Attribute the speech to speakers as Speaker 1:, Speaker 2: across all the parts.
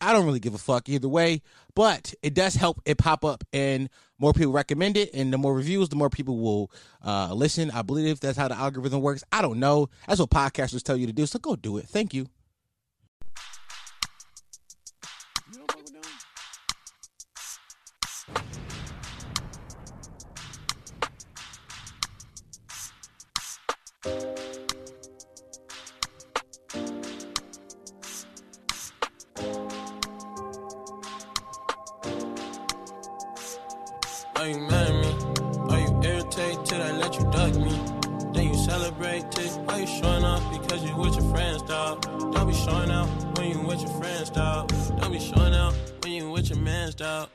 Speaker 1: I don't really give a fuck either way, but it does help it pop up and more people recommend it. And the more reviews, the more people will uh, listen. I believe that's how the algorithm works. I don't know. That's what podcasters tell you to do. So go do it. Thank you.
Speaker 2: Are you mad at me? Are you irritated till I let you duck me? Then you celebrate till why you showing up because you with your friends, dog. Don't be showing out when you with your friends, dog. Don't be showing out when you with your mans, dog.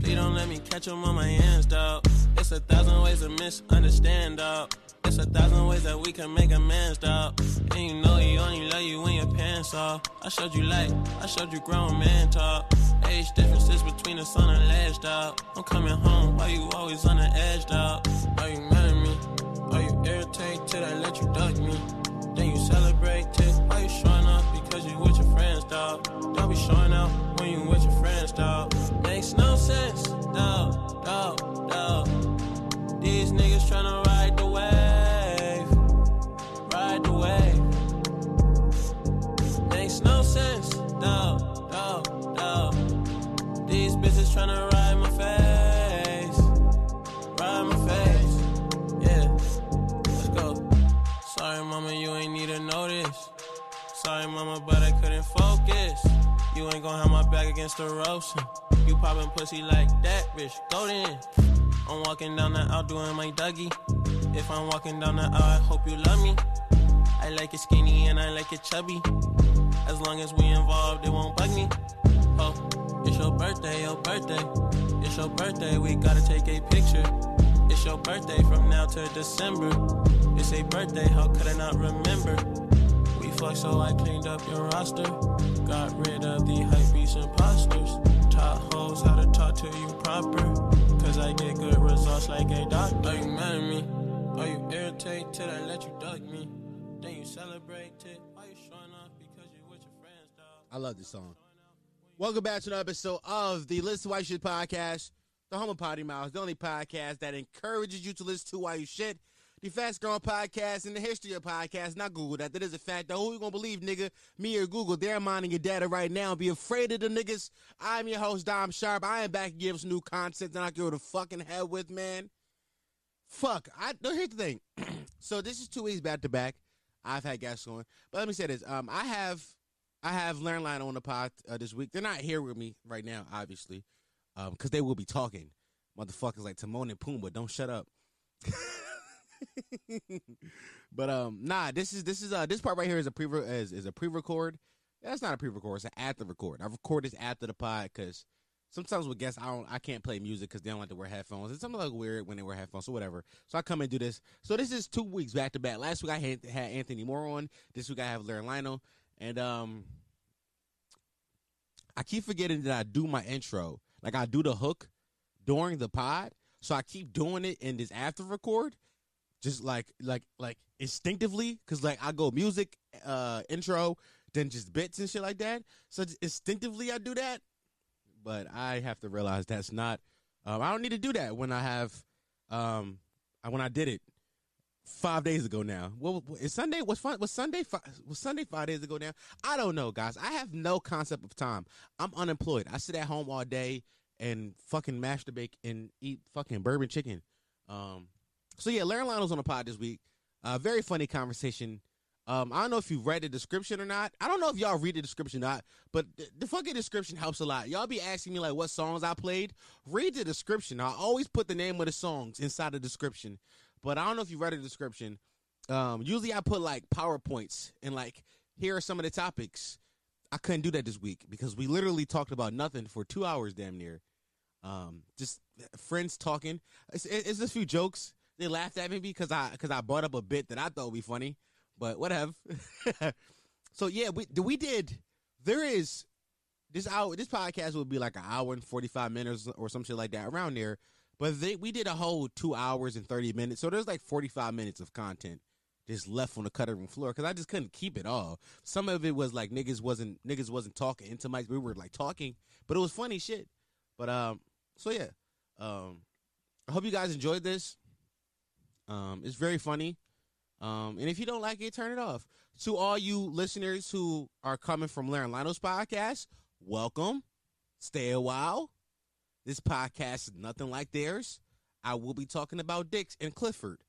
Speaker 2: Please don't let me catch 'em on my hands, dog. It's a thousand ways to misunderstand, dog. It's a thousand ways that we can make a man stop. And you know he only love you when your pants off. I showed you light, I showed you grown man talk. Age differences between the sun and ledge, dog. I'm coming home, why you always on the edge, dog? Are you mad at me? Are you irritated till I let you duck me? Then you celebrate till why you showing up because you with your friends, dog. Don't be showing out when you with your friends, dog. Makes no sense, dog, dog, dog. These niggas tryna ride the wave, ride the wave. Makes no sense, no, no, no. These bitches tryna ride my face, ride my face. Yeah, let's go. Sorry, mama, you ain't need a notice. Sorry, mama, but I couldn't focus. You ain't gon' have my back against the ropes. You poppin' pussy like that, bitch. Go then. I'm walking down the aisle doing my Dougie. If I'm walking down the aisle, I hope you love me. I like it skinny and I like it chubby. As long as we involved, it won't bug me. Oh, it's your birthday, your birthday. It's your birthday, we gotta take a picture. It's your birthday from now to December. It's a birthday, how could I not remember? We fucked so I cleaned up your roster. Got rid of the hypebeast imposters. Taught hoes how to talk to you proper. Cause I get good results like a doctor. Are you mad at me? Are you irritated till I let you duck me? Then you celebrate it. Why you showing off because you with your friends, dog?
Speaker 1: I love this song. Welcome back to another episode of the Listen to Why You Shit podcast, the home of Potty Miles, the only podcast that encourages you to listen to why you shit. The fast growing podcast in the history of podcasts, not Google that. That is a fact. Though who you gonna believe, nigga? Me or Google? They're mining your data right now. Be afraid of the niggas. I'm your host, Dom Sharp. I am back to give some new content that I go to fucking hell with, man. Fuck. I no, here's the thing. so this is two weeks back to back. I've had guests on, but let me say this. Um, I have, I have Learnline on the pod uh, this week. They're not here with me right now, obviously, um, because they will be talking. Motherfuckers like Timon and Pumbaa, don't shut up. but um, nah, this is this is uh this part right here is a pre is is a pre record. That's not a pre record. It's an after record. I record this after the pod because sometimes with guests I don't I can't play music because they don't like to wear headphones. It's something like weird when they wear headphones, so whatever. So I come and do this. So this is two weeks back to back. Last week I had, had Anthony Moore on. This week I have Larry Lionel, and um, I keep forgetting that I do my intro. Like I do the hook during the pod, so I keep doing it in this after record, just like like like instinctively, because like I go music, uh, intro, then just bits and shit like that. So just instinctively I do that, but I have to realize that's not. Um, I don't need to do that when I have, um, I- when I did it five days ago now. Well, is Sunday was fun? Was Sunday fi- was Sunday five days ago now? I don't know, guys. I have no concept of time. I'm unemployed. I sit at home all day and fucking masturbate and eat fucking bourbon chicken. Um, so yeah, Larry Lionel's on the pod this week. Uh, very funny conversation. Um, I don't know if you read the description or not. I don't know if y'all read the description or not, but the, the fucking description helps a lot. Y'all be asking me like what songs I played. Read the description. I always put the name of the songs inside the description, but I don't know if you read the description. Um, usually I put like PowerPoints and like here are some of the topics.
Speaker 3: I couldn't do that this week because we literally talked about nothing for two hours, damn near. Um, just friends talking. It's, it- it's just a few jokes. They laughed at me because I because I brought up a bit that I thought would be funny, but whatever. so yeah, we we did. There is this hour. This podcast would be like an hour and forty five minutes or some shit like that around there. But they, we did a whole two hours and thirty minutes. So there's like forty five minutes of content just left on the cutting room floor because I just couldn't keep it all. Some of it was like niggas wasn't niggas wasn't talking into mics. We were like talking, but it was funny shit. But um, so yeah, um, I hope you guys enjoyed this. Um, it's very funny. Um, and if you don't like it, turn it off. To all you listeners who are coming from Larolano's podcast, welcome. Stay a while. This podcast is nothing like theirs. I will be talking about dicks and Clifford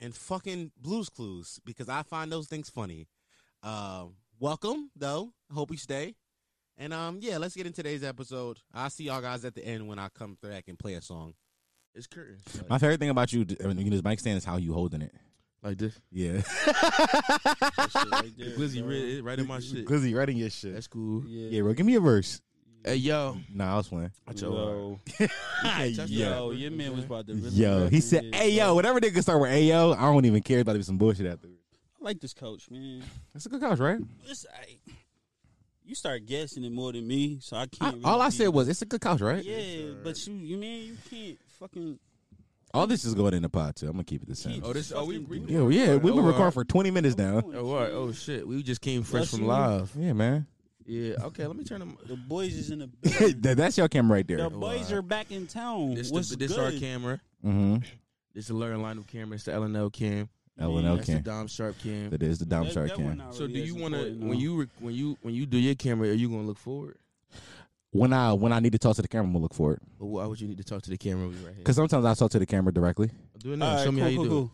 Speaker 3: and fucking Blues Clues because I find those things funny. Um, welcome though. I hope you stay. And um, yeah, let's get in today's episode. I'll see y'all guys at the end when I come back and play a song.
Speaker 4: It's curious.
Speaker 1: My favorite thing about you, I mean, you know, this mic stand is how you holding it.
Speaker 4: Like this.
Speaker 1: Yeah,
Speaker 4: Glizzy red, it right in my shit.
Speaker 1: Glizzy right in your shit.
Speaker 4: That's cool.
Speaker 1: Yeah, bro, give me a verse.
Speaker 4: Hey yo.
Speaker 1: Nah, I was playing.
Speaker 5: Yo,
Speaker 4: touch
Speaker 5: yo, your man was about to really
Speaker 1: Yo, he
Speaker 5: rap
Speaker 1: said,
Speaker 5: in this,
Speaker 1: "Hey, yo,
Speaker 5: bro.
Speaker 1: whatever nigga start with "Hey, yo," I don't even care. It's about to be some bullshit after.
Speaker 5: I like this coach, man.
Speaker 1: That's a good couch, right?
Speaker 5: It's like, you start guessing it more than me, so I
Speaker 1: I-
Speaker 5: can't. really
Speaker 1: all I
Speaker 5: be-
Speaker 1: said was, "It's a good couch, right?"
Speaker 5: yeah, but you, you mean you can't fucking.
Speaker 1: All this is going in the pot too. I'm gonna keep it the same.
Speaker 5: Keep- uh,
Speaker 4: Oh, this. Oh, we. we
Speaker 1: Yeah, yeah, we've been
Speaker 4: Oh,
Speaker 1: recording for 20 minutes now.
Speaker 4: Oh, all right. oh shit. We just came fresh
Speaker 5: Bless
Speaker 4: from
Speaker 5: you.
Speaker 4: live.
Speaker 1: Yeah, man.
Speaker 4: Yeah. Okay. Let me turn them.
Speaker 5: The boys is in the. building.
Speaker 1: That- That's your camera right
Speaker 5: the
Speaker 1: there.
Speaker 5: boys are back in town.
Speaker 4: This.
Speaker 5: What's
Speaker 4: the, this our
Speaker 5: good?
Speaker 4: camera.
Speaker 1: Mm-hmm.
Speaker 4: This the Learn Line camera. It's the LNL cam.
Speaker 1: L and
Speaker 5: Man,
Speaker 1: L
Speaker 4: That's the
Speaker 1: cam.
Speaker 4: Dom Sharp cam.
Speaker 1: That is the Dom
Speaker 5: That-
Speaker 1: Shark
Speaker 5: that one uh,
Speaker 1: cam.
Speaker 5: not
Speaker 4: So do
Speaker 5: really as
Speaker 4: you want to
Speaker 5: important,
Speaker 4: when
Speaker 5: no.
Speaker 4: you rec- when you when you do your camera are you gonna look forward?
Speaker 1: When I when I need to talk to the camera, I'm gonna look for it.
Speaker 4: Or why would you need to talk to the camera? We right here.
Speaker 1: Cause sometimes I talk to the camera directly.
Speaker 4: do it
Speaker 5: All
Speaker 4: now.
Speaker 5: right,
Speaker 4: Show me
Speaker 5: cool,
Speaker 4: how you
Speaker 5: cool,
Speaker 4: do.
Speaker 5: cool.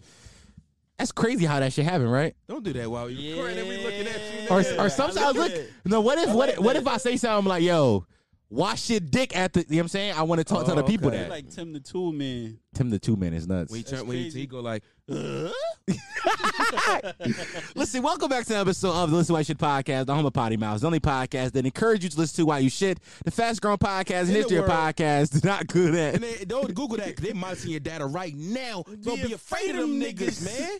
Speaker 1: That's crazy how that shit happened, right?
Speaker 4: it. Don't do that while you recording. and We looking at you.
Speaker 1: Or,
Speaker 4: nigga.
Speaker 5: I
Speaker 1: or sometimes look.
Speaker 5: like that.
Speaker 1: No, what if
Speaker 5: I
Speaker 1: what
Speaker 5: like
Speaker 1: what
Speaker 5: that.
Speaker 1: if I say something like, "Yo, wash your dick at the," you know what I'm saying? I want to talk to
Speaker 4: Oh,
Speaker 1: the people
Speaker 4: okay.
Speaker 5: They
Speaker 1: that.
Speaker 5: like Tim the Tool Man.
Speaker 1: Tim the two man is nuts.
Speaker 4: When you
Speaker 5: That's
Speaker 4: turn, when you
Speaker 5: crazy.
Speaker 4: he go like,
Speaker 1: Listen, welcome back to an episode of the Listen Why You Should podcast, the home of potty mouths, the only podcast that encourages you to listen to why you should. The fast growing podcast in
Speaker 4: the
Speaker 1: history of
Speaker 4: world.
Speaker 1: podcasts, not good at.
Speaker 4: and they, don't Google that. 'cause They monitoring your data right now. Don't be afraid of them niggas, man.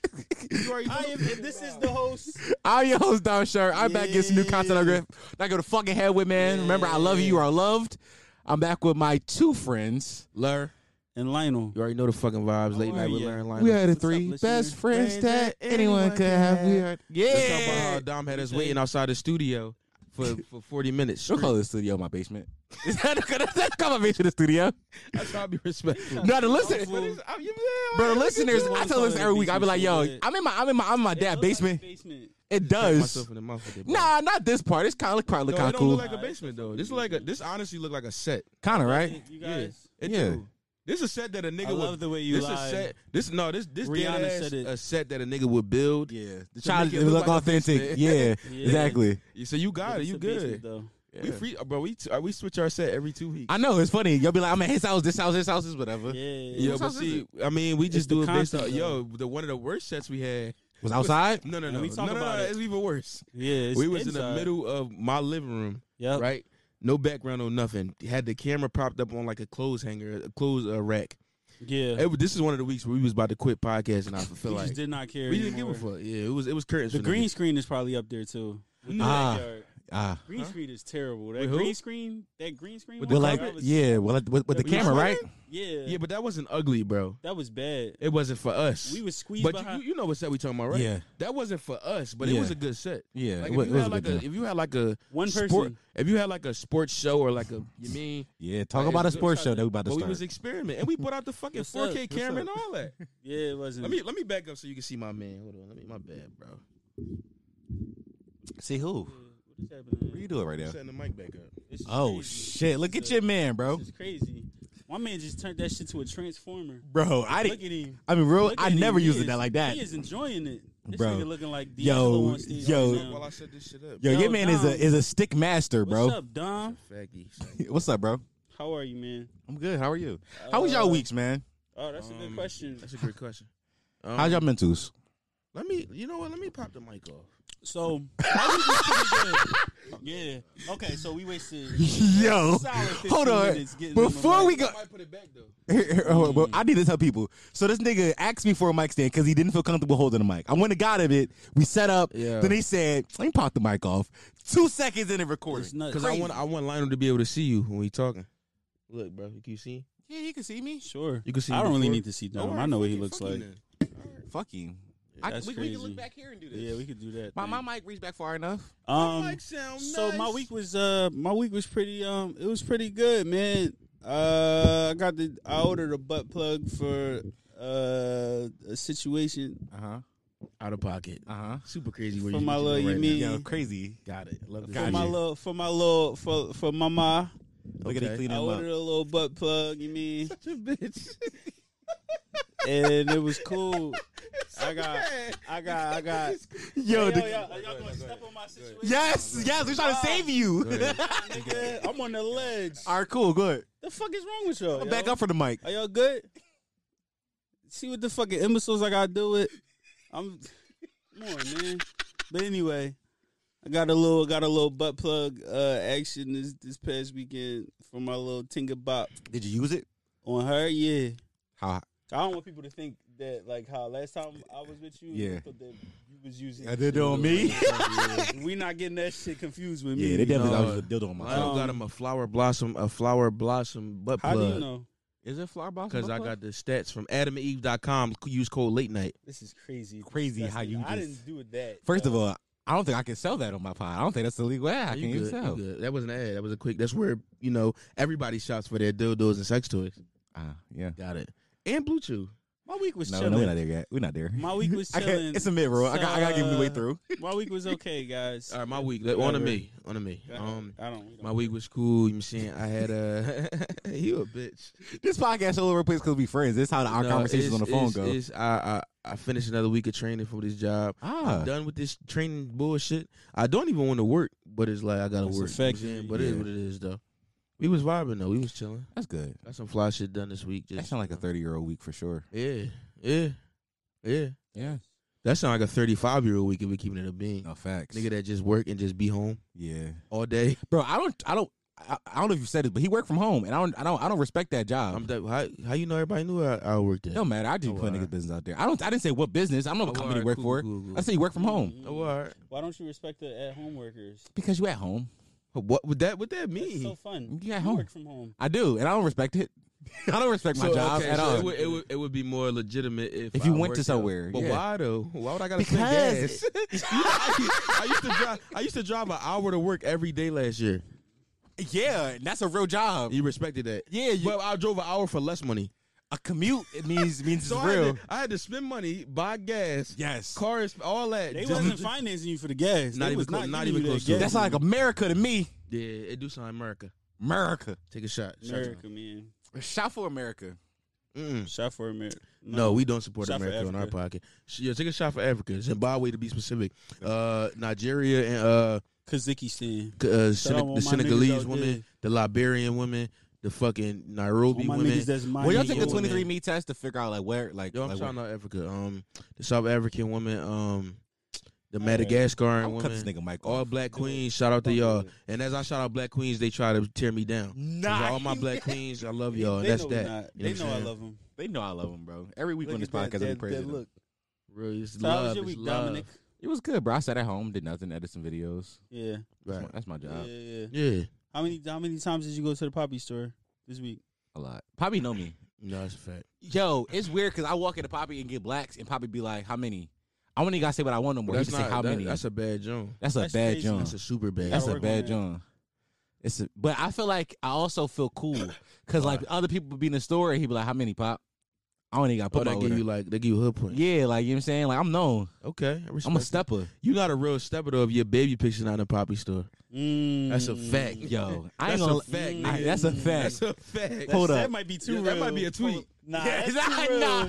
Speaker 4: You already
Speaker 5: I
Speaker 4: know.
Speaker 5: am, if this is the host,
Speaker 1: I'm your host, Don Sharp. I'm back getting some new content.
Speaker 5: Yeah.
Speaker 1: I'm gonna- not going to fucking head with, man. Remember, I love you. You are loved. I'm back with my two friends.
Speaker 4: Lur,
Speaker 5: and Lionel.
Speaker 4: you already know the fucking vibes. Late
Speaker 5: How
Speaker 4: night
Speaker 5: are
Speaker 4: with
Speaker 5: ya?
Speaker 4: Larry Linus.
Speaker 1: We are the
Speaker 5: What's up,
Speaker 1: three
Speaker 5: listener?
Speaker 1: best friends
Speaker 4: Friends
Speaker 1: that anyone could have. We are,
Speaker 4: Let's talk about
Speaker 1: yeah.
Speaker 4: how Dom had us waiting outside the studio for, for 40 minutes.
Speaker 1: Don't
Speaker 4: straight.
Speaker 1: call the studio my basement. Don't call my basement the studio.
Speaker 4: I try to be respectful.
Speaker 1: No, the listen.
Speaker 4: But it's- I'm- you know,
Speaker 1: Bro, the listeners,
Speaker 5: Everyone
Speaker 1: I tell
Speaker 5: calling
Speaker 1: this
Speaker 5: it
Speaker 1: every week. I be
Speaker 5: basement
Speaker 1: like,
Speaker 5: so
Speaker 1: yo,
Speaker 5: bad.
Speaker 1: I'm in my, I'm in my, I'm in my
Speaker 5: It
Speaker 1: dad's
Speaker 5: look like
Speaker 1: basement.
Speaker 5: basement.
Speaker 1: It
Speaker 4: I hit
Speaker 1: does.
Speaker 4: myself in the mouth with it, bro.
Speaker 1: Nah, not this part. It's kind of look
Speaker 4: No,
Speaker 1: probably
Speaker 4: it
Speaker 1: kind
Speaker 4: don't
Speaker 1: of
Speaker 4: look
Speaker 1: cool.
Speaker 4: like a basement though. This like a this honestly look like a set.
Speaker 1: Kind of right.
Speaker 5: You guys.
Speaker 4: It
Speaker 1: Yeah.
Speaker 4: do. This is a set that a nigga
Speaker 5: I
Speaker 4: would
Speaker 5: love the way you
Speaker 4: this
Speaker 5: lie.
Speaker 4: a set. This no. This this dead
Speaker 5: Rihanna
Speaker 4: ass
Speaker 5: said it.
Speaker 4: a set that a nigga would build.
Speaker 1: Yeah, the
Speaker 4: To
Speaker 1: child
Speaker 4: make
Speaker 1: it
Speaker 4: it
Speaker 1: look,
Speaker 4: look like a
Speaker 1: authentic.
Speaker 4: basement.
Speaker 1: Yeah,
Speaker 5: Yeah.
Speaker 1: exactly.
Speaker 4: So you
Speaker 5: But
Speaker 4: got it.
Speaker 5: it's
Speaker 4: You
Speaker 5: a
Speaker 4: good.
Speaker 5: basement, though.
Speaker 4: We free, bro. We t- uh, we switch our set every two weeks.
Speaker 1: I know it's funny. You'll be like, I'm at his house, this house, this house, this whatever.
Speaker 5: Yeah.
Speaker 4: Yeah,
Speaker 1: Whose
Speaker 4: but
Speaker 1: house is
Speaker 4: see, I mean, we just
Speaker 5: the
Speaker 4: do it based on
Speaker 5: concept,
Speaker 4: yo. The one of the worst sets we had.
Speaker 1: Was outside.
Speaker 4: No, no,
Speaker 5: And
Speaker 4: no,
Speaker 5: we
Speaker 4: no,
Speaker 5: talk
Speaker 4: no,
Speaker 5: about
Speaker 4: no,
Speaker 5: it.
Speaker 4: It's even worse.
Speaker 5: Yeah, it's
Speaker 4: we was in
Speaker 5: inside.
Speaker 4: the middle of my living room,
Speaker 5: Yep.
Speaker 4: right? No background, no nothing. Had the camera propped up on like a clothes hanger, a clothes uh, rack.
Speaker 5: Yeah.
Speaker 4: It was- this is one of the weeks where we was about to quit podcasting. I
Speaker 5: we
Speaker 4: feel like
Speaker 5: just did not care.
Speaker 4: we didn't give
Speaker 5: anymore.
Speaker 4: a fuck. Yeah, it was it was curtains.
Speaker 5: The
Speaker 4: for
Speaker 5: green
Speaker 4: niggas.
Speaker 5: screen is probably up there too. In the
Speaker 1: Ah.
Speaker 5: backyard.
Speaker 1: Ah,
Speaker 5: Green
Speaker 4: Huh?
Speaker 5: screen is terrible. That
Speaker 4: With who?
Speaker 5: green screen, that green screen.
Speaker 4: With
Speaker 1: well,
Speaker 5: one,
Speaker 1: like,
Speaker 5: that was-
Speaker 1: yeah, well, like, with, with the
Speaker 5: that was
Speaker 1: camera, right?
Speaker 5: yeah,
Speaker 4: Yeah, but that wasn't ugly, bro.
Speaker 5: that was bad.
Speaker 4: It wasn't for us.
Speaker 5: We was squeezed
Speaker 4: but you,
Speaker 5: behind.
Speaker 4: you know what set we talking about, right?
Speaker 1: Yeah.
Speaker 4: that wasn't for us, but it
Speaker 1: Yeah.
Speaker 4: was a good set.
Speaker 1: Yeah, it
Speaker 4: Like if
Speaker 1: wa-
Speaker 4: you
Speaker 1: it was
Speaker 4: had
Speaker 1: a good
Speaker 4: like a,
Speaker 1: deal.
Speaker 4: if you had like a
Speaker 5: One person.
Speaker 4: sport, if you had like a sports show or like a you mean,
Speaker 1: Yeah, talk
Speaker 4: Like,
Speaker 1: about a
Speaker 4: it's-
Speaker 1: sports show that we about to
Speaker 4: but we
Speaker 1: start.
Speaker 4: was experimenting and we brought out the fucking
Speaker 5: What's
Speaker 4: 4K
Speaker 5: up? What's
Speaker 4: camera and
Speaker 5: up?
Speaker 4: all that.
Speaker 5: yeah, it wasn't.
Speaker 4: Let me let me back up so you can see my man. Hold on, let me my bad, bro.
Speaker 1: See who?
Speaker 5: Yeah, what is happening?
Speaker 1: What you doing right now?
Speaker 4: Setting the mic back up.
Speaker 5: This is
Speaker 1: Oh
Speaker 5: crazy.
Speaker 1: shit! Look at
Speaker 5: This
Speaker 1: your man, bro.
Speaker 5: This is crazy. My man just turned that shit to a transformer.
Speaker 1: Bro, I
Speaker 5: Look at
Speaker 1: didn't.
Speaker 5: him.
Speaker 1: I mean, real.
Speaker 5: Look
Speaker 1: I
Speaker 5: at him.
Speaker 1: never
Speaker 5: He
Speaker 1: used it
Speaker 5: is-
Speaker 1: that like that.
Speaker 5: He is enjoying it. This
Speaker 1: Bro.
Speaker 5: nigga looking like
Speaker 1: Yo,
Speaker 5: D'Angelo on stage
Speaker 1: yo.
Speaker 5: right now.
Speaker 4: While I set this shit up,
Speaker 1: Yo,
Speaker 5: Yo,
Speaker 1: your man is
Speaker 5: Dom.
Speaker 1: a is a stick master, bro.
Speaker 5: What's up, Dom?
Speaker 4: faggy.
Speaker 1: What's up, bro?
Speaker 5: How are you, man?
Speaker 1: I'm good. How are you? How was y'all
Speaker 5: Uh,
Speaker 1: weeks, man?
Speaker 5: Oh, that's a good
Speaker 4: Um,
Speaker 5: question. uh,
Speaker 4: That's a great question. Um,
Speaker 1: How's y'all mentals?
Speaker 4: Let me. You know what? Let me pop the mic off.
Speaker 5: So my week was pretty good. Yeah. Okay. So we wasted.
Speaker 1: Yo,
Speaker 5: solid 15
Speaker 1: hold on.
Speaker 5: minutes getting
Speaker 1: Before
Speaker 5: on
Speaker 1: we go,
Speaker 4: might put it back though.
Speaker 1: Here, here, hold on,
Speaker 5: Hmm.
Speaker 1: but I need to tell people. So this nigga asked me for a mic stand because he didn't feel comfortable holding the mic. I went and got him it. We set up.
Speaker 4: Yeah.
Speaker 1: Then he said, "Let me pop the mic off." Two seconds in the
Speaker 5: It's
Speaker 1: recording.
Speaker 5: nuts.
Speaker 4: Because I want I want Lionel to be able to see you when we talking. Look, bro, you can see.
Speaker 1: Yeah, you can see me.
Speaker 5: Sure.
Speaker 4: You can see
Speaker 5: I
Speaker 4: him
Speaker 5: don't really
Speaker 4: before.
Speaker 5: need to see Dunham. I know what he looks like.
Speaker 1: Fuck you.
Speaker 5: That's
Speaker 1: we, we
Speaker 5: crazy.
Speaker 1: can look back here and do this.
Speaker 5: Yeah, we could do that.
Speaker 1: my,
Speaker 5: thing.
Speaker 1: my mic reached back far enough.
Speaker 5: Um, so my week was uh my week was pretty um it was pretty good man. Uh, I got the I ordered a butt plug for uh a situation
Speaker 1: Uh huh.
Speaker 4: out of pocket.
Speaker 1: Uh huh.
Speaker 4: Super crazy. where
Speaker 5: for
Speaker 4: you
Speaker 5: my
Speaker 4: can
Speaker 5: little
Speaker 4: do it
Speaker 5: you
Speaker 4: right
Speaker 5: mean
Speaker 1: Yo, crazy.
Speaker 4: now. Got it. Love this.
Speaker 5: for
Speaker 1: Got
Speaker 5: my
Speaker 1: you.
Speaker 5: little for my little for for mama.
Speaker 1: Look at
Speaker 4: Okay.
Speaker 1: it clean
Speaker 5: I
Speaker 1: him
Speaker 5: ordered
Speaker 1: up.
Speaker 5: a little butt plug. You mean
Speaker 4: Such a bitch.
Speaker 5: and it was cool. I got
Speaker 4: bad.
Speaker 5: I got I got.
Speaker 1: Yo,
Speaker 5: Hey,
Speaker 1: the-
Speaker 5: yo, yo, Ah. are y'all gonna step on my situation?
Speaker 1: yes, yes, we're trying to save you.
Speaker 5: nigga. I'm on the ledge.
Speaker 1: All right, cool, good.
Speaker 5: The fuck is wrong with y'all?
Speaker 1: Back
Speaker 5: yo?
Speaker 1: up for the mic.
Speaker 5: Are y'all good? See what the fucking imbeciles I gotta do with. I'm come on, man. But anyway, I got a little got a little butt plug uh action this this past weekend for my little Tinker Bop
Speaker 1: Did you use it?
Speaker 5: on her, yeah.
Speaker 1: How?
Speaker 5: I don't want people to think that like how last time I was with you,
Speaker 1: Yeah.
Speaker 5: you thought that you was using
Speaker 1: I did it on me.
Speaker 5: we not getting that shit confused with me.
Speaker 1: Yeah, they definitely
Speaker 4: No.
Speaker 1: thought it was a dildo on my.
Speaker 4: Lionel got him a flower blossom, a flower blossom butt
Speaker 5: How
Speaker 4: plug.
Speaker 5: do you know?
Speaker 1: Is it flower box?
Speaker 4: Because I got the stats from AdamandEve.com. Use code late night.
Speaker 5: This is crazy.
Speaker 1: Crazy
Speaker 5: That's-
Speaker 1: how you
Speaker 5: I
Speaker 1: just-
Speaker 5: didn't do it that.
Speaker 1: First
Speaker 5: yo.
Speaker 1: of all, I don't think I can sell that on my pod. I don't think that's the legal ad. I can't
Speaker 4: You
Speaker 1: even
Speaker 4: good, you
Speaker 1: sell.
Speaker 4: good. That wasn't an ad. That was a quick. That's where you know everybody shops for their dildos and sex toys.
Speaker 1: Ah, yeah.
Speaker 4: Got it. And Blue Chew.
Speaker 5: my week was
Speaker 1: No,
Speaker 5: chilling.
Speaker 1: no, we're not there yet. We're not there.
Speaker 5: My week was
Speaker 1: I
Speaker 5: chilling.
Speaker 1: can't, it's a mid roll. I, got, I gotta give him the way
Speaker 5: So,
Speaker 1: through.
Speaker 5: My week was okay, guys.
Speaker 4: All right, my week. Let- On to
Speaker 5: Whatever.
Speaker 4: me. On to me.
Speaker 5: Go ahead.
Speaker 4: Um,
Speaker 5: I don't. we don't-
Speaker 4: my week was cool. You know what I'm saying I had a. you a bitch.
Speaker 1: This podcast all over the place because we friends. This is how the, our
Speaker 4: No,
Speaker 1: conversations
Speaker 4: it's-
Speaker 1: on the phone
Speaker 4: it's-
Speaker 1: go.
Speaker 4: it's- I, I I finished another week of training for this job.
Speaker 1: ah,
Speaker 4: I'm done with this training bullshit. I don't even want to work, but it's like I gotta work. you
Speaker 5: It's
Speaker 4: know what I'm
Speaker 5: affecting
Speaker 4: saying?
Speaker 5: you,
Speaker 4: but it is
Speaker 1: yeah.
Speaker 4: what it is though. We was vibing though. We was chilling.
Speaker 1: that's good.
Speaker 4: Got some fly shit done this week.
Speaker 1: That
Speaker 4: Just
Speaker 1: sounds like a thirty year old week for sure.
Speaker 4: yeah, yeah, yeah.
Speaker 1: Yeah.
Speaker 4: That sound like a 35 year old week if we keeping it a being.
Speaker 1: No facts.
Speaker 4: Nigga that just work and just be home
Speaker 1: Yeah,
Speaker 4: all day.
Speaker 1: bro. I don't. I don't. I, I don't know if you said it, but he worked from home, and I don't. I don't. I don't respect that job.
Speaker 4: I'm that, how how you know everybody knew I, I worked there?
Speaker 1: Um, no matter. I just
Speaker 4: Oh,
Speaker 1: put
Speaker 4: alright.
Speaker 1: niggas business out there. I don't. I didn't say what business. I don't know what
Speaker 4: Oh,
Speaker 1: company
Speaker 4: alright,
Speaker 1: you work for.
Speaker 4: cool, cool, cool.
Speaker 1: I said you work from home
Speaker 5: Mhm.
Speaker 4: Oh, all right.
Speaker 5: Why don't you respect the at-home workers?
Speaker 1: because you at home.
Speaker 4: What would that? What that
Speaker 5: That's
Speaker 4: mean?
Speaker 5: so fun.
Speaker 1: You at
Speaker 5: You
Speaker 1: home.
Speaker 5: work from home.
Speaker 1: I do, and I don't respect it. I don't respect my
Speaker 4: So,
Speaker 1: job
Speaker 4: okay,
Speaker 1: at
Speaker 4: so
Speaker 1: all.
Speaker 4: It would, it, would, it would be more legitimate if
Speaker 1: If you
Speaker 4: I
Speaker 1: went to
Speaker 4: worked out.
Speaker 1: somewhere,
Speaker 4: But
Speaker 1: yeah.
Speaker 4: why though? Why would I gotta
Speaker 1: Because-
Speaker 4: spend gas? I, used to drive. I used to drive an hour to work every day last year.
Speaker 1: yeah, and that's a real job.
Speaker 4: You respected that,
Speaker 1: yeah, you,
Speaker 4: but I drove an hour for less money.
Speaker 1: a commute it means means
Speaker 4: So
Speaker 1: it's
Speaker 4: I,
Speaker 1: real.
Speaker 4: had to, I had to spend money, buy gas,
Speaker 1: yes,
Speaker 4: cars, all that.
Speaker 5: They
Speaker 4: just-
Speaker 5: wasn't financing you for the gas.
Speaker 4: Not
Speaker 5: They
Speaker 4: even
Speaker 5: was
Speaker 4: clo- not
Speaker 5: giving
Speaker 4: even
Speaker 5: you
Speaker 4: close
Speaker 5: that
Speaker 4: to it.
Speaker 5: gas.
Speaker 1: that's like America to me.
Speaker 4: yeah, it do sound America.
Speaker 1: America,
Speaker 4: Take a shot. Shot.
Speaker 5: America, man.
Speaker 1: shout for America.
Speaker 4: Mm-mm.
Speaker 5: Shot for America.
Speaker 4: No, we don't support
Speaker 5: Shot for
Speaker 4: America on our
Speaker 5: Africa.
Speaker 4: pocket. Sh- Yeah, take a shot for Africa, Zimbabwe to be specific, uh, Nigeria and uh,
Speaker 5: Kazakhstan.
Speaker 4: c- uh,
Speaker 5: Shout out
Speaker 4: Sen-
Speaker 5: all
Speaker 4: the
Speaker 5: my niggas
Speaker 4: Senegalese
Speaker 5: out
Speaker 4: women, the
Speaker 5: there.
Speaker 4: Liberian women, the fucking
Speaker 5: All
Speaker 4: Nairobi
Speaker 5: my
Speaker 4: women.
Speaker 5: niggas that's mining.
Speaker 1: Well, y'all take the
Speaker 5: gold,
Speaker 1: twenty three
Speaker 5: man.
Speaker 1: me test to figure out like where like.
Speaker 4: Yo, I'm
Speaker 1: like,
Speaker 4: talking
Speaker 1: where-
Speaker 4: about Africa. Um, the South African women, um, the Madagascar
Speaker 1: I'm gonna cut this
Speaker 4: women,
Speaker 1: nigga mic
Speaker 4: all
Speaker 1: off.
Speaker 4: black queens. Shout out to y'all. And as I shout out black queens, they try to tear me down.
Speaker 1: Nah,
Speaker 4: All my black queens, I love y'all.
Speaker 5: They
Speaker 4: and that's
Speaker 5: know
Speaker 4: that.
Speaker 5: not.
Speaker 4: You
Speaker 5: They
Speaker 4: what
Speaker 5: know
Speaker 4: I'm
Speaker 5: I
Speaker 4: saying?
Speaker 5: love them.
Speaker 1: they know I love him, bro. Every week on this podcast, I praise them.
Speaker 5: look.
Speaker 4: Really, it's
Speaker 5: So how was
Speaker 4: love.
Speaker 5: your
Speaker 4: It's
Speaker 5: week,
Speaker 4: love.
Speaker 5: Dominic?
Speaker 1: It was good, bro. I sat at home, did nothing, edit some videos.
Speaker 5: Yeah.
Speaker 1: That's,
Speaker 4: Right.
Speaker 1: my, that's my
Speaker 5: Yeah,
Speaker 1: job.
Speaker 5: yeah.
Speaker 4: Yeah.
Speaker 5: How many how many times did you go to the poppy store this week?
Speaker 1: A lot. Poppy know me.
Speaker 4: No, that's a fact.
Speaker 1: Yo, it's weird because I walk into Poppy and get blacks, and Poppy be like, "How many?" I want to gotta say what I want no more. He
Speaker 4: That's
Speaker 1: just say
Speaker 4: not.
Speaker 1: how
Speaker 4: that-
Speaker 1: many.
Speaker 4: That's a bad joint.
Speaker 1: That's a
Speaker 5: That's
Speaker 1: bad
Speaker 5: crazy.
Speaker 1: John.
Speaker 4: That's a super bad.
Speaker 1: That's
Speaker 5: gotta
Speaker 1: a
Speaker 5: work on
Speaker 1: bad
Speaker 5: that.
Speaker 1: John. It's a, but I feel like I also feel cool because like other people be in the store and he be like, "How many pop?" I don't even got
Speaker 4: Oh,
Speaker 1: put my
Speaker 4: they give
Speaker 1: order.
Speaker 4: you like they give you hood points.
Speaker 1: yeah, like you know what I'm saying. Like I'm known.
Speaker 4: Okay,
Speaker 1: I'm
Speaker 4: I
Speaker 1: a
Speaker 4: respect
Speaker 1: stepper.
Speaker 4: that. You not a real stepper though. If your baby picture not in a poppy store, that's a
Speaker 5: Mm.
Speaker 4: fact.
Speaker 1: Yo, I ain't
Speaker 4: That's a
Speaker 1: gonna.
Speaker 4: fact,
Speaker 1: I-
Speaker 5: nigga.
Speaker 1: that's a fact.
Speaker 4: that's a fact.
Speaker 1: Hold up.
Speaker 5: That's- That might be too
Speaker 4: Yeah,
Speaker 5: real.
Speaker 4: that might be a tweet.
Speaker 5: Nah,
Speaker 1: Yeah,
Speaker 5: that's too real.
Speaker 1: nah.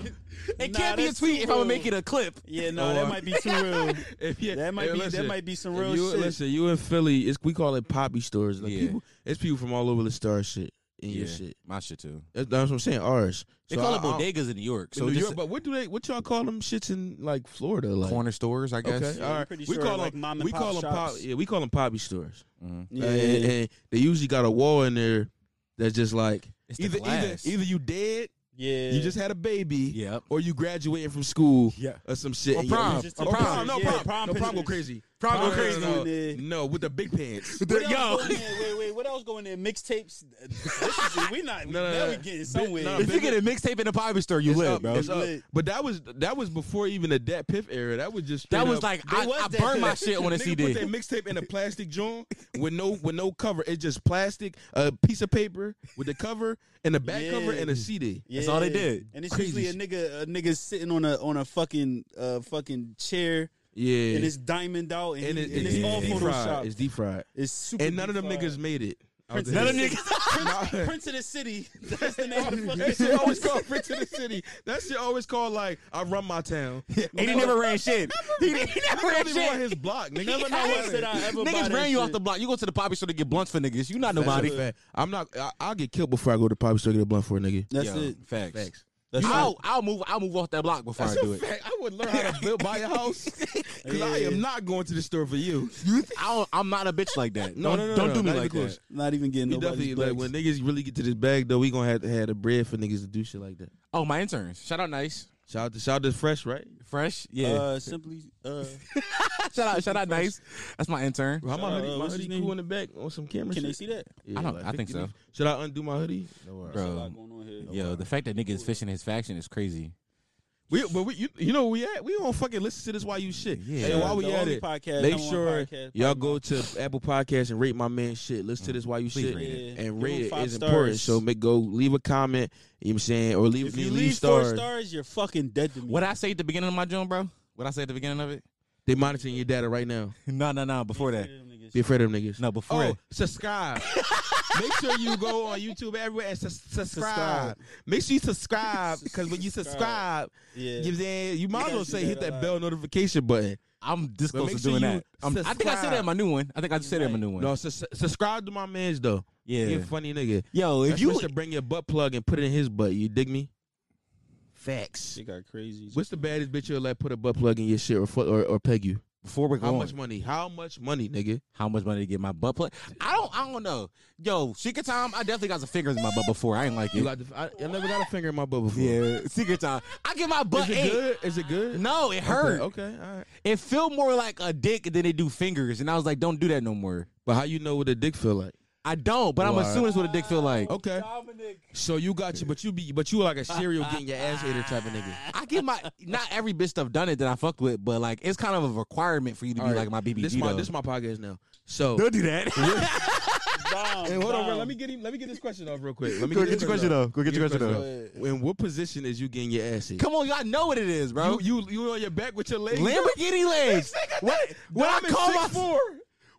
Speaker 1: it
Speaker 5: Nah,
Speaker 1: can't be a
Speaker 5: that's
Speaker 1: tweet if
Speaker 5: too
Speaker 1: I'm gonna
Speaker 5: real.
Speaker 1: make it a clip.
Speaker 5: Yeah, no,
Speaker 4: Or-
Speaker 5: that might be too real.
Speaker 4: If you-
Speaker 5: That might
Speaker 4: hey,
Speaker 5: be
Speaker 4: listen,
Speaker 5: that might be some
Speaker 4: if
Speaker 5: real
Speaker 4: you,
Speaker 5: shit.
Speaker 4: Listen, you in Philly, it's we call it poppy stores. Like
Speaker 1: Yeah.
Speaker 4: people, it's people from all over the star shit.
Speaker 3: in
Speaker 4: Yeah.
Speaker 3: your shit.
Speaker 1: My shit too.
Speaker 4: That's, that's what I'm saying. Ours.
Speaker 1: They
Speaker 4: So
Speaker 1: call
Speaker 4: I-
Speaker 1: it
Speaker 4: I-
Speaker 1: bodegas in New York.
Speaker 4: in
Speaker 1: So
Speaker 4: New
Speaker 1: just
Speaker 4: York, but what do they? What y'all call them shits in like Florida? Like
Speaker 1: corner stores, I guess.
Speaker 4: Okay,
Speaker 5: Yeah,
Speaker 4: all
Speaker 5: I'm
Speaker 4: right.
Speaker 5: pretty
Speaker 4: we
Speaker 5: sure,
Speaker 4: call
Speaker 5: like,
Speaker 4: them
Speaker 5: mom and
Speaker 4: we
Speaker 5: pop
Speaker 4: call them pop.
Speaker 5: shops.
Speaker 4: Yeah, we call them poppy stores.
Speaker 1: Mhm.
Speaker 5: Yeah,
Speaker 4: and, and- and they usually got a wall in there that's just like
Speaker 1: It's the
Speaker 4: either either
Speaker 1: glass.
Speaker 4: either you dead,
Speaker 5: yeah.
Speaker 4: you just had a baby,
Speaker 1: Yep.
Speaker 4: or you graduating from school
Speaker 1: Yeah.
Speaker 4: or some shit.
Speaker 1: Or
Speaker 4: and you-
Speaker 1: prom.
Speaker 4: Or
Speaker 5: Just
Speaker 4: prom.
Speaker 5: took pictures,
Speaker 4: No,
Speaker 5: yeah,
Speaker 4: prom.
Speaker 5: prom
Speaker 4: no, prom go
Speaker 5: pictures.
Speaker 4: crazy.
Speaker 1: Prom go
Speaker 4: no,
Speaker 1: crazy.
Speaker 4: No, no,
Speaker 5: Yeah.
Speaker 4: no, with the big pants.
Speaker 5: What else
Speaker 1: Yo.
Speaker 5: go in there? wait, wait, what else going there? Mixtapes. Uh, This is, we not.
Speaker 4: No, no,
Speaker 5: now
Speaker 4: no.
Speaker 5: we getting somewhere.
Speaker 4: no,
Speaker 1: If you get a mixtape in a poppy store, you
Speaker 4: It's
Speaker 1: live,
Speaker 4: up,
Speaker 1: bro.
Speaker 4: it's up.
Speaker 5: Lit.
Speaker 4: But that was that was before even the Dat Piff era. That was just
Speaker 1: That
Speaker 4: straight
Speaker 1: was
Speaker 4: up-
Speaker 1: like
Speaker 5: They
Speaker 1: I,
Speaker 5: was
Speaker 1: I
Speaker 5: that-
Speaker 1: burned my shit on a
Speaker 4: Nigga put that
Speaker 1: CD.
Speaker 4: mixtape in a plastic joint with no with no cover. It's just plastic, a piece of paper with the cover and the back
Speaker 5: Yeah.
Speaker 4: cover and a CD.
Speaker 5: Yeah.
Speaker 1: That's all they did.
Speaker 5: And it's
Speaker 4: Crazy
Speaker 5: usually a nigga, a nigga sitting on a on a fucking uh fucking chair,
Speaker 4: Yeah,
Speaker 5: and it's diamond out, and,
Speaker 4: and,
Speaker 5: he-
Speaker 4: it-
Speaker 5: and it's
Speaker 4: it's
Speaker 5: all
Speaker 4: deep
Speaker 5: Photoshop.
Speaker 4: fried. It's
Speaker 5: It's,
Speaker 4: deep fried.
Speaker 5: super.
Speaker 4: And none of them
Speaker 5: deep
Speaker 4: niggas
Speaker 5: fried.
Speaker 4: made it. out
Speaker 5: Prince
Speaker 4: there.
Speaker 5: of the City.
Speaker 4: Nah.
Speaker 5: Prince of the City. That's the name of the fucking
Speaker 4: That shit always called Prince of the City. That shit always called like I run my town.
Speaker 1: And he never ran shit. He, he never
Speaker 4: I
Speaker 1: ran
Speaker 4: don't even run
Speaker 1: shit.
Speaker 4: his block. Nigga.
Speaker 5: Never know what said I ever buy
Speaker 1: Niggas
Speaker 5: that
Speaker 1: ran you off
Speaker 5: shit.
Speaker 1: the block. You go to the poppy store to get blunts for niggas. You not
Speaker 4: That's
Speaker 1: nobody.
Speaker 4: a fact. I'm not. I, I'll get killed before I go to pop store to get a blunt for a nigga.
Speaker 5: That's
Speaker 1: Yo,
Speaker 5: it.
Speaker 1: Facts.
Speaker 4: Facts.
Speaker 5: That's
Speaker 1: I'll, I'll move. I'll move off that block before
Speaker 4: That's
Speaker 1: I do
Speaker 4: a
Speaker 1: it.
Speaker 4: fact. I would learn how to build buy a house because I
Speaker 5: Yeah.
Speaker 4: am not going to the store for you.
Speaker 1: I don't, I'm not a bitch like that.
Speaker 4: No,
Speaker 1: don't,
Speaker 4: no, no,
Speaker 1: don't
Speaker 4: no,
Speaker 1: do me
Speaker 4: not even
Speaker 1: like
Speaker 4: close.
Speaker 1: that.
Speaker 5: Not even getting
Speaker 4: We
Speaker 5: nobody's
Speaker 4: definitely
Speaker 5: blacks.
Speaker 4: like when niggas really get to this bag though. We gonna have to have the bread for niggas to do shit like that.
Speaker 1: Oh, my interns. Shout out, nice,
Speaker 4: Shout out to shout out to Fresh, right?
Speaker 1: fresh. Yeah.
Speaker 5: uh, simply uh,
Speaker 1: shout out, shout out, nice. That's my intern.
Speaker 4: How my
Speaker 5: out,
Speaker 4: hoodie,
Speaker 5: uh,
Speaker 4: my
Speaker 5: what's
Speaker 4: hoodie
Speaker 5: his name?
Speaker 4: cool in the back on some camera. shit.
Speaker 5: can they see that?
Speaker 4: Yeah,
Speaker 1: I don't- I think
Speaker 4: 50
Speaker 1: so.
Speaker 4: niggas. Should I undo my hoodie?
Speaker 5: There's a
Speaker 1: Bro.
Speaker 5: lot going on here.
Speaker 1: Yo, the fact that niggas fishing his faction is crazy.
Speaker 4: We, but we, you, you know, where we at. We don't fucking listen to this while you shit.
Speaker 1: Yeah.
Speaker 4: Hey, while we
Speaker 5: The
Speaker 4: at
Speaker 5: only
Speaker 4: it,
Speaker 5: podcast,
Speaker 4: make
Speaker 5: number one
Speaker 4: sure
Speaker 5: podcast,
Speaker 4: y'all
Speaker 5: probably
Speaker 4: go
Speaker 5: my-
Speaker 4: to Apple Podcasts and rate my man shit. Listen to this while you
Speaker 1: Mm. Please
Speaker 4: shit
Speaker 1: rate
Speaker 5: it.
Speaker 4: and
Speaker 5: Give him
Speaker 4: rate it
Speaker 5: five
Speaker 4: is important.
Speaker 5: stars.
Speaker 4: So make go leave a comment. You know what I'm saying, or leave
Speaker 5: If
Speaker 4: me
Speaker 5: you
Speaker 4: leave
Speaker 5: leave four
Speaker 4: stars.
Speaker 5: stars, you're fucking dead to me.
Speaker 1: What I say at the beginning of my joint, bro? What I say at the beginning of it?
Speaker 4: They monitoring your data right now.
Speaker 1: No, no, no. Before that,
Speaker 4: Be afraid of them niggas. Oh,
Speaker 1: no, before that.
Speaker 4: subscribe. Make sure you go on YouTube everywhere and sus-
Speaker 5: Subscribe.
Speaker 4: Make sure you subscribe because when you
Speaker 5: Subscribe. Yeah.
Speaker 4: you know what I'm saying, you might
Speaker 5: Yeah, I see that a lot.
Speaker 4: notification button.
Speaker 1: I'm this
Speaker 4: But
Speaker 1: close
Speaker 4: make
Speaker 1: to
Speaker 4: sure
Speaker 1: doing
Speaker 4: you
Speaker 1: that. I'm- I think I said
Speaker 4: subscribe.
Speaker 1: that in my new one. I think I just said that in my new one.
Speaker 4: No, sus- subscribe to my man's though. He a
Speaker 1: yeah.
Speaker 4: funny nigga.
Speaker 1: Yo, if
Speaker 4: That's you
Speaker 1: you
Speaker 4: should bring your butt plug and put it in his butt. You dig me? Facts.
Speaker 5: Shit got crazy.
Speaker 4: What's the baddest bitch you'll let put a butt plug in your shit or fu- or, or peg you?
Speaker 1: before we go,
Speaker 4: How
Speaker 1: on,
Speaker 4: much money? How much money, nigga?
Speaker 1: how much money to get my butt plug? I don't. I don't know. Yo, secret time. I definitely got some fingers in my butt before. I ain't like
Speaker 4: You
Speaker 1: it.
Speaker 4: got the, I, I never got a finger in my butt before.
Speaker 1: yeah, secret time. I get my butt
Speaker 4: Is it
Speaker 1: ate.
Speaker 4: good? Is it good?
Speaker 1: No, it hurt.
Speaker 4: Okay, okay, all right.
Speaker 1: It felt more like a dick than it do fingers, and I was like, don't do that no more.
Speaker 4: But how you know what a dick feel like?
Speaker 1: I don't, but I'm
Speaker 4: Why?
Speaker 1: assuming it's what a dick feel like.
Speaker 4: Okay.
Speaker 5: Dominic.
Speaker 4: So you got you, but you be, but you like a cereal getting your ass hater type of nigga.
Speaker 1: I get my not every bitch stuff done it that I fucked with, but like it's kind of a requirement for you to be
Speaker 4: All right.
Speaker 1: like my BBG
Speaker 4: This my
Speaker 1: though.
Speaker 4: this my podcast now. So
Speaker 1: don't do that.
Speaker 5: Dom,
Speaker 4: and hold on, bro,
Speaker 5: Dom.
Speaker 4: let me get him, let me get this question off real quick. Let me
Speaker 1: Go get your question
Speaker 4: off.
Speaker 1: though. Go get your question though.
Speaker 4: off. In what position is you getting your ass hit?
Speaker 1: Come on, y'all know what it is, bro.
Speaker 4: You you you on your back with your legs.
Speaker 1: Lamborghini legs. what? When I
Speaker 4: Diamond
Speaker 1: call
Speaker 4: six
Speaker 1: myself,
Speaker 4: four.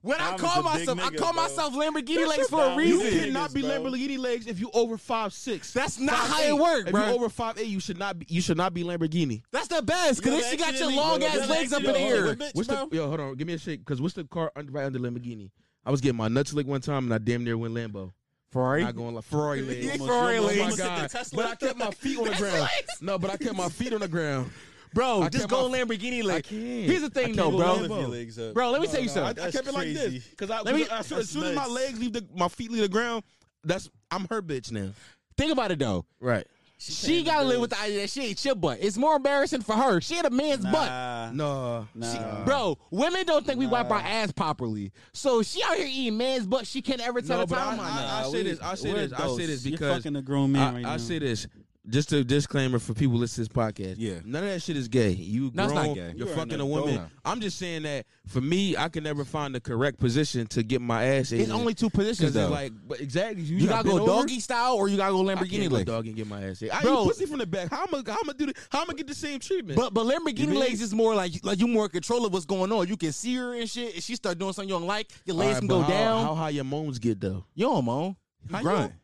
Speaker 1: when I
Speaker 5: Diamond's
Speaker 1: call
Speaker 5: a big
Speaker 1: myself, I
Speaker 5: nigga,
Speaker 1: call
Speaker 5: bro.
Speaker 1: myself Lamborghini legs for a
Speaker 5: Diamond.
Speaker 4: You
Speaker 5: Easy.
Speaker 1: reason.
Speaker 4: cannot be
Speaker 5: Niggas, bro.
Speaker 4: Lamborghini legs if you over five six.
Speaker 1: That's not how it
Speaker 4: works,
Speaker 1: work,
Speaker 4: If
Speaker 1: bro.
Speaker 4: you over five eight, you should not be you should not be Lamborghini.
Speaker 1: That's the best, cause
Speaker 5: You
Speaker 1: then
Speaker 5: ever
Speaker 1: she got your
Speaker 5: accidentally-
Speaker 1: long
Speaker 5: you
Speaker 1: ass
Speaker 5: ever
Speaker 1: legs up in the
Speaker 5: accidentally-
Speaker 1: air.
Speaker 5: Bitch,
Speaker 4: What's the
Speaker 5: bro.
Speaker 4: yo? Hold on, give me a shake. Cause what's the car under, right under Lamborghini? I was getting my nuts licked one time, and I damn near went Lambo.
Speaker 1: Ferrari.
Speaker 4: Not going like Ferrari legs.
Speaker 1: Yeah,
Speaker 4: Oh
Speaker 1: Ferrari
Speaker 4: my
Speaker 1: legs.
Speaker 4: God. But I kept my feet on the ground. No, but I kept my feet on the ground.
Speaker 1: Bro,
Speaker 4: I
Speaker 1: just
Speaker 4: kept
Speaker 1: go
Speaker 4: my-
Speaker 1: Lamborghini
Speaker 4: I
Speaker 1: legs.
Speaker 4: can't.
Speaker 1: Here's the thing,
Speaker 4: I
Speaker 1: though, bro.
Speaker 4: can't go
Speaker 5: Lift your
Speaker 4: Lambo.
Speaker 5: legs up.
Speaker 1: Bro, let me tell you
Speaker 4: I, I
Speaker 1: something.
Speaker 5: That's
Speaker 4: kept it like
Speaker 5: crazy.
Speaker 4: this because I,
Speaker 1: Let me-
Speaker 4: 'cause as soon- as
Speaker 5: That's
Speaker 4: soon as my
Speaker 5: nuts.
Speaker 4: legs leave the my feet leave the ground, that's I'm her bitch now.
Speaker 1: Think about it though.
Speaker 4: Right.
Speaker 1: She gotta live with the idea that she ain't your butt. It's more embarrassing for her. She had a man's butt.
Speaker 5: Nah,
Speaker 4: No.
Speaker 5: nah.
Speaker 1: Bro, women don't think we wipe our ass properly. So she out here eating man's butt. She can't ever tell
Speaker 4: No,
Speaker 1: the
Speaker 4: but
Speaker 1: time
Speaker 4: I-
Speaker 1: on that.
Speaker 4: I say
Speaker 5: we-
Speaker 4: this, I say
Speaker 5: we're
Speaker 4: this, I say
Speaker 5: adults.
Speaker 4: this
Speaker 5: You're
Speaker 4: because
Speaker 5: fucking a grown man
Speaker 4: I,
Speaker 5: right
Speaker 4: I
Speaker 5: now.
Speaker 4: say this. Just a disclaimer for people listening to this podcast.
Speaker 1: Yeah.
Speaker 4: None of that shit is gay. You
Speaker 1: No, it's
Speaker 4: grown,
Speaker 1: not gay.
Speaker 4: you're
Speaker 5: You are
Speaker 4: fucking
Speaker 5: an
Speaker 4: a woman.
Speaker 1: adult.
Speaker 4: I'm just saying that for me, I can never find the correct position to get my ass
Speaker 1: It's only two positions
Speaker 4: because
Speaker 1: though.
Speaker 4: it's like but exactly you,
Speaker 1: you gotta
Speaker 4: bend
Speaker 1: go
Speaker 4: over,
Speaker 1: doggy style or you gotta go
Speaker 4: I
Speaker 1: Lamborghini
Speaker 4: can't go
Speaker 1: legs.
Speaker 4: dog and get my ass. hit. I
Speaker 1: Bro.
Speaker 4: eat pussy from the back. How am I? How am I do? The, how am I get the same treatment?
Speaker 1: But but
Speaker 4: You
Speaker 1: Lamborghini
Speaker 4: mean-
Speaker 1: legs is more like like you more in control of what's going on. You can see her and shit. If she start doing something you don't like, your
Speaker 4: All
Speaker 1: legs
Speaker 4: right,
Speaker 1: can
Speaker 4: but
Speaker 1: go
Speaker 4: how,
Speaker 1: down.
Speaker 4: How high your moans get though?
Speaker 1: you don't moan.
Speaker 4: How you-
Speaker 1: grunt.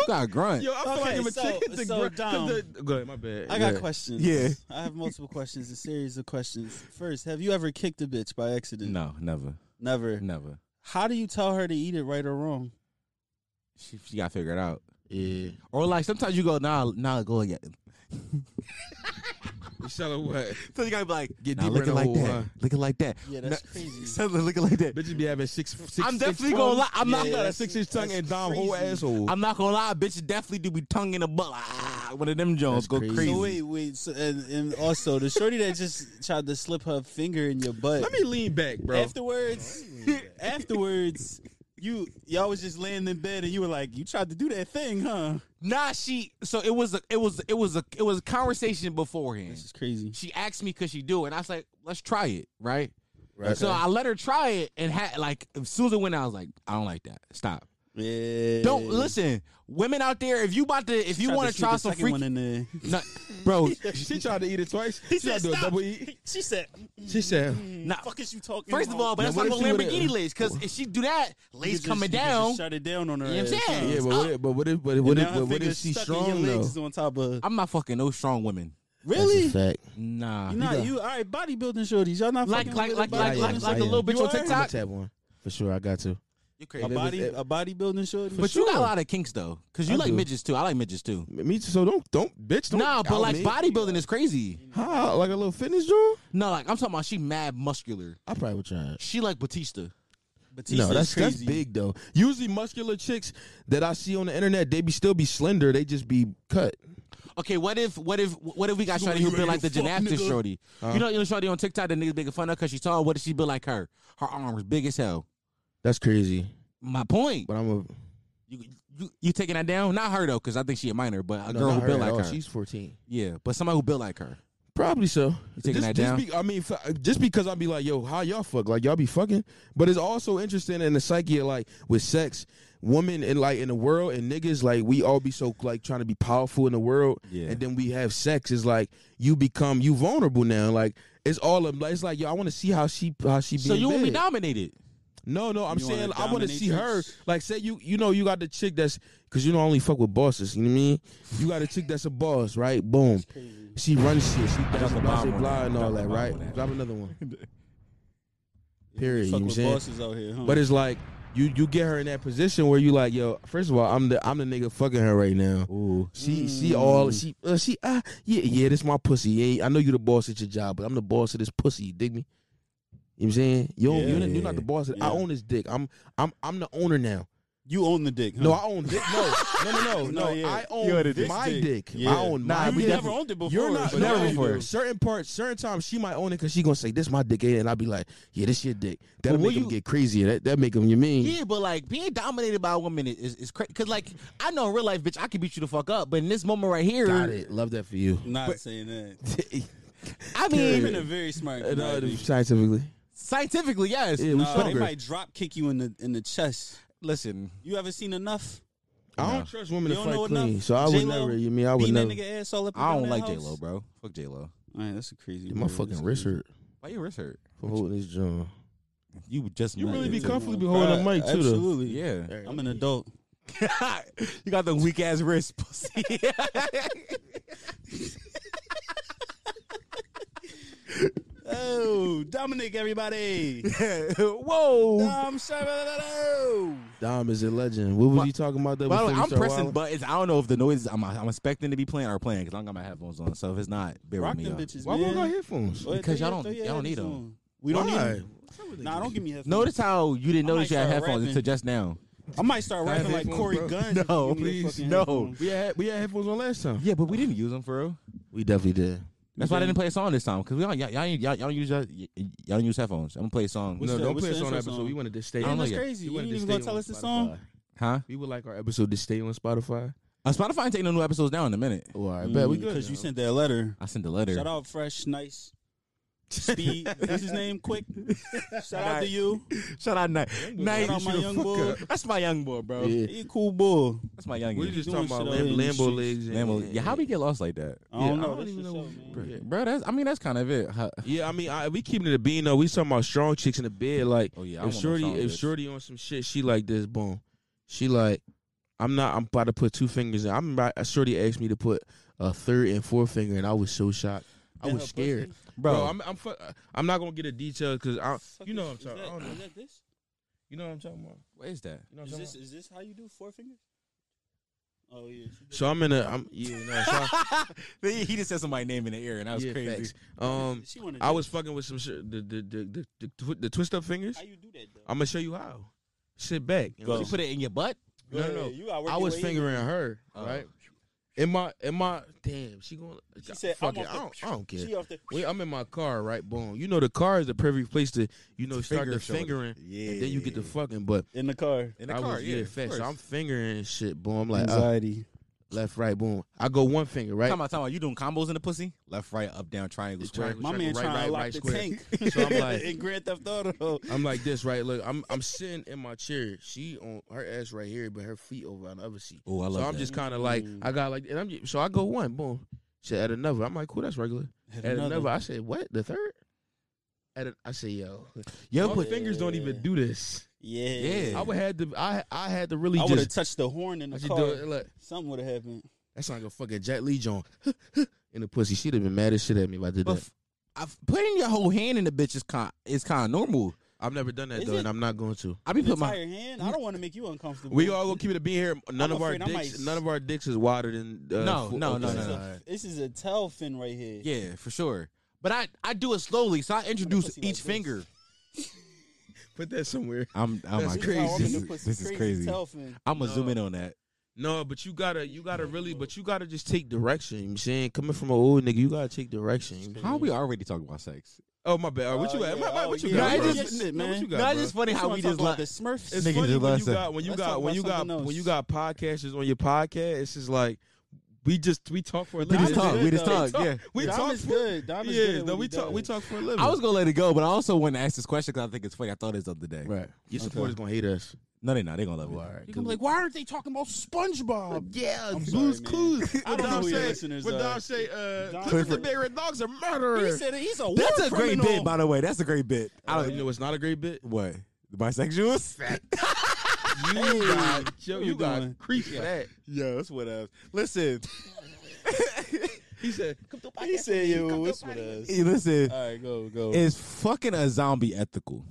Speaker 1: You got grunt.
Speaker 4: Yo, I feel
Speaker 5: Okay,
Speaker 4: like if a
Speaker 5: so-
Speaker 4: chick hit the
Speaker 5: so,
Speaker 4: grunt, 'cause
Speaker 5: Dom,
Speaker 4: the- go ahead, my bad.
Speaker 5: I got
Speaker 4: Yeah.
Speaker 5: questions.
Speaker 1: Yeah.
Speaker 5: I have multiple questions, a series of questions. First, have you ever kicked a bitch by accident?
Speaker 1: No, never,
Speaker 5: Never.
Speaker 1: never.
Speaker 5: How do you tell her to eat it right or wrong?
Speaker 1: She, she got figured out.
Speaker 4: Yeah.
Speaker 1: Or like sometimes you go, nah, nah, go again.
Speaker 4: You sell what?
Speaker 1: So you gotta be like,
Speaker 4: Get
Speaker 1: nah,
Speaker 4: deeper
Speaker 1: look
Speaker 4: in
Speaker 1: it
Speaker 4: the
Speaker 1: like
Speaker 4: hole,
Speaker 1: that.
Speaker 4: huh?
Speaker 1: Look it like that.
Speaker 5: Yeah,
Speaker 1: that's
Speaker 5: that's
Speaker 1: No.
Speaker 5: crazy.
Speaker 1: Suddenly look it like that.
Speaker 4: Bitches be having six, six.
Speaker 1: I'm
Speaker 4: six
Speaker 1: definitely gonna
Speaker 4: tongues.
Speaker 1: lie. I'm not
Speaker 4: You got a six inch tongue
Speaker 5: that's
Speaker 4: and dom whole
Speaker 5: crazy.
Speaker 4: asshole.
Speaker 1: I'm not gonna lie, bitches definitely do be tongue in the butt. Like, ah, one of them Jones
Speaker 4: That's
Speaker 1: go
Speaker 4: crazy.
Speaker 1: crazy.
Speaker 5: So wait, wait, so, and, and also the shorty that just tried to slip her finger in your butt.
Speaker 4: Let me lean back, bro.
Speaker 5: Afterwards, afterwards, you y'all was just laying in bed and you were like, you tried to do that thing, huh?
Speaker 1: Nah, she. So it was a, it was, it was a, it was a conversation beforehand.
Speaker 5: This is crazy.
Speaker 1: She asked me, could she do it? And I was like, let's try it, right?
Speaker 4: Right.
Speaker 1: So I let her try it, and had like as soon as it went, out, I was like, I don't like that. Stop.
Speaker 5: Yeah.
Speaker 1: Don't listen, women out there. If you about to, if you want to try some freak,
Speaker 5: one in there.
Speaker 1: nah, bro,
Speaker 4: she tried to eat it twice. She tried to do a double eat.
Speaker 5: She said,
Speaker 4: She said,
Speaker 1: nah.
Speaker 5: "Fuck is you talking?"
Speaker 1: First of all, but
Speaker 4: Now,
Speaker 1: that's
Speaker 4: what
Speaker 1: like a
Speaker 4: if she would've-
Speaker 1: Lamborghini lace, because if she do that,
Speaker 5: You
Speaker 1: lace
Speaker 5: could
Speaker 1: coming
Speaker 5: just- you could
Speaker 1: down.
Speaker 5: just Shut it down on her.
Speaker 1: You know what I'm
Speaker 5: ass,
Speaker 1: saying?
Speaker 5: huh?
Speaker 4: "Yeah,
Speaker 1: it's
Speaker 4: but what
Speaker 1: up.
Speaker 4: if, but what if, but
Speaker 5: And
Speaker 4: what
Speaker 5: now
Speaker 4: if,
Speaker 5: her
Speaker 4: but what if
Speaker 5: finger's
Speaker 4: she's
Speaker 5: stuck in your
Speaker 4: strong though?"
Speaker 5: legs on top of
Speaker 1: I'm not fucking no strong women.
Speaker 5: really.
Speaker 4: fact.
Speaker 1: Nah,
Speaker 5: You not you all right? Bodybuilding shorties, y'all not
Speaker 1: Like-
Speaker 5: fucking
Speaker 1: like-
Speaker 5: with
Speaker 1: like- like-
Speaker 5: a bodybuilding
Speaker 1: like- like a
Speaker 5: shorty?
Speaker 1: little bitch
Speaker 5: You
Speaker 1: on
Speaker 5: all right?
Speaker 1: TikTok.
Speaker 4: tap one for sure. I got to.
Speaker 1: you
Speaker 5: A
Speaker 1: crazy.
Speaker 4: If it was-
Speaker 5: body
Speaker 4: if-
Speaker 5: a bodybuilding shorty.
Speaker 1: But you got a lot of kinks though, because you
Speaker 4: I
Speaker 1: like
Speaker 4: do.
Speaker 1: midgets too. I like midgets too.
Speaker 4: Me too. So don't, don't, bitch. Don't
Speaker 1: Nah, but
Speaker 4: out
Speaker 1: like
Speaker 4: me.
Speaker 1: bodybuilding is crazy.
Speaker 4: How? Like a little fitness joint?
Speaker 1: No, like I'm talking about, she mad muscular.
Speaker 4: I probably would try it.
Speaker 1: She like Batista.
Speaker 5: Batista's
Speaker 4: no, that's
Speaker 5: crazy.
Speaker 4: that's big though. Usually muscular chicks that I see on the internet, they be still be slender. They just be cut.
Speaker 1: Okay, what if what if what if we got
Speaker 3: Shorty,
Speaker 1: Shorty who
Speaker 3: you
Speaker 1: been
Speaker 3: ready
Speaker 1: like the
Speaker 3: to fuck,
Speaker 1: gymnastics
Speaker 3: nigga?
Speaker 1: Shorty? You know, you know Shorty on TikTok that niggas making fun of because she tall. What if she built like her? Her arms big as hell.
Speaker 4: That's crazy.
Speaker 1: My point.
Speaker 4: But I'm a
Speaker 1: You you, you taking that down? Not her though, because I think she a minor, but a
Speaker 4: no,
Speaker 1: girl
Speaker 4: not
Speaker 1: who
Speaker 4: her
Speaker 1: built
Speaker 4: at
Speaker 1: like
Speaker 4: all.
Speaker 1: her.
Speaker 4: She's 14.
Speaker 1: yeah, but somebody who built like her.
Speaker 4: Probably so.
Speaker 1: You taking
Speaker 4: just,
Speaker 1: that
Speaker 4: just
Speaker 1: down?
Speaker 4: Be, I mean, fa- just because I'd be like, yo, how y'all fuck? Like y'all be fucking. But it's also interesting in the psyche of like with sex, women and like in the world and niggas like we all be so like trying to be powerful in the world,
Speaker 1: Yeah.
Speaker 4: and then we have sex. It's like you become you vulnerable now. Like it's all of it's like yo, I want to see how she how she be.
Speaker 1: So
Speaker 4: in
Speaker 1: you want me
Speaker 4: bed.
Speaker 1: dominated?
Speaker 4: No, no, I'm
Speaker 5: You
Speaker 4: saying
Speaker 5: want a
Speaker 4: I want to see her.
Speaker 5: dominatrix?
Speaker 4: Like, say you, you know, you got the chick that's because you don't only fuck with bosses. You know what I mean? You got a chick that's a boss, right? Boom. She runs shit. She does
Speaker 1: a
Speaker 4: blah
Speaker 1: bomb on that.
Speaker 4: blah and
Speaker 1: Drop
Speaker 4: all
Speaker 1: a
Speaker 4: that,
Speaker 1: bomb
Speaker 4: right?
Speaker 1: on that.
Speaker 4: Drop another one. Period. You know
Speaker 5: Fuck
Speaker 4: what I'm
Speaker 5: with
Speaker 4: saying?
Speaker 5: bosses out here, huh?
Speaker 4: But it's like you, you get her in that position where you like, yo. First of all, I'm the, I'm the nigga fucking her right now.
Speaker 1: Ooh.
Speaker 4: She, she all, she, uh, she, ah, yeah, yeah. This my pussy. Yeah, I know you the boss at your job, but I'm the boss of this pussy. You dig me? You know what I'm saying? You don't, you're, not, you're not the boss. I
Speaker 5: Yeah.
Speaker 4: own this dick. I'm, I'm, I'm the owner now.
Speaker 5: you own the dick. Huh?
Speaker 4: No, I own dick. No, no, no, Oh, no, no.
Speaker 5: Oh, No, yeah.
Speaker 4: I
Speaker 5: You
Speaker 4: own
Speaker 5: own this
Speaker 4: my dick.
Speaker 5: dick. Yeah.
Speaker 4: I own
Speaker 1: Nah,
Speaker 4: my
Speaker 5: you
Speaker 1: we
Speaker 4: dick.
Speaker 5: never owned it before.
Speaker 4: You're not
Speaker 5: but
Speaker 1: never
Speaker 5: now you
Speaker 1: before.
Speaker 5: do.
Speaker 4: Certain parts, certain times, she might own it because she gonna say this my dick, ain't it?" and I'll be like, yeah, this your dick. That'll
Speaker 1: But will
Speaker 4: make him
Speaker 1: you-
Speaker 4: get crazy. That that make him you mean?
Speaker 1: Yeah, but like being dominated by a woman is is, is crazy. Cause like I know in real life, bitch, I could beat you the fuck up, but in this moment right here,
Speaker 4: Got it. Love that for you.
Speaker 5: Not saying that.
Speaker 1: I
Speaker 5: You've been
Speaker 1: mean,
Speaker 5: a very smart guy.
Speaker 4: No,
Speaker 5: dude.
Speaker 4: scientifically,
Speaker 1: scientifically, yes.
Speaker 4: yeah, we
Speaker 5: Nah, they
Speaker 4: stronger.
Speaker 5: might drop kick you in the in the chest.
Speaker 1: Listen,
Speaker 5: You ever seen enough?
Speaker 4: I don't trust women
Speaker 5: You
Speaker 4: to
Speaker 5: don't know
Speaker 4: fight clean,
Speaker 5: enough?
Speaker 4: so I would
Speaker 5: J-Lo?
Speaker 4: never. You mean I would
Speaker 5: Beating that
Speaker 4: never?
Speaker 5: nigga ass all up. and
Speaker 1: I don't
Speaker 5: down that
Speaker 1: like J
Speaker 5: house?
Speaker 1: Lo, bro. Fuck J Lo.
Speaker 5: All right, that's a crazy.
Speaker 4: My
Speaker 5: word. That's
Speaker 4: fucking
Speaker 5: crazy.
Speaker 4: wrist hurt
Speaker 1: Why you wrist hurt?
Speaker 4: from holding this joint.
Speaker 1: You just
Speaker 4: You
Speaker 1: met
Speaker 4: really
Speaker 1: him.
Speaker 4: be
Speaker 5: That's a
Speaker 4: comfortably
Speaker 5: long
Speaker 4: be holding
Speaker 5: pride.
Speaker 4: the mic, too, though.
Speaker 5: Absolutely.
Speaker 1: Yeah.
Speaker 5: I'm an adult.
Speaker 1: you got the weak ass wrist, pussy.
Speaker 5: Oh, Dominic, everybody.
Speaker 1: Whoa.
Speaker 5: Dom Shabadado.
Speaker 4: Dom is a legend. What was you talking about? That
Speaker 1: By the way,
Speaker 4: before we
Speaker 1: I'm
Speaker 4: start
Speaker 1: pressing
Speaker 4: wilding?
Speaker 1: buttons. I don't know if the noises I'm, I'm expecting to be playing are playing because I don't got my headphones on. So if it's not, bear
Speaker 5: Rock
Speaker 1: with
Speaker 5: them
Speaker 1: me.
Speaker 5: bitches,
Speaker 4: Why
Speaker 5: man.
Speaker 4: won't got headphones?
Speaker 5: Go ahead,
Speaker 1: Because
Speaker 5: throw
Speaker 1: y'all
Speaker 5: your-
Speaker 1: don't-
Speaker 5: throw your
Speaker 1: y'all don't need
Speaker 5: headphones
Speaker 1: them.
Speaker 5: on. We don't
Speaker 4: Why?
Speaker 5: need them. Nah, don't give me headphones.
Speaker 1: Notice how you didn't
Speaker 5: I
Speaker 1: notice
Speaker 5: might
Speaker 1: you had
Speaker 5: start
Speaker 1: headphones
Speaker 5: uh, rapping.
Speaker 1: until just now.
Speaker 5: I might start
Speaker 4: Not
Speaker 5: rapping like
Speaker 4: headphones,
Speaker 5: Corey
Speaker 4: bro.
Speaker 5: Guns. if
Speaker 1: No,
Speaker 5: you give me a
Speaker 1: please,
Speaker 5: fucking
Speaker 1: no.
Speaker 5: headphone.
Speaker 4: We had we had headphones on last time.
Speaker 1: Yeah, but we didn't use them for real.
Speaker 4: We definitely did.
Speaker 1: That's why I didn't play a song this time because we all y'all y'all, y'all, y'all use y'all, y'all don't use headphones. I'm gonna play a song.
Speaker 5: What's
Speaker 4: no,
Speaker 5: the-
Speaker 4: don't
Speaker 5: what's
Speaker 4: play
Speaker 5: the
Speaker 4: us on
Speaker 5: intro
Speaker 4: episode.
Speaker 5: song?
Speaker 4: We wanted to stay.
Speaker 1: I
Speaker 5: Damn,
Speaker 1: don't know
Speaker 5: that's
Speaker 1: yet.
Speaker 5: crazy.
Speaker 4: We
Speaker 5: You
Speaker 4: wanted
Speaker 5: ain't
Speaker 4: to
Speaker 5: even
Speaker 4: stay
Speaker 5: gonna tell
Speaker 4: on
Speaker 5: us the
Speaker 4: Spotify.
Speaker 5: song.
Speaker 1: Huh?
Speaker 4: We would like our episode to stay on Spotify.
Speaker 1: Uh, Spotify ain't taking no new episodes down in a minute.
Speaker 4: Oh, all right, bet we good.
Speaker 5: Because Mm, you sent that letter.
Speaker 1: I sent the letter.
Speaker 5: Shout out, fresh, nice, speed. What's his name? Quick. Shout out to you.
Speaker 1: Shout out, Night. Night.
Speaker 5: Shout out my young boy.
Speaker 1: That's my young boy, bro.
Speaker 4: Yeah.
Speaker 5: He a cool boy.
Speaker 1: That's my young.
Speaker 4: We
Speaker 1: boy.
Speaker 4: were just
Speaker 5: doing
Speaker 4: talking about
Speaker 5: shit
Speaker 4: Lam-
Speaker 5: out here in the
Speaker 4: Lambo
Speaker 5: streets.
Speaker 4: legs. and-
Speaker 1: Man, well, yeah, how we get lost like that,
Speaker 5: I don't
Speaker 4: Yeah,
Speaker 5: know.
Speaker 4: I don't
Speaker 5: That's
Speaker 4: even
Speaker 5: for
Speaker 4: know
Speaker 5: sure,
Speaker 4: what-
Speaker 5: man.
Speaker 4: Yeah.
Speaker 1: bro? That's. I mean, that's kind of it. Huh.
Speaker 4: Yeah, I mean, I, we keeping it a bean though. We talking about strong chicks in the bed. Like,
Speaker 1: Oh, yeah, I want
Speaker 4: if
Speaker 1: no
Speaker 4: shorty,
Speaker 1: strong
Speaker 4: if
Speaker 1: bitch.
Speaker 4: shorty on some shit, she like this. Boom, she like, I'm not. I'm about to put two fingers in. I'm about. Shorty asked me to put a third and fourth finger, and I was so shocked. I
Speaker 5: And
Speaker 4: was
Speaker 5: her
Speaker 4: scared,
Speaker 1: Bro.
Speaker 4: I'm I'm, fu- I'm not gonna get a detail because I, you know what I'm talking. I don't know.
Speaker 5: Is that this?
Speaker 4: You know what I'm talking about.
Speaker 1: What is that?
Speaker 4: You know what I'm
Speaker 5: Is
Speaker 4: talking
Speaker 5: this, is this how you do four fingers? Oh yeah.
Speaker 4: So I'm in a. I'm yeah. No, so I,
Speaker 1: he he just said somebody name in the air, and that was
Speaker 4: yeah,
Speaker 1: crazy.
Speaker 4: facts. Um,
Speaker 5: She wanted.
Speaker 4: I was fucking with some shit. The the the the, the, twi- the twist up fingers.
Speaker 5: How you do that though?
Speaker 4: I'm gonna show you how. Sit back.
Speaker 1: You put it in your butt.
Speaker 4: No, no, no.
Speaker 5: You gotta work
Speaker 4: I
Speaker 5: your
Speaker 4: was
Speaker 5: way in.
Speaker 4: fingering her,
Speaker 1: Oh.
Speaker 4: right? In my, in my, damn, she going.
Speaker 5: She said,
Speaker 4: "Fuck
Speaker 5: I'm
Speaker 4: it, I
Speaker 5: off
Speaker 4: don't,
Speaker 5: the-
Speaker 4: I don't care."
Speaker 5: She off the.
Speaker 4: Wait, I'm in my car, right? Boom. You know, the car is the perfect place to, you know, start the fingering,
Speaker 3: Yeah.
Speaker 4: and then you get the fucking. But
Speaker 5: In the car.
Speaker 3: in the
Speaker 4: I
Speaker 3: car.
Speaker 4: was,
Speaker 3: yeah, of
Speaker 4: fast. So
Speaker 3: course.
Speaker 4: I'm fingering and shit. Boom. I'm like, uh,
Speaker 5: Anxiety.
Speaker 4: left, right, boom. I go one finger, right?
Speaker 1: Talking about, talking about, you doing combos in the pussy?
Speaker 3: Left, right, up, down, triangle,
Speaker 4: It's
Speaker 3: square.
Speaker 4: triangle.
Speaker 5: My man
Speaker 4: Right,
Speaker 5: trying
Speaker 4: right,
Speaker 5: to lock
Speaker 4: right,
Speaker 5: the
Speaker 4: square.
Speaker 5: tank.
Speaker 4: So I'm like-
Speaker 5: in Grand Theft Auto.
Speaker 4: I'm like this, right? Look, I'm I'm sitting in my chair. She on her ass right here, but her feet over on the other seat.
Speaker 1: Oh, I
Speaker 4: so I'm just kind of like,
Speaker 5: Mm.
Speaker 4: I got like, and I'm just, so I go one, boom. She said, at another. I'm like, cool, that's regular. At, another. I said, what? The third? At a, I said, yo,
Speaker 1: Yo,
Speaker 4: my
Speaker 1: put,
Speaker 4: fingers don't even do this.
Speaker 5: Yeah.
Speaker 1: Yeah.
Speaker 4: I would had to, I I had to really
Speaker 5: I would have
Speaker 4: just,
Speaker 5: touched the horn in
Speaker 4: I
Speaker 5: the
Speaker 4: should do
Speaker 5: car.
Speaker 4: it. Look,
Speaker 5: Something would have happened.
Speaker 4: that's like a fucking Jet Lee joint in the pussy. She'd have been mad as shit at me if I did
Speaker 1: but
Speaker 4: that.
Speaker 1: f- I've- putting your whole hand in the bitch is kind is kind of normal.
Speaker 4: I've never done that
Speaker 5: Is
Speaker 4: though,
Speaker 5: it-
Speaker 4: and I'm not going to.
Speaker 1: I be
Speaker 5: An
Speaker 1: putting my
Speaker 5: entire hand. I don't want to make you uncomfortable.
Speaker 4: We all gonna keep it a being here. None
Speaker 5: I'm
Speaker 4: of our
Speaker 5: afraid I might
Speaker 4: dicks,
Speaker 5: s-
Speaker 4: none of our dicks is wider than uh,
Speaker 1: No, no, no,
Speaker 5: This
Speaker 1: no,
Speaker 5: is
Speaker 1: no.
Speaker 5: a, this is a tail fin right here.
Speaker 1: yeah for sure. But I I do it slowly, so I introduce
Speaker 5: pussy like
Speaker 1: each
Speaker 5: this.
Speaker 1: finger.
Speaker 4: Put that somewhere.
Speaker 1: I'm oh
Speaker 4: That's
Speaker 1: my
Speaker 5: This is how
Speaker 1: crazy.
Speaker 5: I'm
Speaker 1: This
Speaker 5: gonna
Speaker 1: is,
Speaker 5: put some
Speaker 1: this is crazy.
Speaker 5: tail fin.
Speaker 1: I'm gonna
Speaker 4: No.
Speaker 1: zoom in on that.
Speaker 4: No, but you gotta, you gotta really, but you gotta just take direction. You know what I'm saying, coming from an old nigga, you gotta take direction. You know what I'm
Speaker 1: How are we already talking about sex?
Speaker 4: saying? Oh my bad. All right, what
Speaker 5: Oh,
Speaker 4: you got?
Speaker 5: yeah.
Speaker 4: My bad,
Speaker 5: Oh,
Speaker 4: What you
Speaker 5: yeah.
Speaker 4: got?
Speaker 1: No,
Speaker 4: bro?
Speaker 1: it's
Speaker 5: just shit,
Speaker 4: No, what
Speaker 5: man.
Speaker 4: you got,
Speaker 1: No,
Speaker 4: bro?
Speaker 1: it's just funny
Speaker 5: This
Speaker 1: how
Speaker 5: one
Speaker 1: we
Speaker 5: talk
Speaker 1: just like
Speaker 5: about the Smurfs.
Speaker 4: It's
Speaker 1: Nigga
Speaker 4: funny
Speaker 1: just
Speaker 4: when
Speaker 1: lost
Speaker 4: you
Speaker 1: it.
Speaker 4: got when you
Speaker 5: Let's
Speaker 4: got
Speaker 5: talk
Speaker 4: when
Speaker 5: about
Speaker 4: you got
Speaker 5: something else.
Speaker 4: when you got podcasters on your podcast. It's just like we just we talk for a
Speaker 1: we
Speaker 4: living.
Speaker 1: just talk. We just
Speaker 5: though.
Speaker 1: talk. Yeah.
Speaker 4: We
Speaker 5: Dom
Speaker 4: talk.
Speaker 5: is good. Dom is good.
Speaker 4: Yeah,
Speaker 5: at
Speaker 4: no,
Speaker 5: what
Speaker 4: we
Speaker 5: he
Speaker 4: talk. We
Speaker 5: does.
Speaker 4: talk for a living.
Speaker 1: I was gonna let it go, but I also want to ask this question because I think it's funny. I thought it was the other day.
Speaker 4: right. Your supporters gonna hate us.
Speaker 1: No, they're not. They're gonna love
Speaker 4: All
Speaker 1: it.
Speaker 4: right,
Speaker 1: You
Speaker 4: good.
Speaker 1: can be like, why aren't they talking about SpongeBob?
Speaker 4: Yeah,
Speaker 5: I'm
Speaker 4: Blues
Speaker 5: sorry, man.
Speaker 4: Clues.
Speaker 5: I
Speaker 4: When
Speaker 5: don't know
Speaker 4: Dom
Speaker 5: who your
Speaker 4: say-
Speaker 5: listeners
Speaker 4: when
Speaker 5: are.
Speaker 4: Dom say, uh,
Speaker 5: Dom-
Speaker 4: Clifford the Big Red Dog's a murderer.
Speaker 5: He said he's a war
Speaker 1: That's a great
Speaker 5: criminal.
Speaker 1: bit, by the way. That's a great bit. I
Speaker 4: I
Speaker 1: don't
Speaker 4: don't know. It's not a great bit.
Speaker 1: what the bisexuals.
Speaker 4: You got, yo,
Speaker 5: What
Speaker 4: you
Speaker 5: we doing?
Speaker 4: got creep for that.
Speaker 1: Yo, that's what up. Listen,
Speaker 4: He said,
Speaker 5: He said, "Yo, what's with us?"
Speaker 1: hey, listen.
Speaker 5: All right, go go.
Speaker 1: Is fucking a zombie ethical?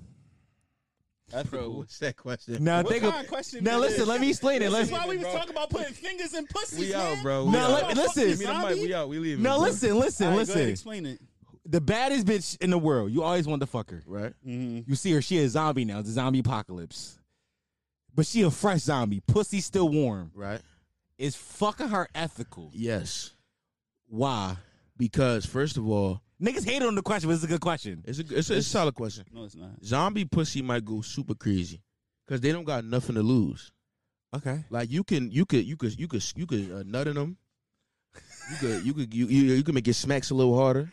Speaker 4: "Bro,
Speaker 5: Ethical.
Speaker 4: what's that question?"
Speaker 1: Now
Speaker 5: What
Speaker 1: think.
Speaker 5: kind
Speaker 1: Of,
Speaker 5: of question?
Speaker 1: now
Speaker 5: is
Speaker 1: listen.
Speaker 5: this?
Speaker 1: Let me explain it.
Speaker 5: This
Speaker 1: Let
Speaker 5: is
Speaker 1: me.
Speaker 5: why we was talking about putting fingers in pussies.
Speaker 4: we
Speaker 5: man.
Speaker 4: out, bro. We
Speaker 1: Now,
Speaker 4: out.
Speaker 1: let me- listen.
Speaker 4: Give me the mic. We out. We leaving.
Speaker 1: Now
Speaker 4: bro.
Speaker 1: listen, listen,
Speaker 5: All right, go ahead,
Speaker 1: listen.
Speaker 5: explain it.
Speaker 1: The baddest bitch in the world. You always want to fuck her.
Speaker 4: Right.
Speaker 5: Mm-hmm.
Speaker 1: You see her. She a zombie now. It's a zombie apocalypse. But she a fresh zombie. Pussy still warm.
Speaker 4: Right.
Speaker 1: Is fucking her ethical?
Speaker 4: Yes.
Speaker 1: Why?
Speaker 4: Because first of all,
Speaker 1: Niggas hated on the question, but it's a good question.
Speaker 4: it's a it's a, it's a solid question.
Speaker 5: No, it's not.
Speaker 4: Zombie pussy might go super crazy because they don't got nothing to lose.
Speaker 1: Okay.
Speaker 4: Like you can you could you could you could you could uh, nut in them. You could you could you you, you could make your smacks a little harder.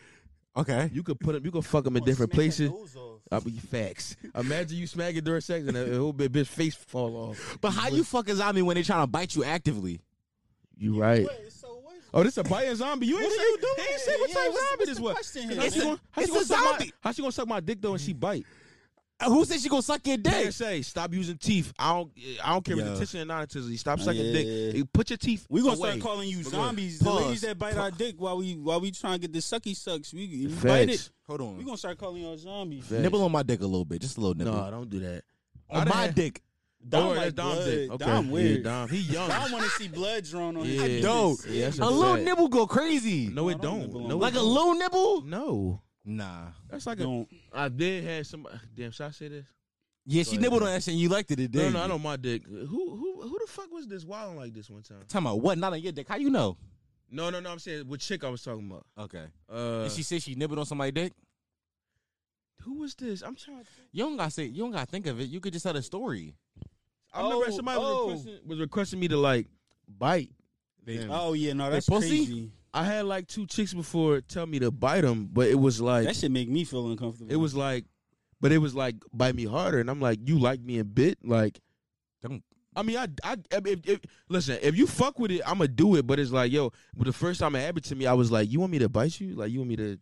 Speaker 1: Okay.
Speaker 4: You could put them. You could fuck them in different
Speaker 5: Smack that
Speaker 4: places.
Speaker 5: nose off.
Speaker 4: I'll be facts. Imagine you smacking during sex and a a whole bit bitch face fall off.
Speaker 1: But how you fuck a zombie when they trying to bite you actively?
Speaker 4: You right.
Speaker 5: Wait, so what?
Speaker 4: Oh, this a biting zombie. You ain't
Speaker 5: What
Speaker 4: say
Speaker 5: are you
Speaker 4: He
Speaker 5: doing?
Speaker 4: ain't say what
Speaker 5: Yeah,
Speaker 4: type of
Speaker 5: what's-
Speaker 4: zombie
Speaker 5: what's
Speaker 4: this
Speaker 5: the
Speaker 4: was.
Speaker 5: question here,
Speaker 4: How she
Speaker 5: man?
Speaker 4: gonna- how she
Speaker 1: It's
Speaker 4: gonna
Speaker 1: a
Speaker 4: suck my-
Speaker 1: zombie.
Speaker 4: How she gonna suck my dick though and she bite?
Speaker 1: Uh, Who said she gonna suck your
Speaker 4: They
Speaker 1: dick?
Speaker 4: say stop using teeth. I don't. I don't care if
Speaker 1: Yeah.
Speaker 4: it's intentionally or not intentionally. Stop sucking
Speaker 5: yeah,
Speaker 4: dick.
Speaker 5: yeah.
Speaker 4: Put your teeth.
Speaker 5: We gonna
Speaker 4: away.
Speaker 5: start calling you
Speaker 4: Pause.
Speaker 5: zombies. The ladies that bite our dick while we while we trying to get the sucky sucks. We you
Speaker 4: Facts.
Speaker 5: bite it.
Speaker 1: Hold on.
Speaker 5: We gonna start calling y'all zombies.
Speaker 4: Facts.
Speaker 1: Nibble on my dick a little bit, just a little nibble.
Speaker 4: No, don't do that. I
Speaker 1: on
Speaker 4: done
Speaker 1: my
Speaker 4: had-
Speaker 1: dick.
Speaker 4: Don't worry, that's
Speaker 5: like
Speaker 4: Dom's
Speaker 5: blood.
Speaker 4: dick. Okay.
Speaker 5: Dom weird.
Speaker 4: Yeah, Dom. He young.
Speaker 5: I want to see blood drawn on
Speaker 4: Yeah.
Speaker 5: his
Speaker 1: Dope.
Speaker 5: penis.
Speaker 4: Yeah, that's
Speaker 1: A little
Speaker 4: fact.
Speaker 1: nibble go crazy.
Speaker 4: No, it
Speaker 5: No, don't
Speaker 4: don't.
Speaker 5: nibble
Speaker 4: No,
Speaker 5: on my
Speaker 4: it
Speaker 1: like a
Speaker 4: don't.
Speaker 1: little nibble?
Speaker 4: No.
Speaker 1: Nah.
Speaker 4: That's like a.
Speaker 5: Don't.
Speaker 4: I did have some. Damn, should I say this?
Speaker 1: Yeah, she
Speaker 4: ahead.
Speaker 1: nibbled on that shit and you liked it, it
Speaker 4: No,
Speaker 1: did.
Speaker 4: no, I don't my dick. Who who who the fuck was this wilding like this one time?
Speaker 1: Talking about what? Not on your dick. How you know?
Speaker 4: No, no, no. I'm saying what chick I was talking about.
Speaker 1: Okay.
Speaker 4: Uh,
Speaker 1: and she said she nibbled on somebody's dick?
Speaker 4: who was this? I'm trying. To,
Speaker 1: You don't gotta say you don't gotta think of it. You could just tell the story.
Speaker 4: I remember
Speaker 5: Oh,
Speaker 4: somebody
Speaker 5: oh.
Speaker 4: was, requesting, was requesting me to like bite. them.
Speaker 5: Oh yeah, no, that's
Speaker 1: pussy?
Speaker 5: crazy.
Speaker 4: I had like two chicks before tell me to bite them, but it was like
Speaker 5: That should make me feel uncomfortable.
Speaker 4: it was like, but it was like bite me harder, and I'm like, you like me a bit, like.
Speaker 1: Don't-
Speaker 4: I mean, I, I, if, if, listen. If you fuck with it, I'ma do it. But it's like, yo, but the first time it happened to me, I was like, you want me to bite you? Like, you want me to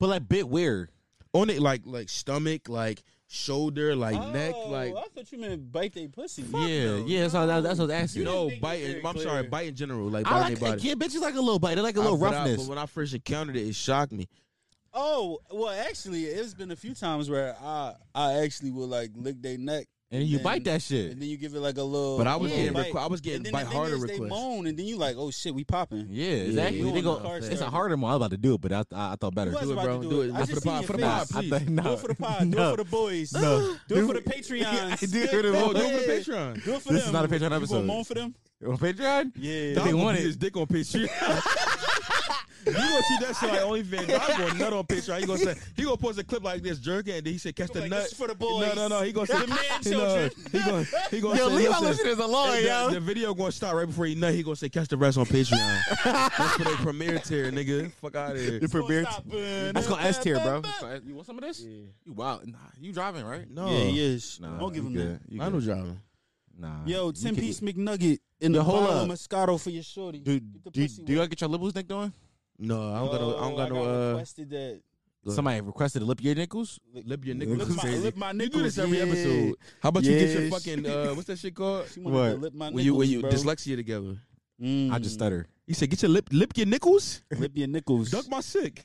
Speaker 1: But like bit weird.
Speaker 4: on it like like stomach, like shoulder, like
Speaker 5: oh,
Speaker 4: neck, like
Speaker 5: I thought you meant bite they pussy.
Speaker 1: yeah, yeah, that's all that, that's what I was asking.
Speaker 4: no
Speaker 5: make it
Speaker 4: bite.
Speaker 5: very
Speaker 4: in- I'm sorry,
Speaker 5: clear.
Speaker 4: bite in general, like
Speaker 1: I
Speaker 4: bite
Speaker 1: like
Speaker 4: anybody.
Speaker 1: yeah, bitches like a little bite. They like a little
Speaker 4: but I-
Speaker 1: roughness.
Speaker 4: but when I first encountered it, it shocked me.
Speaker 5: Oh well, actually, it's been a few times where I I actually would like lick their neck
Speaker 1: and then you
Speaker 5: then-
Speaker 1: bite that shit.
Speaker 5: And then you give it like a little.
Speaker 4: But I was
Speaker 5: little
Speaker 4: getting
Speaker 5: bite.
Speaker 4: requ- I was getting
Speaker 5: and then
Speaker 4: bite
Speaker 5: the thing
Speaker 4: harder
Speaker 5: is they
Speaker 4: requests.
Speaker 5: moan, and then you like, oh shit, we popping.
Speaker 1: Yeah, exactly.
Speaker 5: yeah.
Speaker 1: They go,
Speaker 5: Doing the car
Speaker 1: it's a
Speaker 5: service.
Speaker 1: harder one. I was about to do it, but I, I, I thought better.
Speaker 5: You was
Speaker 4: Do it,
Speaker 5: about
Speaker 4: bro.
Speaker 5: to
Speaker 4: Do it.
Speaker 5: I
Speaker 4: For
Speaker 5: just
Speaker 4: the
Speaker 5: seen
Speaker 4: pod-
Speaker 5: your
Speaker 4: for the
Speaker 5: face.
Speaker 4: pod,
Speaker 1: I think- no.
Speaker 5: Do it for the pod. Do it for the boys.
Speaker 1: No.
Speaker 5: Do it for the Patreons.
Speaker 1: I did for the
Speaker 4: Oh, do
Speaker 1: boys.
Speaker 4: it for the Patreon.
Speaker 5: Do it for
Speaker 1: This
Speaker 5: them.
Speaker 1: is not a Patreon
Speaker 5: You gonna
Speaker 1: episode.
Speaker 5: moan for them?
Speaker 1: On Patreon?
Speaker 5: Yeah.
Speaker 1: They
Speaker 4: Dom gonna
Speaker 1: want
Speaker 4: beat
Speaker 1: it.
Speaker 4: his dick on Patreon. you gonna see that shit like OnlyFans? Dom going nut on Patreon. He gonna say he gonna post a clip like this jerking, and then he said catch the
Speaker 5: Like,
Speaker 4: nut.
Speaker 5: this is for the boys.
Speaker 4: No, no, no. He gonna say
Speaker 5: The man
Speaker 4: he
Speaker 5: children.
Speaker 4: know, He gonna he gonna
Speaker 1: Yo,
Speaker 4: say
Speaker 1: leave my
Speaker 4: listen,
Speaker 1: listeners alone,
Speaker 4: the-
Speaker 1: yo.
Speaker 4: The video gonna start right before he nut. He gonna say catch the rest on Patreon. That's for their premiere tier, nigga. Fuck out of here.
Speaker 1: The premiere. That's
Speaker 5: That's
Speaker 1: called S tier, bro. You want some of this? You wild? Nah, you driving right?
Speaker 4: No,
Speaker 5: Yeah, yes.
Speaker 1: Nah,
Speaker 5: Don't give
Speaker 1: you
Speaker 5: him
Speaker 1: good.
Speaker 5: that.
Speaker 1: You
Speaker 4: I
Speaker 1: good.
Speaker 4: know driving.
Speaker 1: Nah.
Speaker 5: Yo,
Speaker 1: You
Speaker 5: ten
Speaker 1: can-
Speaker 5: piece McNugget in the
Speaker 1: Yo, hold
Speaker 5: whole of
Speaker 1: up.
Speaker 5: Moscato for your shorty.
Speaker 1: Do
Speaker 5: Get the
Speaker 1: do, you-
Speaker 5: pussy
Speaker 1: do
Speaker 5: wet.
Speaker 1: y'all get your nipples neck doing?
Speaker 4: No, I don't got no. I don't got
Speaker 5: Oh,
Speaker 4: no. Uh,
Speaker 5: requested that.
Speaker 4: Look.
Speaker 1: Somebody requested to lip your nickels.
Speaker 4: lip your
Speaker 1: Lip
Speaker 4: nickels
Speaker 5: Lip
Speaker 4: is
Speaker 5: my,
Speaker 4: crazy.
Speaker 5: lip my
Speaker 4: You do this
Speaker 5: nickels,
Speaker 4: every
Speaker 5: yeah.
Speaker 4: episode. How about you get your
Speaker 5: Yes.
Speaker 4: fucking uh, what's that shit called?
Speaker 5: She wanted
Speaker 1: What?
Speaker 5: to lip my
Speaker 4: When you when
Speaker 5: nickels,
Speaker 4: you
Speaker 5: bro.
Speaker 4: dyslexia together.
Speaker 5: Mm.
Speaker 1: I just stutter.
Speaker 4: He said, "Get your lip, lip your nickels,
Speaker 5: lip your nickels.
Speaker 4: duck my sick."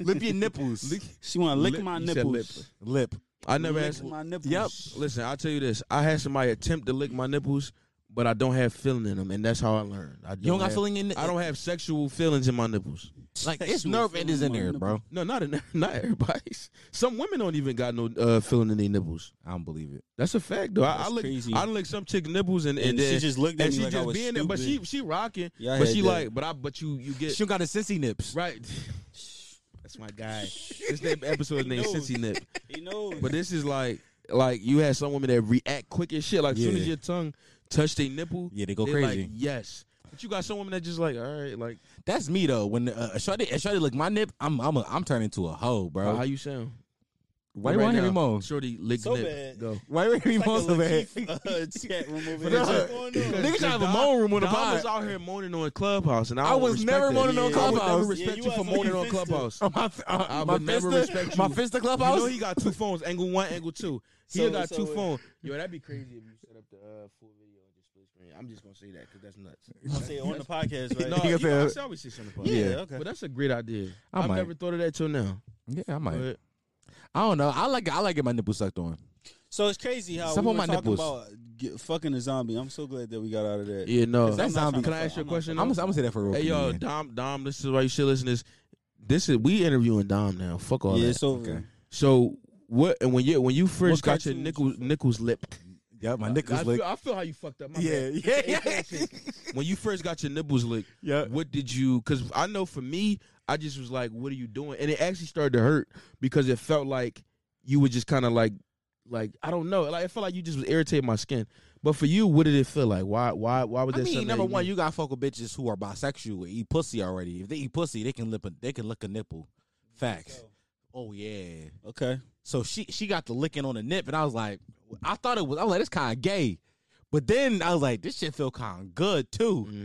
Speaker 1: lip your nipples.
Speaker 4: Lick-
Speaker 5: She want to lick
Speaker 4: lip-
Speaker 5: my
Speaker 4: you said
Speaker 5: nipples.
Speaker 4: lip.
Speaker 1: Lip.
Speaker 4: I never
Speaker 5: Lick
Speaker 4: asked.
Speaker 5: my nipples.
Speaker 1: Yep.
Speaker 4: Listen, I'll tell you this. I had somebody attempt to lick my nipples, but I don't have feeling in them, and that's how I learned. I
Speaker 1: You don't got
Speaker 4: have-
Speaker 1: feeling in. the-
Speaker 4: I don't have sexual feelings in my nipples.
Speaker 1: like it's
Speaker 5: sexual
Speaker 1: nerve endings in
Speaker 5: feeling
Speaker 1: there,
Speaker 5: on
Speaker 1: bro.
Speaker 4: No, not in, not everybody's. Some women don't even got no uh, feeling in their nipples.
Speaker 1: I don't believe it.
Speaker 4: That's a fact, though. I, I
Speaker 5: That's
Speaker 4: lick,
Speaker 5: crazy.
Speaker 4: I lick some chick nipples, and and,
Speaker 5: And
Speaker 4: then,
Speaker 5: she just looked at
Speaker 4: and
Speaker 5: me
Speaker 4: she
Speaker 5: like I
Speaker 4: just
Speaker 5: was
Speaker 4: being there, but she
Speaker 5: stupid.
Speaker 4: she rocking,
Speaker 5: Yeah, I
Speaker 4: but
Speaker 5: had
Speaker 4: she
Speaker 5: that.
Speaker 4: like, but I, but you you get
Speaker 1: She don't got a sissy nips.
Speaker 4: right. That's my guy. This name, episode is named
Speaker 5: knows.
Speaker 4: Cincy Nip.
Speaker 5: He knows.
Speaker 4: But this is like like you had some women that react quick as shit. Like as soon
Speaker 1: Yeah.
Speaker 4: as your tongue touch their nipple,
Speaker 1: Yeah, they go
Speaker 4: they
Speaker 1: crazy.
Speaker 4: Like, yes. But you got some women that just like, all right, like
Speaker 1: That's me though. When uh, a shorty, a shorty lick my nip, I'm I'm a, I'm turning into a hoe, bro.
Speaker 4: how you sound?
Speaker 1: Why do you want to hear me moan?
Speaker 4: Shorty lick
Speaker 5: So
Speaker 4: nip.
Speaker 5: bad.
Speaker 4: Go.
Speaker 1: Why do you want to hear me
Speaker 5: It's
Speaker 1: moan so bad?
Speaker 5: like a Lakeith, uh, chat room over
Speaker 4: But
Speaker 5: here. What's
Speaker 4: that's-
Speaker 5: going on?
Speaker 1: Niggas gotta have a
Speaker 4: Dom-
Speaker 1: moan room on the
Speaker 4: Dom
Speaker 1: pod.
Speaker 4: was out here moaning on Clubhouse, and I,
Speaker 1: I
Speaker 4: don't
Speaker 1: was
Speaker 4: respect
Speaker 1: never
Speaker 4: that.
Speaker 1: moaning on
Speaker 4: Yeah, I would never
Speaker 1: Clubhouse.
Speaker 4: respect
Speaker 5: Yeah,
Speaker 4: you,
Speaker 5: you
Speaker 4: for
Speaker 5: was
Speaker 4: moaning
Speaker 5: on
Speaker 4: on
Speaker 5: Finsta.
Speaker 4: Clubhouse.
Speaker 1: Oh, my, f- uh,
Speaker 4: I
Speaker 1: my
Speaker 4: would never
Speaker 1: fist-
Speaker 4: respect
Speaker 1: My
Speaker 4: you.
Speaker 1: fist the
Speaker 4: You
Speaker 1: clubhouse.
Speaker 4: know he got two phones, angle one, angle two. He
Speaker 5: So-
Speaker 4: got
Speaker 5: so
Speaker 4: two
Speaker 5: it-
Speaker 4: phones. Yo, that'd be crazy if you set up the uh, full video and just split screen. I'm just gonna say that because that's nuts.
Speaker 5: I'll say it on the podcast, right?
Speaker 4: No,
Speaker 1: He
Speaker 4: you
Speaker 1: got
Speaker 4: know, I
Speaker 1: the-
Speaker 4: say I always say something about
Speaker 5: yeah,
Speaker 4: it.
Speaker 5: okay.
Speaker 4: But that's a great idea.
Speaker 1: I
Speaker 4: I've
Speaker 1: might.
Speaker 4: never thought of that till now.
Speaker 1: yeah, I might.
Speaker 4: But
Speaker 1: I don't know. I like I like getting my nipples sucked on.
Speaker 5: So it's crazy how
Speaker 1: Stop
Speaker 5: we
Speaker 1: on
Speaker 5: were
Speaker 1: my
Speaker 5: talking
Speaker 1: nipples.
Speaker 5: about get, fucking a zombie. I'm so glad that we got out of that.
Speaker 4: yeah, no.
Speaker 5: 'Cause I'm
Speaker 1: That
Speaker 5: not
Speaker 1: zombie-
Speaker 5: trying to
Speaker 4: Can I ask
Speaker 5: fuck-
Speaker 4: you a
Speaker 5: I'm not
Speaker 4: question?
Speaker 5: trying
Speaker 1: I'm
Speaker 4: though?
Speaker 1: gonna, I'm gonna say that for real.
Speaker 4: Hey
Speaker 1: quick,
Speaker 4: yo,
Speaker 1: man.
Speaker 4: Dom, Dom, this is why you should listen to this. This is we interviewing Dom now. Fuck all
Speaker 5: Yeah,
Speaker 4: that.
Speaker 5: it's over.
Speaker 1: Okay.
Speaker 4: So what and when you when you first got your
Speaker 5: cartoon was
Speaker 4: nickels nickels lipped.
Speaker 1: yeah, my nipples
Speaker 4: I
Speaker 1: lick.
Speaker 4: feel, I feel how you fucked up. My
Speaker 1: Yeah,
Speaker 4: bad.
Speaker 1: yeah, yeah.
Speaker 4: when you first got your nipples licked,
Speaker 1: Yeah.
Speaker 4: what did you? Because I know for me, I just was like, "What are you doing?" And it actually started to hurt because it felt like you were just kind of like, like I don't know, like it felt like you just was irritating my skin. But for you, what did it feel like? Why? Why? Why was
Speaker 1: I
Speaker 4: that?
Speaker 1: mean,
Speaker 4: something
Speaker 1: number
Speaker 4: that you
Speaker 1: one,
Speaker 4: knew?
Speaker 1: you got fuck with bitches who are bisexual and eat pussy already. If they eat pussy, they can lip a they can lick a nipple. Facts. Oh yeah.
Speaker 5: Okay.
Speaker 1: So she she got the licking on the nip, and I was like, I thought it was. I was like, it's kind of gay, but then I was like, this shit feel kind of good too.
Speaker 5: Mm.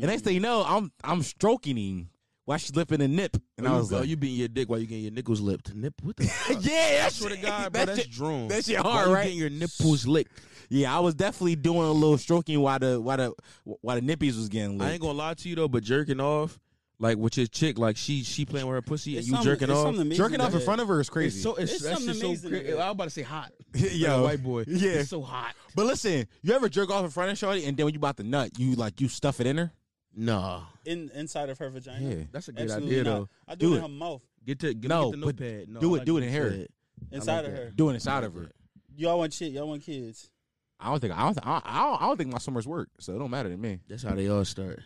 Speaker 1: And next thing you know, I'm I'm stroking him while she's lipping the nip, and
Speaker 4: Oh,
Speaker 1: I
Speaker 4: you
Speaker 1: was
Speaker 4: go-
Speaker 1: like,
Speaker 4: you beating your dick while you getting your nipples lipped. Nip, what the? fuck?
Speaker 1: yeah,
Speaker 4: I
Speaker 1: that's
Speaker 4: swear to God, bro, that's drawn.
Speaker 1: that shit
Speaker 4: Why
Speaker 1: hard,
Speaker 4: you
Speaker 1: right?
Speaker 4: Getting your nipples licked.
Speaker 1: yeah, I was definitely doing a little stroking while the while the while the nippies was getting
Speaker 4: I ain't
Speaker 1: licked.
Speaker 4: gonna lie to you though, but jerking off, like with your chick, like she she playing with her pussy and
Speaker 5: It's
Speaker 4: you
Speaker 5: something-
Speaker 4: jerking
Speaker 5: it's
Speaker 4: off.
Speaker 5: something amazing
Speaker 1: Jerking off in
Speaker 5: that-
Speaker 1: front of her is crazy.
Speaker 4: It's so it's,
Speaker 5: It's
Speaker 4: that's
Speaker 5: something
Speaker 4: just so
Speaker 5: amazing
Speaker 4: cra-
Speaker 5: to do.
Speaker 4: I was about to say hot.
Speaker 1: Yo.
Speaker 4: Like a white boy.
Speaker 1: Yeah.
Speaker 4: It's so hot.
Speaker 1: but listen, you ever jerk off in front of shorty, and then when you about to nut, you like you stuff it in her?
Speaker 4: Nah.
Speaker 5: In, inside of her vagina.
Speaker 1: Yeah.
Speaker 4: That's a good
Speaker 5: Absolutely
Speaker 4: idea
Speaker 5: not.
Speaker 4: though.
Speaker 5: I do,
Speaker 1: Do
Speaker 5: it
Speaker 1: it.
Speaker 5: in her mouth,
Speaker 4: Get to get,
Speaker 1: No,
Speaker 4: get the
Speaker 1: but
Speaker 4: notepad. No,
Speaker 1: do
Speaker 4: I
Speaker 1: it-
Speaker 4: like
Speaker 1: do it
Speaker 4: what
Speaker 1: in
Speaker 4: you
Speaker 1: here.
Speaker 4: said.
Speaker 5: inside
Speaker 4: like
Speaker 5: of
Speaker 4: that.
Speaker 5: her.
Speaker 1: Doing inside of her.
Speaker 5: Y'all want shit? Y'all want kids?
Speaker 1: I don't think I don't, I, I don't I don't think my summers work, so it don't matter to me.
Speaker 4: That's how they all start.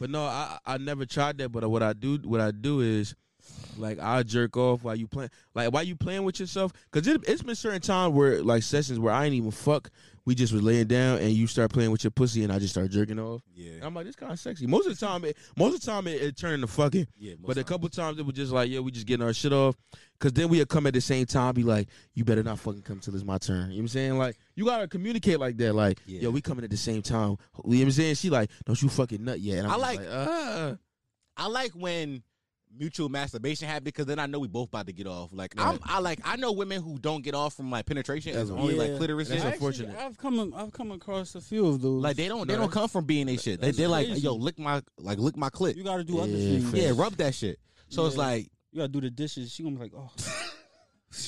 Speaker 4: But no, I I never tried that. But what I do what I do is like I jerk off while you playing like while you playing with yourself because it, it's been certain time where like sessions where I ain't even fuck. We just was laying down and you start playing with your pussy and I just start jerking off.
Speaker 1: Yeah.
Speaker 4: And I'm like, this kind of sexy. Most of the time, it, most of the time it, it turned into fucking.
Speaker 1: Yeah, most
Speaker 4: but a
Speaker 1: times.
Speaker 4: couple times it was just like, yeah, we just getting our shit off. Cause then we'll come at the same time, be like, you better not fucking come till it's my turn. You know what I'm saying? Like, you gotta communicate like that. Like,
Speaker 1: Yeah.
Speaker 4: yo, we coming at the same time. You know what I'm saying? She like, don't you fucking nut yet. And I'm
Speaker 1: I
Speaker 4: just
Speaker 1: like-
Speaker 4: uh.
Speaker 1: I like when mutual masturbation happens because then I know we both about to get off. Like
Speaker 4: Right.
Speaker 1: I'm, I like I know women who don't get off from like penetration. It's
Speaker 4: That's-
Speaker 1: only like
Speaker 5: yeah.
Speaker 1: clitoris.
Speaker 4: That's
Speaker 1: shit.
Speaker 4: a- unfortunate.
Speaker 5: I've come I've come across a few of those.
Speaker 1: like they don't they
Speaker 4: No,
Speaker 1: don't come from being they shit. They
Speaker 5: that's
Speaker 1: they like
Speaker 5: crazy.
Speaker 1: yo lick my like lick my clit.
Speaker 5: You got to do other
Speaker 4: Yeah,
Speaker 5: things.
Speaker 4: fair.
Speaker 1: Yeah, rub that shit. So it's
Speaker 5: Yeah.
Speaker 1: like
Speaker 5: You got to do the dishes. She gonna be like, oh.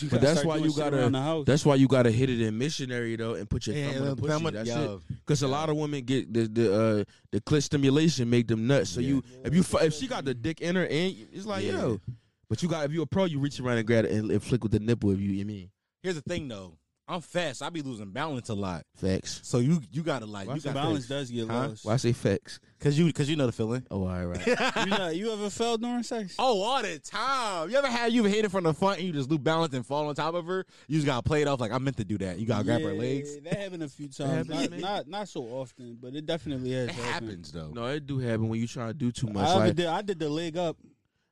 Speaker 5: You
Speaker 4: But
Speaker 5: gotta
Speaker 4: that's
Speaker 5: start
Speaker 4: why
Speaker 5: doing
Speaker 4: you
Speaker 5: shit
Speaker 4: gotta-
Speaker 5: around the house.
Speaker 4: That's why you gotta hit it in missionary though, and put your thumb on the pussy. That's it. Cause a lot of women get the the uh, the clit stimulation make them nuts. So you if you fu- if she got the dick in her and it's like
Speaker 1: Yeah.
Speaker 4: yo, but you got if you a pro you reach around and grab it and, and flick with the nipple if you you mean
Speaker 1: Here's the thing though. I'm fast. I be losing balance a lot.
Speaker 4: facts.
Speaker 1: So you you gotta like
Speaker 4: Why
Speaker 1: you
Speaker 5: The
Speaker 1: got
Speaker 5: balance does get
Speaker 1: Huh?
Speaker 5: lost.
Speaker 4: Why I say facts?
Speaker 1: cause you cause you know the feeling.
Speaker 4: Oh, all right, right.
Speaker 5: You, know, you ever fell during sex?
Speaker 1: Oh, all the time. You ever had you hit it from the front and you just loop balance and fall on top of her? You just gotta play it off like I meant to do that. You gotta grab her
Speaker 5: Yeah,
Speaker 1: legs.
Speaker 5: That happened a few
Speaker 4: happened
Speaker 5: times.
Speaker 4: to
Speaker 5: Not,
Speaker 4: me.
Speaker 5: not not so often, but it definitely has
Speaker 1: It happens though.
Speaker 4: no, it do happen when you trying to do too much.
Speaker 5: I, ever
Speaker 4: Like
Speaker 5: did, I did the leg up,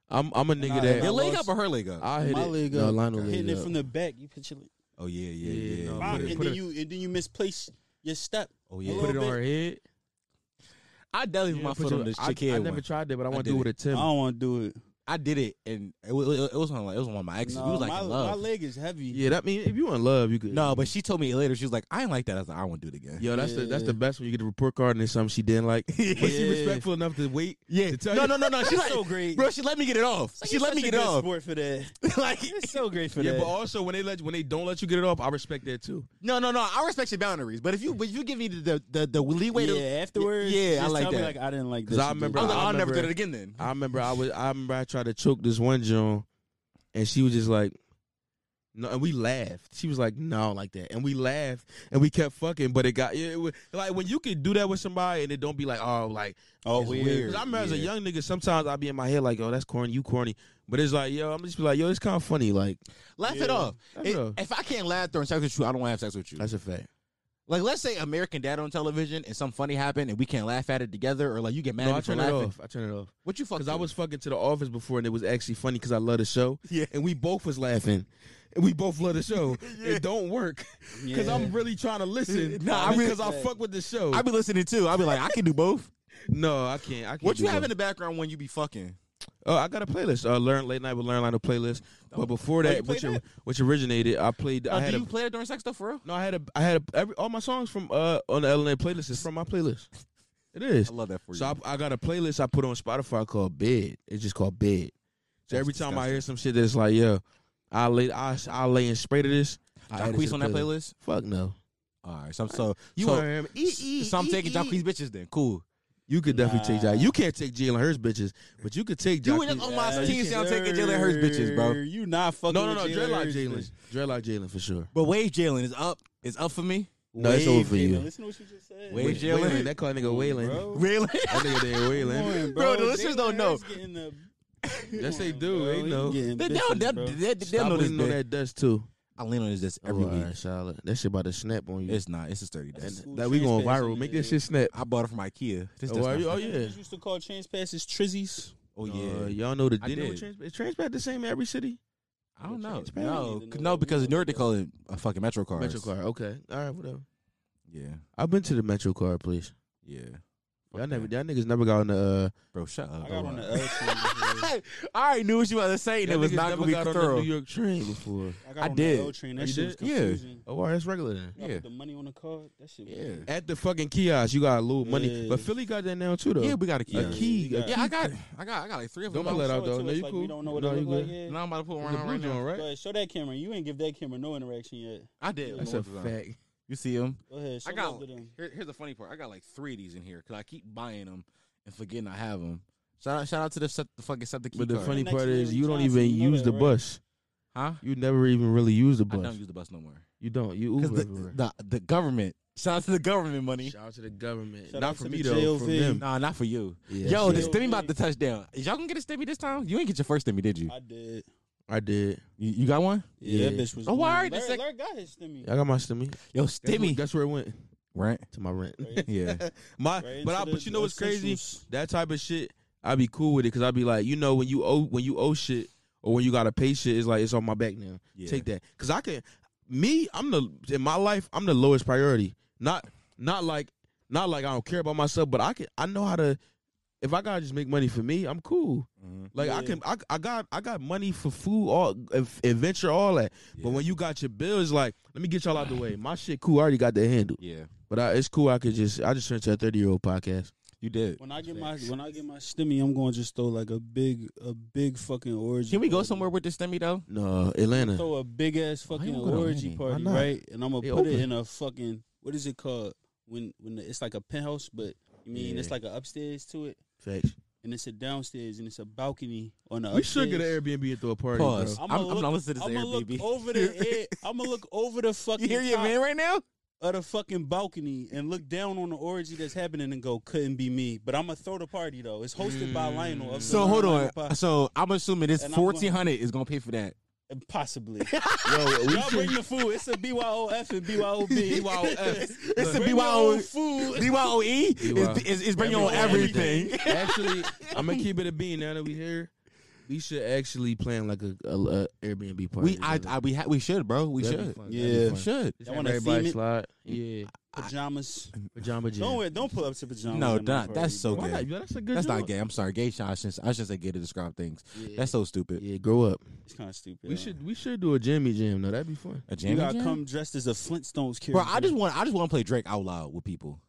Speaker 4: I'm I'm a
Speaker 5: Nah,
Speaker 4: nigga
Speaker 1: Your
Speaker 4: that
Speaker 5: nah.
Speaker 1: leg up
Speaker 5: lost-
Speaker 1: or her leg up?
Speaker 4: I hit
Speaker 5: my
Speaker 4: it.
Speaker 5: leg
Speaker 4: no,
Speaker 5: up,
Speaker 4: Lionel leg
Speaker 5: hitting it
Speaker 4: up.
Speaker 5: from the back. You put your leg
Speaker 1: oh yeah, yeah,
Speaker 4: Yeah,
Speaker 1: yeah. yeah.
Speaker 4: no,
Speaker 5: Bop,
Speaker 4: put it-
Speaker 5: and
Speaker 4: put
Speaker 5: then
Speaker 4: it-
Speaker 5: you and then you misplace your step.
Speaker 1: oh
Speaker 5: a
Speaker 1: yeah.
Speaker 4: put it
Speaker 5: little
Speaker 4: on
Speaker 5: bit.
Speaker 4: her head.
Speaker 1: I definitely put my
Speaker 4: Yeah, put
Speaker 1: foot
Speaker 4: your-
Speaker 1: on this
Speaker 4: I,
Speaker 1: chick head.
Speaker 4: I
Speaker 1: I,
Speaker 4: never tried that, but I want to
Speaker 1: did
Speaker 4: do
Speaker 1: it.
Speaker 4: it with a
Speaker 5: I
Speaker 4: Tim.
Speaker 5: don't want to do it.
Speaker 1: I did it and it was, it was on like, it was one of my exes. we was like
Speaker 5: my,
Speaker 1: in love.
Speaker 5: my leg is heavy.
Speaker 4: Yeah, that mean if you in love, you could.
Speaker 1: no, but she told me later she was like, I ain't like that. I was like, I won't do it again.
Speaker 4: Yo, that's the that's
Speaker 5: Yeah.
Speaker 4: the best when you get a report card and it's something she didn't like. But she
Speaker 5: Yeah.
Speaker 4: respectful enough to wait.
Speaker 1: Yeah.
Speaker 4: to tell
Speaker 1: no,
Speaker 4: you.
Speaker 1: no, no, no. She's
Speaker 5: It's
Speaker 1: like,
Speaker 5: so great.
Speaker 1: bro. She let me get it off. she let me get it
Speaker 5: off.
Speaker 1: off.
Speaker 5: Sport for that.
Speaker 1: like,
Speaker 5: It's so great for
Speaker 4: Yeah,
Speaker 5: that.
Speaker 4: but also when they let when they don't let you get it off, I respect that too.
Speaker 1: no, no, no. I respect your boundaries, but if you, but if you give me the the the leeway
Speaker 5: yeah,
Speaker 1: to,
Speaker 5: afterwards.
Speaker 1: Yeah, I
Speaker 5: just
Speaker 1: like
Speaker 5: tell me,
Speaker 1: that.
Speaker 5: like I didn't like
Speaker 4: Cause
Speaker 5: this.
Speaker 4: I
Speaker 5: you
Speaker 4: remember-
Speaker 1: I
Speaker 5: did.
Speaker 1: was like,
Speaker 4: I
Speaker 1: I'll never
Speaker 4: remember-
Speaker 1: do it again then.
Speaker 4: I remember I was I remember I tried to choke this one Joan, and she was just like, no, and we laughed. She was like, no, like that, and we laughed and we kept fucking. But it got it, was, like when you can do that with somebody and it don't be like oh like
Speaker 5: oh,
Speaker 4: it's
Speaker 5: weird.
Speaker 4: weird. 'Cause I remember as a young nigga, sometimes I be in my head like oh that's corny, you corny. But it's like yo, I'm just be like yo, it's kind of funny. Like
Speaker 1: Laugh it
Speaker 5: Yeah.
Speaker 1: off.
Speaker 4: Laugh
Speaker 1: It-
Speaker 4: it off.
Speaker 1: if I can't laugh during sex with you, I don't want to have sex with you.
Speaker 4: that's a fact.
Speaker 1: Like, let's say American Dad on television and something funny happened and we can't laugh at it together, or like you get mad
Speaker 4: No,
Speaker 1: at
Speaker 4: I
Speaker 1: me for
Speaker 4: turn it
Speaker 1: laughing.
Speaker 4: off. I turn it off.
Speaker 1: What you fuck?
Speaker 4: Because I
Speaker 1: to?
Speaker 4: was fucking to the office before and it was actually funny because I love the show.
Speaker 1: Yeah.
Speaker 4: And we both was laughing. And we both love the show. It don't work. Because I'm really trying to listen.
Speaker 1: Nah, I really-
Speaker 4: because I fuck with the show.
Speaker 1: I be listening too. I be like, I can do both.
Speaker 4: no, I can't. I can't
Speaker 1: What
Speaker 4: do
Speaker 1: you have
Speaker 4: both.
Speaker 1: in the background when you be fucking?
Speaker 4: Oh, I got a playlist. Uh, Learn Late Night with Learn Lionel playlist. But before
Speaker 5: you
Speaker 4: oh, that, Oh,
Speaker 5: play
Speaker 4: which, or-
Speaker 5: that?
Speaker 4: which originated, I played. I
Speaker 1: Uh,
Speaker 4: had
Speaker 1: do
Speaker 4: a,
Speaker 1: you play that during sex stuff for real?
Speaker 4: no, I had a. I had a, every, all my songs from uh on the LNA playlist is from my playlist. It is.
Speaker 1: I love that for you.
Speaker 4: So I, I got a playlist I put on Spotify called Bed. It's just called Bed. So
Speaker 1: That's
Speaker 4: every time I hear some shit that's like, yo, I lay, I, I lay and spray to this. I add it to
Speaker 1: Jacquees
Speaker 4: the
Speaker 1: on that playlist.
Speaker 4: Fuck no.
Speaker 1: All right, so so
Speaker 4: You
Speaker 1: so,
Speaker 4: want him? E,
Speaker 1: s- so I'm taking Jacquees bitches then. Cool.
Speaker 4: You could definitely
Speaker 5: Nah.
Speaker 4: take Jalen. You can't take Jalen Hurts bitches, but you could take
Speaker 1: You
Speaker 4: Jalen.
Speaker 1: and on my
Speaker 5: Yes,
Speaker 1: team sound taking Jalen
Speaker 5: sir.
Speaker 1: Hurts bitches, bro.
Speaker 5: You not
Speaker 4: No,
Speaker 5: fucking.
Speaker 4: no, no.
Speaker 5: with
Speaker 4: Dreadlock
Speaker 5: Hurts
Speaker 4: Jalen.
Speaker 5: bitches.
Speaker 4: Dreadlock Jalen for sure.
Speaker 1: But Wave Jalen is up. Is up for me.
Speaker 4: No, it's over
Speaker 5: Wave,
Speaker 4: for
Speaker 5: Jalen.
Speaker 4: you.
Speaker 5: Listen to what you just said.
Speaker 1: Wave
Speaker 5: Wait,
Speaker 1: Jalen.
Speaker 4: Wayland, that call that nigga Wayland.
Speaker 5: bro.
Speaker 1: Really?
Speaker 4: That nigga named
Speaker 5: Come
Speaker 4: Wayland.
Speaker 5: on,
Speaker 1: Bro, the listeners don't know.
Speaker 5: Hurts getting the-
Speaker 4: Yes, they
Speaker 5: Come
Speaker 4: do.
Speaker 5: on, bro.
Speaker 4: They
Speaker 5: He
Speaker 4: know.
Speaker 5: getting
Speaker 1: They
Speaker 5: bitches,
Speaker 1: don't. They,
Speaker 5: bro.
Speaker 1: they, they
Speaker 4: Stop
Speaker 1: know this.
Speaker 4: letting know
Speaker 1: Know
Speaker 4: that dust too.
Speaker 1: I lean on this just every
Speaker 4: Oh, all
Speaker 1: week.
Speaker 4: right, Charlotte. That shit about to snap on you.
Speaker 1: It's not. It's just thirty days.
Speaker 5: That's-
Speaker 4: That we going viral.
Speaker 5: Transpassing
Speaker 4: Make
Speaker 5: it.
Speaker 4: that shit snap.
Speaker 1: I bought it from IKEA. This
Speaker 4: Oh,
Speaker 1: does
Speaker 4: are
Speaker 1: not-
Speaker 4: you? Oh
Speaker 5: You know
Speaker 4: yeah.
Speaker 5: what they used to call trans passes trizzies.
Speaker 1: Oh
Speaker 4: Uh,
Speaker 1: yeah.
Speaker 4: y'all know the
Speaker 1: I
Speaker 4: I did.
Speaker 1: did.
Speaker 4: Trans, is Transpat the same in every city?
Speaker 1: I don't know.
Speaker 4: Transparent.
Speaker 1: No,
Speaker 5: Need to
Speaker 1: c-
Speaker 5: know
Speaker 1: no,
Speaker 5: what we
Speaker 1: because in
Speaker 5: know
Speaker 1: Newark they
Speaker 5: about
Speaker 1: call it a fucking Metro card.
Speaker 4: Metro Car. Okay. All right. Whatever.
Speaker 1: Yeah.
Speaker 4: I've been to the Metro Car, please.
Speaker 1: Yeah.
Speaker 4: Y'all
Speaker 1: Okay.
Speaker 4: never. Y'all niggas never got on the. Uh,
Speaker 1: Bro, shut up.
Speaker 5: I got on the
Speaker 1: bro.
Speaker 5: L train.
Speaker 1: I already knew what you were about to say, and
Speaker 4: y'all
Speaker 1: it was
Speaker 4: niggas
Speaker 1: not
Speaker 4: never
Speaker 1: going to
Speaker 4: got
Speaker 1: be
Speaker 4: on the
Speaker 1: thorough.
Speaker 4: New York train before.
Speaker 5: got
Speaker 1: I
Speaker 5: on
Speaker 1: did.
Speaker 5: The L train. That
Speaker 4: Oh, You
Speaker 5: shit was
Speaker 1: did? Yeah.
Speaker 5: confusing.
Speaker 4: Oh, all right, that's regular then.
Speaker 5: Yeah.
Speaker 1: Yeah.
Speaker 5: Put the money on the card. That shit. was-
Speaker 1: Yeah.
Speaker 4: At the fucking kiosk, you got a little money,
Speaker 5: Yeah.
Speaker 4: but Philly got that now too though.
Speaker 1: Yeah, we got a key.
Speaker 4: a
Speaker 5: yeah,
Speaker 4: key.
Speaker 5: you
Speaker 4: a
Speaker 5: got-
Speaker 4: key
Speaker 1: Yeah, I got, I got, I got like three of
Speaker 4: Don't
Speaker 1: them.
Speaker 4: let
Speaker 5: Show
Speaker 4: out
Speaker 5: it
Speaker 4: though.
Speaker 5: to
Speaker 4: No,
Speaker 5: us,
Speaker 4: you
Speaker 5: like,
Speaker 4: cool.
Speaker 5: We don't know what
Speaker 4: No,
Speaker 5: it
Speaker 4: you
Speaker 5: look like
Speaker 4: good.
Speaker 5: yet.
Speaker 1: Now I'm about to put one
Speaker 4: It's a
Speaker 1: on
Speaker 4: blue
Speaker 1: right now.
Speaker 4: joint, right?
Speaker 5: Go ahead, show that camera. You ain't give that camera no interaction yet.
Speaker 1: I did.
Speaker 4: That's a fact.
Speaker 1: You see them?
Speaker 5: Go ahead. Show
Speaker 1: I got.
Speaker 5: love to them.
Speaker 1: Here, here's the funny part. I got like three of these in here because I keep buying them and forgetting I have them. Shout out, shout out to the, set, the fucking set the key
Speaker 4: But the
Speaker 1: card.
Speaker 4: funny
Speaker 5: The next
Speaker 4: part
Speaker 5: Larry
Speaker 4: is you don't
Speaker 5: Johnson,
Speaker 4: even
Speaker 5: you know
Speaker 4: use
Speaker 5: that,
Speaker 4: the
Speaker 5: right?
Speaker 4: bus.
Speaker 1: huh?
Speaker 4: You never even really use the
Speaker 1: I don't
Speaker 4: bus.
Speaker 1: use the bus no more
Speaker 4: You don't. You
Speaker 1: because
Speaker 4: Uber.
Speaker 1: the,
Speaker 4: everywhere.
Speaker 1: the the government. Shout out to the government money.
Speaker 4: Shout out to the government.
Speaker 5: Shout
Speaker 4: Not
Speaker 5: out
Speaker 4: for
Speaker 5: to
Speaker 4: me
Speaker 5: the
Speaker 4: though. From
Speaker 5: JLV.
Speaker 4: them.
Speaker 1: Nah, not for you.
Speaker 4: Yeah,
Speaker 1: Yo, the
Speaker 4: shit.
Speaker 1: stimmy about to touch down. Is Y'all gonna get a stimmy this time? You ain't get your first stimmy, did you?
Speaker 5: I did.
Speaker 4: I did.
Speaker 1: You, you got one?
Speaker 5: Yeah,
Speaker 4: Yeah.
Speaker 5: that bitch was.
Speaker 1: Oh, why
Speaker 5: warm.
Speaker 1: are you the
Speaker 5: Larry,
Speaker 1: sec-
Speaker 5: Larry got his stimmy.
Speaker 4: I got my stimmy.
Speaker 1: Yo,
Speaker 4: Guess where-
Speaker 1: stimmy.
Speaker 4: Guess where it went?
Speaker 1: Right?
Speaker 4: To my rent.
Speaker 5: Right-
Speaker 1: Yeah.
Speaker 4: My,
Speaker 5: right
Speaker 4: but I, but
Speaker 5: into the
Speaker 4: you know what's crazy?
Speaker 5: essentials.
Speaker 4: That type of shit, I be cool with it because I be like, you know, when you owe when you owe shit or when you gotta pay shit, it's like it's on my back now.
Speaker 1: Yeah.
Speaker 4: Take that because I can. Me, I'm the in my life, I'm the lowest priority. Not not like not like I don't care about myself, but I can. I know how to. If I gotta just make money for me, I'm cool.
Speaker 1: Mhm.
Speaker 4: Like I
Speaker 5: Yeah.
Speaker 4: can, I, I got, I got money for food, all ev- adventure, all that. But
Speaker 1: Yeah.
Speaker 4: when you got your bills, like let me get y'all out the way. My shit, cool. I already got that handled.
Speaker 1: Yeah.
Speaker 4: But I, it's cool. I could just I just turned to a thirty year old podcast.
Speaker 3: You did.
Speaker 5: When I get my when I get my stimmy, I'm going to just throw like a big a big fucking orgy.
Speaker 1: Can we go
Speaker 5: party.
Speaker 1: somewhere with this stemmy though?
Speaker 4: No, Atlanta.
Speaker 5: Throw a big ass fucking
Speaker 1: you gonna go to
Speaker 5: orgy
Speaker 1: Miami?
Speaker 4: Why
Speaker 5: party,
Speaker 4: not?
Speaker 5: right? And I'm gonna
Speaker 4: They
Speaker 5: put it
Speaker 4: open.
Speaker 5: in a fucking what is it called? When when the, it's like a penthouse, but you mean it's
Speaker 4: Yeah.
Speaker 5: like an upstairs to it,
Speaker 4: Facts.
Speaker 5: and it's a downstairs, and it's a balcony on the.
Speaker 4: We should
Speaker 5: upstairs.
Speaker 4: get an Airbnb and throw a party,
Speaker 1: Pause.
Speaker 5: bro.
Speaker 1: I'm,
Speaker 5: I'ma
Speaker 1: I'm, I'm
Speaker 5: look-
Speaker 1: gonna listen to this
Speaker 5: I'm gonna
Speaker 1: Airbnb.
Speaker 5: look over the. I'm gonna look over the fucking.
Speaker 1: you hear your
Speaker 5: top
Speaker 1: man right now?
Speaker 5: of the fucking balcony and look down on the orgy that's happening and go, couldn't be me. But I'm gonna throw the party though. It's hosted by Lionel. of the
Speaker 1: Mm. So hold
Speaker 5: Lionel
Speaker 1: on.
Speaker 5: Pod-
Speaker 1: So I'm assuming this
Speaker 5: And I'm gonna-
Speaker 1: fourteen hundred is gonna pay for that.
Speaker 5: Possibly.
Speaker 4: bro. Yo, we
Speaker 5: Y'all
Speaker 4: should.
Speaker 5: bring the food. It's a BYOF and
Speaker 4: E
Speaker 5: BYOB.
Speaker 1: It's a
Speaker 5: Bring your own
Speaker 1: BYO
Speaker 5: food.
Speaker 1: BYOE
Speaker 4: BYO.
Speaker 1: E is, is, is bring your own everything.
Speaker 4: actually, I'm gonna keep it a bean. Now that we here, we should actually plan like a, a, a Airbnb party.
Speaker 1: We I, I we ha- we should, bro. We should.
Speaker 5: Yeah.
Speaker 1: We should.
Speaker 5: Y'all wanna theme
Speaker 4: everybody
Speaker 5: it?
Speaker 4: slide. Yeah,
Speaker 5: Pajamas.
Speaker 4: pajama jam.
Speaker 5: Don't wear, don't pull up to pajamas.
Speaker 1: No,
Speaker 5: at my
Speaker 1: that-
Speaker 5: party,
Speaker 1: that's so
Speaker 5: bro.
Speaker 4: Why
Speaker 1: gay.
Speaker 4: not? Yo, That's a good.
Speaker 1: That's
Speaker 4: job.
Speaker 5: Mm-hmm.
Speaker 1: not gay. I'm sorry, gay. I shouldn't, I shouldn't say gay to describe things.
Speaker 4: Yeah.
Speaker 1: That's so stupid.
Speaker 4: yeah, grow up.
Speaker 5: It's kind of stupid.
Speaker 4: We should we should do a Jimmy jam though. That'd be fun.
Speaker 1: A
Speaker 5: You
Speaker 1: jam
Speaker 5: gotta
Speaker 1: jam?
Speaker 5: come dressed as a Flintstones character.
Speaker 1: bro. I just want I just want to play Drake out loud with people.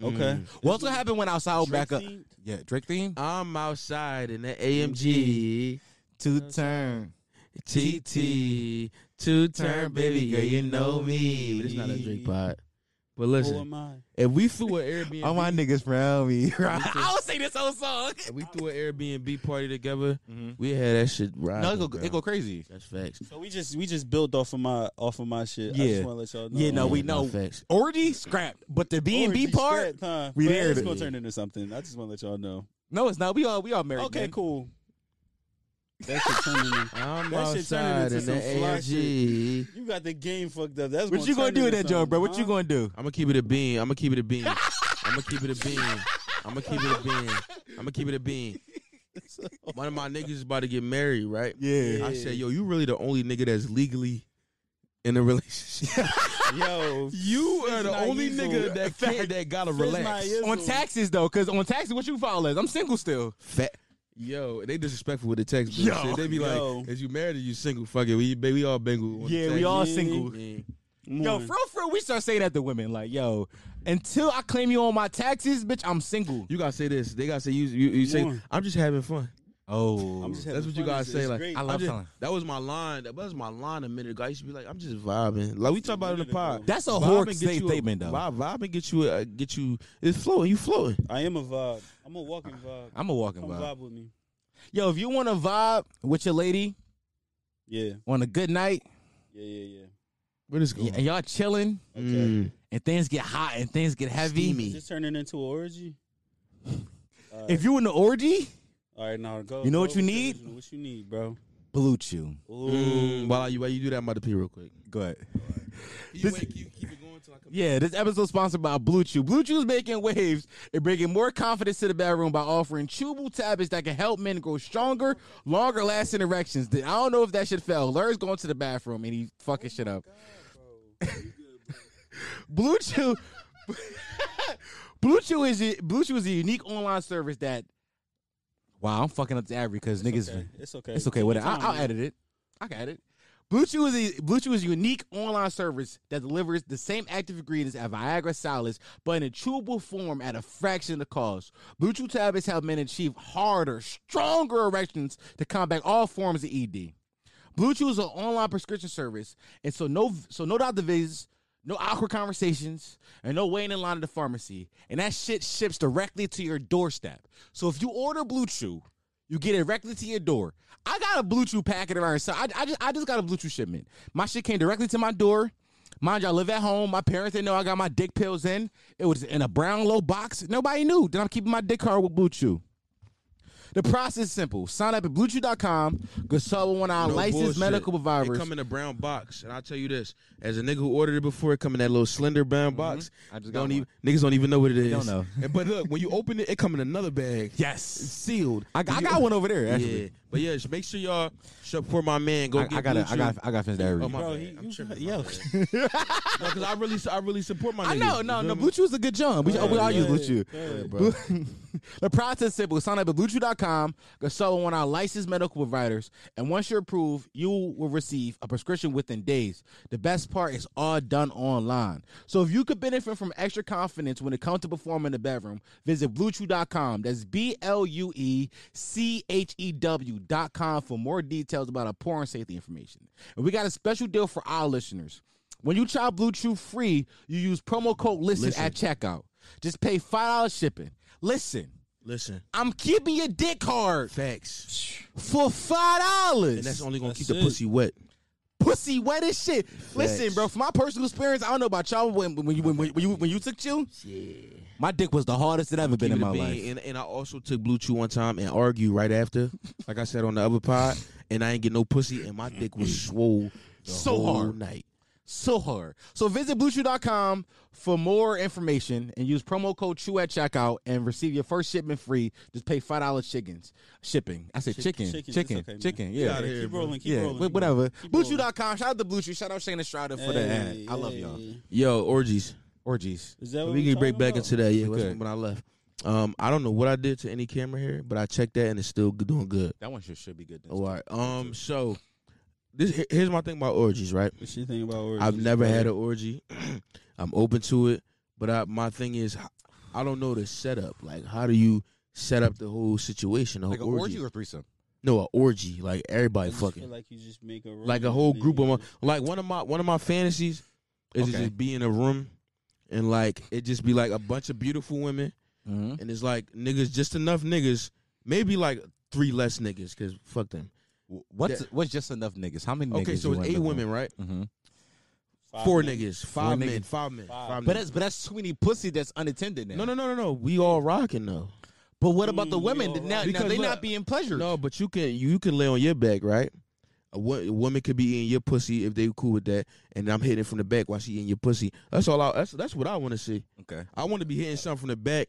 Speaker 1: Mm.
Speaker 5: okay.
Speaker 4: Mm.
Speaker 1: What's gonna happen when outside will back up?
Speaker 5: Drake Uh, themed?
Speaker 1: Yeah, Drake theme.
Speaker 4: I'm outside in the AMG.
Speaker 1: Two
Speaker 5: uh,
Speaker 1: turn.
Speaker 4: TT two turn baby girl, you know me. But it's not a Drake pod. But
Speaker 5: Who
Speaker 4: listen,
Speaker 5: am I?
Speaker 4: if we threw an Airbnb,
Speaker 1: All Oh, my niggas from me. I will sing this whole song.
Speaker 4: if we threw an Airbnb party together,
Speaker 1: Mhm.
Speaker 4: we had that shit right.
Speaker 1: No, it go, it go crazy.
Speaker 4: That's facts.
Speaker 5: So we just we just built off of my off of my shit. I
Speaker 1: Yeah.
Speaker 5: just want to let y'all know.
Speaker 1: Yeah, no,
Speaker 4: Yeah,
Speaker 1: we
Speaker 4: no
Speaker 1: know.
Speaker 4: facts.
Speaker 1: Orgy scrapped, but the B and B
Speaker 5: Orgy
Speaker 1: part,
Speaker 5: script, huh?
Speaker 1: we
Speaker 5: But
Speaker 1: there
Speaker 5: It's
Speaker 1: to-
Speaker 5: gonna turn into something. I just want to let y'all know.
Speaker 1: no, it's not. We all we all married.
Speaker 5: Okay,
Speaker 1: man.
Speaker 5: cool. That shit turning. into-
Speaker 4: I'm
Speaker 5: That shit turning
Speaker 4: outside
Speaker 5: into
Speaker 4: in the
Speaker 5: some fly
Speaker 4: AMG.
Speaker 5: You got the game fucked up. That's
Speaker 1: What you gonna
Speaker 5: turn
Speaker 1: do with
Speaker 5: into
Speaker 1: that joke,
Speaker 5: something,
Speaker 1: bro? What you
Speaker 5: huh?
Speaker 1: gonna do?
Speaker 4: I'm gonna keep it a bean. I'm gonna keep it a bean. I'm gonna keep it a bean. I'm gonna keep it a bean. I'm gonna keep it a bean. One of my niggas is about to get married, right?
Speaker 1: Yeah.
Speaker 4: I said, yo, you really the only nigga that's legally in a relationship.
Speaker 5: Yo,
Speaker 4: you are the
Speaker 5: not
Speaker 4: only
Speaker 5: usual.
Speaker 4: nigga that can't, that gotta relax.
Speaker 5: not usual.
Speaker 1: On taxes though, cause on taxes, what you file as? I'm single still.
Speaker 4: Fat. Yo, they disrespectful with the text.
Speaker 1: Yo.
Speaker 4: Yo, shit. they be
Speaker 5: Yo.
Speaker 4: like, "Is you married or you single? Fuck it, we we all bingle." on the
Speaker 1: Yeah, we
Speaker 4: text.
Speaker 1: all
Speaker 5: Yeah.
Speaker 1: single.
Speaker 4: Yeah.
Speaker 1: Yo, for real, for real, we start saying that to women. Like, yo, until I claim you on my taxes, bitch, I'm single.
Speaker 4: You gotta say this. They gotta say you. You, you say,
Speaker 5: More.
Speaker 4: "I'm just having fun."
Speaker 1: Oh,
Speaker 5: I'm just
Speaker 4: That's
Speaker 5: having
Speaker 4: what you
Speaker 5: fun.
Speaker 4: gotta
Speaker 5: It's-
Speaker 4: say.
Speaker 5: it's
Speaker 4: Like,
Speaker 5: great.
Speaker 1: I love
Speaker 4: I'm just,
Speaker 1: telling.
Speaker 4: that was my line. That was my line a minute ago. I used to be like, "I'm just vibing." Like we talk about it in the pod.
Speaker 1: that's a
Speaker 4: Vibe
Speaker 1: horrible
Speaker 4: and get you a-
Speaker 1: statement though.
Speaker 4: Vibe, vibe and get you, a, get you. It's floating. You floating.
Speaker 5: I am a vibe. I'm a walking vibe.
Speaker 1: I'm a walking
Speaker 5: Come
Speaker 1: vibe.
Speaker 5: vibe with me.
Speaker 1: Yo, if you want to vibe with your lady
Speaker 5: Yeah,
Speaker 1: on a good night,
Speaker 5: yeah, yeah,
Speaker 4: Where this
Speaker 1: y- and y'all chilling,
Speaker 5: yeah. Okay.
Speaker 1: and things get hot and things get heavy.
Speaker 5: Is this turning into an orgy? All right.
Speaker 1: If you in the orgy,
Speaker 5: All right, now go.
Speaker 1: You know
Speaker 5: go
Speaker 1: what you
Speaker 5: with the
Speaker 1: need?
Speaker 5: original. What you need, bro?
Speaker 1: blue chew.
Speaker 5: Ooh.
Speaker 4: Mm, while you while you do that, I'm about to pee real quick.
Speaker 1: Go ahead.
Speaker 4: You
Speaker 1: This- wait,
Speaker 4: you keep it going till I come.
Speaker 1: Yeah, this episode sponsored by Blue Chew. Blue Chew is making waves and bringing more confidence to the bedroom by offering chewable tablets that can help men grow stronger, longer lasting erections. I don't know if that shit fell. Larry's going to the bathroom and he fucking shit up. Blue Chew, Blue Chew is a, Blue Chew is a unique online service that. Wow, I'm fucking up the average because niggas.
Speaker 5: Okay, It's okay.
Speaker 1: It's okay.
Speaker 5: Take
Speaker 1: Whatever.
Speaker 5: your time,
Speaker 1: I, I'll
Speaker 5: man.
Speaker 1: edit it. I got it. Blue Chew is a, Blue Chew is a unique online service that delivers the same active ingredients as Viagra solids, but in a chewable form at a fraction of the cost. Blue Chew tablets help men achieve harder, stronger erections to combat all forms of E ED. Blue Chew is an online prescription service, and so no, so no doctor visits, no awkward conversations, and no waiting in line at the pharmacy. And that shit ships directly to your doorstep. So if you order Blue Chew, you get it directly to your door. I got a Blue Chew packet around, so I, I just I just got a Blue Chew shipment. My shit came directly to my door. Mind you, I live at home. My parents didn't know I got my dick pills in. It was in a brown low box. Nobody knew that I'm keeping my dick hard with Blue Chew. The process is simple. Sign up at bluechew.com. Gasol, one of our
Speaker 4: No
Speaker 1: licensed
Speaker 4: bullshit.
Speaker 1: medical providers.
Speaker 4: It come in a brown box, and I'll tell you this: as a nigga who ordered it before, it come in that little slender brown box.
Speaker 1: I just got
Speaker 4: don't
Speaker 1: one.
Speaker 4: even niggas don't even know what it is.
Speaker 1: don't know.
Speaker 4: And- but look, when you open it, it come in another bag. It's
Speaker 1: Yes.
Speaker 4: sealed.
Speaker 1: I, got- I
Speaker 4: When you-
Speaker 1: got one over there, actually.
Speaker 4: Yeah, but yeah, just make sure y'all shop for my man. Go
Speaker 1: I,
Speaker 4: get.
Speaker 1: I gotta,
Speaker 4: Blue
Speaker 1: I
Speaker 4: Chew.
Speaker 1: got, I got finished every.
Speaker 4: Oh my
Speaker 5: Bro,
Speaker 4: bad.
Speaker 5: he-
Speaker 4: I'm
Speaker 5: you-
Speaker 4: tripping.
Speaker 5: yo.
Speaker 4: Because I really, I really support my.
Speaker 1: I
Speaker 4: niggas.
Speaker 1: know,
Speaker 4: You
Speaker 1: no,
Speaker 4: feel
Speaker 1: no.
Speaker 4: me?
Speaker 1: Blue Chew is a good job. We,
Speaker 5: Go
Speaker 1: we all
Speaker 5: ahead,
Speaker 1: use
Speaker 5: go
Speaker 1: Blue Chew.
Speaker 5: ahead, go ahead.
Speaker 4: Yeah, bro.
Speaker 1: the process is simple. Sign up at BlueChew.com, consult with one of our licensed medical providers, and once you're approved, you will receive a prescription within days. The best part is all done online. So if you could benefit from extra confidence when it comes to performing in the bedroom, visit BlueChew.com. That's B L U E C H E W.com for more details about our porn safety information. And we got a special deal for our listeners. When you try Blue Chew free, you use promo code LISTEN at checkout. Just pay $5 shipping. Listen,
Speaker 4: Listen,
Speaker 1: I'm keeping your dick hard
Speaker 4: facts,
Speaker 1: for $5.
Speaker 4: and that's only gonna
Speaker 5: That's
Speaker 4: keep the
Speaker 5: it.
Speaker 4: pussy wet.
Speaker 1: pussy wet as shit. Listen, bro, from my personal experience, I don't know about y'all when, when, you, when, when, you, when you took chew, my dick was the hardest it ever been in
Speaker 4: Keep it a
Speaker 1: my
Speaker 4: bean.
Speaker 1: life.
Speaker 4: And, and I also took Blue Chew one time and argue right after, like I said on the other pod, and I ain't get no pussy, and my dick was swole the
Speaker 1: Mm. So
Speaker 4: whole
Speaker 1: hard.
Speaker 4: night.
Speaker 1: so hard. So visit bluechew.com for more information and use promo code CHEW at checkout and receive your first shipment free. Just pay five dollars chickens shipping. I said chicken,
Speaker 5: chicken,
Speaker 1: chicken,
Speaker 5: it's
Speaker 1: chicken,
Speaker 5: okay, man.
Speaker 1: yeah.
Speaker 5: Outta here, keep rolling, keep
Speaker 1: yeah,
Speaker 5: rolling.
Speaker 1: wh- whatever.
Speaker 5: Keep rolling.
Speaker 1: Bluechew.com. Shout out to Bluechew. Shout out Shayna Strider for that. ad. I love y'all.
Speaker 5: Hey.
Speaker 4: Yo, orgies.
Speaker 1: Orgies.
Speaker 5: Is that what
Speaker 4: we
Speaker 5: we're
Speaker 4: can break
Speaker 5: talking
Speaker 4: back
Speaker 5: about?
Speaker 4: into that. Yeah,
Speaker 1: We
Speaker 4: that's
Speaker 1: could.
Speaker 4: when I left. Um, I don't know what I did to any camera here, but I checked that and it's still g- doing good.
Speaker 1: That one should, should be good.
Speaker 4: All right. Um, so this he- here's my thing about orgies, right?
Speaker 5: What you think about orgies?
Speaker 4: I've never had an orgy. I'm open to it, but I, my thing is, h- I don't know the setup. Like, how do you set up the whole situation? The whole
Speaker 1: Like an orgy or threesome?
Speaker 4: No, an orgy. Like
Speaker 5: I
Speaker 4: everybody
Speaker 5: just
Speaker 4: fucking.
Speaker 5: feel like you just make a
Speaker 4: like a
Speaker 5: room
Speaker 4: whole
Speaker 5: and
Speaker 4: group of
Speaker 5: you
Speaker 4: my, like one of my one of my fantasies is to
Speaker 1: Okay.
Speaker 4: just be in a room and like it just be like a bunch of beautiful women
Speaker 1: Mm-hmm.
Speaker 4: and it's like niggas just enough niggas maybe like three less niggas because fuck them
Speaker 1: What's
Speaker 4: Yeah.
Speaker 1: what's just enough niggas? How many?
Speaker 4: okay
Speaker 1: niggas
Speaker 4: so it's eight women right
Speaker 1: Mm-hmm.
Speaker 5: five
Speaker 4: four
Speaker 5: men.
Speaker 4: niggas five
Speaker 1: niggas.
Speaker 4: men five men
Speaker 5: Five.
Speaker 4: five
Speaker 1: But
Speaker 4: men.
Speaker 1: that's but that's too many pussy that's unattended now.
Speaker 4: no no no no no we all rocking though
Speaker 1: But what about the
Speaker 5: Mm, we
Speaker 1: women?
Speaker 5: all
Speaker 1: Now- now,
Speaker 4: Because
Speaker 1: they
Speaker 4: look-
Speaker 1: not being pleasured.
Speaker 4: no but you can you can lay on your back right a, wo- a woman could be eating your pussy if they cool with that and I'm hitting it from the back while she eating your pussy that's all I, that's that's what I want to see
Speaker 1: Okay.
Speaker 4: I want to be hitting something from the back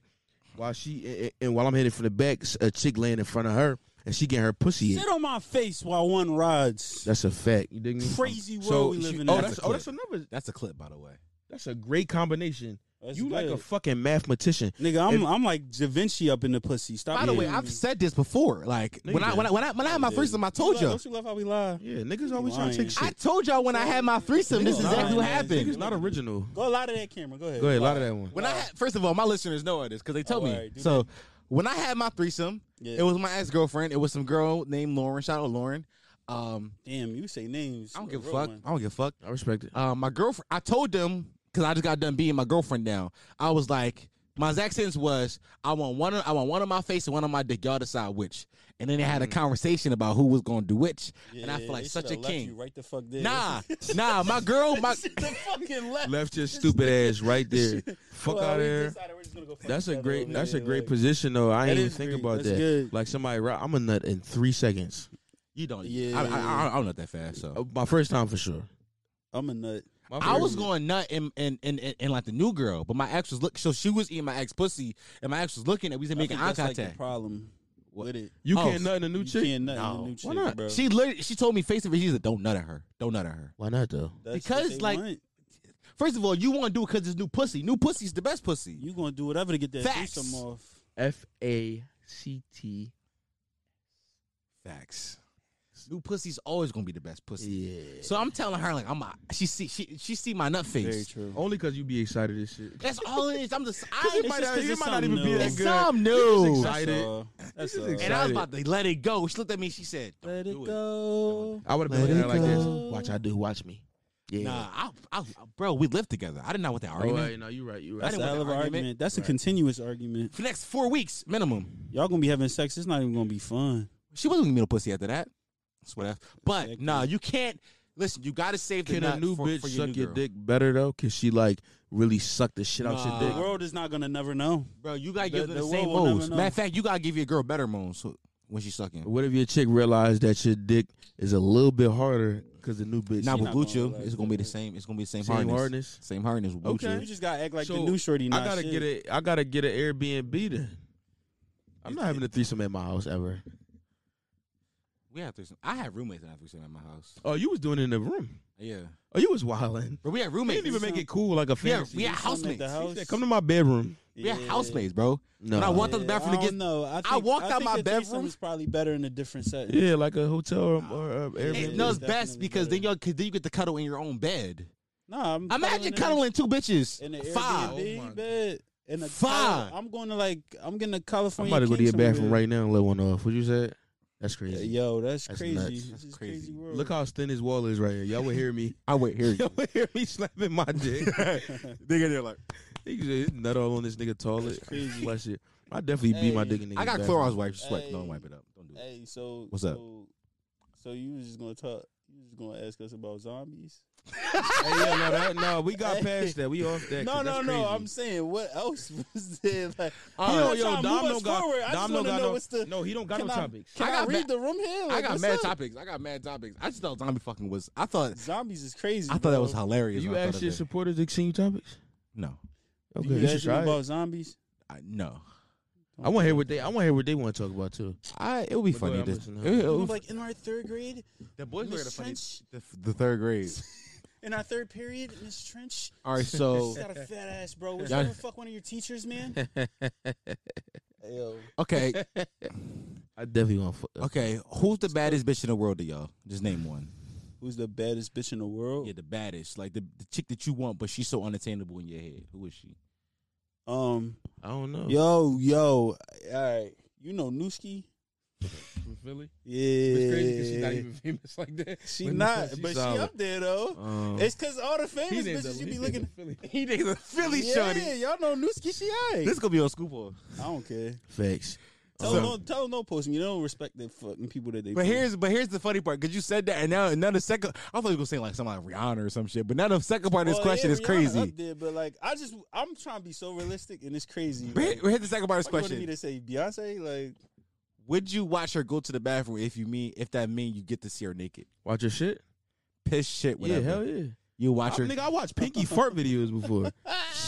Speaker 4: while she and- and, and while I'm hitting from the back, s- a chick laying in front of her and she getting her pussy.
Speaker 5: Sit
Speaker 4: in.
Speaker 5: on my face while one rides.
Speaker 4: That's a fact. You dig me?
Speaker 5: Crazy world
Speaker 4: So
Speaker 5: we
Speaker 4: she-
Speaker 5: live in.
Speaker 4: oh,
Speaker 5: now.
Speaker 4: that's oh, that's another.
Speaker 1: That's a clip, by the way.
Speaker 4: That's a great combination.
Speaker 5: That's
Speaker 4: you like a
Speaker 5: good.
Speaker 4: fucking mathematician.
Speaker 5: nigga. I'm I'm like Da Vinci up in the pussy. Stop.
Speaker 1: By the way,
Speaker 5: playing
Speaker 1: I've
Speaker 5: with me.
Speaker 1: said this before. Like
Speaker 4: No,
Speaker 1: when
Speaker 4: you
Speaker 1: I, when I when I when I had my
Speaker 5: Yeah.
Speaker 1: threesome, I told
Speaker 5: Look,
Speaker 1: you.
Speaker 5: Don't you love how we lie?
Speaker 4: Yeah, niggas always trying to take shit.
Speaker 1: I told y'all when I had my threesome, this is
Speaker 5: Niggas
Speaker 1: exactly
Speaker 5: lying,
Speaker 1: what
Speaker 5: man.
Speaker 4: Niggas
Speaker 1: happened.
Speaker 4: not original.
Speaker 5: Go a lot of that camera. Go ahead.
Speaker 4: Go ahead, a lot of that one.
Speaker 1: When I had, first of all, my listeners know all this because they tell
Speaker 5: Oh,
Speaker 1: me.
Speaker 5: alright, do
Speaker 1: so when I had my threesome,
Speaker 5: Yeah.
Speaker 1: it was my ex girlfriend. It was some girl named Lauren. Shout out Lauren. Um,
Speaker 5: Damn, you say names.
Speaker 1: I don't
Speaker 5: You
Speaker 1: give a
Speaker 5: real
Speaker 1: fuck.
Speaker 5: one.
Speaker 1: I don't give a fuck.
Speaker 4: I respect it.
Speaker 1: Um, my girlfriend. I told them because I just got done being my girlfriend. Now I was like, my exact sentence was, I want one. I want one on my face and one on my dick. Y'all decide which. And then they had a conversation about who was gonna do which. and I
Speaker 5: Mm. Yeah,
Speaker 1: feel like
Speaker 5: they
Speaker 1: such a
Speaker 5: shoulda left
Speaker 1: king.
Speaker 5: You right the fuck there.
Speaker 1: Nah, nah, my girl, my
Speaker 5: the fucking left.
Speaker 4: Left your stupid ass right there. Fuck
Speaker 5: Well,
Speaker 4: out
Speaker 5: we
Speaker 4: there.
Speaker 5: decided we're just gonna go fuck
Speaker 4: That's
Speaker 5: each
Speaker 4: a
Speaker 5: other
Speaker 4: great.
Speaker 5: over
Speaker 4: That's a
Speaker 5: here,
Speaker 4: great
Speaker 5: like-
Speaker 4: position though. I
Speaker 5: That
Speaker 4: didn't even
Speaker 5: is
Speaker 4: think
Speaker 5: great.
Speaker 4: about
Speaker 5: That's
Speaker 4: that.
Speaker 5: good.
Speaker 4: Like somebody, ro- I'm a nut in three seconds.
Speaker 1: you don't.
Speaker 5: Yeah.
Speaker 1: I, I, I, I'm not that fast. So
Speaker 4: Uh, My first time for sure.
Speaker 5: I'm a nut.
Speaker 4: My
Speaker 1: I
Speaker 4: first-
Speaker 1: was going nut in in, in in in like the new girl, but my ex was look. So she was eating my ex pussy, and my ex was looking at. We was
Speaker 5: I
Speaker 1: making
Speaker 5: think
Speaker 1: eye
Speaker 5: that's like the
Speaker 1: contact.
Speaker 5: problem with it.
Speaker 4: You
Speaker 1: Oh,
Speaker 4: can't nut in a new
Speaker 5: You
Speaker 4: chick.
Speaker 5: can't nut in
Speaker 1: No.
Speaker 5: a new
Speaker 4: Why
Speaker 5: chick,
Speaker 4: not?
Speaker 5: bro.
Speaker 1: she literally she told me face to face. She said, "Don't nut at her. Don't nut at her."
Speaker 4: Why not though?
Speaker 5: That's what
Speaker 1: because,
Speaker 5: they
Speaker 1: like,
Speaker 5: want.
Speaker 1: First of all, you want to do it because it's new pussy. New pussy's the best pussy.
Speaker 5: you gonna do whatever to get that
Speaker 1: Facts.
Speaker 5: threesome off.
Speaker 4: F A C T.
Speaker 1: Facts. New pussy's always gonna be the best pussy.
Speaker 4: Yeah.
Speaker 1: So I'm telling her like I'm. A, she see she she see my nut face.
Speaker 5: Very true.
Speaker 4: Only because you be excited as shit.
Speaker 1: That's all it is. I'm just. I,
Speaker 5: It's might just not- 'cause it it's might not something even be new. that
Speaker 1: It's
Speaker 5: good.
Speaker 1: something new.
Speaker 4: excited.
Speaker 5: That's all. That's all.
Speaker 1: And I was about to let it go. She looked at me. She said, "Don't
Speaker 5: Let
Speaker 1: do
Speaker 5: it go.
Speaker 4: I would have
Speaker 1: Let
Speaker 4: been
Speaker 1: it
Speaker 4: looking at her
Speaker 1: go.
Speaker 4: like this. Watch, I do. Watch me. Yeah.
Speaker 1: Nah, I, I, I- bro, we lived together. I did not want that
Speaker 4: Oh,
Speaker 1: argument
Speaker 4: wait, no, you right. You
Speaker 5: That's
Speaker 4: right.
Speaker 5: a
Speaker 1: want
Speaker 5: hell
Speaker 1: that
Speaker 5: of an
Speaker 1: argument.
Speaker 5: argument. That's a continuous argument.
Speaker 1: for the next four weeks minimum.
Speaker 5: Y'all gonna be having sex. It's not even gonna be fun.
Speaker 1: She wasn't gonna be no pussy after that. That's what. I- But
Speaker 5: Exactly.
Speaker 1: nah, you can't. Listen, you gotta save the
Speaker 4: Can
Speaker 1: nut
Speaker 4: a new
Speaker 1: for,
Speaker 4: bitch
Speaker 1: for your
Speaker 4: suck
Speaker 1: new
Speaker 4: your
Speaker 1: girl.
Speaker 4: dick better though? Can she like really suck the shit out
Speaker 1: Nah.
Speaker 4: your
Speaker 5: The
Speaker 4: dick?
Speaker 5: world is not gonna never know.
Speaker 1: bro. You gotta
Speaker 5: The-
Speaker 1: give her the,
Speaker 5: the
Speaker 1: same
Speaker 5: world will
Speaker 1: moves.
Speaker 5: never know.
Speaker 1: Matter of fact, you gotta give your girl better moves so- when she's sucking.
Speaker 4: What if your chick realized that your dick is a little bit harder because the new bitch
Speaker 1: Now
Speaker 4: she-
Speaker 1: with
Speaker 5: not
Speaker 1: blue
Speaker 5: gonna
Speaker 1: chew,
Speaker 5: realize
Speaker 1: it's gonna be
Speaker 5: that.
Speaker 1: the same. It's gonna be the same,
Speaker 4: Same
Speaker 1: hardness.
Speaker 4: hardness?
Speaker 1: Same hardness with blue
Speaker 4: Okay.
Speaker 5: You
Speaker 1: chew.
Speaker 5: just gotta act like
Speaker 4: So,
Speaker 5: the new shorty.
Speaker 4: I
Speaker 5: not
Speaker 4: gotta
Speaker 5: shit.
Speaker 4: get it. I gotta get an Airbnb then. I'm not having a threesome at my house ever.
Speaker 1: We have threesome. I had roommates that had threesome at my house.
Speaker 4: Oh, you was doing it in the room.
Speaker 1: Yeah,
Speaker 4: Oh, you was wilding.
Speaker 1: but we had
Speaker 4: You
Speaker 1: roommates.
Speaker 4: didn't even make it cool like a
Speaker 1: we had,
Speaker 4: fantasy.
Speaker 1: we had
Speaker 5: Some at
Speaker 1: housemates.
Speaker 5: the house.
Speaker 4: He said, Come to my bedroom.
Speaker 1: We had housemates, bro. No, I walked out the bathroom to get.
Speaker 5: No, I, think,
Speaker 1: walked out
Speaker 5: think
Speaker 1: my
Speaker 5: the threesome
Speaker 1: bedroom.
Speaker 5: Is probably better in a different setting.
Speaker 4: Yeah, like a hotel or, or uh,
Speaker 1: Hey,
Speaker 4: Airbnb.
Speaker 1: no, it's
Speaker 5: Definitely
Speaker 1: best because then
Speaker 5: better.
Speaker 1: you then you get to cuddle in your own bed.
Speaker 5: Nah, I'm
Speaker 1: Imagine cuddling
Speaker 5: cuddling
Speaker 1: two bitches.
Speaker 5: in the
Speaker 1: Five.
Speaker 5: Airbnb
Speaker 4: Oh my
Speaker 5: bed. In a
Speaker 1: Five.
Speaker 5: Cali- I'm going to like I'm getting a California.
Speaker 4: I'm about to go to
Speaker 5: king
Speaker 4: your bathroom
Speaker 5: somewhere.
Speaker 4: right now and let one off. What you said? That's
Speaker 5: Yeah,
Speaker 4: crazy.
Speaker 5: Yo, that's,
Speaker 4: That's
Speaker 5: crazy.
Speaker 4: nuts.
Speaker 5: This
Speaker 1: That's
Speaker 5: is
Speaker 1: crazy.
Speaker 5: crazy world.
Speaker 4: Look how thin his wall is right here. Y'all would hear me.
Speaker 1: I would hear you.
Speaker 4: Y'all would hear me slapping my dick.
Speaker 1: Nigga, they're like,
Speaker 4: he just his nut all on this nigga toilet.
Speaker 5: That's crazy.
Speaker 4: Flush it. I definitely beat my
Speaker 5: Hey.
Speaker 4: dick in niggas.
Speaker 1: I got
Speaker 4: bathroom.
Speaker 1: Clorox wipe. Just sweat. Don't
Speaker 5: Hey.
Speaker 1: wipe it up. Don't do it.
Speaker 5: Hey, so
Speaker 1: What's
Speaker 5: so,
Speaker 1: up?
Speaker 5: So you was just gonna talk? You was just gonna ask us about zombies?
Speaker 4: Hey, yeah, no, that, no, we got
Speaker 5: Hey.
Speaker 4: past that. We off that. 'cause
Speaker 5: no, no,
Speaker 4: that's
Speaker 5: no.
Speaker 4: crazy.
Speaker 5: I'm saying what else was there? Like,
Speaker 4: He
Speaker 5: I'm
Speaker 4: don't-
Speaker 5: not
Speaker 4: yo,
Speaker 5: trying to
Speaker 4: Dom
Speaker 5: move
Speaker 4: don't
Speaker 5: us
Speaker 4: got-
Speaker 5: forward. I
Speaker 4: Dom
Speaker 5: just
Speaker 4: don't
Speaker 5: wanna
Speaker 4: got
Speaker 5: know
Speaker 4: no-
Speaker 5: what's the.
Speaker 4: no, he don't got
Speaker 5: can
Speaker 4: no
Speaker 5: I,
Speaker 4: topics.
Speaker 5: Can
Speaker 1: I
Speaker 5: I,
Speaker 1: got
Speaker 5: read
Speaker 1: ma-
Speaker 5: the room here?
Speaker 1: I
Speaker 5: Like,
Speaker 1: got
Speaker 5: what's
Speaker 1: mad
Speaker 5: up?
Speaker 1: topics. I got mad topics. I just thought zombie fucking was. I thought.
Speaker 5: Zombies is crazy.
Speaker 1: I thought that was
Speaker 5: bro.
Speaker 1: hilarious.
Speaker 4: You
Speaker 1: when I thought
Speaker 4: asked
Speaker 1: of
Speaker 4: your
Speaker 1: it.
Speaker 4: supporters to send you topics?
Speaker 1: No.
Speaker 4: Okay,
Speaker 5: You
Speaker 4: you should
Speaker 5: asked me
Speaker 4: try it.
Speaker 5: about zombies.
Speaker 1: I, no.
Speaker 4: I want to hear what they. I want to hear what they want to talk about too.
Speaker 1: I. It would be
Speaker 4: But go
Speaker 1: funny.
Speaker 4: ahead,
Speaker 1: to-
Speaker 4: I'm listening.
Speaker 1: it- it
Speaker 5: You know,
Speaker 1: would-
Speaker 5: like in our third grade,
Speaker 1: the boys
Speaker 5: Miss
Speaker 1: were the funny.
Speaker 5: Trench,
Speaker 1: The, the third grade.
Speaker 5: in our third period, Miss Trench,
Speaker 1: All right, so
Speaker 5: she's got a fat ass, bro. Would you
Speaker 1: Y'all-
Speaker 5: ever fuck one of your teachers, man? Yo,
Speaker 1: okay,
Speaker 4: I definitely want. to
Speaker 1: okay. Who's the baddest bitch in the world to y'all? Just name one.
Speaker 5: who's the baddest bitch in the world?
Speaker 1: Yeah, the baddest, like the, the chick that you want, but she's so unattainable in your head. Who is she?
Speaker 5: Um,
Speaker 4: I don't know.
Speaker 5: yo, yo, all right. You know Nooski?
Speaker 4: From Philly.
Speaker 5: Yeah,
Speaker 4: famous like that.
Speaker 5: She not, but she up there though.
Speaker 4: Um,
Speaker 5: It's cause all the famous bitches you be looking.
Speaker 4: Philly.
Speaker 1: He niggas a Philly
Speaker 5: Yeah, y'all know Nooski. She alright.
Speaker 1: This gonna be on school.
Speaker 5: I don't care.
Speaker 4: Facts.
Speaker 5: Tell
Speaker 1: So-
Speaker 5: them no, tell them no post. me. They don't respect the fucking people that they.
Speaker 1: But
Speaker 5: post.
Speaker 1: here's but here's the funny part because you said that and now another second. I thought you were gonna say like something like Rihanna or some shit, but now the second part of this
Speaker 5: Well,
Speaker 1: question
Speaker 5: Oh,
Speaker 1: is
Speaker 5: yeah, Rihanna
Speaker 1: crazy.
Speaker 5: Up there, but like, I just I'm trying to be so realistic, and it's crazy.
Speaker 1: But
Speaker 5: like,
Speaker 1: here- here's the second part of this
Speaker 5: why you wanted me
Speaker 1: question:
Speaker 5: to say Beyonce, like
Speaker 1: Would you watch her go to the bathroom if you mean if that mean you get to see her naked?
Speaker 4: Watch your shit.
Speaker 1: Piss shit,
Speaker 4: Yeah,
Speaker 1: whatever.
Speaker 4: hell yeah.
Speaker 1: You
Speaker 4: I,
Speaker 1: watch her.
Speaker 4: nigga, I watched Pinky fart videos before.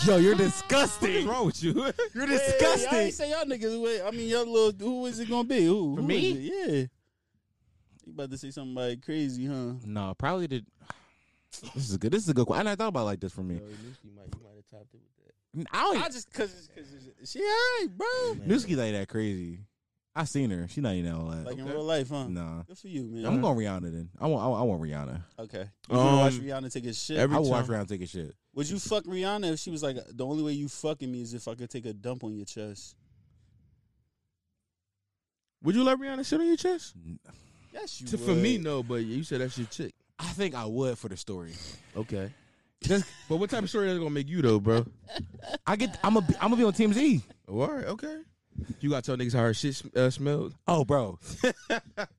Speaker 1: Yo, you're
Speaker 4: What's
Speaker 1: disgusting.
Speaker 4: wrong with you?
Speaker 1: You're
Speaker 5: Hey, I
Speaker 1: disgusting.
Speaker 5: ain't say y'all niggas. Wait, I mean y'all little. Who is it gonna be? Who?
Speaker 1: For
Speaker 5: who
Speaker 1: me?
Speaker 5: is it? Yeah. You about to say something like crazy, huh?
Speaker 1: no, probably the. This is good. This is a good. question. I never thought about it like this for me. I don't. e,
Speaker 5: I just cause it's cause it's, she alright, bro.
Speaker 1: Newski ain't that crazy. I seen her. She not even that all that.
Speaker 5: Like in real life, huh?
Speaker 1: nah.
Speaker 5: Good for you, man.
Speaker 1: I'm going Rihanna then. I want. I want, I want Rihanna.
Speaker 5: Okay. You gonna
Speaker 4: Um,
Speaker 5: watch Rihanna take a shit.
Speaker 4: every-
Speaker 1: I would watch
Speaker 4: time.
Speaker 1: Rihanna take a shit.
Speaker 5: Would you fuck Rihanna if she was like the only way you fucking me is if I could take a dump on your chest?
Speaker 4: Would you let Rihanna sit on your chest?
Speaker 5: Yes, you.
Speaker 4: To-
Speaker 5: would.
Speaker 4: for me, no, but you said that's your chick.
Speaker 1: I think I would for the story.
Speaker 4: Okay. but what type of story that's gonna make you though, bro?
Speaker 1: I get. I'm a. I'm gonna be on Team Z.
Speaker 4: Oh, all right, okay. You gotta tell niggas how her shit sm- uh, smelled.
Speaker 1: Oh, bro,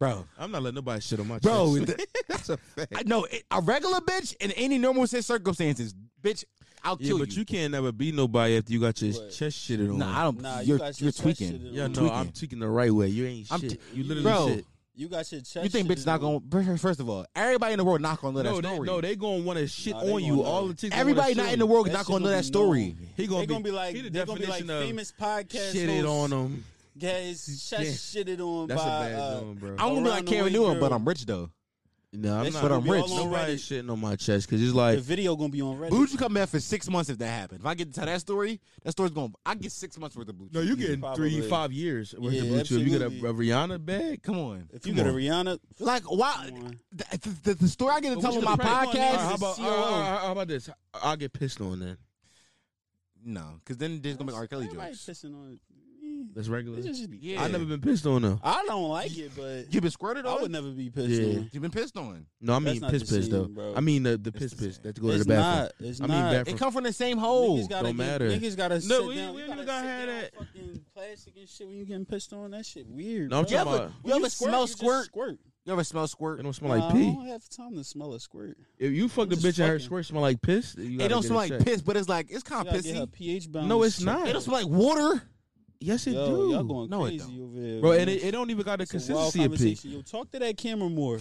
Speaker 1: bro,
Speaker 4: I'm not letting nobody shit on my
Speaker 1: bro.
Speaker 4: chest.
Speaker 1: the-
Speaker 4: that's a fact.
Speaker 1: I know it- a regular bitch in any normal set circumstances, bitch. I'll
Speaker 4: yeah,
Speaker 1: kill
Speaker 4: but you. can't never beat nobody after you got your chest shitted on.
Speaker 1: Nah, I don't.
Speaker 5: Nah, you
Speaker 1: you're
Speaker 5: got your
Speaker 1: you're
Speaker 5: chest
Speaker 1: tweaking.
Speaker 5: shitted on.
Speaker 4: yeah,
Speaker 5: I'm
Speaker 4: no, I'm tweaking the right way. You ain't
Speaker 1: I'm
Speaker 4: shit.
Speaker 1: t-
Speaker 4: you literally
Speaker 1: Bro,
Speaker 4: shit.
Speaker 5: You got your chest.
Speaker 1: You think bitch
Speaker 5: shitted
Speaker 1: not
Speaker 5: on.
Speaker 1: gonna? First of all, everybody in the world not gonna know
Speaker 4: No,
Speaker 1: that
Speaker 4: they,
Speaker 1: story.
Speaker 4: no, they gonna want to shit
Speaker 5: Nah, they
Speaker 4: on you.
Speaker 5: gonna
Speaker 4: All
Speaker 5: know.
Speaker 4: the chicks. gonna
Speaker 1: everybody
Speaker 4: wanna
Speaker 1: not
Speaker 4: shit
Speaker 1: in the
Speaker 4: on
Speaker 1: world
Speaker 5: That
Speaker 1: not
Speaker 5: shit
Speaker 1: gonna know
Speaker 5: gonna
Speaker 1: that
Speaker 5: be
Speaker 1: story.
Speaker 5: known.
Speaker 4: you. He gonna,
Speaker 5: They gonna be like
Speaker 4: he the
Speaker 5: they gonna be like
Speaker 4: definition of
Speaker 5: famous podcast
Speaker 4: shitted on
Speaker 5: hosts.
Speaker 4: them.
Speaker 5: Got his chest shitted on
Speaker 4: That's a
Speaker 5: by.
Speaker 4: bad
Speaker 5: uh,
Speaker 4: zone, bro.
Speaker 1: I'm gonna be like
Speaker 5: Around the
Speaker 1: Karen
Speaker 5: way,
Speaker 1: Newman, but
Speaker 5: girl.
Speaker 1: I'm rich though.
Speaker 4: No,
Speaker 5: that
Speaker 4: I'm
Speaker 5: shit
Speaker 1: but
Speaker 5: gonna
Speaker 4: not.
Speaker 1: I'm
Speaker 5: be all
Speaker 1: rich.
Speaker 5: on
Speaker 4: Nobody
Speaker 5: Reddit.
Speaker 4: shitting on my chest because it's like
Speaker 5: the video gonna be on Reddit.
Speaker 1: Blue Chew come back for six months if that happened. If I get to tell that story, that story's going. to I get six months worth of Blue Chew.
Speaker 4: No, you getting three,
Speaker 5: Probably.
Speaker 4: five years worth
Speaker 5: Yeah,
Speaker 4: of blue chew. If You get a,
Speaker 5: absolutely.
Speaker 4: a Rihanna bag.
Speaker 1: Come on.
Speaker 5: If you
Speaker 1: Come
Speaker 5: get a
Speaker 1: on.
Speaker 5: Rihanna,
Speaker 1: like, why?
Speaker 5: Come on.
Speaker 1: The, the, the, the story I get to
Speaker 4: But
Speaker 1: tell
Speaker 4: we
Speaker 1: on
Speaker 4: should
Speaker 1: my
Speaker 4: pray.
Speaker 5: Come on,
Speaker 1: podcast.
Speaker 4: All right, how
Speaker 5: This is nigga.
Speaker 4: about
Speaker 5: COO.
Speaker 4: all right, all right, how about this? I'll get pissed on then.
Speaker 1: No, because then there's gonna be R. Kelly
Speaker 5: Everybody
Speaker 1: jokes.
Speaker 5: pissing on. it.
Speaker 4: That's regular.
Speaker 5: It just should be-
Speaker 1: Yeah.
Speaker 4: I never been pissed on though.
Speaker 5: I don't like it, but
Speaker 1: You been squirted on.
Speaker 5: I would never be pissed
Speaker 4: Yeah.
Speaker 5: on.
Speaker 1: You've been pissed on.
Speaker 4: No, I
Speaker 5: That's
Speaker 4: mean
Speaker 5: not
Speaker 4: piss
Speaker 5: the
Speaker 4: piss though.
Speaker 5: same, bro.
Speaker 4: I mean the, the
Speaker 1: It's
Speaker 4: piss
Speaker 1: the
Speaker 4: piss.
Speaker 1: same.
Speaker 4: That's go to the
Speaker 5: It's
Speaker 4: bathroom.
Speaker 5: not. It's
Speaker 4: I mean
Speaker 5: not.
Speaker 1: It
Speaker 4: bathroom.
Speaker 1: come from the same hole.
Speaker 5: Niggas gotta
Speaker 4: don't
Speaker 5: get-
Speaker 4: matter.
Speaker 5: Niggas gotta sit
Speaker 4: No, we-
Speaker 5: down.
Speaker 4: we
Speaker 5: You
Speaker 4: ain't even gotta have
Speaker 5: sit down
Speaker 4: that.
Speaker 5: on Fucking plastic and shit when you getting pissed on. That shit weird.
Speaker 4: No, I'm
Speaker 5: bro.
Speaker 4: talking
Speaker 1: You ever,
Speaker 4: about-
Speaker 1: you
Speaker 5: When
Speaker 1: ever smell
Speaker 5: you just
Speaker 1: squirt?
Speaker 5: squirt.
Speaker 1: You ever smell squirt?
Speaker 4: It don't smell
Speaker 5: Nah,
Speaker 4: like
Speaker 5: I
Speaker 4: pee.
Speaker 5: don't have time to smell a squirt.
Speaker 4: If you fuck the
Speaker 5: I'm just
Speaker 4: bitch and her
Speaker 5: fucking.
Speaker 4: squirt smell like piss, then you
Speaker 1: It
Speaker 4: gotta
Speaker 1: don't
Speaker 4: get
Speaker 1: smell
Speaker 4: it
Speaker 1: like
Speaker 4: checked.
Speaker 1: piss, but it's like it's
Speaker 5: You
Speaker 1: kind of
Speaker 5: gotta get her
Speaker 1: pissy.
Speaker 5: pH balance.
Speaker 4: No, it's
Speaker 5: checked.
Speaker 4: not.
Speaker 1: It don't smell like water.
Speaker 4: Yes, it
Speaker 5: Yo, y'all
Speaker 4: do.
Speaker 5: going
Speaker 1: No, it
Speaker 5: crazy
Speaker 1: don't.
Speaker 5: over here,
Speaker 4: Bro,
Speaker 5: man.
Speaker 4: and it, it don't even got the
Speaker 5: It's a wild
Speaker 4: consistency of pee.
Speaker 5: conversation. Yo, talk to that camera more.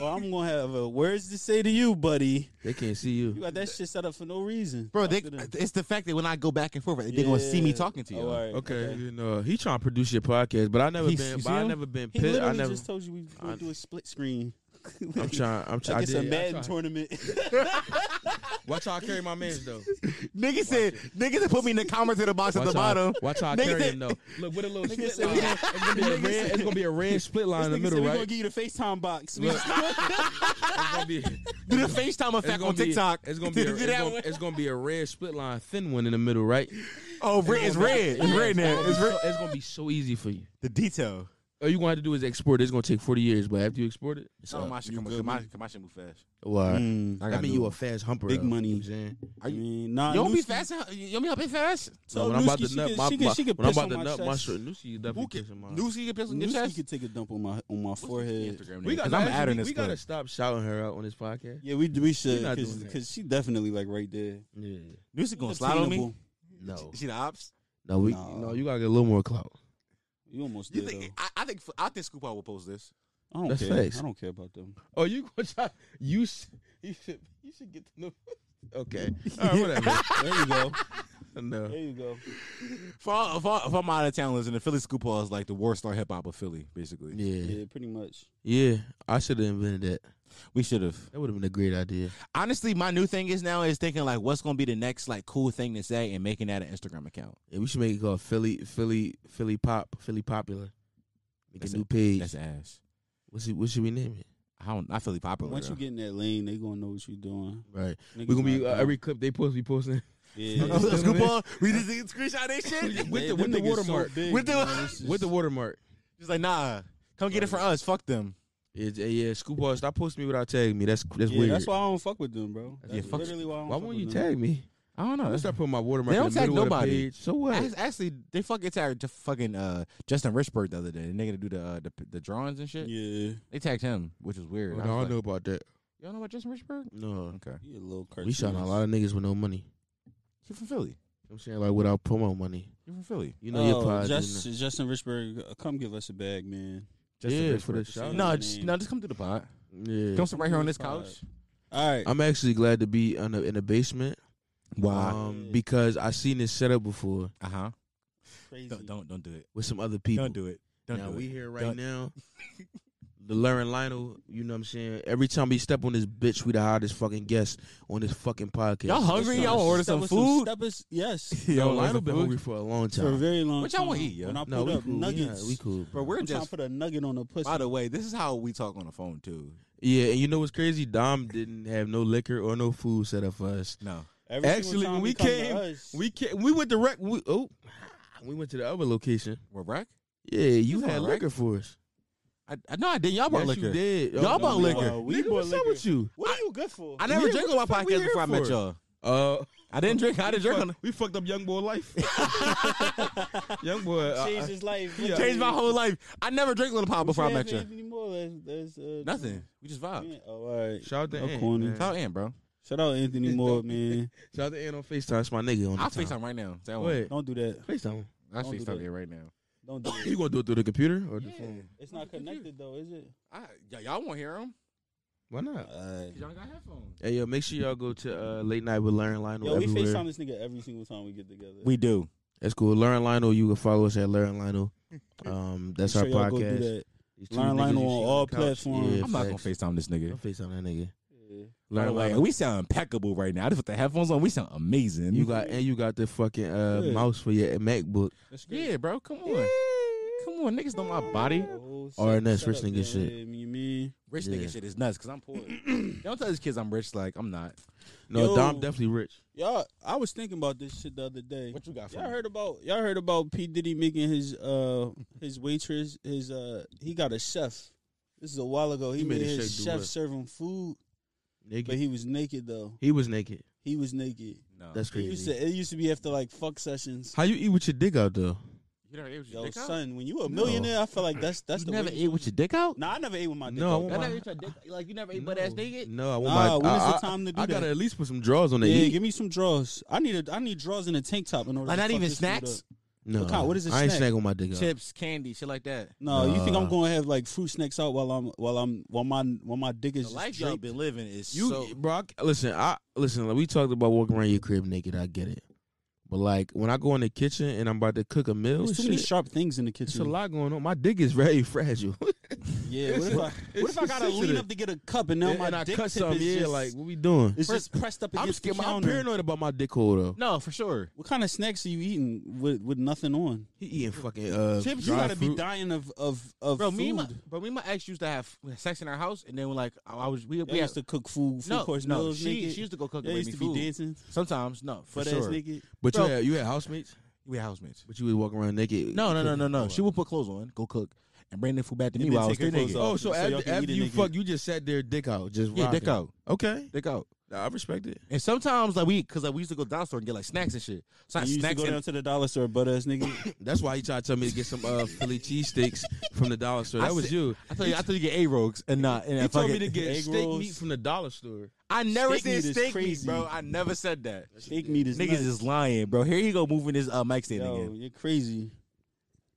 Speaker 5: Or I'm gonna have uh, words to say to you, buddy.
Speaker 4: They can't see
Speaker 5: You
Speaker 4: you.
Speaker 5: got that shit set up for no reason,
Speaker 1: Bro, they,
Speaker 5: Talk to them.
Speaker 1: it's the fact that when I go back and forth, they're gonna see me
Speaker 5: Yeah.
Speaker 1: talking to you.
Speaker 5: Oh, all right,
Speaker 4: Okay, you know he trying to produce your podcast, but I never
Speaker 1: He's-
Speaker 4: been.
Speaker 1: you
Speaker 4: But
Speaker 1: see
Speaker 4: I
Speaker 1: him?
Speaker 4: never been
Speaker 5: He
Speaker 4: pissed.
Speaker 5: literally
Speaker 4: I never.
Speaker 5: just told you we
Speaker 4: I-
Speaker 5: gonna do a split screen.
Speaker 4: I'm trying. I'm trying.
Speaker 5: Like it's
Speaker 4: I
Speaker 5: a
Speaker 4: did, I
Speaker 5: Madden
Speaker 4: tried.
Speaker 5: tournament.
Speaker 4: Watch how I carry my man's though.
Speaker 1: Nigga said, nigga said put me in the comments in the box at the
Speaker 4: Watch how-
Speaker 1: bottom.
Speaker 4: Watch how I
Speaker 1: Nigga
Speaker 4: carry
Speaker 1: said-
Speaker 4: him though. Look with a little
Speaker 5: Nigga
Speaker 4: split
Speaker 5: said
Speaker 4: line.
Speaker 5: we
Speaker 4: It's gonna be a red-
Speaker 5: Nigga said-
Speaker 4: It's gonna be a red split line in the middle,
Speaker 5: We're gonna
Speaker 4: right?
Speaker 5: give you the FaceTime box. We-
Speaker 4: Look. It's gonna be-
Speaker 1: Do the FaceTime
Speaker 4: it's
Speaker 1: effect
Speaker 4: gonna
Speaker 1: on
Speaker 4: be-
Speaker 1: TikTok.
Speaker 4: It's gonna be. A,
Speaker 1: Do
Speaker 4: it's,
Speaker 1: that
Speaker 4: gonna,
Speaker 1: one.
Speaker 4: it's gonna be a red split line, thin one in the middle, right?
Speaker 1: Oh, red, it's red. It's red now. It's red.
Speaker 4: So it's gonna be so easy for you.
Speaker 1: The detail.
Speaker 4: All you gonna have to do is export. it. It's gonna take forty years, but after you export it, it's
Speaker 1: Oh,
Speaker 4: up.
Speaker 1: my shit, come on, my, my shit move fast.
Speaker 4: Why?
Speaker 5: Mm,
Speaker 1: I
Speaker 4: I
Speaker 1: gotta
Speaker 4: mean,
Speaker 1: do
Speaker 4: you
Speaker 1: it.
Speaker 4: a fast humper.
Speaker 5: Big
Speaker 4: though, you
Speaker 5: money.
Speaker 4: know what I'm saying?
Speaker 5: I mean, nah,
Speaker 1: You don't be
Speaker 5: Nuski-
Speaker 1: fast. huh? You don't be helping fast.
Speaker 4: No,
Speaker 5: So
Speaker 4: when I'm about
Speaker 5: Nuski,
Speaker 4: to nut
Speaker 5: she
Speaker 4: my,
Speaker 5: could- she
Speaker 4: my
Speaker 5: could- she could
Speaker 4: when I'm
Speaker 5: piss
Speaker 4: about
Speaker 5: on
Speaker 4: to
Speaker 5: my
Speaker 4: nut my
Speaker 5: chest.
Speaker 4: shirt, Lucy definitely
Speaker 1: Who
Speaker 4: kissing
Speaker 1: can?
Speaker 4: my.
Speaker 1: Lucy get pissed on your
Speaker 5: Nuski
Speaker 1: chest.
Speaker 5: could take a dump on my on my forehead.
Speaker 4: We got.
Speaker 1: Because I'm adding
Speaker 4: we,
Speaker 1: this.
Speaker 4: we gotta
Speaker 1: clip.
Speaker 4: stop shouting her out on this podcast.
Speaker 5: Yeah, we we should
Speaker 4: We not
Speaker 5: because
Speaker 4: doing that.
Speaker 5: she definitely like right there.
Speaker 4: Yeah.
Speaker 1: Nusi gonna slide on me.
Speaker 5: Obtainable.
Speaker 4: No.
Speaker 1: She the ops.
Speaker 4: No. We.
Speaker 5: Nah.
Speaker 4: No. You gotta get a little more clout.
Speaker 5: You almost
Speaker 1: You
Speaker 5: did.
Speaker 1: think? I, I think. I think Scoop Out will post this.
Speaker 5: though. I don't
Speaker 4: That's
Speaker 5: care.
Speaker 4: facts.
Speaker 5: I don't care about them.
Speaker 4: Oh, you gonna try? You sh- you should you should get to know. Okay. All right. Whatever.
Speaker 5: There you go.
Speaker 4: no.
Speaker 5: There you go.
Speaker 1: For all, for all, for my out of town listening, Philly Scoop Out is like the war star hip hop of Philly, basically.
Speaker 4: Yeah.
Speaker 5: Yeah, pretty much.
Speaker 4: Yeah. I should have invented that.
Speaker 1: We should have.
Speaker 4: That would have been a great idea.
Speaker 1: Honestly, my new thing is now is thinking like, what's gonna be the next like cool thing to say, and making that an Instagram account.
Speaker 4: Yeah, we should make it called Philly Philly Philly Pop Philly Popular. Make
Speaker 1: That's
Speaker 4: a new
Speaker 1: it.
Speaker 4: page.
Speaker 1: That's ass.
Speaker 4: What's it, what should we name it?
Speaker 1: I don't. I Philly popular.
Speaker 5: Once you
Speaker 1: though.
Speaker 5: get in that lane, they gonna know what you're doing.
Speaker 4: Right.
Speaker 5: Niggas
Speaker 4: We're gonna be
Speaker 5: not
Speaker 4: uh,
Speaker 5: dumb.
Speaker 4: every clip they post, we posting
Speaker 5: yeah.
Speaker 1: Oh, Scoop Out, we just did screenshot that shit.
Speaker 4: with
Speaker 5: They-
Speaker 4: the
Speaker 5: them
Speaker 4: with the
Speaker 5: niggas so
Speaker 4: watermark.
Speaker 5: big,
Speaker 1: With the-
Speaker 5: man, it's just-
Speaker 4: with the watermark.
Speaker 1: Just like, nah, come get it for us. Fuck them.
Speaker 4: It's, yeah, yeah, Scoop Ball, stop posting me without tagging me. That's that's
Speaker 5: yeah,
Speaker 4: weird.
Speaker 5: that's why I don't fuck with them, bro.
Speaker 1: Yeah,
Speaker 5: That's
Speaker 1: fuck-
Speaker 5: literally why I don't
Speaker 4: why
Speaker 5: fuck
Speaker 4: won't
Speaker 5: with
Speaker 4: you
Speaker 5: them.
Speaker 4: tag me?
Speaker 1: I don't know.
Speaker 4: Let's start putting my watermark.
Speaker 1: They
Speaker 4: in
Speaker 1: don't
Speaker 4: the
Speaker 1: tag
Speaker 4: middle of the
Speaker 1: nobody.
Speaker 4: page. So what?
Speaker 1: Ac- Actually, they fucking tagged just fucking uh, Justin Richburg the other day. The nigga to do the, uh, the the drawings and shit.
Speaker 5: Yeah,
Speaker 1: They tagged him, which was weird.
Speaker 4: Oh,
Speaker 1: I
Speaker 4: no, I
Speaker 1: was
Speaker 4: don't know
Speaker 1: like,
Speaker 4: about that.
Speaker 1: Y'all know about Justin Richburg?
Speaker 4: No,
Speaker 1: Okay,
Speaker 5: you a little cartoon.
Speaker 4: we shot a lot of niggas with no money.
Speaker 1: he from Philly.
Speaker 4: I'm saying like without promo money.
Speaker 1: You from Philly?
Speaker 4: You know
Speaker 5: Oh,
Speaker 4: your pod.
Speaker 5: Justin, Justin Richburg, uh, come give us a bag, man.
Speaker 1: Justin
Speaker 4: Yeah,
Speaker 1: Richburg.
Speaker 4: for the shout.
Speaker 1: No,
Speaker 5: out.
Speaker 1: just no, just come to the pod.
Speaker 4: Yeah.
Speaker 1: Come sit right here on this
Speaker 5: Pod.
Speaker 1: couch.
Speaker 5: All right,
Speaker 4: I'm actually glad to be on the, in the basement. Um, because I seen this setup before
Speaker 1: Uh huh.
Speaker 5: crazy.
Speaker 1: Don't, don't don't do it.
Speaker 4: with some other people.
Speaker 1: Don't do it. Don't
Speaker 4: now
Speaker 1: do
Speaker 4: we
Speaker 1: it.
Speaker 4: here right
Speaker 1: Don't-
Speaker 4: now. the Lauren Lionel, you know what I'm saying? Every time we step on this bitch, we the hottest fucking guest on this fucking podcast.
Speaker 1: Y'all hungry?
Speaker 5: Step
Speaker 1: Y'all
Speaker 5: us-
Speaker 1: wanna order
Speaker 5: step
Speaker 1: some
Speaker 5: us
Speaker 1: food?
Speaker 5: step us- yes,
Speaker 4: Yo,
Speaker 1: Yo,
Speaker 4: Lionel
Speaker 1: Lionel
Speaker 4: been hungry for a long
Speaker 5: for a
Speaker 4: time.
Speaker 5: very long.
Speaker 1: What y'all
Speaker 5: time.
Speaker 1: wanna eat, yo?
Speaker 5: When I
Speaker 4: No,
Speaker 5: pulled
Speaker 4: we
Speaker 5: up
Speaker 4: cool.
Speaker 5: nuggets,
Speaker 4: Yeah, we cool.
Speaker 1: Bro, we're
Speaker 5: I'm trying to
Speaker 1: just.
Speaker 5: put a nugget on a pussy.
Speaker 1: By the way, this is how we talk on the phone too.
Speaker 4: Yeah, and you know what's crazy? Dom didn't have no liquor or no food set up for us.
Speaker 1: No,
Speaker 5: Every single
Speaker 4: Actually,
Speaker 5: time
Speaker 4: when we
Speaker 5: he come to
Speaker 4: came,
Speaker 5: us,
Speaker 4: We can we went direct. We, oh, we went to the other location.
Speaker 1: we're back.
Speaker 4: Yeah,
Speaker 1: You
Speaker 4: you had
Speaker 1: all right?
Speaker 4: liquor for us.
Speaker 1: I, I no, I didn't. Y'all bought
Speaker 4: Yes,
Speaker 1: liquor.
Speaker 4: You did.
Speaker 1: Y'all
Speaker 4: Oh,
Speaker 1: bought
Speaker 4: no,
Speaker 1: liquor.
Speaker 4: no.
Speaker 5: We
Speaker 4: Nigga,
Speaker 5: bought
Speaker 4: what's up
Speaker 5: liquor.
Speaker 4: with you?
Speaker 5: what are you good for?
Speaker 1: I never
Speaker 4: Yeah,
Speaker 1: drank on my
Speaker 4: what the fuck we
Speaker 1: podcast
Speaker 4: here
Speaker 1: before I met
Speaker 4: for?
Speaker 1: y'all.
Speaker 4: Uh,
Speaker 1: I didn't drink. I didn't drink
Speaker 4: fuck-
Speaker 1: on.
Speaker 4: we fucked up young boy life. young boy, uh,
Speaker 5: Changed
Speaker 4: uh,
Speaker 5: his life.
Speaker 4: yeah.
Speaker 1: Changed my whole life. I never drank Little Pop before I met you.
Speaker 5: Anymore. That's, that's, uh,
Speaker 1: Nothing. We just vibe.
Speaker 5: Yeah. Oh, all right.
Speaker 4: shout out to
Speaker 5: No
Speaker 4: Ant,
Speaker 5: corny.
Speaker 4: man.
Speaker 1: Tell Ann, bro.
Speaker 5: Shout out Anthony Moore, man.
Speaker 4: Shout out to Ant on Facetime. That's my nigga on.
Speaker 1: I'll
Speaker 4: the time.
Speaker 1: FaceTime right now. That
Speaker 4: Go
Speaker 1: one.
Speaker 4: ahead.
Speaker 5: Don't do that.
Speaker 4: Facetime.
Speaker 1: I'll
Speaker 5: Don't do
Speaker 1: FaceTime
Speaker 5: that.
Speaker 1: it right now.
Speaker 5: Don't do
Speaker 4: You
Speaker 5: it.
Speaker 4: gonna do it through the computer or the phone?
Speaker 5: It's not connected though, is it?
Speaker 1: I, y- y'all won't hear him.
Speaker 4: Why not?
Speaker 5: Alright.
Speaker 1: Y'all got headphones.
Speaker 4: Hey yo, make sure y'all go to uh, late night with Lauren Lionel
Speaker 5: Yo, we
Speaker 4: everywhere.
Speaker 5: FaceTime this nigga every single time we get together.
Speaker 1: We do.
Speaker 4: That's cool. Lauren Lionel, you can follow us at Lauren Lionel. Um, that's
Speaker 5: Make
Speaker 4: our
Speaker 5: sure y'all go do
Speaker 4: podcast.
Speaker 5: that.
Speaker 4: These two
Speaker 5: Lauren
Speaker 4: niggas
Speaker 5: Lionel
Speaker 4: you
Speaker 5: on
Speaker 4: see
Speaker 5: all
Speaker 4: the couch.
Speaker 5: platforms.
Speaker 4: Yeah,
Speaker 1: I'm not gonna
Speaker 4: facts.
Speaker 1: FaceTime this nigga.
Speaker 4: Don't FaceTime that nigga.
Speaker 5: Yeah.
Speaker 1: By the
Speaker 4: Lauren
Speaker 1: way,
Speaker 4: Lionel,
Speaker 1: we sound impeccable right now. I just put the headphones on. We sound amazing.
Speaker 4: you got and you got the fucking uh,
Speaker 5: Yeah.
Speaker 4: mouse for your MacBook.
Speaker 5: That's great.
Speaker 1: yeah, bro. Come on, come on, niggas know my body.
Speaker 5: Oh,
Speaker 4: RNS, rich nigga shit.
Speaker 5: Yeah, you mean?
Speaker 1: Rich
Speaker 4: Yeah.
Speaker 1: nigga shit is nuts because I'm poor. Don't tell these kids I'm rich. Like I'm not.
Speaker 4: No,
Speaker 5: Yo.
Speaker 4: Dom definitely rich.
Speaker 5: Y'all, I was thinking about this shit the other day.
Speaker 1: What you got for
Speaker 5: Y'all
Speaker 1: me?
Speaker 5: heard about y'all heard about P Diddy making his uh his waitress his uh he got a chef. This is a while ago. He,
Speaker 4: He
Speaker 5: made,
Speaker 4: made a
Speaker 5: his
Speaker 4: chef do
Speaker 5: chef
Speaker 4: what?
Speaker 5: serve him food,
Speaker 4: Naked.
Speaker 5: but
Speaker 4: He,
Speaker 5: he was naked though.
Speaker 4: was naked.
Speaker 5: He was naked.
Speaker 1: No,
Speaker 4: That's
Speaker 5: It used
Speaker 4: crazy.
Speaker 5: to it used to be after like fuck sessions.
Speaker 4: How you eat with your dick out though?
Speaker 1: you never ate with your
Speaker 5: Yo,
Speaker 1: dick out.
Speaker 5: son, when you a millionaire, I feel like that's that's
Speaker 1: You
Speaker 5: the
Speaker 1: never
Speaker 5: way
Speaker 1: ate with your dick out.
Speaker 5: Nah, I never ate with my dick.
Speaker 4: No, I
Speaker 5: out.
Speaker 4: won't-
Speaker 1: Y'all never
Speaker 4: Why?
Speaker 1: ate your dick. Like you never ate
Speaker 4: no.
Speaker 1: butt ass naked.
Speaker 4: No, I want
Speaker 5: Nah,
Speaker 4: my.
Speaker 5: when is
Speaker 4: I,
Speaker 5: the
Speaker 4: I-
Speaker 5: time to do
Speaker 4: I gotta
Speaker 5: that?
Speaker 4: at least put some draws on the
Speaker 5: yeah,
Speaker 4: eat.
Speaker 5: give me some draws. I need a I need draws in a tank top in order.
Speaker 1: Like
Speaker 5: to
Speaker 1: not
Speaker 5: fuck
Speaker 1: even
Speaker 5: this dude
Speaker 1: snacks.
Speaker 5: up.
Speaker 4: No,
Speaker 5: What kind- what is a
Speaker 4: I ain't
Speaker 5: snack?
Speaker 4: snagging my dick up.
Speaker 1: Chips, candy, shit like that.
Speaker 5: No, you think
Speaker 4: Nah.
Speaker 5: I'm going to have like fruit snacks out while I'm while I'm while my while my dick is
Speaker 1: The
Speaker 5: just
Speaker 1: life y'all
Speaker 5: draped?
Speaker 1: been living is
Speaker 4: You,
Speaker 1: so.
Speaker 4: bro, I c- listen. I listen. Like, we talked about walking around your crib naked. I get it, but like when I go in the kitchen and I'm about to cook a meal,
Speaker 5: There's
Speaker 4: and
Speaker 5: too many
Speaker 4: Oh, shit,
Speaker 5: sharp things in the
Speaker 4: it's a
Speaker 5: kitchen.
Speaker 4: lot going on. My dick is very fragile.
Speaker 5: Yeah, what if I what if I gotta lean up to get a cup and now
Speaker 4: and
Speaker 5: my
Speaker 4: I
Speaker 5: dick
Speaker 4: cut
Speaker 5: tip
Speaker 4: something.
Speaker 5: is
Speaker 4: Yeah,
Speaker 5: just,
Speaker 4: like what we doing?
Speaker 5: it's just pressed up
Speaker 4: I'm
Speaker 5: against the
Speaker 4: scared. I'm
Speaker 5: counter.
Speaker 4: paranoid about my dick hole though.
Speaker 1: No, for sure.
Speaker 5: What kind of snacks are you eating with with nothing on?
Speaker 4: He eating fucking uh,
Speaker 5: Chips, you
Speaker 4: dry
Speaker 5: gotta be
Speaker 4: fruit.
Speaker 5: dying of of of
Speaker 1: Bro,
Speaker 5: food.
Speaker 1: me and my, bro, me and my ex used to have sex in our house, and then we're like, I I was, we,
Speaker 5: Y'all
Speaker 1: we had,
Speaker 5: used to cook food, food
Speaker 1: no,
Speaker 5: course
Speaker 1: no,
Speaker 5: meals.
Speaker 1: she,
Speaker 5: naked.
Speaker 1: she used to go cook
Speaker 5: Y'all
Speaker 1: and make
Speaker 5: used
Speaker 1: me
Speaker 5: to be
Speaker 1: food.
Speaker 5: dancing,
Speaker 1: Sometimes, no, for
Speaker 5: butt ass
Speaker 1: sure.
Speaker 5: naked.
Speaker 4: But you
Speaker 1: Bro.
Speaker 4: had you had housemates,
Speaker 1: We had housemates.
Speaker 4: but you was walking around naked.
Speaker 1: No, no, no, no, no.
Speaker 4: Cooking.
Speaker 1: She would put clothes on, go cook, and bring the food back to me
Speaker 5: then
Speaker 1: while I was
Speaker 5: take
Speaker 1: still
Speaker 5: her clothes
Speaker 1: naked.
Speaker 5: off.
Speaker 4: Oh, so
Speaker 5: So y'all
Speaker 4: after,
Speaker 5: can eat
Speaker 4: after
Speaker 5: it
Speaker 4: you
Speaker 5: naked.
Speaker 4: fuck, you just sat there, dick out, just
Speaker 1: Yeah, dick
Speaker 4: rocking.
Speaker 1: out,
Speaker 4: Okay,
Speaker 1: dick out.
Speaker 4: Nah, I respect it.
Speaker 1: And sometimes like we, cause like we used to go down store and get like snacks and shit. So I
Speaker 5: And you used to
Speaker 1: snacks
Speaker 5: go down
Speaker 1: and
Speaker 5: to the dollar store, butt ass nigga.
Speaker 4: That's why he tried to tell me to get some uh, Philly cheesesteaks from the dollar store.
Speaker 1: I
Speaker 4: That was
Speaker 1: said-
Speaker 4: you.
Speaker 1: I tell you, I tell you get a rogues and not. And
Speaker 4: He told me to
Speaker 5: egg
Speaker 4: get steak
Speaker 5: rolls.
Speaker 4: meat from the dollar store.
Speaker 1: I never
Speaker 5: steak meat
Speaker 1: said
Speaker 5: is
Speaker 1: steak meat,
Speaker 5: crazy.
Speaker 1: bro. I never said that.
Speaker 5: Steak meat is
Speaker 1: Niggas
Speaker 5: nuts.
Speaker 1: is lying, bro. Here you go moving this uh, mic stand
Speaker 5: Yo,
Speaker 1: again.
Speaker 5: you're crazy.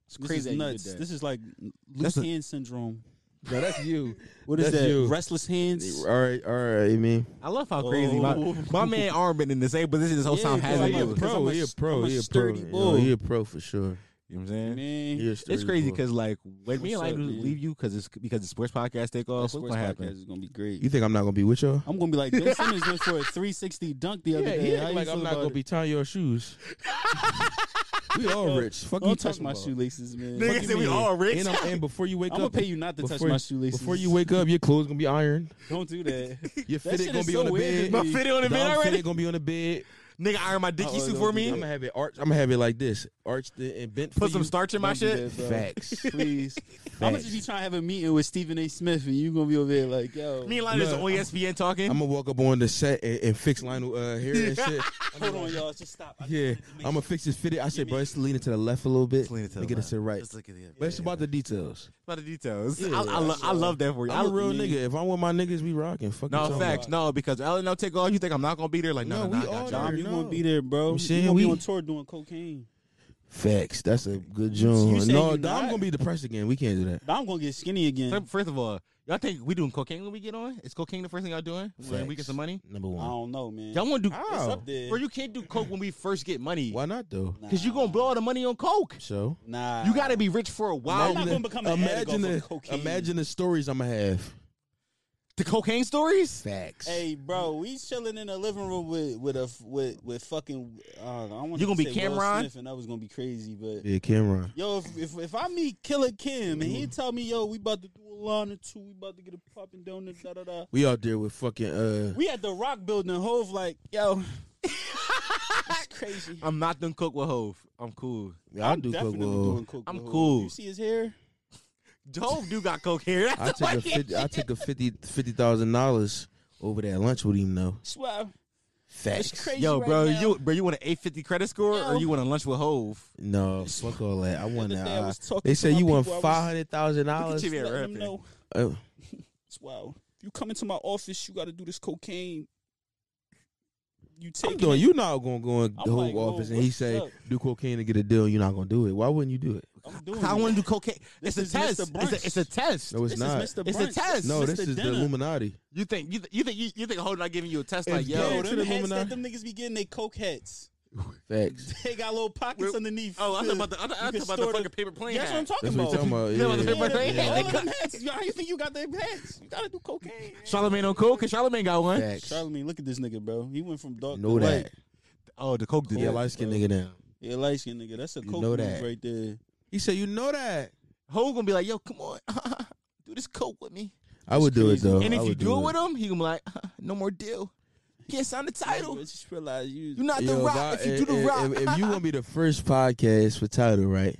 Speaker 1: It's
Speaker 5: This
Speaker 1: crazy.
Speaker 5: is
Speaker 1: that you
Speaker 5: nuts.
Speaker 1: did that.
Speaker 5: This is like loose
Speaker 1: That's a-
Speaker 5: hand syndrome.
Speaker 4: No, that's you.
Speaker 5: What is
Speaker 4: That's
Speaker 5: that?
Speaker 4: you.
Speaker 5: Restless hands.
Speaker 4: All right, all right, man.
Speaker 1: I love how crazy
Speaker 5: Oh.
Speaker 1: my, my man arm been in the same position this whole
Speaker 5: Yeah,
Speaker 1: time
Speaker 5: bro,
Speaker 1: has
Speaker 5: I'm
Speaker 1: been.
Speaker 5: a
Speaker 1: You know
Speaker 5: pro.
Speaker 1: what
Speaker 5: I'm a-
Speaker 4: he a pro.
Speaker 5: I'm a
Speaker 4: He a pro.
Speaker 5: sturdy
Speaker 4: You know,
Speaker 5: bull.
Speaker 4: he a pro for sure.
Speaker 1: I'm saying?
Speaker 5: Man.
Speaker 4: He a
Speaker 1: It's
Speaker 4: sturdy
Speaker 1: crazy
Speaker 4: bull.
Speaker 1: because like when me and
Speaker 5: What's
Speaker 1: I
Speaker 5: up, man?
Speaker 1: leave you because it's because the sports podcast take
Speaker 5: That
Speaker 1: off. What's
Speaker 5: sports
Speaker 1: gonna happen?
Speaker 5: podcast is gonna be great.
Speaker 4: you think I'm not gonna be with y'all.
Speaker 5: I'm gonna be like Bill Simmons went for a 360 dunk the other
Speaker 4: Yeah,
Speaker 5: day.
Speaker 4: yeah.
Speaker 5: How you
Speaker 4: Like
Speaker 5: feel
Speaker 4: I'm not
Speaker 5: about
Speaker 4: gonna
Speaker 5: it?
Speaker 4: be tying your shoes. we all rich. Fuck you
Speaker 5: Don't touch
Speaker 4: talking
Speaker 5: my
Speaker 4: about?
Speaker 5: shoelaces, man.
Speaker 1: Nigga
Speaker 5: Fuck you
Speaker 1: said we
Speaker 5: mean?
Speaker 1: all rich.
Speaker 4: And, I'm, and before you wake
Speaker 5: I'm
Speaker 4: up,
Speaker 5: gonna pay you not to touch
Speaker 4: before-
Speaker 5: my shoelaces.
Speaker 4: Before you wake up, your clothes gonna be ironed.
Speaker 5: don't do that.
Speaker 4: Your
Speaker 5: That
Speaker 4: fit
Speaker 5: shit
Speaker 4: it gonna
Speaker 5: is
Speaker 4: be
Speaker 5: so
Speaker 4: on the
Speaker 5: weird to
Speaker 4: bed.
Speaker 5: me.
Speaker 1: My fit on the bed
Speaker 4: Dog fit
Speaker 1: already.
Speaker 4: it gonna be on the bed.
Speaker 1: Nigga, iron my dick
Speaker 5: Uh-oh,
Speaker 1: suit for
Speaker 5: don't do
Speaker 4: Uh, oh, I'm
Speaker 1: me.
Speaker 4: gonna have it arch. I'm gonna have it like this, arched and bent. for
Speaker 1: Put some
Speaker 4: you.
Speaker 1: starch in my
Speaker 5: Don't do
Speaker 1: shit.
Speaker 5: that, bro.
Speaker 4: Facts.
Speaker 5: Please. I'm gonna just be trying to have a meeting with Stephen A. Smith, and you gonna be over there like, yo.
Speaker 1: Me and Linus
Speaker 4: Look,
Speaker 1: on E ESPN talking.
Speaker 4: I'm gonna walk up on the set and, and fix Lionel uh, hair and shit.
Speaker 5: Hold on, y'all. Just stop. I just
Speaker 4: Yeah,
Speaker 5: wanted to
Speaker 4: I'm
Speaker 5: make
Speaker 4: gonna fix his fitted. I said, bro, it's leaning to the left a little bit.
Speaker 1: Lean it to the
Speaker 4: Make it
Speaker 1: left.
Speaker 4: sit right.
Speaker 1: Just look at it.
Speaker 4: But it's about the details.
Speaker 1: About the details. I, I, lo- I love that for you.
Speaker 4: I'm a
Speaker 1: I-
Speaker 4: real nigga. If I'm with my niggas, we rocking. Fuck you
Speaker 1: No
Speaker 4: talking
Speaker 1: facts.
Speaker 4: about.
Speaker 1: No, because Ellen, no take off. You think I'm not gonna be there? Like no,
Speaker 4: No,
Speaker 1: no,
Speaker 4: we
Speaker 1: I got
Speaker 4: all
Speaker 1: you.
Speaker 4: there.
Speaker 5: sure. Dom, you
Speaker 4: No.
Speaker 5: gonna be there, bro.
Speaker 4: You
Speaker 5: You
Speaker 4: saying
Speaker 5: gonna be
Speaker 4: we-
Speaker 5: on tour doing cocaine.
Speaker 4: Facts. That's a good
Speaker 5: You
Speaker 4: joint.
Speaker 5: say
Speaker 4: No,
Speaker 5: you
Speaker 4: I'm
Speaker 5: not?
Speaker 4: gonna be depressed again. We can't do that.
Speaker 5: Dom gonna get skinny again.
Speaker 1: So, First of all, y'all think we doing cocaine when we get on? Is cocaine the first thing y'all doing when we get
Speaker 4: Facts.
Speaker 1: some money?
Speaker 4: Number
Speaker 5: I
Speaker 4: one.
Speaker 5: don't know, man.
Speaker 1: Y'all want to do?
Speaker 4: Ow.
Speaker 5: It's up there.
Speaker 1: Bro, you can't do coke when we first get money.
Speaker 4: Why not though?
Speaker 1: Cause you gonna blow all the money on coke.
Speaker 4: So
Speaker 5: Nah.
Speaker 1: You gotta be rich for a while.
Speaker 5: I'm not
Speaker 4: Imagine
Speaker 5: gonna
Speaker 4: the-
Speaker 5: become an addict
Speaker 4: imagine
Speaker 5: off
Speaker 4: the
Speaker 5: of cocaine.
Speaker 4: imagine the stories I'm gonna have.
Speaker 1: The cocaine stories.
Speaker 4: Facts.
Speaker 5: Hey, bro, we chilling in the living room with with a with with fucking. Uh, I want
Speaker 1: You gonna be Cameron?
Speaker 5: Smith, and that was gonna be crazy, but.
Speaker 4: Yeah, Cameron.
Speaker 5: Yo, if, if if I meet Killer Kim and he tell me, yo, we about to do a line or two, we about to get a popping down and da da da.
Speaker 4: We out there with fucking uh.
Speaker 5: We at the rock building, Hove, like, yo, it's crazy.
Speaker 1: I'm not doing coke with Hove. I'm cool.
Speaker 4: I do coke
Speaker 5: definitely
Speaker 4: with.
Speaker 5: doing coke.
Speaker 1: I'm
Speaker 5: with Hov.
Speaker 1: cool.
Speaker 5: You see his hair?
Speaker 1: Hove do got coke here. That's
Speaker 4: I took a fifty. I took a fifty fifty thousand dollars over that lunch with him though.
Speaker 5: Swear,
Speaker 4: Facts.
Speaker 5: it's crazy.
Speaker 1: Yo,
Speaker 5: right
Speaker 1: bro,
Speaker 5: now.
Speaker 1: you bro, you want an eight fifty credit score or
Speaker 5: Yo.
Speaker 1: you want to lunch with Hove?
Speaker 4: No, fuck all that. I want
Speaker 5: The other day I was
Speaker 4: that.
Speaker 5: talking
Speaker 4: They
Speaker 5: to
Speaker 4: say
Speaker 5: my
Speaker 4: you want
Speaker 5: people, I was-
Speaker 4: five hundred thousand
Speaker 1: Look
Speaker 4: dollars. Uh,
Speaker 1: at you,
Speaker 5: Let
Speaker 1: rapping.
Speaker 5: him know. Wow, if you come into my office, you got to do this cocaine. You take
Speaker 4: I'm doing. You not gonna go in the
Speaker 5: I'm
Speaker 4: whole
Speaker 5: like, oh,
Speaker 4: office and he
Speaker 5: what's
Speaker 4: say
Speaker 5: up?
Speaker 4: do cocaine to get a deal. You're not gonna do it. Why wouldn't you do it?
Speaker 5: I'm doing.
Speaker 1: I
Speaker 5: it.
Speaker 1: want to do cocaine. It's a
Speaker 5: This is
Speaker 1: test.
Speaker 5: Mr.
Speaker 1: It's a,
Speaker 5: Brunch.
Speaker 1: it's a test.
Speaker 4: No, it's
Speaker 5: This
Speaker 4: not.
Speaker 5: is Mr.
Speaker 1: It's a
Speaker 5: Brunch.
Speaker 1: test.
Speaker 4: No,
Speaker 5: Mr.
Speaker 4: this is the
Speaker 5: Dinner.
Speaker 4: Illuminati.
Speaker 1: You think you, th- you think you, you think Hov not giving you a test like
Speaker 4: It's
Speaker 1: yo?
Speaker 5: Yo,
Speaker 4: Yeah,
Speaker 5: them
Speaker 4: to the
Speaker 5: hats
Speaker 4: Illuminati.
Speaker 5: that them niggas be getting they coke hats.
Speaker 4: Facts.
Speaker 5: They got little pockets
Speaker 1: We're-
Speaker 5: underneath.
Speaker 1: Oh, I thought about the I,
Speaker 5: You
Speaker 1: thought- I
Speaker 5: can
Speaker 1: thought about the
Speaker 5: store the-
Speaker 1: fucking paper plane.
Speaker 5: That's what I'm
Speaker 1: hat.
Speaker 4: That's
Speaker 5: talking
Speaker 4: what
Speaker 5: about.
Speaker 4: you're talking about.
Speaker 1: Yeah,
Speaker 4: Yeah,
Speaker 1: but
Speaker 5: Yeah,
Speaker 1: about.
Speaker 5: them-
Speaker 1: Yeah,
Speaker 5: all
Speaker 1: they
Speaker 5: of
Speaker 1: cut-
Speaker 5: them hats. How you think you got them hats? You gotta do cocaine.
Speaker 1: Charlemagne on coke. Cause Charlemagne got one.
Speaker 4: Facts.
Speaker 5: Charlemagne, look at this nigga, bro. He went from dark
Speaker 4: Know
Speaker 5: to
Speaker 4: that.
Speaker 5: light.
Speaker 1: Oh, the coke did
Speaker 4: Yeah,
Speaker 1: that.
Speaker 4: light skin nigga now.
Speaker 5: Yeah, light skin nigga. That's a
Speaker 4: You
Speaker 5: coke
Speaker 4: know
Speaker 5: move
Speaker 4: that.
Speaker 5: right there.
Speaker 4: He said, "You know that."
Speaker 1: Hov gonna be like, yo, come on, do this coke with me.
Speaker 4: I would do it
Speaker 5: crazy.
Speaker 4: though.
Speaker 1: and
Speaker 4: Oh, I
Speaker 1: if you
Speaker 4: would
Speaker 1: do it with him, he gonna be like, no more deal. Can't sign the
Speaker 5: I
Speaker 1: title.
Speaker 5: just realized you.
Speaker 1: You're not the
Speaker 4: Yo,
Speaker 1: rock.
Speaker 4: if I-
Speaker 1: If you do the
Speaker 4: if-
Speaker 1: rock,
Speaker 4: if, if you want to be the first podcast for title, right?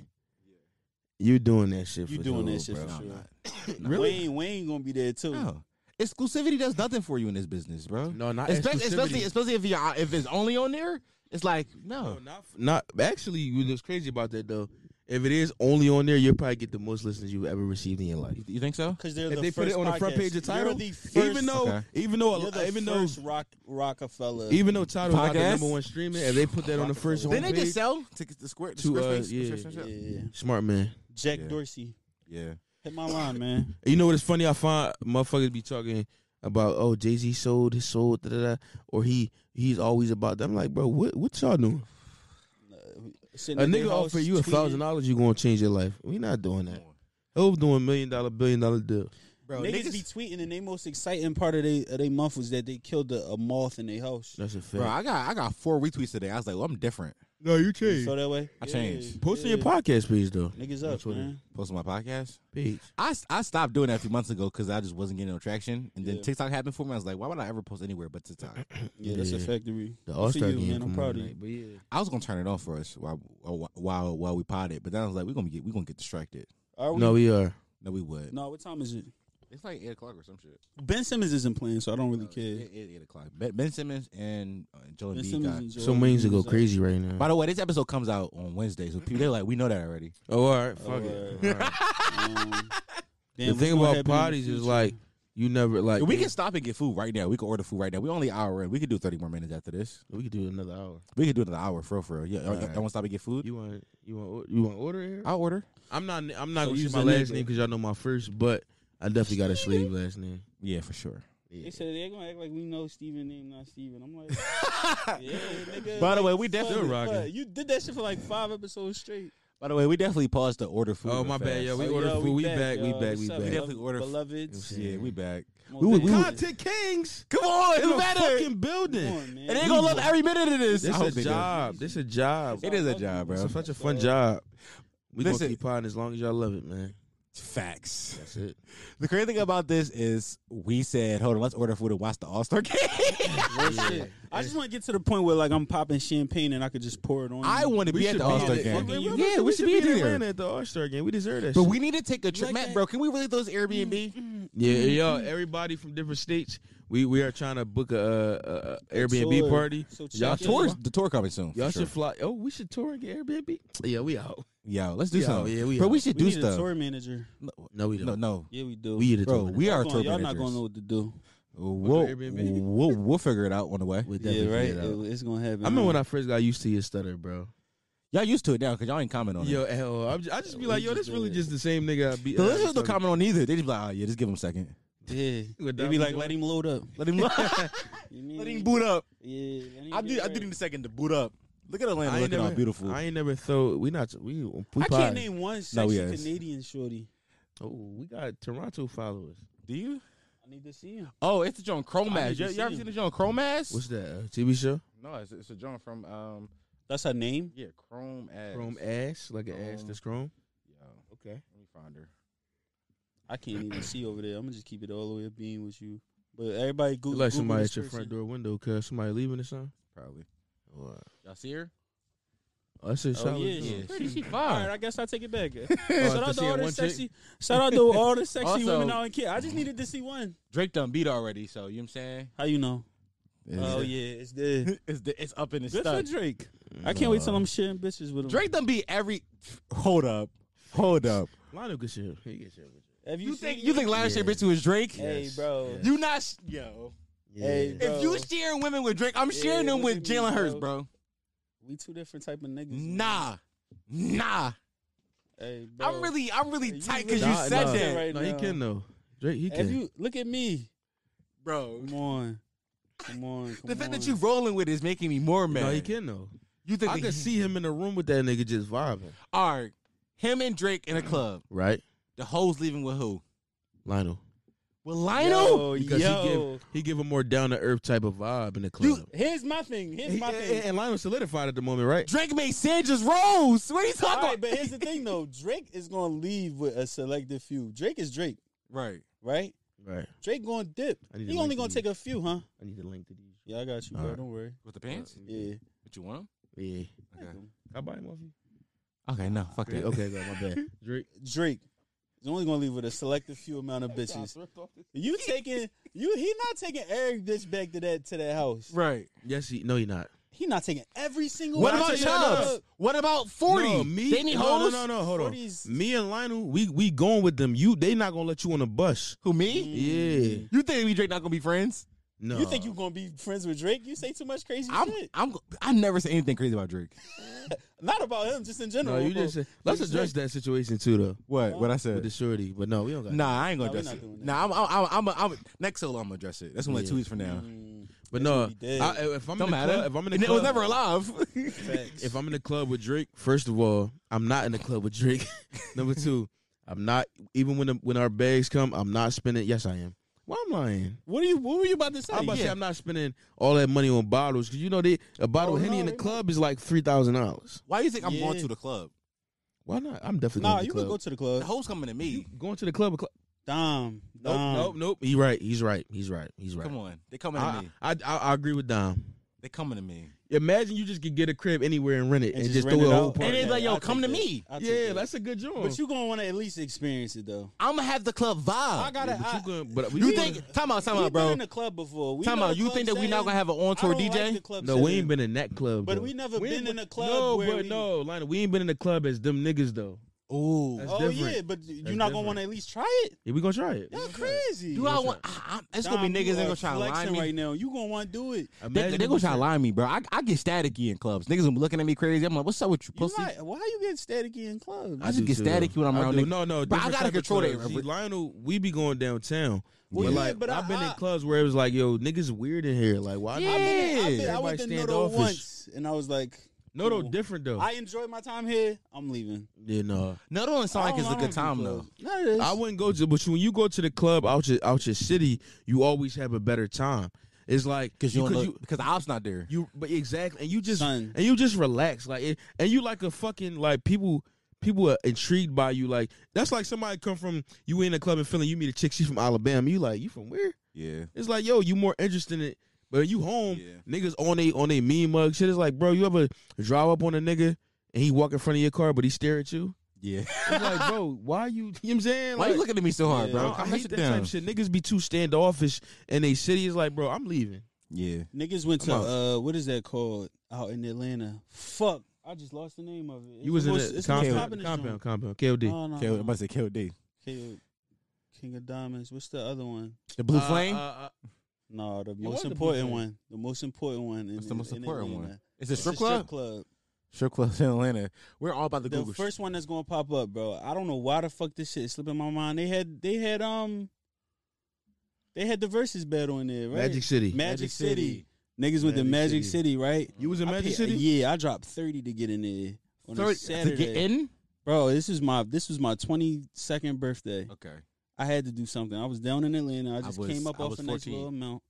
Speaker 4: You doing that shit?
Speaker 5: You
Speaker 4: for
Speaker 5: doing
Speaker 4: sure,
Speaker 5: that shit
Speaker 4: bro.
Speaker 5: for
Speaker 1: No, I'm
Speaker 5: sure.
Speaker 1: not.
Speaker 5: Wayne, Wayne gonna be there too.
Speaker 1: No. Exclusivity does nothing for you in this business, bro.
Speaker 4: No, not
Speaker 1: especially, especially
Speaker 4: exclusivity.
Speaker 1: especially if you are if it's only on there, it's like no.
Speaker 4: not actually. What's crazy about that though If it is only on there, you'll probably get the most listens you've ever received in your life.
Speaker 6: You think so?
Speaker 5: Because they're
Speaker 4: If
Speaker 5: the
Speaker 4: they put it
Speaker 5: first
Speaker 4: on the front
Speaker 5: podcast.
Speaker 4: page of Tidal,
Speaker 5: You're the first,
Speaker 4: even though,
Speaker 6: Okay.
Speaker 4: even though,
Speaker 5: you're the
Speaker 4: even though,
Speaker 5: first rock, Rockefeller.
Speaker 4: even though Tidal's not the
Speaker 6: Podcast?
Speaker 4: number one streamer, if they put that on the first
Speaker 1: Didn't they just
Speaker 4: homepage,
Speaker 1: sell to the square to
Speaker 4: To, uh,
Speaker 1: Squarespace?
Speaker 4: yeah,
Speaker 1: Squarespace?
Speaker 5: yeah,
Speaker 4: smart man.
Speaker 5: Jack
Speaker 1: Yeah.
Speaker 5: Dorsey
Speaker 1: Yeah.
Speaker 5: hit my line, man.
Speaker 4: You know what is funny? I find motherfuckers be talking about oh Jay Z sold his soul, da da da, or he he's always about that. I'm like, bro, what what y'all doing? A nigga offer you a thousand dollars, you gonna change your life? We not doing that. Hope doing million dollar, billion dollar deal.
Speaker 1: Bro,
Speaker 5: Niggas, be tweeting, and they most exciting part of they of they month was that they killed a, a moth in their house.
Speaker 4: That's a fact.
Speaker 1: Bro, I got I got four retweets today. I was like, well, I'm different.
Speaker 4: no, you
Speaker 5: You
Speaker 4: changed.
Speaker 5: feel that way?
Speaker 1: I changed.
Speaker 4: Post on your
Speaker 5: yeah.
Speaker 4: podcast page though.
Speaker 5: Niggas
Speaker 4: On
Speaker 5: up,
Speaker 4: Twitter.
Speaker 5: man.
Speaker 1: Posting my podcast.
Speaker 4: Page.
Speaker 1: I, I stopped doing that a few months ago because I just wasn't getting no traction. And then
Speaker 5: Yeah.
Speaker 1: TikTok happened for me. I was like, why would I ever post anywhere but TikTok?
Speaker 5: Yeah, that's
Speaker 4: Yeah.
Speaker 5: a factory.
Speaker 4: The
Speaker 5: Good for
Speaker 4: All Star
Speaker 5: you,
Speaker 4: game.
Speaker 5: man.
Speaker 4: come
Speaker 5: I'm
Speaker 4: on
Speaker 5: proud of
Speaker 4: tonight,
Speaker 5: you.
Speaker 4: but yeah.
Speaker 1: I was gonna turn it off for us while while while we potted, but then I was like, we're gonna get we gonna get distracted.
Speaker 5: Are we?
Speaker 4: No,
Speaker 5: No,
Speaker 4: we are.
Speaker 1: No, we would.
Speaker 5: what time is it?
Speaker 1: It's like eight o'clock or some shit.
Speaker 5: Ben Simmons isn't playing, so I don't really
Speaker 1: It-
Speaker 5: care.
Speaker 1: it- Eight, o'clock. Ben, ben Simmons and uh, Joel
Speaker 5: Uh, Ben
Speaker 1: Embiid.
Speaker 5: Simmons
Speaker 1: got-
Speaker 5: and Joel
Speaker 4: Some wings
Speaker 5: Embiid
Speaker 4: will go
Speaker 5: is up.
Speaker 4: crazy right
Speaker 1: By
Speaker 4: now.
Speaker 1: the way, this episode comes out on Wednesday, so people they're like, we know that already.
Speaker 4: Oh, all right.
Speaker 5: Oh,
Speaker 4: Fuck
Speaker 5: word.
Speaker 4: it. All right.
Speaker 5: Um,
Speaker 4: The
Speaker 5: damn, what's
Speaker 4: thing
Speaker 5: gonna
Speaker 4: about
Speaker 5: happen in the
Speaker 4: parties is
Speaker 5: future?
Speaker 4: like you never like
Speaker 1: we can stop and get food right now. We can order food right now. We only an hour in. We could do thirty more minutes after this.
Speaker 4: we could do another hour.
Speaker 1: We could do another hour for real, for real. Yeah, y'all-
Speaker 4: All
Speaker 1: y'all
Speaker 4: right.
Speaker 1: want to stop and get food?
Speaker 4: You want you want or- you want order here?
Speaker 1: I'll order.
Speaker 4: I'm not I'm not
Speaker 5: So
Speaker 4: gonna
Speaker 5: you
Speaker 4: use my
Speaker 5: said
Speaker 4: last
Speaker 5: nigga.
Speaker 4: name because y'all know my first, but I definitely got a slave last name.
Speaker 1: Yeah, for sure.
Speaker 5: They
Speaker 4: Yeah.
Speaker 5: said they're gonna act like we know Steven name, not Steven. I'm like, yeah, nigga.
Speaker 1: By the
Speaker 5: like,
Speaker 1: way, we
Speaker 5: fuck,
Speaker 1: definitely
Speaker 5: fuck.
Speaker 4: rocking.
Speaker 5: You did that shit for like five episodes straight.
Speaker 1: By the way, we definitely paused to order food.
Speaker 4: Oh
Speaker 1: real
Speaker 4: my bad,
Speaker 1: fast.
Speaker 4: yo. We
Speaker 5: Oh,
Speaker 4: ordered
Speaker 5: yo,
Speaker 4: food. We back. We
Speaker 5: yo.
Speaker 4: back. We
Speaker 5: What's up,
Speaker 4: back.
Speaker 1: We definitely ordered food.
Speaker 5: beloveds.
Speaker 1: Yeah, we back.
Speaker 5: Come on,
Speaker 1: We would-
Speaker 5: man.
Speaker 1: we would-
Speaker 4: Content Kings
Speaker 1: Come on,
Speaker 4: in
Speaker 1: do
Speaker 4: a
Speaker 1: better.
Speaker 4: fucking
Speaker 5: Come
Speaker 4: building.
Speaker 5: on, man.
Speaker 1: And they gonna love every minute of this.
Speaker 4: This
Speaker 1: I hope
Speaker 4: is
Speaker 1: they
Speaker 4: a
Speaker 1: do.
Speaker 4: job. This is a job.
Speaker 1: It is a job, bro.
Speaker 4: It's such a fun job. We gonna
Speaker 1: Listen.
Speaker 4: keep potting as long as y'all love it, man.
Speaker 1: Facts.
Speaker 4: That's it.
Speaker 1: The crazy thing about this is we said, hold on, let's order food and watch the All Star game.
Speaker 5: Real shit. I just want to get to the point where like I'm popping champagne and I could just pour it on.
Speaker 1: I
Speaker 5: you.
Speaker 1: want to be at the All Star game.
Speaker 4: Fucking-
Speaker 1: Yeah, we should be
Speaker 4: in
Speaker 1: there.
Speaker 4: Atlanta at the All Star game. We deserve that.
Speaker 1: But
Speaker 4: shit.
Speaker 1: we need to take a trip,
Speaker 5: Like
Speaker 1: Matt,
Speaker 5: that.
Speaker 1: bro. Can we really those Airbnb?
Speaker 4: Yeah, yo, everybody from different states. We we are trying to book a, uh, a, a Airbnb
Speaker 5: tour.
Speaker 4: party.
Speaker 5: So check
Speaker 4: y'all
Speaker 5: it
Speaker 4: tour.
Speaker 1: Tours, the tour coming soon. for
Speaker 4: Y'all
Speaker 1: sure.
Speaker 4: should fly. Oh, we should tour and get Airbnb. Yeah, we out.
Speaker 1: Yo, let's do
Speaker 4: Yo,
Speaker 1: something.
Speaker 4: yeah, we
Speaker 1: bro,
Speaker 4: out.
Speaker 1: we should do
Speaker 5: We need a
Speaker 1: stuff.
Speaker 5: tour manager.
Speaker 4: No, we don't.
Speaker 1: No, no,
Speaker 5: Yeah, we do.
Speaker 4: We are the
Speaker 1: bro,
Speaker 4: tour.
Speaker 1: we
Speaker 5: Y'all
Speaker 1: are
Speaker 5: gonna-
Speaker 1: tour
Speaker 5: Y'all
Speaker 1: managers.
Speaker 5: not gonna know what to do.
Speaker 1: We'll,
Speaker 4: Airbnb?
Speaker 1: we'll we'll figure it out on the way.
Speaker 4: We
Speaker 5: Yeah,
Speaker 4: definitely
Speaker 5: right.
Speaker 4: get out.
Speaker 5: It- it's gonna happen.
Speaker 4: I remember when
Speaker 5: man.
Speaker 4: I first got used to your stutter, bro.
Speaker 1: Y'all used to it now because y'all ain't comment on
Speaker 4: Yo,
Speaker 1: it.
Speaker 4: hell, I'm just, I just be like,
Speaker 5: we
Speaker 4: yo,
Speaker 5: just
Speaker 4: this really
Speaker 5: did.
Speaker 4: just the same nigga. I be.
Speaker 1: The
Speaker 4: uh,
Speaker 1: listeners don't
Speaker 4: talking-
Speaker 1: comment on either. They just be like, oh yeah, just give him a second.
Speaker 5: Yeah,
Speaker 4: With
Speaker 5: they
Speaker 4: Diamond
Speaker 5: be like,
Speaker 4: Joy.
Speaker 5: let him load up.
Speaker 1: Let him let
Speaker 5: You mean-
Speaker 1: him boot up.
Speaker 5: Yeah, let him
Speaker 1: I
Speaker 5: get
Speaker 1: do I
Speaker 5: ready.
Speaker 1: do need a second to boot up. Look at Atlanta
Speaker 4: I ain't
Speaker 1: looking all
Speaker 4: never-
Speaker 1: beautiful.
Speaker 4: I ain't never throw. We not. We. we
Speaker 5: I
Speaker 4: pod-
Speaker 5: can't name one
Speaker 1: No,
Speaker 5: sexy
Speaker 1: we ass.
Speaker 5: Canadian shorty.
Speaker 4: Oh, we got Toronto followers.
Speaker 1: do you?
Speaker 5: I need to see him.
Speaker 1: Oh, it's the John
Speaker 5: I
Speaker 1: Chromass.
Speaker 5: need to
Speaker 1: You, you ever
Speaker 5: see
Speaker 1: seen
Speaker 5: him.
Speaker 1: the John Chromass?
Speaker 4: What's that? A TV show?
Speaker 1: No, it's, it's a John from um
Speaker 5: That's her name.
Speaker 1: yeah Chrome Ass.
Speaker 4: Chrome ass, like an ass
Speaker 5: Oh,
Speaker 1: Um,
Speaker 4: that's chrome.
Speaker 1: Yo,
Speaker 4: Okay.
Speaker 1: let me find her.
Speaker 5: I can't even see over there. I'm gonna just keep it all the way up being with you. But everybody go-
Speaker 4: Look
Speaker 5: Google
Speaker 4: like somebody
Speaker 5: this
Speaker 4: at your
Speaker 5: person.
Speaker 4: front door window, cause somebody leaving or something.
Speaker 1: Probably.
Speaker 4: Wow.
Speaker 1: Y'all see her?
Speaker 4: Oh, that's a
Speaker 5: Oh
Speaker 4: solid.
Speaker 5: yeah,
Speaker 4: joint.
Speaker 5: she's pretty.
Speaker 1: She
Speaker 5: All
Speaker 1: fine.
Speaker 5: right, I guess I take it back.
Speaker 4: Oh,
Speaker 5: shout
Speaker 4: to
Speaker 5: out
Speaker 4: see
Speaker 5: to all
Speaker 4: it
Speaker 5: the
Speaker 4: one chick?
Speaker 5: sexy. Shout out to all the sexy
Speaker 1: Also-
Speaker 5: women out in kid. I just needed to see one.
Speaker 1: Drake done beat already, so you know what I'm saying.
Speaker 5: How you know?
Speaker 1: It's-
Speaker 5: Oh yeah, it's there. Good
Speaker 1: it's the, it's up in the
Speaker 5: for
Speaker 1: stuff.
Speaker 5: Drake. I can't wait till I'm sharing bitches with him.
Speaker 1: Drake done beat every. Hold up, hold up.
Speaker 4: Lionel good shit. He good shit. with
Speaker 5: have
Speaker 1: You
Speaker 5: seen
Speaker 1: think
Speaker 5: it?
Speaker 1: you think last year
Speaker 4: Yeah.
Speaker 1: bitch was Drake?
Speaker 5: Hey,
Speaker 4: Yes,
Speaker 5: bro.
Speaker 4: yes.
Speaker 1: You not s- yo.
Speaker 4: you.
Speaker 5: Hey,
Speaker 4: Yeah.
Speaker 5: bro.
Speaker 1: If you sharing women with Drake, I'm
Speaker 5: Yeah,
Speaker 1: sharing them
Speaker 5: look
Speaker 1: with
Speaker 5: at me,
Speaker 1: Jalen Hurts,
Speaker 5: bro.
Speaker 1: bro.
Speaker 5: We two different type of niggas. man.
Speaker 1: Nah, nah.
Speaker 5: Hey, bro.
Speaker 1: I'm really, I'm really
Speaker 5: You
Speaker 1: tight because
Speaker 5: really-
Speaker 1: you
Speaker 4: Nah,
Speaker 1: said
Speaker 4: nah.
Speaker 1: that,
Speaker 5: Right
Speaker 4: no, he
Speaker 5: now.
Speaker 4: can though. Drake, he
Speaker 5: Have
Speaker 4: can.
Speaker 5: you look at me?
Speaker 1: bro.
Speaker 5: Come on, come on.
Speaker 1: The
Speaker 5: come
Speaker 1: fact that
Speaker 5: on.
Speaker 1: you rolling with it is making me more mad.
Speaker 4: no, he can though.
Speaker 1: You think
Speaker 4: I
Speaker 1: that
Speaker 4: could
Speaker 1: he-
Speaker 4: see him in the room with that nigga just vibing.
Speaker 1: All right, him and Drake in a club.
Speaker 4: Right,
Speaker 1: The hoes leaving with who?
Speaker 4: Lionel.
Speaker 1: With Lionel.
Speaker 5: Yo,
Speaker 4: Because he
Speaker 5: yo.
Speaker 4: give he give a more down to earth type of vibe in the club.
Speaker 1: You-
Speaker 5: Here's my thing. Here's
Speaker 4: He-
Speaker 5: my
Speaker 4: and-
Speaker 5: thing.
Speaker 4: and Lionel solidified at the moment, right?
Speaker 1: Drake made Sandra's rose. What are you
Speaker 5: All
Speaker 1: talking
Speaker 5: right,
Speaker 1: about?
Speaker 5: but here's the thing though. Drake is gonna leave with a selective few. Drake is Drake,
Speaker 1: Right.
Speaker 5: right?
Speaker 4: Right.
Speaker 5: Drake gonna dip.
Speaker 4: I need
Speaker 5: He
Speaker 4: to
Speaker 5: only
Speaker 4: link
Speaker 5: gonna
Speaker 4: these.
Speaker 5: take a few, huh?
Speaker 4: I need the link to these.
Speaker 5: Yeah, I got you,
Speaker 4: All
Speaker 5: bro.
Speaker 4: right.
Speaker 5: Don't worry.
Speaker 1: With the pants?
Speaker 5: Yeah.
Speaker 1: But you want them?
Speaker 4: Yeah.
Speaker 1: Okay.
Speaker 4: I buy him off you.
Speaker 1: Okay, no, fuck
Speaker 4: Drake,
Speaker 1: that.
Speaker 4: okay, go, my bad. Drake.
Speaker 5: Drake is only gonna leave with a selective few amount of bitches. You taking you? He not taking Eric bitch back to that to that house.
Speaker 1: Right.
Speaker 4: Yes, he. No, he not.
Speaker 5: He not taking every single.
Speaker 1: What
Speaker 5: one.
Speaker 1: about
Speaker 4: you that,
Speaker 1: Chubbs? What about 40?
Speaker 4: No, me.
Speaker 1: They need
Speaker 4: no, no,
Speaker 1: hoes?
Speaker 4: no, no, hold on.
Speaker 5: 40s.
Speaker 4: Me and Lionel, we we going with them. You, they not gonna let you on the bus.
Speaker 1: Who, me?
Speaker 4: Yeah,
Speaker 1: You think we Drake not gonna be friends?
Speaker 4: no.
Speaker 5: You think you gonna be friends with Drake? You say too much crazy
Speaker 1: I'm,
Speaker 5: shit.
Speaker 1: I'm, I never say anything crazy about Drake.
Speaker 5: Not about him, just in
Speaker 4: No,
Speaker 5: general.
Speaker 4: you just. said- Let's address that situation too, though,
Speaker 1: What? What I
Speaker 4: with the
Speaker 1: said?
Speaker 4: surety. But no, we don't got.
Speaker 1: Nah, I ain't gonna
Speaker 5: Nah, we
Speaker 1: address
Speaker 5: not
Speaker 1: it.
Speaker 5: doing that.
Speaker 1: Nah, I'm, I'm, I'm, I'm, I'm next solo. I'm gonna address it. That's gonna like
Speaker 4: Yeah.
Speaker 1: two weeks from now.
Speaker 4: But no,
Speaker 5: be dead.
Speaker 4: I, if I'm
Speaker 1: Don't
Speaker 4: in the
Speaker 1: matter.
Speaker 4: club, if I'm in the
Speaker 1: And it
Speaker 4: club,
Speaker 1: was never alive.
Speaker 5: Facts.
Speaker 4: if I'm in the club with Drake, first of all, I'm not in the club with Drake. Number two, I'm not even when the, when our bags come, I'm not spending. Yes, I am. Why am I lying?
Speaker 5: what are you? What were you about to say?
Speaker 4: I'm about to say I'm not spending all that money on bottles because you know they a bottle
Speaker 5: Oh,
Speaker 4: of henny
Speaker 5: no,
Speaker 4: in the
Speaker 5: they-
Speaker 4: club is like three thousand dollars.
Speaker 1: Why do you think I'm going
Speaker 5: Yeah.
Speaker 1: to the club?
Speaker 4: Why not? I'm definitely
Speaker 5: Nah,
Speaker 4: going to
Speaker 5: you
Speaker 4: the
Speaker 5: could
Speaker 4: club.
Speaker 5: go to the
Speaker 1: The
Speaker 5: club.
Speaker 1: hoes coming to me.
Speaker 4: going to the club. a club.
Speaker 5: Dom.
Speaker 4: Nope,
Speaker 5: Dom.
Speaker 4: nope, nope. He right. He's right. He's right. He's right.
Speaker 1: Come on, they coming to
Speaker 4: I,
Speaker 1: me.
Speaker 4: I, I I agree with Dom.
Speaker 1: They coming to me.
Speaker 4: Imagine you just could get a crib anywhere and rent it and, just,
Speaker 5: rent
Speaker 4: throw
Speaker 5: it
Speaker 4: a whole
Speaker 5: out.
Speaker 4: party.
Speaker 1: And it's like, yo,
Speaker 5: I'll
Speaker 1: come to
Speaker 5: take that.
Speaker 1: me.
Speaker 5: I'll take
Speaker 4: Yeah,
Speaker 5: that.
Speaker 4: that's a good job.
Speaker 5: But you gonna want to at least experience it though.
Speaker 1: I'm gonna have the club vibe.
Speaker 5: I gotta.
Speaker 4: but you,
Speaker 5: I,
Speaker 4: gonna, but we
Speaker 1: you
Speaker 4: gonna-
Speaker 1: think? Time out, Oh, time
Speaker 5: we've
Speaker 1: out, bro.
Speaker 5: been in the club before. We
Speaker 1: Time
Speaker 5: know
Speaker 1: out.
Speaker 5: the
Speaker 1: You
Speaker 5: club
Speaker 1: think that we not
Speaker 5: setting.
Speaker 1: gonna have an
Speaker 5: I
Speaker 1: on tour
Speaker 5: don't like
Speaker 1: DJ?
Speaker 5: the club
Speaker 4: No, we
Speaker 5: setting.
Speaker 4: ain't been in that club.
Speaker 5: But
Speaker 4: though.
Speaker 5: we never
Speaker 4: We
Speaker 5: been
Speaker 4: ain't-
Speaker 5: in a club.
Speaker 4: No,
Speaker 5: where
Speaker 4: but
Speaker 5: we,
Speaker 4: no, Lionel, we ain't been in the club as them niggas though.
Speaker 1: Ooh,
Speaker 4: That's
Speaker 5: Oh
Speaker 4: different.
Speaker 5: yeah, but you're not gonna
Speaker 4: different.
Speaker 5: want to at least try it.
Speaker 4: Yeah, we gonna try it.
Speaker 5: Y'all crazy.
Speaker 1: do I want? I, I, it's gonna be
Speaker 5: Dom, you
Speaker 1: niggas that
Speaker 5: are
Speaker 1: gonna try to line
Speaker 5: flexing
Speaker 1: me.
Speaker 5: right now. You gonna want to do it?
Speaker 1: They,
Speaker 4: Imagine
Speaker 1: they gonna
Speaker 4: we
Speaker 1: try to
Speaker 4: try-
Speaker 1: lie to me, bro. I, I get staticky in clubs. Niggas gonna be looking at me crazy. I'm like, what's up with you,
Speaker 5: You
Speaker 1: pussy?
Speaker 5: like, why you getting staticky in clubs?
Speaker 1: I just get
Speaker 4: too.
Speaker 1: staticky when I'm
Speaker 4: I
Speaker 1: around
Speaker 4: do.
Speaker 1: niggas.
Speaker 4: No, no,
Speaker 1: But I
Speaker 4: different
Speaker 1: gotta
Speaker 4: type of
Speaker 1: control that,
Speaker 4: clubs. See,
Speaker 1: but-
Speaker 4: Lionel, we be going downtown.
Speaker 5: Well,
Speaker 4: but
Speaker 5: yeah,
Speaker 4: like,
Speaker 5: but I-
Speaker 4: I've been in
Speaker 5: I-
Speaker 4: clubs where it was like, yo, niggas weird in here. Like, why?
Speaker 1: Yeah.
Speaker 5: I, been, I
Speaker 4: Everybody
Speaker 5: went to
Speaker 4: stand
Speaker 5: Noto
Speaker 4: offish.
Speaker 5: once, and I was like,
Speaker 4: No, no,
Speaker 5: cool.
Speaker 4: different though.
Speaker 5: I enjoyed my time here. I'm leaving.
Speaker 4: yeah, no.
Speaker 1: No, that don't sound like
Speaker 5: I
Speaker 1: it's a
Speaker 5: don't- I
Speaker 1: good
Speaker 5: don't
Speaker 1: time
Speaker 5: do
Speaker 1: though.
Speaker 5: clubs. No, it is.
Speaker 4: I wouldn't go to, but you, when you go to the club out your out your city, you always have a better time. It's like
Speaker 1: Because you,
Speaker 4: because
Speaker 1: don't know- because the ops not there.
Speaker 4: You but exactly, and you just
Speaker 5: Son.
Speaker 4: and you just relax, like it- and you like a fucking like people. People are intrigued by you, like that's like somebody come from you in a club in Philly. You meet a chick, she from Alabama. You like you from where?
Speaker 1: Yeah.
Speaker 4: It's like yo, you more interested in it, but you home
Speaker 1: Yeah.
Speaker 4: niggas on a on a mean mug shit. It's like bro, you ever drive up on a nigga and he walk in front of your car, but he stare at you.
Speaker 1: Yeah.
Speaker 4: It's like bro, why you? You know what I'm saying?
Speaker 1: Why
Speaker 4: like,
Speaker 1: you looking at me so hard,
Speaker 5: Yeah.
Speaker 1: bro?
Speaker 4: I,
Speaker 1: Calm
Speaker 4: I
Speaker 1: that
Speaker 4: hate
Speaker 1: shit
Speaker 4: that
Speaker 1: down.
Speaker 4: type of shit. Niggas be too standoffish, and they city is like, bro, I'm leaving.
Speaker 1: Yeah.
Speaker 5: Niggas went to
Speaker 4: I'm
Speaker 5: uh, what is that called out in Atlanta? Fuck, I just lost the name of it. It's
Speaker 4: You was in
Speaker 5: most-
Speaker 4: the
Speaker 5: it's most
Speaker 4: compound,
Speaker 5: popping
Speaker 4: compound,
Speaker 5: joint.
Speaker 4: compound, KOD.
Speaker 5: No, no,
Speaker 1: K-
Speaker 5: no.
Speaker 1: I'm about to say KOD.
Speaker 5: K- King of Diamonds. What's the other one?
Speaker 1: The Blue
Speaker 4: Uh,
Speaker 1: Flame.
Speaker 4: uh, uh,
Speaker 5: No, the
Speaker 4: was
Speaker 5: most
Speaker 4: the Blue
Speaker 5: important
Speaker 4: Flame.
Speaker 5: one. The most important one. In,
Speaker 1: What's the most
Speaker 5: in
Speaker 1: important
Speaker 5: Atlanta.
Speaker 1: one? It's a
Speaker 5: It's a
Speaker 1: strip club.
Speaker 5: Strip club.
Speaker 1: Strip club in Atlanta. We're all about to
Speaker 5: the
Speaker 1: Google.
Speaker 5: first one that's gonna pop up, bro. I don't know why the fuck this shit is slipping my mind. They had they had um they had the versus battle in there, right?
Speaker 4: Magic City.
Speaker 5: Magic, City. Niggas went to
Speaker 4: Magic City.
Speaker 5: Magic City, right?
Speaker 4: You was in
Speaker 5: I
Speaker 4: Magic
Speaker 5: paid-
Speaker 4: City?
Speaker 5: Yeah, I dropped thirty to get in there on a
Speaker 1: Third- to
Speaker 5: Saturday.
Speaker 1: get in.
Speaker 5: Bro, this is my this was my twenty second birthday.
Speaker 1: Okay.
Speaker 5: I had to do something. I was down in Atlanta. I just
Speaker 1: was-
Speaker 5: came up
Speaker 1: I
Speaker 5: off
Speaker 1: was
Speaker 5: a nice
Speaker 1: 14.
Speaker 5: little amount.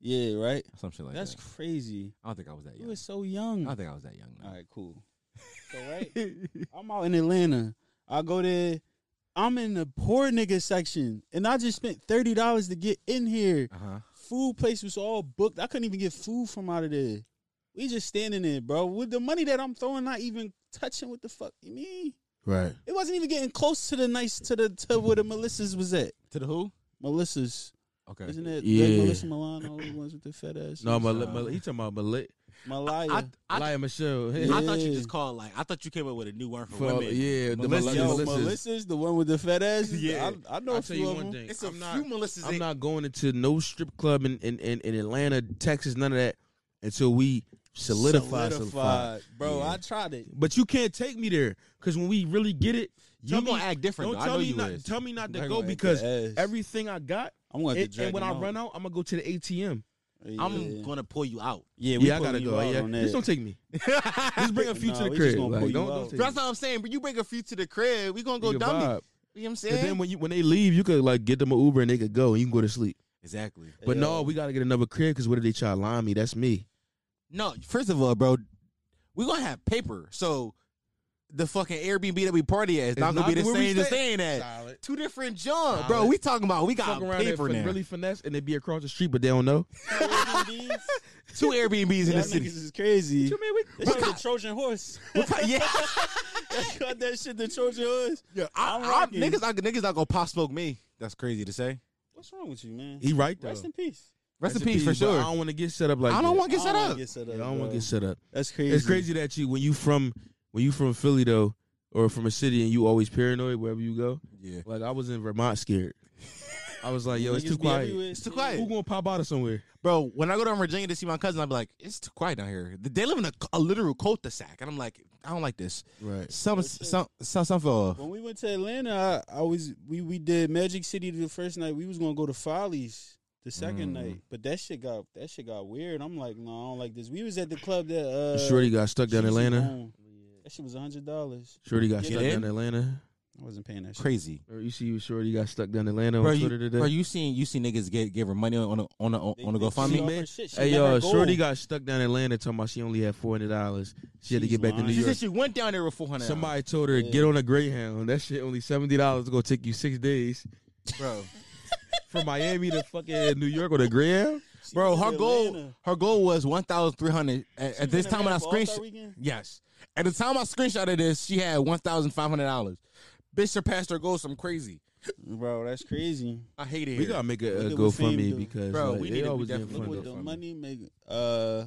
Speaker 5: Yeah, right.
Speaker 1: Some shit like
Speaker 5: That's
Speaker 1: that.
Speaker 5: crazy.
Speaker 1: I don't think I was that
Speaker 5: You
Speaker 1: young.
Speaker 5: were so young.
Speaker 1: I don't think I was that young. no.
Speaker 5: All right, cool. So right, I'm out in Atlanta. I go there. I'm in the poor nigga section, and I just spent thirty dollars to get in here.
Speaker 1: Uh-huh.
Speaker 5: Food place was all booked. I couldn't even get food from out of there. We just standing there, bro. With the money that I'm throwing, not even touching. What the fuck you mean?
Speaker 4: Right.
Speaker 5: It wasn't even getting close to the nice to the to where the Melissa's was at.
Speaker 1: To the who?
Speaker 5: Melissa's,
Speaker 1: Okay.
Speaker 5: isn't it?
Speaker 4: Yeah.
Speaker 5: Melissa Milano, the ones with the fat ass.
Speaker 4: No, Mal-
Speaker 1: Nah.
Speaker 4: Mal- he talking about Malay,
Speaker 5: Malaya.
Speaker 1: I, I,
Speaker 4: Malaya Michelle.
Speaker 5: Yeah.
Speaker 1: I thought you just called like I thought you came up with a new word for,
Speaker 4: For-
Speaker 1: women.
Speaker 4: yeah, the
Speaker 1: Melissa.
Speaker 5: Yo,
Speaker 4: Melissa's.
Speaker 5: Melissa's, the one with the fat ass.
Speaker 1: Yeah.
Speaker 5: I, I know
Speaker 4: I'll
Speaker 5: a
Speaker 4: tell
Speaker 5: few
Speaker 4: you
Speaker 5: of
Speaker 4: one
Speaker 5: them.
Speaker 4: thing.
Speaker 1: It's a
Speaker 4: I'm
Speaker 1: few
Speaker 4: not,
Speaker 1: Melissa's.
Speaker 4: I'm
Speaker 1: in-
Speaker 4: not going into no strip club in, in, in, in Atlanta, Texas, none of that until we solidify, solidify.
Speaker 5: bro.
Speaker 4: Yeah.
Speaker 5: I tried it.
Speaker 4: But you can't take me there because when we really get it,
Speaker 1: You
Speaker 4: tell me-
Speaker 1: gonna act different,
Speaker 4: Don't
Speaker 1: though. I
Speaker 4: tell
Speaker 1: know
Speaker 4: me
Speaker 1: you
Speaker 4: not.
Speaker 1: is.
Speaker 4: Tell me not to
Speaker 5: I'm
Speaker 4: go
Speaker 5: gonna act
Speaker 4: because
Speaker 5: your ass.
Speaker 4: everything I got,
Speaker 5: I'm gonna have
Speaker 4: and,
Speaker 5: to drag
Speaker 4: and when
Speaker 5: him
Speaker 4: I
Speaker 5: out.
Speaker 4: run out, I'm gonna go to the ATM.
Speaker 1: I'm
Speaker 5: yeah.
Speaker 1: gonna pull you out.
Speaker 5: yeah, we
Speaker 4: yeah, I gotta
Speaker 5: pulling you
Speaker 4: go.
Speaker 5: out
Speaker 4: Yeah,
Speaker 5: on
Speaker 4: just
Speaker 5: that.
Speaker 4: don't take me.
Speaker 1: That's
Speaker 4: Just bring a few
Speaker 5: Nah,
Speaker 4: to
Speaker 5: we
Speaker 4: the crib.
Speaker 5: just gonna
Speaker 4: Like,
Speaker 5: pull you
Speaker 4: don't,
Speaker 5: out.
Speaker 4: don't take me.
Speaker 1: what I'm saying. But you bring a few to the crib, we gonna go
Speaker 4: Nigga
Speaker 1: dummy.
Speaker 4: vibe.
Speaker 1: You know what I'm
Speaker 4: But then
Speaker 1: saying?
Speaker 4: when you when they leave, you could like get them an Uber and they could go and you can go to sleep.
Speaker 1: Exactly.
Speaker 4: But
Speaker 5: Yeah.
Speaker 4: no, we gotta get another crib because what did they try to line me? That's me.
Speaker 1: No, first of all, bro, we're gonna have paper. So the fucking Airbnb that we party at is not gonna be the
Speaker 4: where we
Speaker 1: same as
Speaker 4: stay.
Speaker 1: staying at.
Speaker 4: Solid.
Speaker 1: Two different John, bro.
Speaker 4: Solid.
Speaker 1: We talking about we got
Speaker 4: Fuck around
Speaker 1: paper
Speaker 4: there
Speaker 1: now.
Speaker 4: and really finesse and they be across the street, but they don't know.
Speaker 1: Two Airbnbs in
Speaker 5: Y'all
Speaker 1: the
Speaker 5: niggas
Speaker 1: city.
Speaker 5: is crazy.
Speaker 4: You mean we-
Speaker 5: That shit the Trojan horse.
Speaker 1: What kind- yeah,
Speaker 5: Cut that shit the Trojan horse.
Speaker 1: yeah. I,
Speaker 5: I'm
Speaker 1: I,
Speaker 5: rocking.
Speaker 1: niggas, I, niggas not gonna pop smoke me. That's crazy to say.
Speaker 5: What's wrong with you, man?
Speaker 4: He right though.
Speaker 5: Rest in peace.
Speaker 1: Rest in peace for
Speaker 4: but
Speaker 1: sure.
Speaker 4: I don't want to get set up like.
Speaker 1: I don't
Speaker 4: that.
Speaker 1: want to get set
Speaker 5: wanna
Speaker 1: up.
Speaker 5: Get set
Speaker 4: Yeah,
Speaker 5: up
Speaker 4: I don't want
Speaker 5: bro.
Speaker 4: to get set up.
Speaker 5: That's crazy.
Speaker 4: It's crazy that you when you from when you from Philly though, or from a city and you always paranoid wherever you go.
Speaker 1: Yeah.
Speaker 4: Like I was in Vermont scared. I was like, yo, it's
Speaker 5: Niggas
Speaker 4: too
Speaker 5: be
Speaker 4: quiet.
Speaker 5: everywhere.
Speaker 1: It's too quiet.
Speaker 4: Who gonna pop out of somewhere?
Speaker 1: Bro, when I go down Virginia to see my cousin, I'm like, it's too quiet down here. They live in a, a literal cul-de-sac, and I'm like, I don't like this.
Speaker 4: Right.
Speaker 1: Some,
Speaker 5: That's it.
Speaker 1: some, some, some fell off.
Speaker 5: When we went to Atlanta, I, I was we we did Magic City the first night. We was gonna go to Follies the second
Speaker 1: Mm.
Speaker 5: night, but that shit got that shit got weird. I'm like, no, I don't like this. We was at the club that uh,
Speaker 4: Shorty got stuck down in
Speaker 5: Jeezy
Speaker 4: Atlanta.
Speaker 5: owned. That shit was hundred dollars.
Speaker 4: Shorty got
Speaker 5: Get
Speaker 4: stuck
Speaker 1: in.
Speaker 4: down in Atlanta.
Speaker 5: I wasn't paying that. shit.
Speaker 1: Crazy,
Speaker 4: Or you see, Shorty got stuck down in Atlanta on
Speaker 1: bro.
Speaker 4: Twitter
Speaker 1: You,
Speaker 4: today.
Speaker 1: bro, you seen you see niggas get give her money on a, on a,
Speaker 5: They-
Speaker 1: on a
Speaker 5: they
Speaker 1: GoFundMe?
Speaker 5: took
Speaker 4: man.
Speaker 5: off her shit. She
Speaker 4: hey
Speaker 5: let
Speaker 4: yo,
Speaker 5: her go.
Speaker 4: Shorty got stuck down in Atlanta talking about she only had four hundred dollars. She had to
Speaker 5: She's
Speaker 4: get back to
Speaker 5: lying.
Speaker 4: New
Speaker 1: She
Speaker 4: York.
Speaker 1: said she went down there with four hundred.
Speaker 4: Somebody told her
Speaker 5: Yeah.
Speaker 4: get on a Greyhound. That shit only seventy dollars. Gonna take you six days
Speaker 1: bro,
Speaker 4: from Miami to fucking New York on a Greyhound.
Speaker 5: She
Speaker 1: bro,
Speaker 5: was in
Speaker 1: her goal,
Speaker 5: Atlanta.
Speaker 1: her goal was one thousand three hundred. At,
Speaker 5: She
Speaker 1: at this
Speaker 5: was in
Speaker 1: time when I
Speaker 5: Atlanta for All-Star
Speaker 1: screenshot,
Speaker 5: weekend?
Speaker 1: yes, at the time I screenshotted this, she had one thousand five hundred dollars. Bitch surpassed her goal. Some crazy.
Speaker 5: bro, that's crazy.
Speaker 1: I hate it.
Speaker 4: We
Speaker 1: here.
Speaker 4: gotta make a,
Speaker 5: Look
Speaker 4: a
Speaker 5: at what Fame
Speaker 4: GoFundMe
Speaker 5: do.
Speaker 4: because
Speaker 1: Bro,
Speaker 4: like,
Speaker 1: we
Speaker 4: they
Speaker 1: need to- we
Speaker 4: always getting
Speaker 1: definitely
Speaker 5: Look
Speaker 1: Funny
Speaker 5: what
Speaker 4: funded.
Speaker 5: the
Speaker 1: GoFundMe.
Speaker 5: money make. Uh,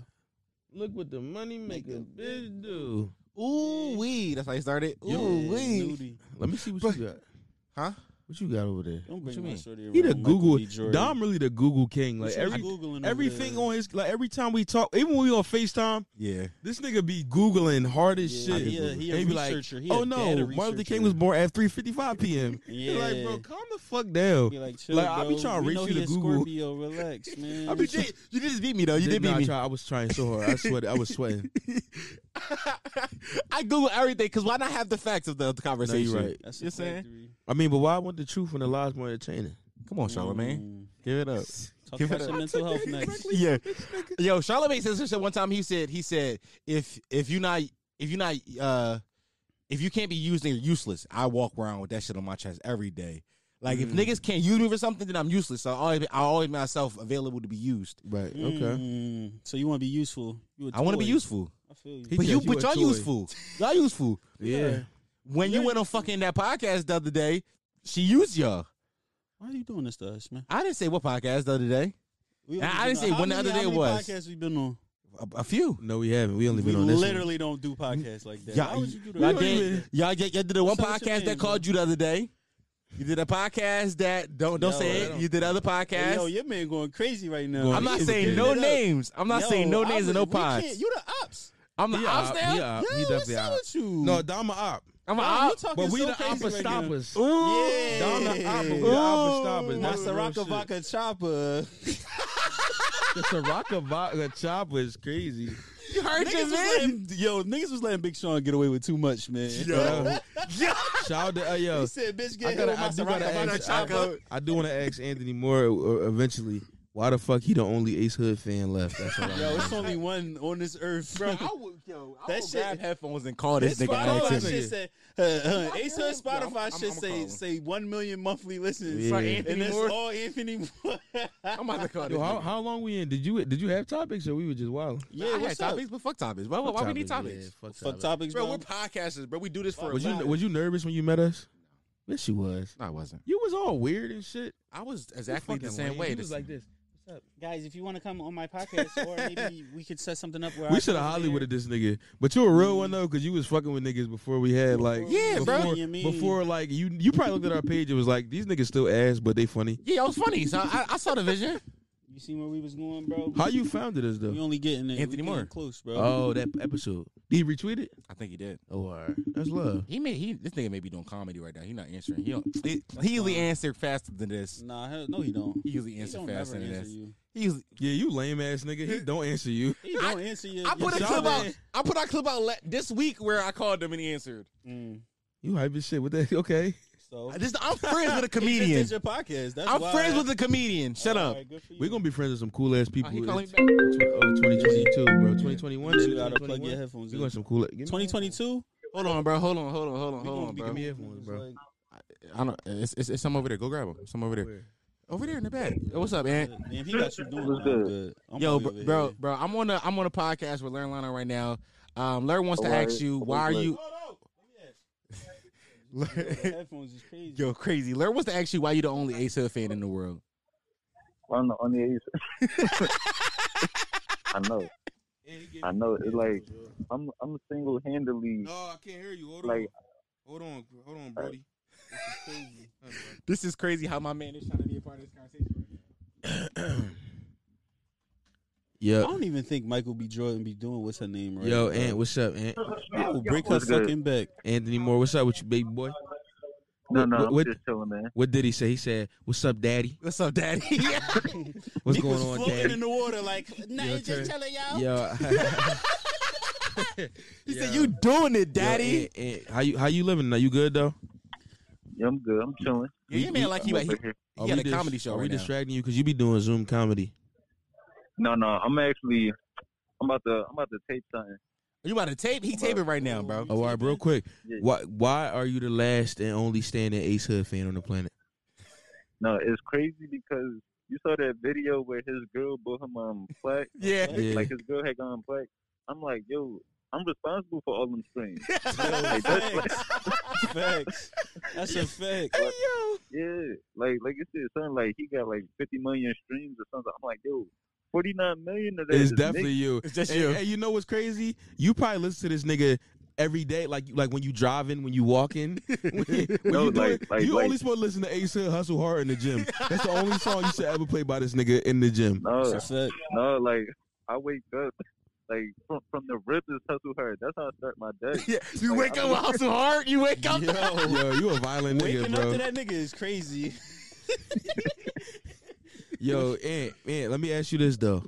Speaker 4: Look what the money
Speaker 5: Make a bitch
Speaker 4: do.
Speaker 1: Ooh wee, that's how he started.
Speaker 5: yeah,
Speaker 1: Ooh wee,
Speaker 5: nudie.
Speaker 4: Let me see what
Speaker 1: But-
Speaker 4: you got.
Speaker 1: huh?
Speaker 4: What you got over there?
Speaker 5: Don't
Speaker 1: you
Speaker 5: bring my
Speaker 1: mean?
Speaker 5: shorty
Speaker 4: He the
Speaker 5: around Michael
Speaker 4: Google
Speaker 5: B. Jordan.
Speaker 4: Dom really the Google king. Like
Speaker 5: She was
Speaker 4: every
Speaker 5: Googling over
Speaker 4: everything
Speaker 5: there.
Speaker 4: on his like every time we talk, even when we on FaceTime,
Speaker 1: Yeah.
Speaker 4: this nigga be googling hard as
Speaker 5: Yeah,
Speaker 4: shit.
Speaker 5: he a- he a
Speaker 4: They be like,
Speaker 5: researcher. He a
Speaker 4: oh
Speaker 5: data
Speaker 4: no, Martin Luther
Speaker 5: researcher."
Speaker 4: King was born at three fifty five p.m.
Speaker 5: Yeah,
Speaker 4: like bro, calm the fuck down.
Speaker 5: Be like, chill,
Speaker 4: Like, I be
Speaker 5: bro.
Speaker 4: tryna
Speaker 5: We
Speaker 4: reach
Speaker 5: know
Speaker 4: you
Speaker 5: he
Speaker 4: to
Speaker 5: a
Speaker 4: Google.
Speaker 5: Scorpio. Relax, man.
Speaker 1: I mean, you, did- you just beat me though. You did
Speaker 4: Nah,
Speaker 1: beat
Speaker 4: I,
Speaker 1: me.
Speaker 4: tried- I was trying so hard. I sweat. I was sweating.
Speaker 1: I Google everything because why not have the facts of the, of the
Speaker 4: no,
Speaker 1: conversation?
Speaker 4: you're right.
Speaker 5: That's
Speaker 1: You're
Speaker 5: a
Speaker 1: saying?
Speaker 5: factory.
Speaker 4: I mean, but why want the truth when the lies more entertaining?
Speaker 1: Come on, Charlamagne, give it up.
Speaker 5: Mm. Mm-hmm. Talk
Speaker 1: Give
Speaker 5: about
Speaker 1: it
Speaker 5: your
Speaker 1: up.
Speaker 5: mental health next.
Speaker 1: yeah, yo, Charlamagne says this shit one time. He said, he said, if if you not if you not uh if you can't be used, then you're useless. I walk around with that shit on my chest every day. Like if niggas can't use me for something, then I'm useless. So I always I always make myself available to be used.
Speaker 4: Right. Okay.
Speaker 5: Mm. So you want to be useful? You a
Speaker 1: I want to be
Speaker 5: toy.
Speaker 1: useful,
Speaker 5: I feel you.
Speaker 4: He
Speaker 1: but
Speaker 4: said
Speaker 1: you
Speaker 4: you
Speaker 1: but
Speaker 4: a
Speaker 1: y'all
Speaker 4: toy.
Speaker 1: useful. Y'all useful.
Speaker 4: Yeah.
Speaker 1: When you went on fucking that podcast the other day, she used y'all.
Speaker 5: Why are you doing this to us, man?
Speaker 1: I didn't say what podcast the other day.
Speaker 5: We
Speaker 1: Nah,
Speaker 5: only
Speaker 1: I
Speaker 5: been
Speaker 1: didn't
Speaker 5: on-
Speaker 1: say
Speaker 5: how
Speaker 1: when the
Speaker 5: many-
Speaker 1: other day
Speaker 5: how many
Speaker 1: was.
Speaker 5: Podcasts we been on?
Speaker 1: A, a few.
Speaker 4: No, we haven't. We only
Speaker 5: We
Speaker 4: been on this. one.
Speaker 5: literally don't do podcasts like that. Why
Speaker 1: Y'all,
Speaker 5: would you do that?
Speaker 1: y'all,
Speaker 5: Why would you do
Speaker 1: did, y'all, did- y'all did the one
Speaker 5: Say what you
Speaker 1: podcast
Speaker 5: mean,
Speaker 1: that called you the other day. You did a podcast that don't don't
Speaker 5: Yo,
Speaker 1: say
Speaker 5: I
Speaker 1: it.
Speaker 5: don't-
Speaker 1: You did other
Speaker 5: that? Hey, yo,
Speaker 1: podcast.
Speaker 5: your man going crazy right now.
Speaker 1: I'm not
Speaker 5: He is
Speaker 1: saying
Speaker 5: getting
Speaker 1: no
Speaker 5: it up.
Speaker 1: names. I'm not
Speaker 5: Yo,
Speaker 1: saying no
Speaker 5: I
Speaker 1: names and
Speaker 5: would-
Speaker 1: no
Speaker 5: we can't-
Speaker 1: pods.
Speaker 5: You the ops.
Speaker 1: I'm the
Speaker 4: He
Speaker 1: ops
Speaker 4: op,
Speaker 1: now.
Speaker 4: he op.
Speaker 5: Yo,
Speaker 4: He
Speaker 5: what's
Speaker 4: definitely
Speaker 5: up
Speaker 4: op.
Speaker 5: with you?
Speaker 4: No, Dom a op.
Speaker 1: I'm
Speaker 5: Yo,
Speaker 1: an
Speaker 5: you
Speaker 1: op.
Speaker 5: talking
Speaker 4: But we
Speaker 5: so
Speaker 4: the
Speaker 5: crazy
Speaker 4: oppa
Speaker 5: right now.
Speaker 4: stoppers.
Speaker 1: Ooh.
Speaker 4: Dom the oppa. We the
Speaker 5: Ooh.
Speaker 4: oppa stoppers.
Speaker 5: My
Speaker 4: That's the real
Speaker 5: Soraka
Speaker 4: shit.
Speaker 5: Vodka Chopper.
Speaker 4: The Soraka vodka chopper is crazy.
Speaker 1: You heard
Speaker 5: Niggas
Speaker 1: your
Speaker 5: was
Speaker 1: man.
Speaker 5: letting, yo, niggas was letting Big Sean get away with too much, man.
Speaker 4: Yo. Shout out to uh, yo.
Speaker 5: he said, "Bitch,
Speaker 4: I
Speaker 5: get hit
Speaker 4: gotta.
Speaker 5: with my
Speaker 4: I do gotta
Speaker 5: Soraka Vodka
Speaker 4: ask. I,
Speaker 5: Chopper."
Speaker 4: I do want to ask Anthony Moore uh, eventually. Why the fuck he the only Ace Hood fan left? That's all I
Speaker 5: Yo,
Speaker 4: know.
Speaker 5: it's only one on this earth, bro.
Speaker 1: would, yo, I
Speaker 5: That shit-
Speaker 1: headphones and call
Speaker 5: This Spotify
Speaker 4: nigga.
Speaker 5: shit say, uh, uh,
Speaker 1: Fuck
Speaker 5: Ace
Speaker 1: him.
Speaker 5: Hood
Speaker 1: Yeah, I'm-
Speaker 5: Spotify
Speaker 1: I'm-
Speaker 5: should
Speaker 1: I'm
Speaker 5: say
Speaker 1: calling.
Speaker 5: say one million monthly listens,
Speaker 4: Yeah.
Speaker 5: and
Speaker 1: Anthony
Speaker 5: that's
Speaker 1: Moore.
Speaker 5: all Anthony. Moore.
Speaker 1: I'm about to call
Speaker 4: Yo,
Speaker 1: this
Speaker 4: how,
Speaker 1: nigga.
Speaker 4: how long we in? Did you did you have topics or we were just wild?
Speaker 1: I
Speaker 5: yeah,
Speaker 1: had
Speaker 5: what's up?
Speaker 1: topics, but fuck topics. Why, why, we need topics?
Speaker 4: Yeah, fuck
Speaker 5: Fuck
Speaker 4: topics.
Speaker 5: topics,
Speaker 1: Bro,
Speaker 5: bro.
Speaker 1: we're podcasters, bro. We do this for
Speaker 4: Was
Speaker 1: a
Speaker 4: you
Speaker 1: living.
Speaker 4: was you nervous when you met us? Yes, you was.
Speaker 1: No, I wasn't.
Speaker 4: You was all weird and shit.
Speaker 1: I was exactly the same way.
Speaker 4: He
Speaker 1: the
Speaker 4: was
Speaker 1: same-
Speaker 4: like this.
Speaker 5: Guys, if you want to come on my podcast, or maybe we could set something up where
Speaker 4: We should have Hollywooded this nigga, but you a real one though, because you was fucking with niggas before we had like
Speaker 1: Yeah,
Speaker 4: before,
Speaker 1: bro.
Speaker 5: You mean?
Speaker 4: Before like you you probably looked at our page. It was like these niggas still ass, but they funny.
Speaker 1: Yeah, it was funny. So I, I saw the vision.
Speaker 5: You seen where we was going, bro?
Speaker 4: How you founded us
Speaker 5: We
Speaker 4: though?
Speaker 5: only getting it.
Speaker 1: Anthony
Speaker 5: we getting
Speaker 1: Moore.
Speaker 5: close, bro.
Speaker 4: Oh, that episode. Did he retweet it?
Speaker 1: I think he did.
Speaker 4: Oh, all right. that's love.
Speaker 1: He may he this nigga may be doing comedy right now. He not answering. He don't, he, he usually answer faster than this.
Speaker 5: Nah, hell- no, he don't.
Speaker 1: He usually
Speaker 5: He
Speaker 1: answer
Speaker 5: don't
Speaker 1: faster
Speaker 5: ever
Speaker 1: than
Speaker 5: answer
Speaker 1: this.
Speaker 5: you.
Speaker 1: He usually,
Speaker 4: Yeah, you lame ass nigga. He don't answer you.
Speaker 5: He don't answer you.
Speaker 1: I put a
Speaker 5: Your
Speaker 1: clip
Speaker 5: job
Speaker 1: out.
Speaker 5: ain't-
Speaker 1: I put a clip out la- this week where I called him and he answered.
Speaker 5: Mm,
Speaker 4: You hype as shit with that. Okay.
Speaker 5: so
Speaker 1: This, I'm friends with a
Speaker 5: It's
Speaker 1: comedian.
Speaker 5: Oh. just your podcast. That's
Speaker 1: I'm
Speaker 5: why.
Speaker 1: friends with a comedian. Shut up.
Speaker 5: Alright, good for you.
Speaker 4: We're gonna be friends with some cool ass people.
Speaker 1: Oh, he
Speaker 4: in
Speaker 1: calling
Speaker 4: tw-
Speaker 1: me back.
Speaker 4: uh, 2022, bro. 2021.
Speaker 5: You gotta plug your
Speaker 4: 2021.
Speaker 5: headphones
Speaker 4: We
Speaker 5: in.
Speaker 4: going some cool. give me-
Speaker 5: 2022.
Speaker 1: Hold on, bro. Hold on. Hold on. Hold on.
Speaker 5: We
Speaker 1: Hold
Speaker 5: gonna
Speaker 1: on,
Speaker 5: be
Speaker 1: bro.
Speaker 4: me
Speaker 5: comedians,
Speaker 4: headphones, bro.
Speaker 5: like,
Speaker 1: I don't. It's, it's it's some over there. Go grab him. Some over there. Over there in the back. Yo, what's up, man?
Speaker 5: Man, if he got you doing that, I'm good. I'm
Speaker 1: Yo,
Speaker 5: probably
Speaker 1: bro,
Speaker 5: over
Speaker 1: bro, bro.
Speaker 5: here.
Speaker 1: I'm on a I'm on a podcast with Learn Lana right now. Um, Learn wants to
Speaker 7: Alright.
Speaker 1: ask you why are you
Speaker 5: Your headphones is crazy.
Speaker 1: yo crazy. Learn wants to ask you why you the only Ace Hood fan in the world.
Speaker 7: I'm the only Asian. I know. I know. It's like I'm I'm single handedly.
Speaker 4: No, Oh, I can't hear you. Hold on.
Speaker 7: Like
Speaker 4: hold on. Hold on, Brody. This is crazy. Hold on, bro.
Speaker 1: This is crazy how my man is trying to be a part of this conversation right now.
Speaker 5: I
Speaker 4: Yo,
Speaker 5: don't even think Michael B. Jordan be doing what's her name
Speaker 1: Oh,
Speaker 5: right.
Speaker 4: yo,
Speaker 5: now.
Speaker 4: Ant, what's up, Ant?
Speaker 5: I will break her
Speaker 7: What's good?
Speaker 5: fucking back.
Speaker 4: Anthony Moore, what's up with you, baby boy?
Speaker 7: no, no,
Speaker 4: What-
Speaker 7: I'm
Speaker 4: what-
Speaker 7: just chilling, man.
Speaker 4: What did he say? He said, "What's up, Daddy?
Speaker 1: What's up, daddy?
Speaker 4: What's going
Speaker 5: Nick was
Speaker 4: on,
Speaker 5: floating
Speaker 4: Daddy?"
Speaker 5: in the water like. Nah,
Speaker 4: Yo,
Speaker 5: it's
Speaker 4: turn-
Speaker 5: just telling y'all.
Speaker 4: Yo,
Speaker 1: he said, "You doing it, daddy?"
Speaker 4: Yo, Ant, Ant, how you how you living? Are you good though?
Speaker 7: Yeah, I'm good. I'm chilling.
Speaker 1: Yeah, your man like he
Speaker 7: I'm
Speaker 1: he,
Speaker 7: over here.
Speaker 4: Are
Speaker 1: he had
Speaker 4: we
Speaker 1: a
Speaker 4: dis-
Speaker 1: comedy show
Speaker 4: Are we
Speaker 1: right now.
Speaker 4: distracting you because you be doing Zoom comedy?
Speaker 7: No, no, I'm actually. I'm about to. I'm about to tape something.
Speaker 1: You about to tape? He taping right now, bro.
Speaker 4: Oh, all right, real quick.
Speaker 7: Yeah.
Speaker 4: Why why are you the last and only standing Ace Hood fan on the planet?
Speaker 7: No, it's crazy because you saw that video where his girl bought him um plaque.
Speaker 1: Yeah.
Speaker 7: Like,
Speaker 4: Yeah.
Speaker 7: like his girl had gone plaque. I'm like, yo, I'm responsible for all them streams. like, that's like,
Speaker 5: Facts. Facts. That's a fact.
Speaker 7: yeah, like like you said, something like he got like 50 million streams or something. I'm like, yo, 49 million of that
Speaker 4: It's
Speaker 7: is
Speaker 4: definitely
Speaker 7: Nick.
Speaker 4: you.
Speaker 1: It's just
Speaker 4: And-
Speaker 1: you.
Speaker 4: And, you know what's crazy? You probably listen to this nigga every day, like like when you driving, when you walking. When, when
Speaker 7: No,
Speaker 4: you do
Speaker 7: like-
Speaker 4: it,
Speaker 7: like-
Speaker 4: you
Speaker 7: like-
Speaker 4: only supposed to listen to Ace Hood Hustle Hard in the gym. That's the only song you should ever play by this nigga in the gym.
Speaker 5: That's
Speaker 7: No,
Speaker 5: a fact.
Speaker 7: no, like I wake up like from from the rib is hustle her. That's how I start my day.
Speaker 1: Yeah. You
Speaker 7: Like,
Speaker 1: wake up
Speaker 7: I'm-
Speaker 1: with hustle hard. You wake up.
Speaker 5: Yo.
Speaker 4: Yo, you a violent nigga,
Speaker 5: Waking up
Speaker 4: bro.
Speaker 5: to that nigga is crazy.
Speaker 4: Yo, and man, let me ask you this though.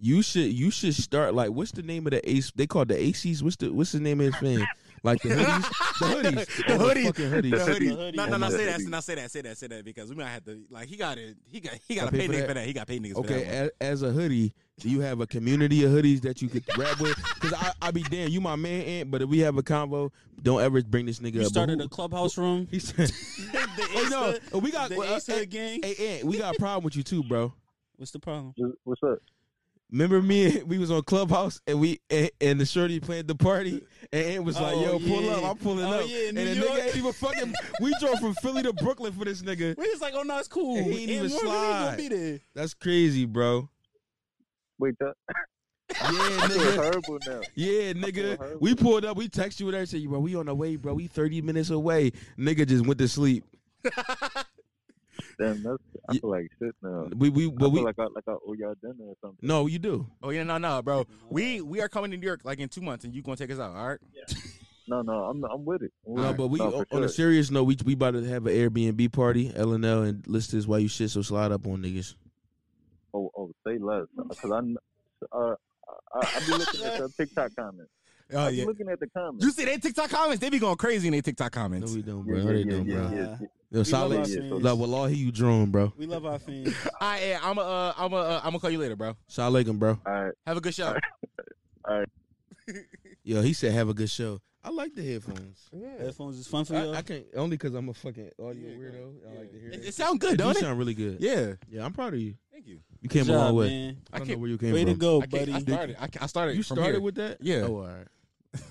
Speaker 4: You should you should start like what's the name of the ace? They call it the ACs. What's the what's the name of his fan? Like the hoodies, the hoodies,
Speaker 1: The
Speaker 4: Oh,
Speaker 1: hoodies.
Speaker 4: fucking hoodies.
Speaker 1: The
Speaker 7: hoodie.
Speaker 1: hoodie. No, no, no.
Speaker 7: Oh, my
Speaker 1: Say that.
Speaker 7: hoodie.
Speaker 1: Now say that. Say that. Say that. Because we might have to. Like he got it. He got. He got
Speaker 4: I
Speaker 1: to
Speaker 4: pay
Speaker 1: pay
Speaker 4: for
Speaker 1: niggas
Speaker 4: that.
Speaker 1: for that. eh, He got paid niggas.
Speaker 4: Okay,
Speaker 1: For that
Speaker 4: as, as a hoodie, do you have a community of hoodies that you could rap with? Because I, I be damn, you my man, Ant, but if we have a convo, don't ever bring this nigga
Speaker 5: You
Speaker 4: up. But
Speaker 5: started
Speaker 4: who-
Speaker 5: a clubhouse room.
Speaker 4: He said,
Speaker 5: Hey,
Speaker 4: no, we got-
Speaker 5: the
Speaker 4: well,
Speaker 5: Ace
Speaker 4: uh,
Speaker 5: Hood gang.
Speaker 4: hey, Ant, we got a problem with you too, bro.
Speaker 5: What's the problem?
Speaker 7: Just- What's up?
Speaker 4: Remember me? We was on Clubhouse and we and, and the shorty played the party and it was like, "Yo,
Speaker 5: Oh,
Speaker 4: pull
Speaker 5: yeah.
Speaker 4: up! I'm pulling
Speaker 5: Oh,
Speaker 4: up!"
Speaker 5: yeah,
Speaker 4: and
Speaker 5: New
Speaker 4: the
Speaker 5: York.
Speaker 4: nigga ain't even fucking. we drove from Philly to Brooklyn for this nigga.
Speaker 5: We just like, oh no, it's cool.
Speaker 4: He ain't even
Speaker 5: Warren, we
Speaker 4: slide.
Speaker 5: Gonna be there.
Speaker 4: That's crazy, bro.
Speaker 7: Wait, that
Speaker 4: Yeah,
Speaker 7: feel
Speaker 4: nigga.
Speaker 7: horrible now.
Speaker 4: Yeah, nigga. We pulled up. We text you and everything, bro. We on the way, bro. We 30 minutes away. Nigga just went to sleep.
Speaker 7: Damn, that's I
Speaker 4: Ye-
Speaker 7: feel like shit now.
Speaker 4: We we
Speaker 7: I
Speaker 4: but
Speaker 7: feel
Speaker 4: we
Speaker 7: like I like I owe y'all dinner or something.
Speaker 4: no, you do.
Speaker 1: one. Oh yeah. No, no, bro. We we are coming to New York like in two months, and you gonna take us out. All right.
Speaker 7: No, no, I'm I'm with it. I'm with
Speaker 4: No,
Speaker 7: it.
Speaker 4: but we
Speaker 7: No,
Speaker 4: on
Speaker 7: for
Speaker 4: a
Speaker 7: sure.
Speaker 4: serious note, we we about to have an Airbnb party, LNL, and list is why you shit. So slide up on niggas.
Speaker 7: Oh, oh, say less, because I'm. Uh, I, I be looking at the TikTok comments.
Speaker 1: Oh
Speaker 7: I be
Speaker 1: yeah.
Speaker 7: looking at the comments.
Speaker 1: You see they TikTok comments? They be going crazy in their TikTok
Speaker 4: No,
Speaker 1: comments.
Speaker 4: we don't,
Speaker 7: Yeah,
Speaker 4: bro. No,
Speaker 7: yeah,
Speaker 4: they
Speaker 7: yeah,
Speaker 4: don't,
Speaker 7: yeah,
Speaker 4: bro.
Speaker 7: yeah, yeah.
Speaker 4: Yo,
Speaker 5: love
Speaker 4: solid.
Speaker 5: our fans.
Speaker 4: Like, wallahi, you drawn, bro.
Speaker 5: We love our fans.
Speaker 1: I am. I'm a. Uh, I'm a. Uh, I'm gonna call you later, bro.
Speaker 4: Salaam, bro.
Speaker 7: All right,
Speaker 1: Have a good show.
Speaker 4: Yo, he said have a good show. I like the headphones.
Speaker 5: Headphones is fun for
Speaker 4: I,
Speaker 5: y'all.
Speaker 4: I can't only because I'm a fucking audio weirdo. I like to hear
Speaker 1: It,
Speaker 4: it.
Speaker 1: it sound good,
Speaker 4: It do
Speaker 1: don't it?
Speaker 4: sound really good. Yeah.
Speaker 1: Yeah.
Speaker 4: I'm proud of you.
Speaker 1: Thank you.
Speaker 4: You came
Speaker 5: Good
Speaker 4: a long
Speaker 5: job,
Speaker 4: way.
Speaker 5: man.
Speaker 4: I don't
Speaker 1: can't-
Speaker 4: know where you came
Speaker 5: Way
Speaker 4: from.
Speaker 5: to go,
Speaker 1: I, can't-
Speaker 5: buddy.
Speaker 1: I started. I, I started.
Speaker 4: Oh, You
Speaker 1: from
Speaker 4: started
Speaker 1: here.
Speaker 4: with that?
Speaker 1: Yeah.
Speaker 4: Oh, all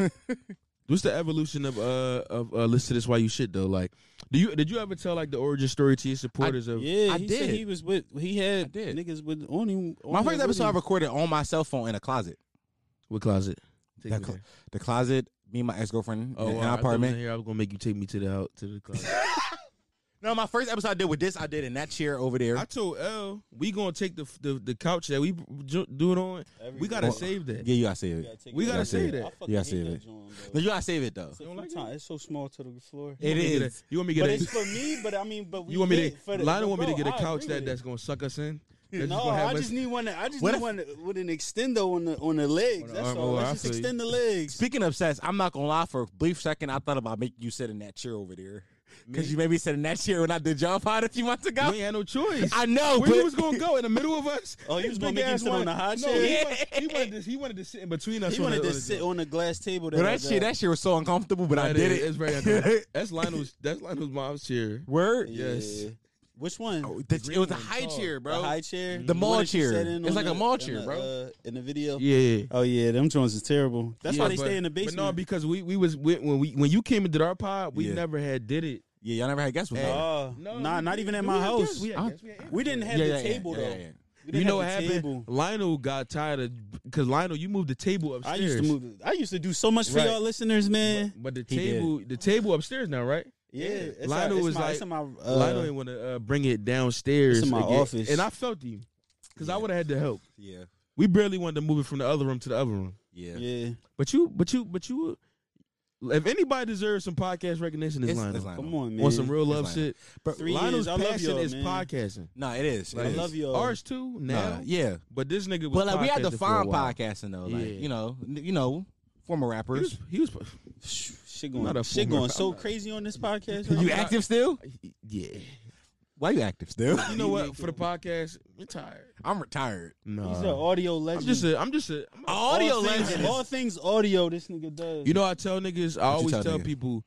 Speaker 4: right. What's the evolution of uh of uh, listen to this why you shit though? Like, do you did you ever tell like the origin story to your supporters of?
Speaker 5: Yeah,
Speaker 1: I
Speaker 5: he
Speaker 1: did.
Speaker 5: said he was with. He had
Speaker 1: did.
Speaker 5: niggas with on him.
Speaker 1: My
Speaker 5: on
Speaker 1: first
Speaker 5: him
Speaker 1: episode I
Speaker 5: with him.
Speaker 1: recorded on my cell phone in a closet.
Speaker 4: What closet? Take
Speaker 1: That
Speaker 4: me
Speaker 1: cl-
Speaker 4: there.
Speaker 1: The closet, me and my ex girlfriend
Speaker 4: oh,
Speaker 1: in
Speaker 4: wow, I
Speaker 1: our
Speaker 4: thought you was in
Speaker 1: apartment.
Speaker 4: Here, I was gonna make you take me to the house to the closet.
Speaker 1: No, my first episode I did with this, I did in that chair over there.
Speaker 4: I told L we gonna take the the, the couch that we ju- do it on. we gotta
Speaker 1: Well,
Speaker 4: save that.
Speaker 1: yeah, you gotta save
Speaker 5: You
Speaker 1: it.
Speaker 5: take
Speaker 4: We
Speaker 5: it.
Speaker 4: gotta
Speaker 5: I
Speaker 4: say
Speaker 5: fucking
Speaker 4: that.
Speaker 5: hate
Speaker 1: You gotta say that.
Speaker 5: joint, bro.
Speaker 1: No, you gotta save it though.
Speaker 5: It's a
Speaker 4: You don't like
Speaker 5: futon. It's so small to the floor.
Speaker 1: It
Speaker 4: You want me to get a-
Speaker 1: is.
Speaker 4: you want me to
Speaker 5: But
Speaker 4: get
Speaker 5: it's
Speaker 4: a?
Speaker 5: for me. But I mean, but we
Speaker 4: You want me
Speaker 5: lit
Speaker 4: to?
Speaker 5: for the-
Speaker 4: Lana
Speaker 5: but
Speaker 4: want me to
Speaker 5: bro,
Speaker 4: get a
Speaker 5: I
Speaker 4: couch
Speaker 5: agree
Speaker 4: that
Speaker 5: with
Speaker 4: that's
Speaker 5: it.
Speaker 4: gonna suck us in. That's
Speaker 5: No,
Speaker 4: gonna have
Speaker 5: I
Speaker 4: us-
Speaker 5: just need one. that- I just
Speaker 1: What
Speaker 5: need
Speaker 1: if-
Speaker 5: one that- with an extendo on the on the legs.
Speaker 4: On the
Speaker 5: That's
Speaker 4: arm,
Speaker 5: all.
Speaker 4: oh, I
Speaker 5: Let's just
Speaker 4: feel you.
Speaker 5: extend the legs.
Speaker 1: Speaking of sex, I'm not gonna lie. For a brief second, I thought about making you sit in that chair over there because you made me sit in that chair when I did job pod a few months ago.
Speaker 4: We ain't had no choice.
Speaker 1: I know,
Speaker 4: Where
Speaker 1: but
Speaker 4: he was gonna go in the middle of us?
Speaker 5: Oh, he was gonna make you
Speaker 4: Big-ass
Speaker 5: sit on
Speaker 4: one.
Speaker 5: the high
Speaker 4: No,
Speaker 5: chair?
Speaker 4: he wanted- he wanted to. He wanted to sit in between us. on
Speaker 5: He wanted
Speaker 4: the-
Speaker 5: to
Speaker 4: on the
Speaker 5: sit
Speaker 4: joint.
Speaker 5: on a glass table.
Speaker 1: but
Speaker 5: I
Speaker 1: that shit,
Speaker 5: got.
Speaker 1: that shit was so uncomfortable. But I
Speaker 4: That
Speaker 1: did
Speaker 4: is-
Speaker 1: it.
Speaker 4: It's very uncomfortable. That's Lionel's. That's Lionel's mom's chair.
Speaker 1: Word.
Speaker 4: Yes.
Speaker 5: Which one?
Speaker 1: Oh, the- it was a
Speaker 4: Green
Speaker 1: high
Speaker 4: one.
Speaker 1: chair, bro.
Speaker 5: The high chair.
Speaker 1: The mall
Speaker 5: one that you
Speaker 1: chair.
Speaker 5: sat in
Speaker 1: It's
Speaker 5: on
Speaker 1: like a
Speaker 5: the-
Speaker 1: mall
Speaker 5: on
Speaker 1: chair,
Speaker 5: the,
Speaker 1: bro.
Speaker 5: uh, in the video.
Speaker 4: Yeah.
Speaker 5: Oh yeah, them joints is terrible. That's
Speaker 4: Yeah,
Speaker 5: why they
Speaker 4: but-
Speaker 5: stay in the
Speaker 4: But no,
Speaker 5: basement.
Speaker 4: because we we was when when we when you came and did our pod, we
Speaker 1: Yeah.
Speaker 4: never had did it.
Speaker 1: Yeah, y'all never had guests with
Speaker 4: Hey.
Speaker 1: no.
Speaker 5: Oh, nah, not even at my house. We,
Speaker 3: Huh?
Speaker 5: didn't have
Speaker 1: yeah,
Speaker 5: the
Speaker 1: yeah, yeah,
Speaker 5: table
Speaker 1: yeah,
Speaker 5: though.
Speaker 1: yeah, yeah.
Speaker 5: We didn't
Speaker 4: You know what
Speaker 5: have the
Speaker 4: happened?
Speaker 5: table.
Speaker 4: Lionel got tired of because Lionel, you moved the table
Speaker 5: I
Speaker 4: upstairs.
Speaker 5: used to move. Eh, I used to do so much for
Speaker 4: Right.
Speaker 5: y'all listeners, man.
Speaker 4: but the
Speaker 1: He did.
Speaker 4: table, the table upstairs now, right?
Speaker 5: Yeah, it's
Speaker 4: Lionel
Speaker 5: out- it's
Speaker 4: was
Speaker 5: my,
Speaker 4: like-
Speaker 5: it's in my, uh,
Speaker 4: Lionel didn't want to uh, bring it downstairs.
Speaker 5: It's in my
Speaker 4: again.
Speaker 5: office.
Speaker 4: and I felt you because I would have had to help.
Speaker 1: Yeah,
Speaker 4: We barely wanted to move it from the other room to the other room.
Speaker 1: yeah.
Speaker 5: yeah.
Speaker 4: But you, but you, but you, if anybody deserves some podcast recognition, it's,
Speaker 1: It's,
Speaker 4: Lionel.
Speaker 1: it's Lionel.
Speaker 5: Come on, man.
Speaker 4: On some real love
Speaker 1: It's Lionel.
Speaker 4: shit.
Speaker 1: Bro,
Speaker 5: Three
Speaker 4: Lionel's
Speaker 5: years. I love
Speaker 4: passion
Speaker 5: y'all,
Speaker 4: is
Speaker 5: man.
Speaker 4: podcasting.
Speaker 1: No, it is. It
Speaker 5: I
Speaker 1: is.
Speaker 5: love y'all.
Speaker 4: Ours too now,
Speaker 1: Nah, yeah,
Speaker 4: but this nigga was.
Speaker 1: but like we had to
Speaker 4: podcasting for a
Speaker 1: find
Speaker 4: while.
Speaker 1: podcasting though. Like
Speaker 4: Yeah.
Speaker 1: you know, n- you know, former
Speaker 4: He
Speaker 1: rappers.
Speaker 4: was, he was,
Speaker 5: Shit
Speaker 4: Not
Speaker 5: going,
Speaker 4: a
Speaker 5: shit
Speaker 4: former-
Speaker 5: going so
Speaker 4: I'm not-
Speaker 5: crazy on this podcast.
Speaker 1: you
Speaker 5: right now.
Speaker 1: active still?
Speaker 4: yeah.
Speaker 1: Why you active still?
Speaker 4: You know what? For the podcast, you're tired.
Speaker 1: I'm retired.
Speaker 4: No,
Speaker 5: He's an audio
Speaker 4: I'm
Speaker 5: legend.
Speaker 4: just a, I'm just a. I'm a
Speaker 5: all
Speaker 1: Audio
Speaker 5: things,
Speaker 1: legend.
Speaker 5: All things audio. This nigga does.
Speaker 4: you know, I tell niggas, I
Speaker 1: you
Speaker 4: always
Speaker 1: tell
Speaker 4: tell,
Speaker 1: niggas?
Speaker 4: people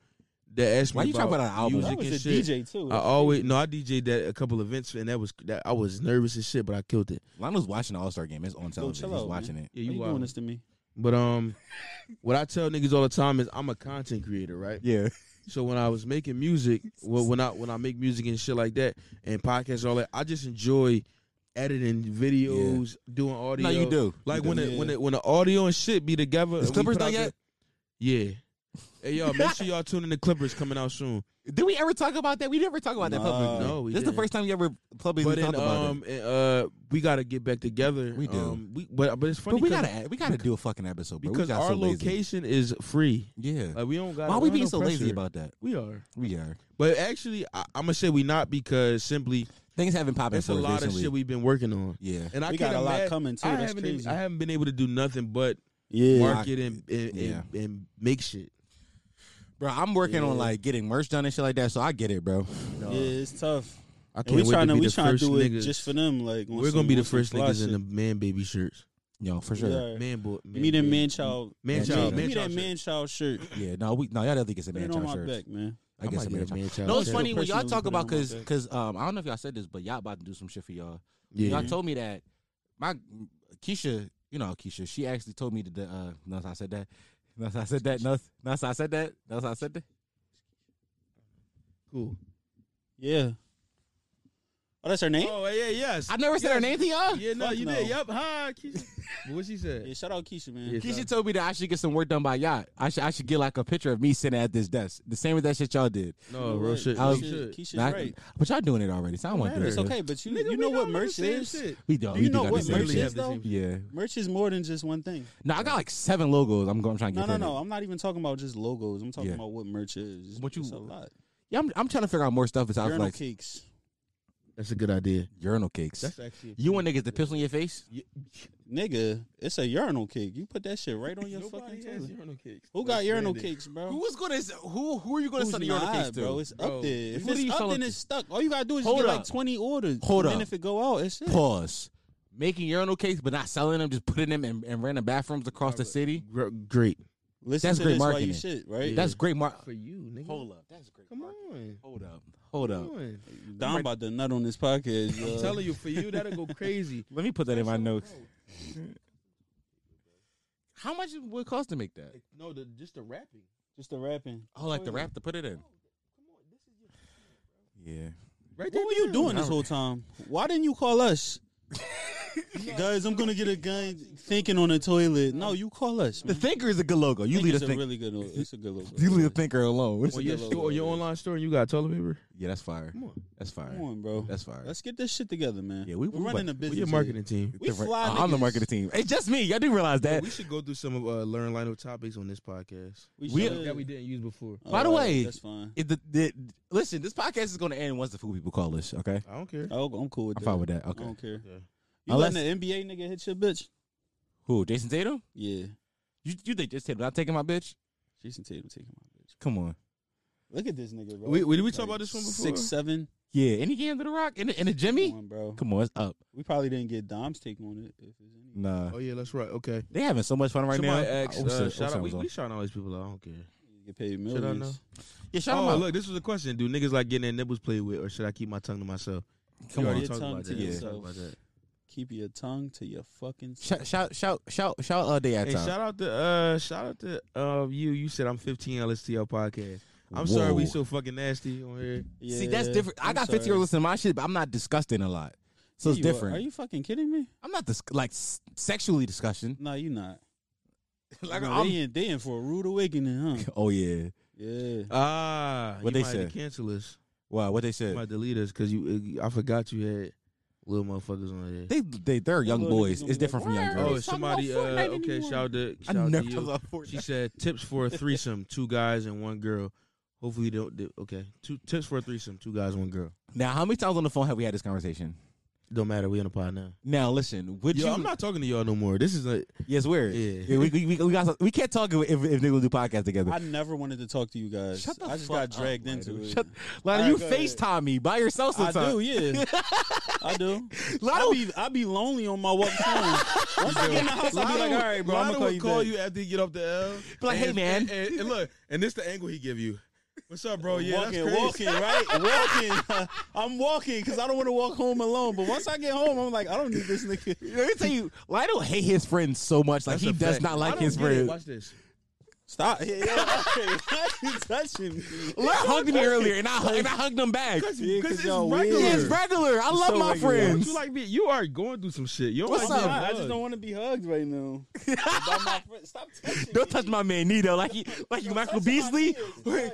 Speaker 4: that ask me
Speaker 1: Why you talk
Speaker 4: about,
Speaker 1: about an album?
Speaker 5: I
Speaker 4: music
Speaker 5: was
Speaker 4: and
Speaker 5: a
Speaker 4: shit.
Speaker 5: DJ too.
Speaker 4: I always no, I DJ'd at a couple events and that was that I was nervous as shit, but I killed it.
Speaker 1: Lionel's watching the All Star game. It's on television.
Speaker 5: chill
Speaker 1: He's
Speaker 5: out,
Speaker 1: watching
Speaker 5: man.
Speaker 1: it.
Speaker 4: Yeah,
Speaker 5: Why you doing
Speaker 4: wild.
Speaker 5: this to me?
Speaker 4: But um, what I tell niggas all the time is I'm a content creator, right?
Speaker 1: Yeah.
Speaker 4: So when I was making music, well, when I when I make music and shit like that, and podcasts and all that, I just enjoy editing videos, doing audio.
Speaker 1: No, you do.
Speaker 4: Like
Speaker 1: You
Speaker 4: when
Speaker 1: do.
Speaker 4: it, when
Speaker 5: Yeah.
Speaker 4: it, when the audio and shit be together.
Speaker 1: Is
Speaker 4: and we
Speaker 1: Clippers
Speaker 4: put
Speaker 1: done
Speaker 4: out
Speaker 1: yet?
Speaker 4: the- yeah. Hey y'all, make sure y'all tune in to Clippers coming out soon.
Speaker 1: Did we ever talk about that? We never talk about that
Speaker 5: Nah.
Speaker 1: publicly.
Speaker 4: No,
Speaker 1: Uh,
Speaker 4: we
Speaker 1: this is the
Speaker 4: didn't.
Speaker 1: first time you ever publicly
Speaker 4: But
Speaker 1: talked
Speaker 4: in,
Speaker 1: about it.
Speaker 4: um, and, uh, we gotta get back together.
Speaker 1: We do.
Speaker 4: Um, we but but it's funny
Speaker 1: But we
Speaker 4: 'cause-
Speaker 1: gotta add- we gotta do a fucking episode bro. We
Speaker 4: because
Speaker 1: got
Speaker 4: our
Speaker 1: so lazy.
Speaker 4: location is free.
Speaker 1: Yeah.
Speaker 4: Like we don't got.
Speaker 1: Why are we
Speaker 4: don't
Speaker 1: being
Speaker 4: no
Speaker 1: so lazy
Speaker 4: pressure.
Speaker 1: about that?
Speaker 4: We are,
Speaker 1: We are.
Speaker 4: but actually, I, I'm gonna say we not because simply
Speaker 1: Things haven't popped
Speaker 4: that's
Speaker 1: for
Speaker 4: a
Speaker 1: us
Speaker 4: lot
Speaker 1: recently.
Speaker 4: of shit we've been working on.
Speaker 1: yeah.
Speaker 4: And I
Speaker 5: We
Speaker 4: can't
Speaker 5: got a lot
Speaker 4: imagine-
Speaker 5: coming too.
Speaker 4: I
Speaker 5: That's
Speaker 4: haven't even-
Speaker 5: crazy.
Speaker 4: I haven't been able to do nothing but
Speaker 5: yeah.
Speaker 4: market and and,
Speaker 1: Yeah.
Speaker 4: and and make shit.
Speaker 1: Bro, I'm working on like getting merch done and shit like that, so I get it, bro.
Speaker 5: Yeah, it's tough.
Speaker 4: I
Speaker 5: And we trying to,
Speaker 4: be
Speaker 5: we
Speaker 4: the
Speaker 5: trying to
Speaker 4: first
Speaker 5: do it
Speaker 4: niggas-
Speaker 5: just for them. Like on
Speaker 4: We're
Speaker 5: some-
Speaker 4: gonna be the
Speaker 5: on some
Speaker 4: first
Speaker 5: fly
Speaker 4: niggas
Speaker 5: shit.
Speaker 4: in the man baby shirts.
Speaker 1: Yo, for
Speaker 5: We
Speaker 1: sure. Yeah,
Speaker 5: are.
Speaker 4: Man boy, man,
Speaker 5: Me that
Speaker 4: baby.
Speaker 5: man child.
Speaker 4: man
Speaker 1: Yeah,
Speaker 4: child,
Speaker 1: yeah.
Speaker 5: Give
Speaker 4: man
Speaker 5: me that
Speaker 4: child.
Speaker 5: man child shirt.
Speaker 1: no, we no, y'all don't think it's a
Speaker 5: Put
Speaker 1: man
Speaker 5: it on
Speaker 1: child
Speaker 5: my
Speaker 1: shirt.
Speaker 5: back, man.
Speaker 1: I guess a man child.
Speaker 4: child.
Speaker 1: No, it's
Speaker 5: Yeah.
Speaker 1: funny when y'all
Speaker 5: Personally
Speaker 1: talk
Speaker 5: put it
Speaker 1: about
Speaker 5: on my
Speaker 1: cause
Speaker 5: back.
Speaker 1: cause um I don't know if y'all said this, but y'all about to do some shit for y'all.
Speaker 4: Yeah.
Speaker 1: Y'all told me that my Keisha, you know Keisha, she actually told me that uh no, I said that. No, I said that. No, no, I said that. No, I said that.
Speaker 4: Cool.
Speaker 5: Yeah. Oh, that's her name.
Speaker 4: Oh yeah, yes.
Speaker 1: I never said her name to y'all.
Speaker 4: Yeah, no,
Speaker 5: Fuck
Speaker 4: you
Speaker 5: no.
Speaker 4: did. Yep. Hi, Keisha. what she said?
Speaker 5: Yeah, shout out Keisha, man.
Speaker 4: Yeah,
Speaker 1: Keisha told me that I should get some work done by y'all. I should I should get like a picture of me sitting at this desk, the same as that shit y'all did.
Speaker 5: You
Speaker 4: No,
Speaker 5: know
Speaker 4: real
Speaker 5: what?
Speaker 4: shit.
Speaker 1: I was-
Speaker 4: real
Speaker 5: Keisha,
Speaker 4: shit.
Speaker 5: Keisha's
Speaker 1: Nah, I-
Speaker 5: right.
Speaker 1: But y'all doing it already, so I don't want to do
Speaker 4: Matter.
Speaker 1: this.
Speaker 5: It's okay, but you
Speaker 4: Nigga,
Speaker 5: you
Speaker 4: we
Speaker 5: know
Speaker 4: all
Speaker 5: what
Speaker 4: on the
Speaker 5: merch
Speaker 4: same
Speaker 5: is.
Speaker 4: shit.
Speaker 1: We do.
Speaker 5: Do
Speaker 1: we
Speaker 5: you
Speaker 1: do
Speaker 5: know
Speaker 1: got
Speaker 5: what
Speaker 1: the same
Speaker 5: merch
Speaker 4: Literally
Speaker 1: shit.
Speaker 5: is
Speaker 4: have the
Speaker 5: though?
Speaker 4: same shit.
Speaker 1: Yeah.
Speaker 5: Merch is more than just one thing.
Speaker 1: No, I got like seven logos. I'm going trying to
Speaker 5: No,
Speaker 1: get.
Speaker 5: no,
Speaker 1: printed.
Speaker 5: no. I'm not even talking about just logos. I'm talking
Speaker 1: Yeah.
Speaker 5: about what merch is. It's-
Speaker 1: What you-
Speaker 5: it's a lot.
Speaker 1: Yeah, I'm, I'm trying to figure out more stuff besides
Speaker 5: Urinal
Speaker 1: like
Speaker 5: cakes.
Speaker 4: That's a good idea.
Speaker 1: urinal cakes.
Speaker 4: That's actually.
Speaker 1: you want niggas to piss on your face?
Speaker 5: Nigga, it's a urinal cake. You put that shit right on your fucking toilet. Who got urinal cakes, bro?
Speaker 1: Who was gonna? Who who are you gonna
Speaker 5: Who's
Speaker 1: send the urinal
Speaker 5: not,
Speaker 1: cakes to?
Speaker 5: bro? It's
Speaker 4: Bro,
Speaker 5: up there. If
Speaker 1: what are you
Speaker 5: it's up,
Speaker 1: selling
Speaker 5: then
Speaker 1: to-
Speaker 5: it's stuck. All you gotta do is
Speaker 1: Hold
Speaker 5: just get
Speaker 1: up.
Speaker 5: like twenty orders.
Speaker 1: Hold
Speaker 5: and
Speaker 1: up.
Speaker 5: Then if it go out, it's it.
Speaker 1: Pause. Making urinal cakes, but not selling them, just putting them in, in random bathrooms across the city.
Speaker 4: Great
Speaker 5: Listen
Speaker 1: That's
Speaker 5: to
Speaker 1: great
Speaker 5: this while you
Speaker 1: marketing.
Speaker 5: shit, right?
Speaker 1: That's great. Mar-
Speaker 4: for you, nigga.
Speaker 1: hold up, that's great.
Speaker 4: Come
Speaker 1: mar-
Speaker 4: on.
Speaker 1: Hold up, hold up.
Speaker 4: Come on.
Speaker 5: Dom about to nut on this podcast. uh,
Speaker 4: I'm
Speaker 5: yo.
Speaker 4: telling you, for you that'll go crazy.
Speaker 1: Let me put that in my notes. How much it would it cost to make that?
Speaker 4: No, the, just the rapping.
Speaker 5: Just the rapping.
Speaker 1: Oh, like the wrap to put it in. Yeah.
Speaker 4: Right
Speaker 5: What were you doing this whole time? Why didn't you call us? Guys, I'm gonna get a gun thinking on the toilet. No, you call us.
Speaker 1: The
Speaker 5: Man.
Speaker 1: thinker is a good logo. You
Speaker 5: Think
Speaker 1: leave
Speaker 5: it's
Speaker 1: the
Speaker 5: a
Speaker 1: thinker.
Speaker 5: really good. o- It's a good logo.
Speaker 1: You leave the thinker alone.
Speaker 5: a
Speaker 4: On your,
Speaker 5: good
Speaker 4: store,
Speaker 5: logo,
Speaker 4: your
Speaker 5: yeah.
Speaker 4: online store, and you got toilet paper.
Speaker 1: Yeah, that's fire.
Speaker 4: Come on,
Speaker 1: That's fire.
Speaker 5: Come on, bro.
Speaker 1: That's fire.
Speaker 5: Let's get this shit together, man.
Speaker 1: Yeah, we-
Speaker 5: we're
Speaker 1: we
Speaker 5: running
Speaker 1: about-
Speaker 5: a
Speaker 1: we
Speaker 5: business.
Speaker 4: we your
Speaker 5: here.
Speaker 4: marketing team.
Speaker 5: We fly.
Speaker 1: I'm the
Speaker 5: niggas.
Speaker 1: marketing team. It's just me. Y'all do realize that.
Speaker 4: We should go through some of uh, learn Lino topics on this podcast
Speaker 5: We
Speaker 1: We-
Speaker 5: should.
Speaker 4: that we didn't use before.
Speaker 5: All
Speaker 1: By the
Speaker 5: right,
Speaker 1: way-
Speaker 5: that's fine.
Speaker 1: It- the- the- listen, this podcast is going to end once the food people call us. Okay,
Speaker 4: I don't care.
Speaker 5: Oh, I'm cool with
Speaker 1: I'm
Speaker 5: that.
Speaker 1: fine with that.
Speaker 5: I
Speaker 1: Okay,
Speaker 5: don't care.
Speaker 4: Yeah.
Speaker 5: You
Speaker 1: Unless-
Speaker 5: letting the NBA nigga hit your bitch?
Speaker 1: who? Jason Tatum?
Speaker 5: Yeah,
Speaker 1: You you think Jason Tatum not taking my bitch?
Speaker 5: Jason Tatum taking my bitch.
Speaker 1: Come on.
Speaker 5: Look at this nigga, bro.
Speaker 4: We- we- did we talk about this one before?
Speaker 5: Six seven.
Speaker 1: Yeah, any game to the rock and and a Jimmy.
Speaker 5: Come on, bro.
Speaker 1: Come on, it's up.
Speaker 5: We probably didn't get Dom's take on it. If there's any.
Speaker 1: Nah,
Speaker 4: Oh yeah, that's right. Okay.
Speaker 1: they having so much fun right
Speaker 4: Somebody
Speaker 1: now. Oh,
Speaker 4: asked,
Speaker 1: I wish
Speaker 4: uh,
Speaker 1: I- I wish
Speaker 4: shout
Speaker 1: I
Speaker 4: out. We,
Speaker 1: was on.
Speaker 4: we shouting all these people. out. I don't care.
Speaker 5: You get paid
Speaker 4: Should I know?
Speaker 5: millions.
Speaker 1: Yeah, shout
Speaker 4: Oh
Speaker 1: out.
Speaker 4: look, this was a question. Do niggas like getting their nipples played with, or should I keep my tongue to myself?
Speaker 1: Come
Speaker 4: We
Speaker 1: on.
Speaker 4: already
Speaker 5: Your
Speaker 4: talked
Speaker 5: tongue
Speaker 4: about
Speaker 5: to
Speaker 4: that. We
Speaker 5: yourself.
Speaker 4: talked about that.
Speaker 5: Keep your tongue to your fucking. self.
Speaker 1: Shout shout shout shout shout uh, day out.
Speaker 4: Hey, um, shout out to uh, shout out to uh, you. You said I'm 15 LSTL podcast. I'm sorry we
Speaker 1: Whoa.
Speaker 4: so fucking nasty on here.
Speaker 1: See, that's different. I got 15 year olds listening to my shit, but I'm not disgusting a lot. So it's different.
Speaker 5: Are you fucking kidding me?
Speaker 1: I'm not dis- like s- sexually disgusting.
Speaker 5: No, you not.
Speaker 1: Like,
Speaker 5: No,
Speaker 1: I'm-
Speaker 5: they, in, they in for a rude awakening, huh?
Speaker 1: oh yeah.
Speaker 5: Yeah.
Speaker 4: Ah,
Speaker 1: What they
Speaker 4: you might
Speaker 1: said?
Speaker 4: Cancel us.
Speaker 1: Wow, what they
Speaker 4: You
Speaker 1: said?
Speaker 4: might delete us because you. uh, I forgot you had little motherfuckers on here.
Speaker 1: They they they're young
Speaker 5: little niggas
Speaker 1: boys.
Speaker 5: gonna
Speaker 1: It's
Speaker 5: be like,
Speaker 1: different from young
Speaker 5: "Where
Speaker 1: girls.
Speaker 4: Oh, somebody. Uh, okay, shout out to
Speaker 1: I
Speaker 4: shout out
Speaker 1: never
Speaker 4: to you.
Speaker 1: love
Speaker 4: She
Speaker 1: Fortnite.
Speaker 4: said tips for a threesome: two guys and one girl. Hopefully, they don't. They, okay, two tips for a threesome: two guys, one girl.
Speaker 1: Now, how many times on the phone have we had this conversation?
Speaker 4: Don't matter. We in a pod now.
Speaker 1: Now, listen. Would
Speaker 4: Yo,
Speaker 1: you?
Speaker 4: I'm not talking to y'all no more. This is a
Speaker 1: yes, weird.
Speaker 4: Yeah.
Speaker 1: we, we, we, we, got, we can't talk if, if niggas do podcasts together.
Speaker 5: I never wanted to talk to you guys.
Speaker 1: Shut the
Speaker 5: I just
Speaker 1: fuck
Speaker 5: got dragged
Speaker 1: up,
Speaker 5: into
Speaker 1: Lionel.
Speaker 5: it.
Speaker 1: Shut- Lionel,
Speaker 5: All right,
Speaker 1: you
Speaker 5: go ahead.
Speaker 1: FaceTime me by yourself
Speaker 5: I
Speaker 1: sometimes.
Speaker 5: do, yeah. I do. I
Speaker 1: Lionel,
Speaker 5: be I be lonely on my walk home. Once I get in the house, I be like, all right, bro, I'm
Speaker 4: Lionel
Speaker 5: gonna call
Speaker 4: would
Speaker 5: you.
Speaker 4: call
Speaker 5: back.
Speaker 4: you after you get off the L.
Speaker 1: Be like, hey,
Speaker 4: and-
Speaker 1: man.
Speaker 4: and, and- and look, and this the angle he give you. What's up, bro? Oh, Yeah, that's crazy.
Speaker 5: walking, walking, right? Walking. I'm walking because I don't want to walk home alone. But once I get home, I'm like, I don't need this nigga.
Speaker 1: let me tell you, Lionel hate his friends so much. Like
Speaker 4: That's
Speaker 1: he
Speaker 4: a
Speaker 1: does
Speaker 4: fact.
Speaker 1: not
Speaker 4: I
Speaker 1: like
Speaker 4: don't
Speaker 1: his
Speaker 4: get it.
Speaker 1: friends.
Speaker 4: Watch this.
Speaker 5: Stop. Yeah, yeah, okay. Why you touching me?
Speaker 1: Lionel hugged me earlier, and I and I hugged him back.
Speaker 4: Cause,
Speaker 5: Yeah,
Speaker 4: 'cause
Speaker 5: 'cause
Speaker 4: it's
Speaker 5: y'all
Speaker 4: regular.
Speaker 5: weird.
Speaker 1: He is regular. I love
Speaker 5: so
Speaker 1: my
Speaker 5: regular.
Speaker 4: Why don't
Speaker 1: friends.
Speaker 4: you like me? You are going through some shit. You don't
Speaker 1: What's
Speaker 4: like
Speaker 1: up?
Speaker 4: being
Speaker 5: I just
Speaker 4: hugged.
Speaker 5: don't want to be hugged right now. By my friend- Stop touching
Speaker 1: Don't
Speaker 5: me.
Speaker 1: touch my man Nito like you like you
Speaker 5: Don't
Speaker 1: Michael
Speaker 5: touch my
Speaker 1: Beasley.
Speaker 5: kids. Relax.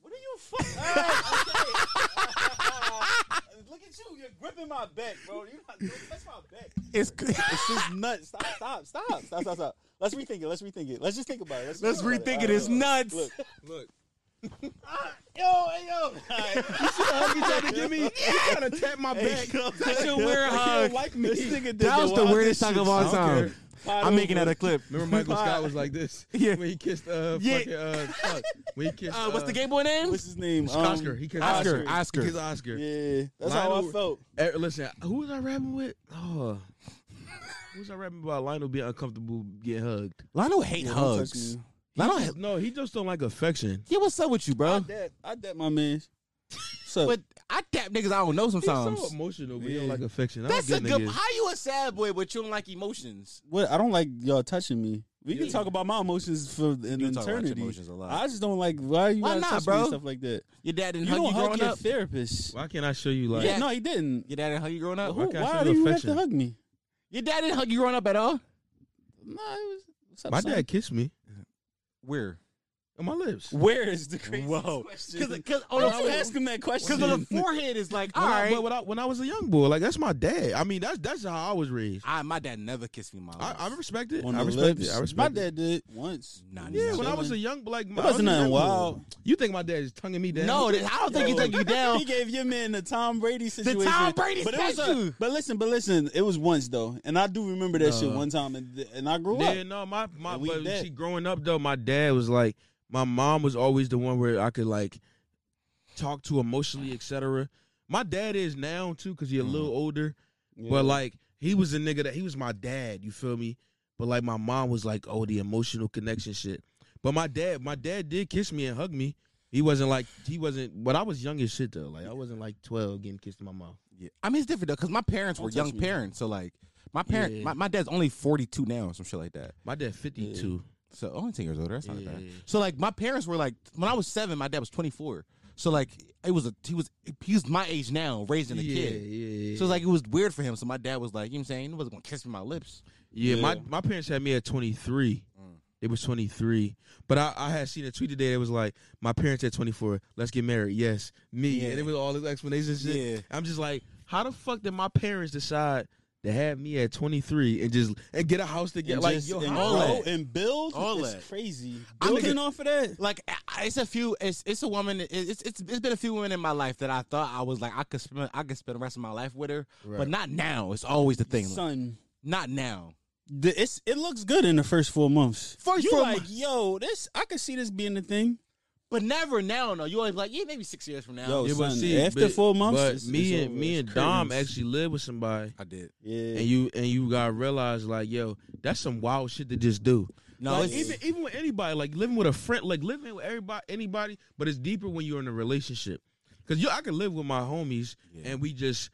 Speaker 5: What are you fucking? All right, okay. Look at you. You're gripping my back, bro. You not, don't touch my back.
Speaker 1: It's
Speaker 5: It's just nuts. Stop, stop, stop, stop, stop, stop. Let's rethink it. Let's rethink it. Let's just think about it. Let's,
Speaker 1: let's
Speaker 5: think about
Speaker 1: rethink
Speaker 5: All
Speaker 1: it. It's
Speaker 5: right,
Speaker 1: nuts.
Speaker 5: Look.
Speaker 4: Look,
Speaker 5: Yo, hey, yo. All right.
Speaker 4: you trying to give me? You trying to tap my back?
Speaker 1: That's a weird
Speaker 5: You
Speaker 1: hug.
Speaker 5: don't like uh, me. This nigga
Speaker 1: That was the weirdest hug of all time. I'm making that a clip.
Speaker 4: Remember Michael Scott was like this
Speaker 1: Yeah.
Speaker 4: when he kissed uh
Speaker 1: Yeah.
Speaker 4: fucking uh fuck. when he kissed
Speaker 1: Uh, what's the
Speaker 4: uh,
Speaker 1: gay boy name?
Speaker 5: What's his name? Um,
Speaker 4: Oscar. He kissed
Speaker 1: Oscar.
Speaker 4: Oscar.
Speaker 1: Oscar.
Speaker 4: He kissed Oscar.
Speaker 5: Yeah, that's how I
Speaker 4: Lionel-
Speaker 5: felt.
Speaker 4: Eh, listen, who was I rapping with? Oh, who was I rapping about? Lionel being uncomfortable getting hugged.
Speaker 1: Lionel hate
Speaker 5: Yeah, don't touch
Speaker 1: hugs.
Speaker 5: me.
Speaker 1: Lionel, hate-
Speaker 4: No, he just don't like affection.
Speaker 1: yeah, what's up with you,
Speaker 5: I
Speaker 1: bro?
Speaker 5: dap, I dap my man. So
Speaker 1: But I tap niggas I don't know
Speaker 4: He's so
Speaker 1: sometimes.
Speaker 4: emotional, but he
Speaker 5: Yeah.
Speaker 4: don't like affection. I
Speaker 1: That's a
Speaker 4: don't get
Speaker 1: good.
Speaker 4: niggas.
Speaker 1: How you a sad boy but you don't like emotions?
Speaker 5: what? I don't like y'all touching me. We can
Speaker 4: Yeah.
Speaker 5: talk about my emotions for an
Speaker 1: You talk about your
Speaker 5: eternity.
Speaker 1: emotions a lot.
Speaker 5: I just don't like why you
Speaker 1: Why
Speaker 5: guys
Speaker 1: not,
Speaker 5: touch me
Speaker 1: bro?
Speaker 5: and stuff like that.
Speaker 1: Your dad didn't
Speaker 5: You
Speaker 1: hug
Speaker 5: don't
Speaker 1: you
Speaker 5: hug
Speaker 1: growing
Speaker 5: your
Speaker 1: up.
Speaker 5: therapist.
Speaker 4: Why can't I show you like?
Speaker 5: yeah, no, he didn't.
Speaker 1: Your dad didn't hug you growing up.
Speaker 5: Who,
Speaker 4: Why can't I
Speaker 5: why
Speaker 4: show
Speaker 5: do
Speaker 4: you
Speaker 5: you have to
Speaker 4: affection?
Speaker 5: hug me?
Speaker 1: Your dad didn't hug you growing up at all.
Speaker 5: No, it was. What's up,
Speaker 4: my
Speaker 5: son?
Speaker 4: dad kissed me
Speaker 1: Where?
Speaker 4: on my lips.
Speaker 5: Where is the crazy
Speaker 1: Whoa.
Speaker 5: question?
Speaker 1: Because because
Speaker 5: Why don't you ask him that question?
Speaker 1: because on the forehead is like all
Speaker 4: When I,
Speaker 1: right.
Speaker 4: but when I, when I was a young boy, like that's my dad. I mean, that's that's how I was raised.
Speaker 1: I my dad never kissed me in my
Speaker 4: I,
Speaker 1: life.
Speaker 4: I respect it.
Speaker 5: On
Speaker 4: I
Speaker 5: the
Speaker 4: respect
Speaker 5: lips.
Speaker 4: it. I respect
Speaker 5: my
Speaker 4: it.
Speaker 5: dad did once.
Speaker 1: Nah,
Speaker 4: Yeah,
Speaker 1: nah,
Speaker 4: when I
Speaker 1: nah.
Speaker 4: was a young, like
Speaker 5: That
Speaker 4: I was
Speaker 5: wasn't
Speaker 4: a
Speaker 5: nothing
Speaker 4: young boy.
Speaker 5: wild.
Speaker 4: You think my dad is tonguing me down?
Speaker 1: No, I don't think he
Speaker 5: Yo.
Speaker 1: took you down.
Speaker 5: He gave your man the Tom Brady situation.
Speaker 1: Tom Brady
Speaker 5: but it was
Speaker 1: statue.
Speaker 5: a- But listen, but listen, it was once though, and I do remember that shit
Speaker 1: Uh-huh.
Speaker 4: Nah.
Speaker 5: one time, and, and I grew
Speaker 4: Yeah,
Speaker 5: up.
Speaker 4: no, my my
Speaker 5: And we
Speaker 4: but
Speaker 5: dead.
Speaker 4: see, growing up though, my dad was like, my mom was always the one where I could like talk to emotionally, etc. My dad is now too, cause he's a little
Speaker 5: Mm.
Speaker 4: older, but like he was a nigga that he was my dad. You feel me? But like my mom was like, oh, the emotional connection shit. But my dad, my dad did kiss me and hug me. He wasn't like he wasn't, but I was young as shit though. Like I wasn't like twelve getting kissed in my mouth.
Speaker 1: Yeah. I mean, it's different though, because my parents were
Speaker 5: Don't
Speaker 1: young
Speaker 5: touch me.
Speaker 1: parents. So like, my parent,
Speaker 4: Yeah.
Speaker 1: my, my dad's only forty two now, or some shit like that.
Speaker 4: My dad fifty two.
Speaker 1: So only ten years older. That's not that bad.
Speaker 4: Yeah.
Speaker 1: So like, my parents were like, when I was seven, my dad was twenty four. So like, it was a he was he was my age now, raising a
Speaker 4: yeah,
Speaker 1: kid.
Speaker 4: yeah.
Speaker 1: So it's like it was weird for him. So my dad was like, you know what I'm saying? He wasn't gonna kiss me on my lips.
Speaker 4: Yeah, my,
Speaker 5: Yeah.
Speaker 4: my parents had me at 23. It was 23. But I, I had seen a tweet today that was like, my parents at 24, let's get married. Yes, me.
Speaker 1: Yeah.
Speaker 4: And it was all this explanation and shit.
Speaker 1: Yeah.
Speaker 4: I'm just like, how the fuck did my parents decide to have me at 23 and just and get a house together?
Speaker 5: And
Speaker 4: Like,
Speaker 5: just-
Speaker 4: yo,
Speaker 5: and
Speaker 4: how?
Speaker 1: all
Speaker 5: grow
Speaker 1: that.
Speaker 5: and build.
Speaker 1: All
Speaker 5: it's
Speaker 1: that.
Speaker 5: crazy.
Speaker 1: I'm
Speaker 5: Building
Speaker 1: nigga-
Speaker 5: off of that.
Speaker 1: like I- it's a few it's it's a woman it- it's it's it's been a few women in my life that I thought I was like I could spend I could spend the rest of my life with her, but not now. It's always the thing. Like,
Speaker 5: Son,
Speaker 1: not now.
Speaker 5: the, it's it looks good in the first four months.
Speaker 1: First
Speaker 5: you
Speaker 1: four
Speaker 5: like,
Speaker 1: months.
Speaker 5: yo, this I could see this being the thing.
Speaker 1: But never now. No, you always like yeah, maybe six years from now.
Speaker 5: Yo,
Speaker 4: Yeah, but
Speaker 5: son,
Speaker 4: see,
Speaker 5: after
Speaker 4: but-
Speaker 5: four months,
Speaker 4: but
Speaker 5: it's-
Speaker 4: me
Speaker 5: it's
Speaker 4: and
Speaker 5: over.
Speaker 4: me
Speaker 5: It's
Speaker 4: and Dom
Speaker 5: curtains.
Speaker 4: actually lived with somebody,
Speaker 1: I did.
Speaker 5: yeah,
Speaker 4: and you and you got realized like, yo, that's some wild shit to just do.
Speaker 1: No,
Speaker 4: like,
Speaker 1: it's,
Speaker 4: even even with anybody, like living with a friend, like living with everybody, anybody, but it's deeper when you're in a relationship. Cause yo, I could live with my homies and we just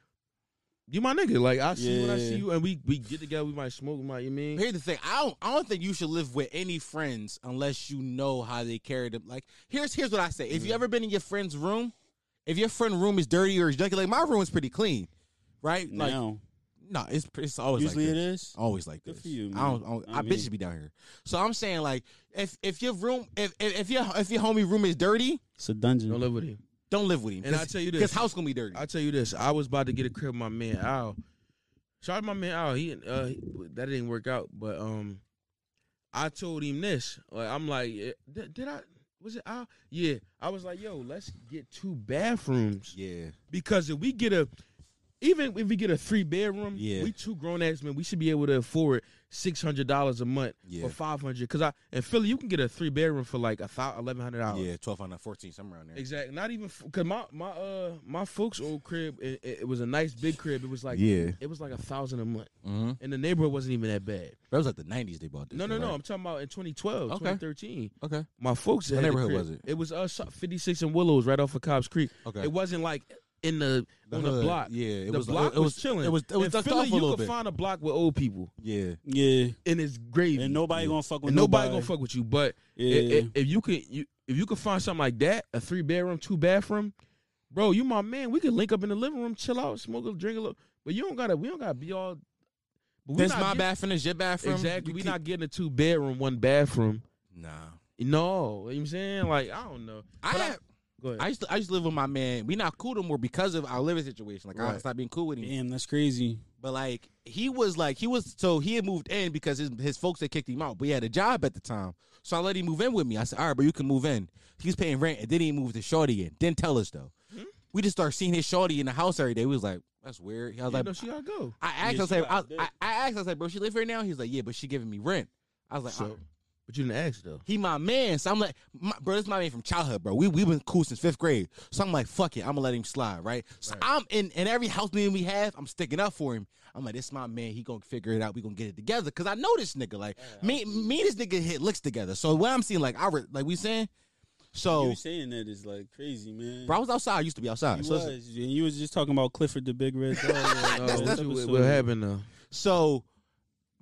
Speaker 4: You my nigga. Like I see you when I see
Speaker 5: Yeah.
Speaker 4: you, and we we get together. We might smoke. We might. You mean?
Speaker 1: Here's the thing. I don't. I don't think you should live with any friends unless you know how they carry them. Like here's here's what I say. If you ever been in your friend's room, if your friend room is dirty or is junky, like my room is pretty clean, right? Like no,
Speaker 5: now.
Speaker 1: it's it's always
Speaker 5: Usually
Speaker 1: like
Speaker 5: it
Speaker 1: this.
Speaker 5: is.
Speaker 1: Always like
Speaker 5: Good
Speaker 1: this.
Speaker 5: for you,
Speaker 1: I don't. I,
Speaker 5: man.
Speaker 1: don't,
Speaker 5: I
Speaker 1: I
Speaker 5: mean-
Speaker 1: bitches be down here. So I'm saying like if if your room if if, if your if your homie room is dirty,
Speaker 5: It's a dungeon.
Speaker 4: Don't live with him.
Speaker 1: don't live with him.
Speaker 4: And I tell you this.
Speaker 1: his house gonna be dirty.
Speaker 4: I tell you this. I was about to get a crib. with My man Al. Shout out my man Al. He uh he- that didn't work out, but um, I told him this. Like I'm like, eh, did, did I? Was it Al? Yeah. I was like, yo, let's get two bathrooms.
Speaker 1: yeah.
Speaker 4: Because if we get a, even if we get a three bedroom,
Speaker 1: Yeah.
Speaker 4: we two grown ass men, we should be able to afford six hundred dollars a month
Speaker 1: Yeah.
Speaker 4: for five hundred. Cause I in Philly, you can get a three bedroom for like a eleven hundred dollars.
Speaker 1: Oh, Yeah. Twelve on fourteen somewhere around there.
Speaker 4: Exactly. Not even f- cause my my uh my folks old crib, it, it, it was a nice big crib. It was like
Speaker 1: Yeah.
Speaker 4: it was like a thousand a month,
Speaker 1: Mm-hmm.
Speaker 4: and the neighborhood wasn't even that bad.
Speaker 1: That was like the nineties. They bought this.
Speaker 4: No, no,
Speaker 1: right?
Speaker 4: no. I'm talking about in 2012,
Speaker 1: Okay.
Speaker 4: 2013.
Speaker 1: Okay.
Speaker 4: My folks.
Speaker 1: What
Speaker 4: had the
Speaker 1: neighborhood
Speaker 4: crib.
Speaker 1: was it?
Speaker 4: It was uh so- 56 and Willows, right off of Cobb's Creek.
Speaker 1: Okay.
Speaker 4: It wasn't like in the,
Speaker 1: The
Speaker 4: on the
Speaker 1: hood,
Speaker 4: block.
Speaker 1: yeah, it
Speaker 4: the
Speaker 1: was-
Speaker 4: block
Speaker 1: it
Speaker 4: was,
Speaker 1: was-
Speaker 4: chilling.
Speaker 1: it was- it was
Speaker 4: in
Speaker 1: ducked
Speaker 4: Philly,
Speaker 1: off a
Speaker 4: you
Speaker 1: little
Speaker 4: could
Speaker 1: bit.
Speaker 4: find a block with old people,
Speaker 1: Yeah.
Speaker 5: yeah.
Speaker 4: and it's gravy.
Speaker 5: And nobody gonna fuck with
Speaker 4: And nobody gonna fuck with you. But
Speaker 5: Yeah.
Speaker 4: i- i- if, you could, you, if you could find something like that, a three bedroom, two bathroom, bro, you my man. We could link up in the living room, chill out, smoke a drink a little. But you don't gotta. We don't gotta be all. But we
Speaker 1: This
Speaker 4: not
Speaker 1: my
Speaker 4: get-
Speaker 1: bathroom. This your bathroom.
Speaker 4: Exactly.
Speaker 1: You
Speaker 4: We
Speaker 1: keep-
Speaker 4: not getting a two bedroom, one bathroom.
Speaker 1: Nah.
Speaker 4: No, you know what I'm saying like I don't know.
Speaker 1: I
Speaker 4: But I-
Speaker 1: had-
Speaker 4: Go ahead.
Speaker 1: I used to I used to live with my man. We not cool no more because of our living situation. Like I
Speaker 4: Right.
Speaker 1: stopped being cool with him.
Speaker 5: Damn, that's crazy.
Speaker 1: But like he was like he was so he had moved in because his his folks had kicked him out. But he had a job at the time, so I let him move in with me. I said, "All right, bro, you can move in." He was paying rent, and then he moved to Shorty in. Didn't tell us though. We just started seeing his Shorty in the house every day. We was like, "That's weird." I was
Speaker 4: you
Speaker 1: like,
Speaker 4: know, she gotta go.
Speaker 1: I asked,
Speaker 5: Yeah,
Speaker 1: I was
Speaker 5: she
Speaker 1: like, I,
Speaker 5: got
Speaker 1: I, I asked, I was like, "Bro, she live here now?" He's like, "Yeah, but she giving me rent." I was like,
Speaker 4: So,
Speaker 1: "All right."
Speaker 4: but you didn't ask though.
Speaker 1: He my man, so I'm like, my, bro, this my man from childhood, bro. We we been cool since fifth grade, so I'm like, fuck it, I'm gonna let him slide, right? So I'm in in every house meeting we have, I'm sticking up for him. I'm like, this my man, he gonna figure it out. We gonna get it together, cause I know this nigga. Like me, me, and this nigga hit licks together. So what I'm seeing, like I re- like we saying, so
Speaker 5: You saying that is like crazy, man.
Speaker 1: bro, I was outside, I used to be outside.
Speaker 5: you
Speaker 1: so
Speaker 5: was,
Speaker 1: it's-
Speaker 5: and you was just talking about Clifford the Big Red Dog. oh,
Speaker 4: No,
Speaker 5: that's,
Speaker 4: what, what- what happened though?
Speaker 1: So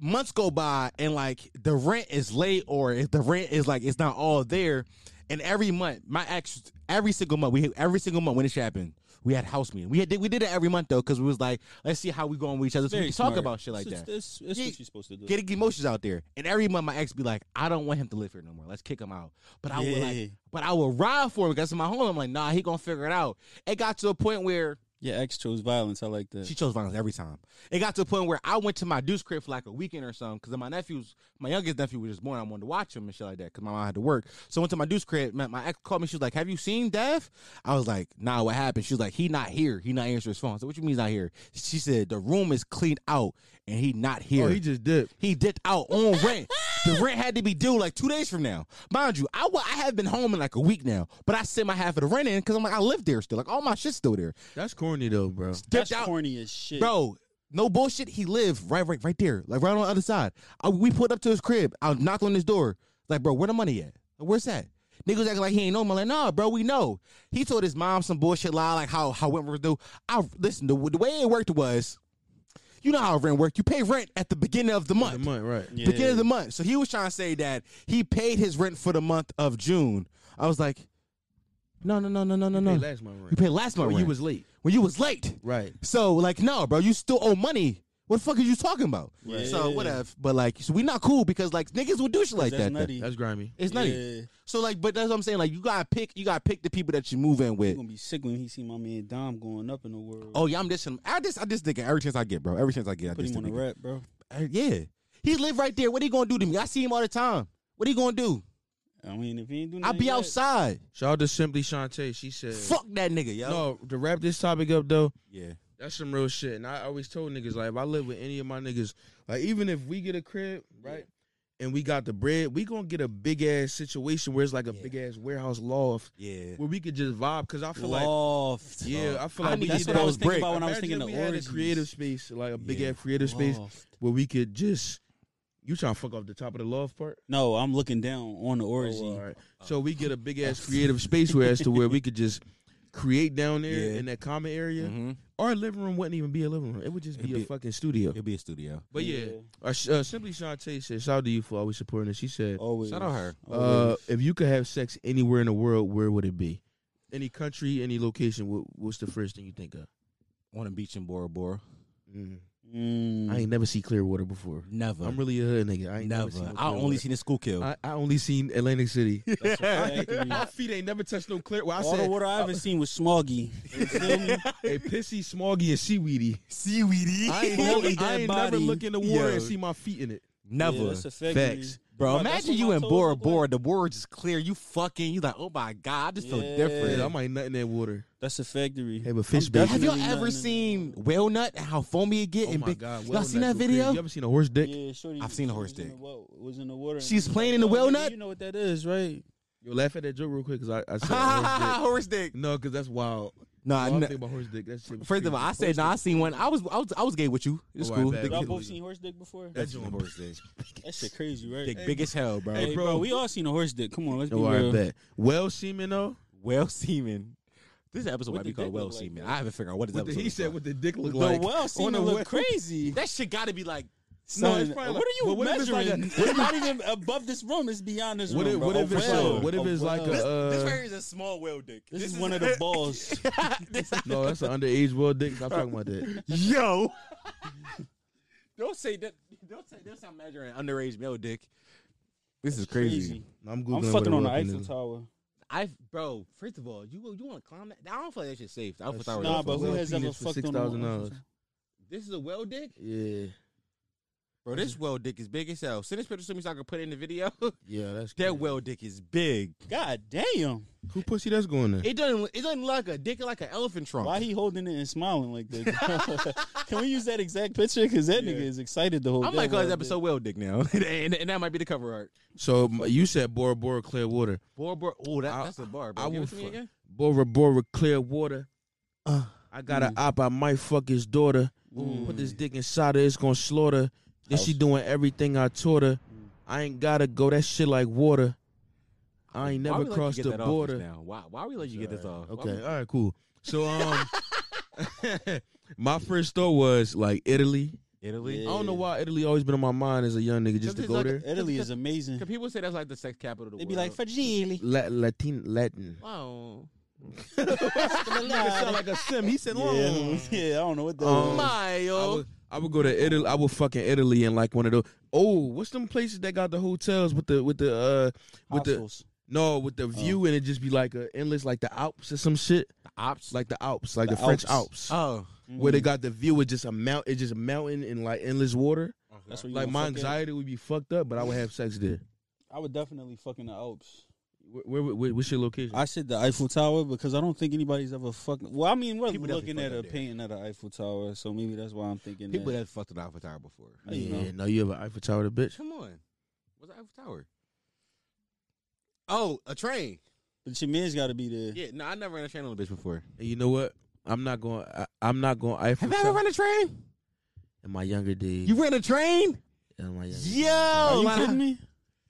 Speaker 1: months go by and like the rent is late or if the rent is like it's not all there. And every month, my ex, every single month, we every single month when this happened, we had house meeting. We had we did it every month though because we was like, let's see how we going with each other. So we can talk about shit like
Speaker 5: that's,
Speaker 1: that.
Speaker 5: That's, that's
Speaker 1: Yeah.
Speaker 5: what you're supposed to do.
Speaker 1: Getting emotions out there, and every month my ex be like, "I don't want him to live here no more. Let's kick him out." But I would
Speaker 5: Yeah.
Speaker 1: like, but I would ride for him because my home. I'm like, "Nah, he gonna figure it out." It got to a point where
Speaker 5: Your ex chose violence. I like that.
Speaker 1: she chose violence every time. It got to a point where I went to my dude's crib for like a weekend or something because my nephews, my youngest nephew was just born. I wanted to watch him and shit like that because my mom had to work. So I went to my dude's crib. My, my ex called me. She was like, "Have you seen Dev?" I was like, "Nah, what happened?" She was like, "He not here. He not answering his phone." So what you mean he's not here? She said the room is cleaned out and he not here.
Speaker 4: Oh, he just dipped.
Speaker 1: He dipped out on rent. the rent had to be due like two days from now. Mind you, I wa- I have been home in like a week now, but I sent my half of the rent in because I'm like, I live there still. Like all my shit's still there.
Speaker 4: That's corny though, bro.
Speaker 5: that's
Speaker 1: Dipped out
Speaker 5: corny as shit,
Speaker 1: bro. No bullshit. He lived right, right, right there, like right on the other side. I, we pulled up to his crib. I knocked on his door. Like, bro, where the money at? Where's that? Niggas acting like he ain't know. I'm like, nah, bro, we know. He told his mom some bullshit lie, like how how rent was do. I listen. The, the way it worked was, you know how rent worked. You pay rent at the beginning of the month.
Speaker 4: The month, right?
Speaker 5: Yeah.
Speaker 1: Beginning of the month. So he was trying to say that he paid his rent for the month of June. I was like, no, no, no, no, no, no, no.
Speaker 4: Hey, last month,
Speaker 1: You
Speaker 4: right?
Speaker 1: paid last month
Speaker 4: When
Speaker 1: rent.
Speaker 4: you was late,
Speaker 1: when you was late.
Speaker 4: right?
Speaker 1: So like, no, bro, you still owe money. What the fuck are you talking about?
Speaker 5: Right.
Speaker 1: So
Speaker 5: Yeah.
Speaker 1: whatever. But like, so we not cool because like niggas will do shit like
Speaker 5: That's
Speaker 1: that. though.
Speaker 5: nutty.
Speaker 4: That's grimy.
Speaker 1: It's nutty.
Speaker 5: Yeah.
Speaker 1: So like, but that's what I'm saying. Like, you gotta pick. You gotta pick the people that you move in
Speaker 5: He
Speaker 1: with.
Speaker 5: gonna be sick when he see my man Dom going up in the world.
Speaker 1: Oh yeah, I'm dissing. I just, I just nigga every chance I get, bro. Every chance I get, I
Speaker 5: put
Speaker 1: diss
Speaker 5: him on
Speaker 1: the
Speaker 5: the
Speaker 1: nigga.
Speaker 5: rap, bro.
Speaker 1: Uh, Yeah, he live right there. What he gonna do to me? I see him all the time. What he gonna do?
Speaker 5: I mean, if he ain't do
Speaker 1: I
Speaker 5: nothing,
Speaker 1: be
Speaker 5: yet,
Speaker 1: outside.
Speaker 4: Shout out to Simply Shantae. She said,
Speaker 1: Fuck that nigga, yo.
Speaker 4: No, to wrap this topic up though,
Speaker 1: Yeah.
Speaker 4: that's some real shit. And I always told niggas like, if I live with any of my niggas, like even if we get a crib, right, and we got the bread, we gonna get a big ass situation where it's like a
Speaker 1: Yeah.
Speaker 4: big ass warehouse loft
Speaker 1: Yeah.
Speaker 4: where we could just vibe. Cause I feel like,
Speaker 5: Loft.
Speaker 4: yeah, I feel
Speaker 1: I
Speaker 4: like
Speaker 1: need
Speaker 4: we
Speaker 5: That's
Speaker 4: need
Speaker 5: what I
Speaker 4: that-
Speaker 5: was thinking
Speaker 1: break.
Speaker 5: about when I was
Speaker 4: Imagine
Speaker 5: thinking
Speaker 4: if
Speaker 5: of
Speaker 4: we had a
Speaker 5: orgies.
Speaker 4: creative space, like a big
Speaker 1: Yeah.
Speaker 4: ass creative space
Speaker 5: Loft.
Speaker 4: where we could just. You trying to fuck off the top of the loft part?
Speaker 5: No, I'm looking down on the orgy.
Speaker 4: Oh, all right. So we get a big ass creative space where as to where we could just create down there
Speaker 1: Yeah.
Speaker 4: in that common area,
Speaker 1: Mm-hmm.
Speaker 4: our living room wouldn't even be a living room. It would just be,
Speaker 1: It'd
Speaker 4: a
Speaker 1: be-
Speaker 4: fucking studio.
Speaker 1: It'll be a studio.
Speaker 4: But yeah, Our, sh- uh, simply Shantae said, "Shout out to you for always supporting us." She said,
Speaker 5: Oh, Always.
Speaker 1: Shout out her.
Speaker 4: uh, "If you could have sex anywhere in the world, where would it be? Any country, any location. What, what's the first thing you think of?"
Speaker 1: On a beach in Bora Bora.
Speaker 5: Mm.
Speaker 4: I ain't never seen Clearwater before.
Speaker 1: Never.
Speaker 4: I'm really a hood nigga. I ain't never.
Speaker 1: never.
Speaker 4: seen no
Speaker 1: I only
Speaker 4: Clearwater.
Speaker 1: seen a school kill.
Speaker 4: I, I only seen Atlantic City.
Speaker 5: Factory.
Speaker 4: My feet ain't never touched no clear. Well, I
Speaker 5: All the
Speaker 4: said
Speaker 5: water
Speaker 1: uh,
Speaker 5: I ever seen was smoggy. You feel me?
Speaker 4: a pissy, smoggy, and seaweedy.
Speaker 1: Seaweedy.
Speaker 4: I ain't,
Speaker 5: Holy
Speaker 4: never, I
Speaker 5: dead
Speaker 4: ain't never
Speaker 5: body.
Speaker 4: look in the water and
Speaker 1: Yo.
Speaker 4: see my feet in it.
Speaker 1: Never.
Speaker 5: Yeah, that's a fact.
Speaker 4: Facts.
Speaker 1: Bro,
Speaker 5: Right, that's
Speaker 1: imagine
Speaker 5: what
Speaker 1: you
Speaker 5: my
Speaker 1: in
Speaker 5: toes
Speaker 1: Bora
Speaker 5: look like.
Speaker 1: Bora. The water just clear. You fucking. You like, oh my god, this so
Speaker 5: Yeah.
Speaker 1: different.
Speaker 4: Yeah, I might nut in that water.
Speaker 5: That's a factory.
Speaker 4: Have a fish
Speaker 5: I'm
Speaker 4: baby.
Speaker 1: Have y'all
Speaker 5: Definitely
Speaker 1: ever
Speaker 5: nothing.
Speaker 1: seen whale nut? and How foamy it get?
Speaker 4: Oh
Speaker 1: and
Speaker 4: my
Speaker 1: big-
Speaker 4: god!
Speaker 1: y'all
Speaker 4: whale
Speaker 1: seen that
Speaker 4: nut go crazy.
Speaker 1: video?
Speaker 4: You ever seen a horse dick?
Speaker 5: Yeah, shorty.
Speaker 1: I've seen a horse
Speaker 5: was in
Speaker 1: dick.
Speaker 5: the wa- Was in the water. and
Speaker 1: She's
Speaker 5: was
Speaker 1: playing in the
Speaker 5: "Yo,
Speaker 1: whale
Speaker 5: nigga,
Speaker 1: nut?"
Speaker 5: You know what that is, right?
Speaker 4: Yo, laugh at that joke real quick because I, I said horse
Speaker 1: Horse dick.
Speaker 4: dick. No, because that's wild.
Speaker 1: Nah,
Speaker 4: I
Speaker 1: no.
Speaker 4: think about horse dick. That shit. was
Speaker 1: First of all,
Speaker 4: crazy.
Speaker 1: I said no. Nah, I seen one. I was I was I was gay with you. It's
Speaker 4: Oh,
Speaker 1: cool.
Speaker 4: I bet.
Speaker 1: Big-
Speaker 5: Y'all
Speaker 4: Y'all
Speaker 5: both
Speaker 4: both
Speaker 5: seen horse dick before?
Speaker 4: That joint was-
Speaker 1: horse dick.
Speaker 5: That shit crazy, right?
Speaker 1: Dick big as hell, bro.
Speaker 5: Hey, bro, we all seen a horse dick. Come on, let's be
Speaker 4: Yo, all right,
Speaker 5: real.
Speaker 4: bet. Well, semen though.
Speaker 1: Whale semen. This episode
Speaker 5: What
Speaker 1: might be
Speaker 5: the dick
Speaker 1: called Whale
Speaker 5: look like,
Speaker 1: Semen.
Speaker 5: bro?
Speaker 1: I haven't figured out what is
Speaker 4: What
Speaker 1: that.
Speaker 4: the, he said, "What the dick look
Speaker 5: The
Speaker 4: like?"
Speaker 5: well seen
Speaker 4: a
Speaker 5: look
Speaker 4: web-
Speaker 5: crazy.
Speaker 1: That shit got to be like.
Speaker 4: No,
Speaker 5: Son,
Speaker 4: it's probably like-
Speaker 5: what are you
Speaker 4: but what if it's like a-
Speaker 5: measuring?
Speaker 4: what if-
Speaker 5: it's not even above this room. It's beyond this
Speaker 4: What if,
Speaker 5: room.
Speaker 4: what
Speaker 5: bro.
Speaker 4: if it's
Speaker 5: A
Speaker 4: like,
Speaker 5: well.
Speaker 4: what if it's
Speaker 5: A
Speaker 4: like
Speaker 5: well.
Speaker 4: a
Speaker 1: this
Speaker 4: uh,
Speaker 1: right here is a small whale dick.
Speaker 5: This is one of the balls.
Speaker 4: no? That's an underage well dick. Stop talking about that.
Speaker 1: Yo. don't say that. Don't say this. I'm measuring an underage male dick. This is crazy.
Speaker 5: Crazy.
Speaker 4: I'm googling.
Speaker 5: I'm
Speaker 4: what
Speaker 5: fucking
Speaker 4: a
Speaker 5: on the
Speaker 4: well
Speaker 5: Eiffel
Speaker 4: is.
Speaker 5: Tower.
Speaker 1: I, bro. First of all, you you want to climb that? I don't feel like that shit's safe. I don't
Speaker 4: That's
Speaker 1: feel
Speaker 4: Or
Speaker 5: Nah,
Speaker 1: like
Speaker 4: not-
Speaker 5: but
Speaker 4: well
Speaker 5: who has ever
Speaker 4: penis for
Speaker 5: fucked on
Speaker 4: $6,000.
Speaker 5: a
Speaker 1: this is a whale dick,
Speaker 4: Yeah,
Speaker 1: bro. This whale dick is big as hell. Send this picture to me so I can put it in the video.
Speaker 4: yeah. That's
Speaker 1: that
Speaker 4: crazy.
Speaker 1: whale dick is big.
Speaker 5: God damn!
Speaker 4: Who pussy that's going there?
Speaker 1: It doesn't. It doesn't look like a dick. It like an elephant trunk.
Speaker 5: Why he holding it and smiling like that? Can we use that exact picture? Because that nigga is excited the whole.
Speaker 1: I might
Speaker 5: damn
Speaker 1: call this
Speaker 5: well
Speaker 1: episode whale dick now, and, and that might be the cover art.
Speaker 4: So m- you said Bora Bora Clearwater.
Speaker 1: Bora Bora. Oh, that,
Speaker 4: I-
Speaker 1: that's a bar. Bro.
Speaker 4: I
Speaker 1: Give it
Speaker 4: will
Speaker 1: to me
Speaker 4: fu-
Speaker 1: again.
Speaker 4: Bora Bora Clearwater.
Speaker 1: Uh, Mm.
Speaker 4: I got an op. I might fuck his daughter. Put this dick inside her. It's gonna slaughter. Then she doing everything I taught her.
Speaker 1: Mm.
Speaker 4: I ain't gotta go. That shit like water. I ain't
Speaker 1: Why
Speaker 4: never
Speaker 1: we let you
Speaker 4: crossed
Speaker 1: get
Speaker 4: the
Speaker 1: that off us
Speaker 4: border.
Speaker 1: Now? Why? Why we let you get this off? Why
Speaker 4: Okay, all right, cool. So um, my first thought was like Italy.
Speaker 1: we- Italy.
Speaker 5: Yeah.
Speaker 4: I don't know why Italy always been on my mind as a young nigga just to
Speaker 1: Something's
Speaker 4: go
Speaker 1: like-
Speaker 4: there.
Speaker 5: Italy is amazing.
Speaker 1: Can people say that's like the sex capital of the
Speaker 5: They
Speaker 1: world?
Speaker 5: be like fragile.
Speaker 4: La- Latin Latin.
Speaker 1: wow.
Speaker 5: Mm.
Speaker 4: Nigga sound like a sim. He said,
Speaker 5: Yeah, yeah, I don't know what that.
Speaker 4: Um,
Speaker 5: is.
Speaker 4: I
Speaker 1: Mayo.
Speaker 4: would, I would go to Italy. I would fucking Italy and like one of those. Oh, what's them places that got the hotels with the with the uh with the
Speaker 5: Hostels. Oh.
Speaker 4: no with the view and it just be like a endless like the Alps or some shit
Speaker 1: Ops.
Speaker 4: like the Alps like the,
Speaker 5: The
Speaker 4: French Alps
Speaker 5: Alps.
Speaker 1: oh.
Speaker 4: where
Speaker 5: Mm-hmm.
Speaker 4: they got the view with just a mount it's just a mountain and like endless water.
Speaker 5: That's what you
Speaker 4: Like
Speaker 5: wanna
Speaker 4: my
Speaker 5: fuck at?
Speaker 4: anxiety would be fucked up, but I would have sex there.
Speaker 5: I would definitely fucking the Alps.
Speaker 4: Where, where, where- what's your location?
Speaker 5: I said the Eiffel Tower because I don't think anybody's ever fucking. Well, I mean, we're
Speaker 1: People definitely
Speaker 5: looking at
Speaker 1: fuck
Speaker 5: a
Speaker 1: up there.
Speaker 5: painting of the Eiffel Tower, so maybe that's why I'm thinking.
Speaker 1: People
Speaker 5: that.
Speaker 1: that fucked an Eiffel Tower before.
Speaker 5: I don't know.
Speaker 4: yeah, no, you have an Eiffel Tower, to bitch.
Speaker 1: Come on. What's an Eiffel Tower? Oh, a train.
Speaker 5: But your man's got to be there.
Speaker 1: Yeah. No, I never ran a train on a bitch before.
Speaker 4: And you know what? I'm not going. I, I'm not going Eiffel
Speaker 1: Have you ever
Speaker 4: Tower
Speaker 1: run a train?
Speaker 4: in my younger days.
Speaker 1: You ran a train?
Speaker 4: in my younger,
Speaker 1: Yo.
Speaker 5: Are you
Speaker 1: like-
Speaker 5: kidding me?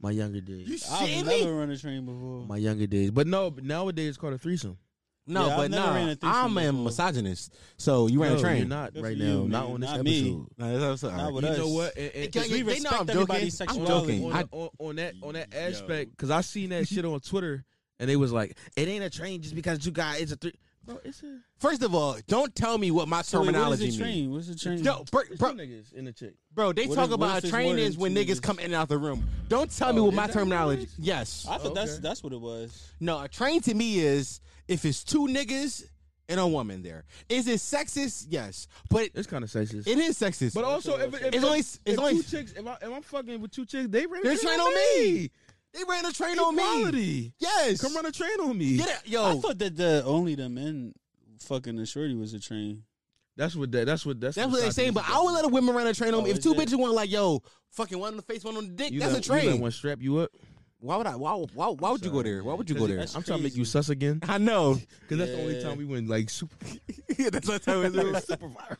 Speaker 4: my younger days.
Speaker 1: You
Speaker 5: I've
Speaker 1: shitting
Speaker 5: never
Speaker 1: me?
Speaker 5: run a train before.
Speaker 4: My younger days, but no, but nowadays it's called a threesome.
Speaker 1: No,
Speaker 5: Yeah, I've
Speaker 1: but
Speaker 5: never
Speaker 1: nah,
Speaker 5: ran a threesome
Speaker 1: I'm a
Speaker 5: before.
Speaker 1: misogynist. So you ran
Speaker 4: no,
Speaker 1: a train.
Speaker 4: You're not
Speaker 5: Good
Speaker 4: right
Speaker 5: for
Speaker 4: now.
Speaker 5: you,
Speaker 4: not
Speaker 5: nigga.
Speaker 4: on this
Speaker 5: Not me.
Speaker 4: episode.
Speaker 1: No, that's, that's all
Speaker 5: Not
Speaker 1: right.
Speaker 5: with
Speaker 4: You
Speaker 5: us.
Speaker 4: know what? And-
Speaker 1: Yo,
Speaker 4: and-
Speaker 5: Because
Speaker 1: yo,
Speaker 5: Eh, we
Speaker 1: they know
Speaker 5: respect
Speaker 1: I'm
Speaker 5: everybody's
Speaker 1: joking. I'm
Speaker 5: sexuality.
Speaker 1: joking.
Speaker 4: on,
Speaker 1: I-
Speaker 4: the- on, on that on that on that aspect, because I seen that shit on Twitter, and they was like, "It ain't a train just because you got it's a three. No, it's a
Speaker 1: First of all, don't tell me what my
Speaker 5: So wait,
Speaker 1: terminology
Speaker 5: what is a
Speaker 1: means.
Speaker 5: train? What's a train?
Speaker 1: Yo, bro,
Speaker 4: it's
Speaker 1: bro,
Speaker 4: two niggas in the chick.
Speaker 1: bro, they
Speaker 5: What
Speaker 1: talk
Speaker 5: if- what
Speaker 1: about
Speaker 5: if
Speaker 1: a
Speaker 5: it's
Speaker 1: train
Speaker 5: more
Speaker 1: is
Speaker 5: than
Speaker 1: when
Speaker 5: two
Speaker 1: niggas
Speaker 5: niggas?
Speaker 1: come in and out the room. Don't tell me
Speaker 4: Oh,
Speaker 1: what
Speaker 4: is
Speaker 1: my
Speaker 4: that what it
Speaker 1: terminology.
Speaker 4: is?
Speaker 1: Yes.
Speaker 5: I thought that's
Speaker 4: Okay.
Speaker 5: that's what it was.
Speaker 1: no, a train to me is if it's two niggas and a woman there. Is it sexist? Yes, but
Speaker 4: It's kind of sexist.
Speaker 1: it is sexist.
Speaker 4: but also, if, if,
Speaker 1: It's
Speaker 4: if,
Speaker 1: only- it's
Speaker 4: if
Speaker 1: only-
Speaker 4: two chicks, if, I, if I'm fucking with two chicks, they ran a
Speaker 1: They train on me. they ran a train on me.
Speaker 4: Equality.
Speaker 1: Yes.
Speaker 4: Come run a train on me.
Speaker 1: Get it, yo.
Speaker 5: I thought that the only the men fucking the shorty was a train.
Speaker 4: That's what that. That's what that's.
Speaker 1: That's what they saying, but I would let a woman run a train on me.
Speaker 5: Oh,
Speaker 1: If
Speaker 5: is
Speaker 1: two
Speaker 5: it?
Speaker 1: bitches want like, yo, fucking one on the face, one on the dick,
Speaker 4: You
Speaker 1: that's
Speaker 4: let,
Speaker 1: a
Speaker 4: You
Speaker 1: train.
Speaker 4: let one strap you up.
Speaker 1: Why would I? Why? Why, why would you go
Speaker 4: Sorry.
Speaker 1: there? Why would you go
Speaker 4: 'Cause
Speaker 1: there?
Speaker 5: That's
Speaker 4: I'm trying to make
Speaker 5: crazy.
Speaker 4: you sus again.
Speaker 1: I know.
Speaker 4: Cause that's the only
Speaker 5: Yeah.
Speaker 4: time we went like super.
Speaker 1: Yeah, that's what I was doing.
Speaker 4: super viral.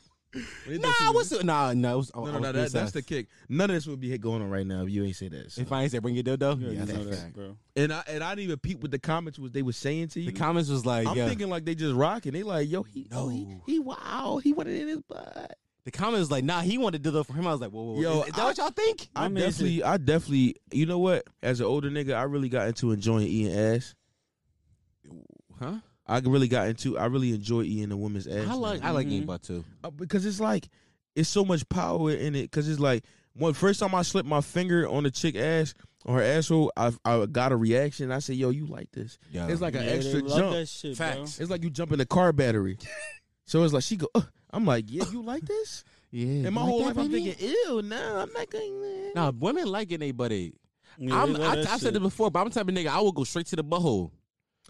Speaker 1: Nah, what's it? Nah, no, it was, oh,
Speaker 4: No, no, no. That, that's the kick. None of this would be going on right now if you ain't say that. so.
Speaker 1: uh, If I ain't say bring your dildo, yeah,
Speaker 5: You already
Speaker 1: that's
Speaker 5: know
Speaker 1: a
Speaker 5: that,
Speaker 1: fact.
Speaker 5: bro.
Speaker 4: and I and I didn't even peep what the comments was they was saying to you.
Speaker 1: The comments was like,
Speaker 4: I'm
Speaker 1: yeah.
Speaker 4: thinking like they just rocking. They like, yo, he, oh, he,
Speaker 1: No.
Speaker 4: he, wow, he wanted it in his butt.
Speaker 1: the comments was like, nah, he wanted dildo for him. I was like, whoa, whoa, whoa.
Speaker 4: Yo,
Speaker 1: Yo, is, is that what y'all think?
Speaker 4: I
Speaker 5: I mean,
Speaker 4: definitely, I definitely, you know what? As an older nigga, I really got into enjoying eating ass.
Speaker 1: Huh?
Speaker 4: I really got into, I really enjoy eating a woman's ass.
Speaker 1: I like,
Speaker 4: now.
Speaker 1: I like
Speaker 5: Mhm.
Speaker 1: eating butt too.
Speaker 4: Uh, because it's like, it's so much power in it. Because it's like, when first time I slipped my finger on a chick ass or her asshole, I I got a reaction. I said, yo, you like this?
Speaker 1: Yeah.
Speaker 4: It's like an
Speaker 5: Yeah, they
Speaker 4: extra
Speaker 5: love
Speaker 4: jump.
Speaker 5: That shit,
Speaker 1: Facts.
Speaker 4: It's like you jump in the car battery. so it's like she go. "Ugh." I'm like, yeah, you like this?
Speaker 1: yeah.
Speaker 4: And my whole life, I'm
Speaker 1: thinking,
Speaker 4: thinking, ew, no, I'm not going. there."
Speaker 1: nah, women like getting they butt ate.
Speaker 5: Bro. Yeah,
Speaker 1: I'm, I,
Speaker 5: they love that
Speaker 1: I've said
Speaker 5: shit.
Speaker 1: it before, but I'm the type of nigga I will go straight to the butthole.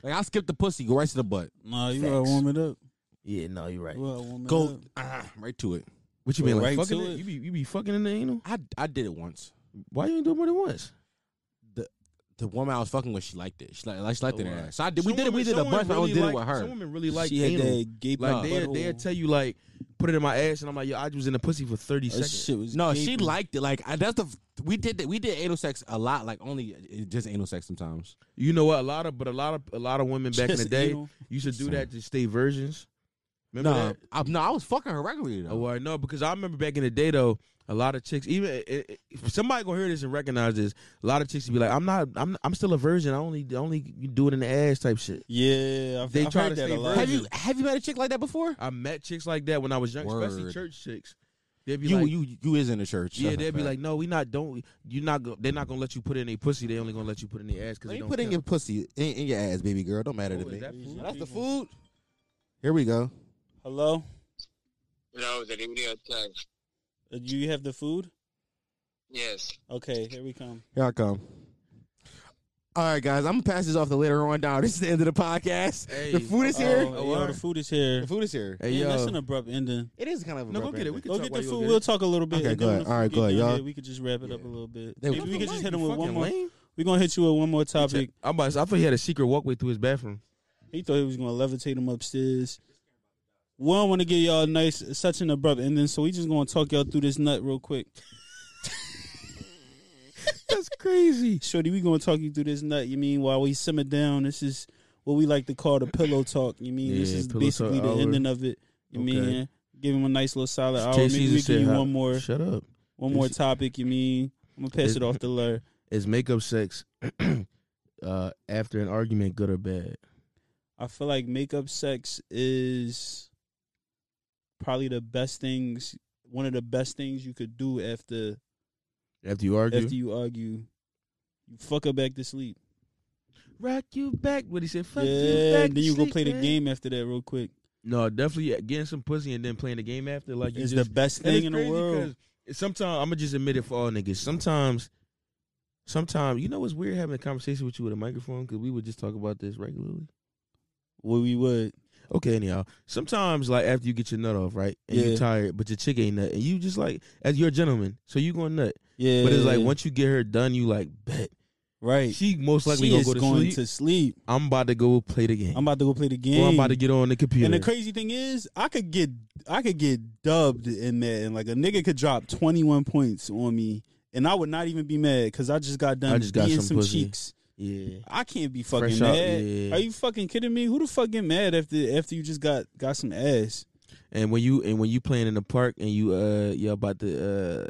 Speaker 1: Like I skip the pussy, go right to the butt,
Speaker 5: Nah, you gotta
Speaker 4: Facts.
Speaker 5: warm it up.
Speaker 4: Yeah, no, you're right.
Speaker 5: You gotta warm it
Speaker 1: go
Speaker 5: up.
Speaker 1: ah, right to it.
Speaker 4: What you mean, like
Speaker 5: Right
Speaker 4: fucking
Speaker 5: to
Speaker 4: it?
Speaker 5: it.
Speaker 4: You be you be fucking in the anal?
Speaker 1: I I did it once.
Speaker 4: Why you ain't do it more than once?
Speaker 1: The woman I was fucking with, she liked it. She like she liked it.
Speaker 5: Oh,
Speaker 1: in her
Speaker 5: wow.
Speaker 1: ass. So I did. We did it. We did it a bunch. but I was did it with her.
Speaker 4: Some women really like
Speaker 5: she had
Speaker 4: anal.
Speaker 5: that gaping
Speaker 4: Like they
Speaker 5: butthole.
Speaker 1: oh.
Speaker 4: they tell you like put it in my ass, and I'm like yo, I was in the pussy for thirty
Speaker 5: That
Speaker 4: seconds.
Speaker 5: shit was
Speaker 1: No, she
Speaker 5: gaping.
Speaker 1: liked it. Like I, that's the we did that. We did anal sex a lot. Like only uh, just anal sex sometimes.
Speaker 4: You know what? A lot of but a lot of a lot of women back in the
Speaker 5: Just
Speaker 4: day
Speaker 5: anal.
Speaker 4: used to do that to stay virgins. Remember
Speaker 1: No,
Speaker 4: that?
Speaker 1: I, no, I was fucking her regularly though.
Speaker 4: Oh, well, no, because I remember back in the day though, a lot of chicks, even i- i- if somebody gonna hear this and recognize this. A lot of chicks would be like, "I'm not, I'm, I'm still a virgin. I only, only do it in the ass type shit."
Speaker 5: Yeah, I've,
Speaker 4: They
Speaker 5: I've
Speaker 4: try
Speaker 5: heard
Speaker 4: to
Speaker 5: that
Speaker 4: stay
Speaker 5: a lot.
Speaker 1: have you have you met a chick like that before?
Speaker 4: I met chicks like that when I was young, especially
Speaker 1: Word.
Speaker 4: church chicks. They'd be
Speaker 1: You
Speaker 4: like,
Speaker 1: you you is in the church.
Speaker 4: "Yeah,"
Speaker 1: That's
Speaker 4: they'd
Speaker 1: a
Speaker 4: be
Speaker 1: fact.
Speaker 4: like, "No, we not. Don't you not? Go, they're not gonna let you put it in their pussy. They only gonna let you put it in their ass because
Speaker 1: Let
Speaker 4: they
Speaker 1: me
Speaker 4: don't."
Speaker 1: put in your
Speaker 4: count."
Speaker 1: pussy in, in your ass, baby girl. Don't matter
Speaker 4: Oh,
Speaker 1: to
Speaker 4: is
Speaker 1: me.
Speaker 4: that food?
Speaker 1: That's the food. Here we go.
Speaker 5: Hello,
Speaker 8: No, the radio time.
Speaker 5: Uh, do you have the food?
Speaker 8: Yes.
Speaker 5: Okay, here we come.
Speaker 1: Here I come. All right, guys, I'm gonna pass this off to later on down. This is the end of the podcast.
Speaker 4: Hey,
Speaker 1: the food is here.
Speaker 5: Oh,
Speaker 4: Oh,
Speaker 5: yo,
Speaker 4: alright.
Speaker 5: the food is here.
Speaker 1: The food is here.
Speaker 4: Hey
Speaker 5: Man, that's
Speaker 4: yo,
Speaker 5: an abrupt ending.
Speaker 1: It is kind of a
Speaker 4: no, go
Speaker 1: rough
Speaker 4: get it. We
Speaker 1: ending.
Speaker 4: can
Speaker 5: Go
Speaker 4: talk
Speaker 5: get
Speaker 4: while
Speaker 5: the
Speaker 4: you go
Speaker 5: food.
Speaker 4: get
Speaker 5: We'll
Speaker 4: it.
Speaker 5: talk a little bit.
Speaker 1: Okay,
Speaker 5: and
Speaker 1: go
Speaker 5: then
Speaker 1: ahead.
Speaker 5: when the
Speaker 1: All
Speaker 5: food
Speaker 1: right, go
Speaker 5: get
Speaker 1: ahead,
Speaker 5: done
Speaker 1: y'all.
Speaker 5: here, We could just wrap it up a little bit.
Speaker 1: There we
Speaker 5: Maybe we could just hit him
Speaker 4: You
Speaker 5: with one
Speaker 4: fucking
Speaker 5: more.
Speaker 4: lame.
Speaker 5: We're gonna hit you with one more topic.
Speaker 4: I'm about to say, I thought he had a secret walkway through his bathroom.
Speaker 5: He thought he was gonna levitate him upstairs. We don't want to give y'all a nice, such an abrupt ending, so we just gonna talk y'all through this nut real quick.
Speaker 4: That's crazy.
Speaker 5: Shorty, we gonna talk you through this nut. You mean while we simmer down? This is what we like to call the pillow talk. You mean this
Speaker 4: Yeah,
Speaker 5: is
Speaker 4: pillow
Speaker 5: basically
Speaker 4: talk
Speaker 5: the
Speaker 4: hour.
Speaker 5: ending of it. You
Speaker 4: Okay.
Speaker 5: mean give him a nice little solid hour.
Speaker 4: Jay-Z's
Speaker 5: Maybe
Speaker 4: and
Speaker 5: we give
Speaker 4: shit,
Speaker 5: you
Speaker 4: huh?
Speaker 5: one more,
Speaker 4: Shut up.
Speaker 5: one more topic. You mean I'm gonna pass
Speaker 4: Is-
Speaker 5: it off to Lur.
Speaker 4: Is makeup sex uh, after an argument good or bad?
Speaker 5: I feel like makeup sex is probably the best things, one of the best things you could do after
Speaker 4: After you argue,
Speaker 5: after you argue. You fuck her back to sleep.
Speaker 4: rock you back. What he said, fuck you
Speaker 5: yeah,
Speaker 4: back.
Speaker 5: and then you go
Speaker 4: sleep,
Speaker 5: play the
Speaker 4: man.
Speaker 5: game after that real quick.
Speaker 4: No, definitely getting some pussy and then playing the game after. Like you
Speaker 5: It's
Speaker 4: just
Speaker 5: the best
Speaker 4: And
Speaker 5: thing
Speaker 4: it's
Speaker 5: in the
Speaker 4: crazy
Speaker 5: world.
Speaker 4: 'cause Sometimes I'm gonna just admit it for all niggas. Sometimes, sometimes you know it's weird having a conversation with you with a microphone because we would just talk about this regularly.
Speaker 5: Well, we would.
Speaker 4: Okay, anyhow, sometimes like after you get your nut off, right, and
Speaker 5: Yeah.
Speaker 4: you're tired, but your chick ain't nut, and you just like as you're a gentleman, so you going nut.
Speaker 5: Yeah,
Speaker 4: But it's like once you get her done, you like bet
Speaker 5: right.
Speaker 4: she most likely
Speaker 5: She
Speaker 4: gonna
Speaker 5: is
Speaker 4: go to
Speaker 5: going
Speaker 4: sleep.
Speaker 5: to sleep.
Speaker 4: I'm about to go play the game.
Speaker 5: I'm about to go play the game.
Speaker 4: or I'm about to get on the computer.
Speaker 5: and the crazy thing is, I could get I could get dubbed in that, and like a nigga could drop 21 points on me, and I would not even be mad because I just got done
Speaker 4: I just got
Speaker 5: beating
Speaker 4: some
Speaker 5: some,
Speaker 4: pussy.
Speaker 5: cheeks.
Speaker 4: yeah,
Speaker 5: I can't be fucking
Speaker 4: Fresh out,
Speaker 5: mad.
Speaker 4: yeah.
Speaker 5: Are you fucking kidding me? Who the fuck get mad after after you just got got some ass?
Speaker 4: and when you and when you playing in the park and you uh you're about to uh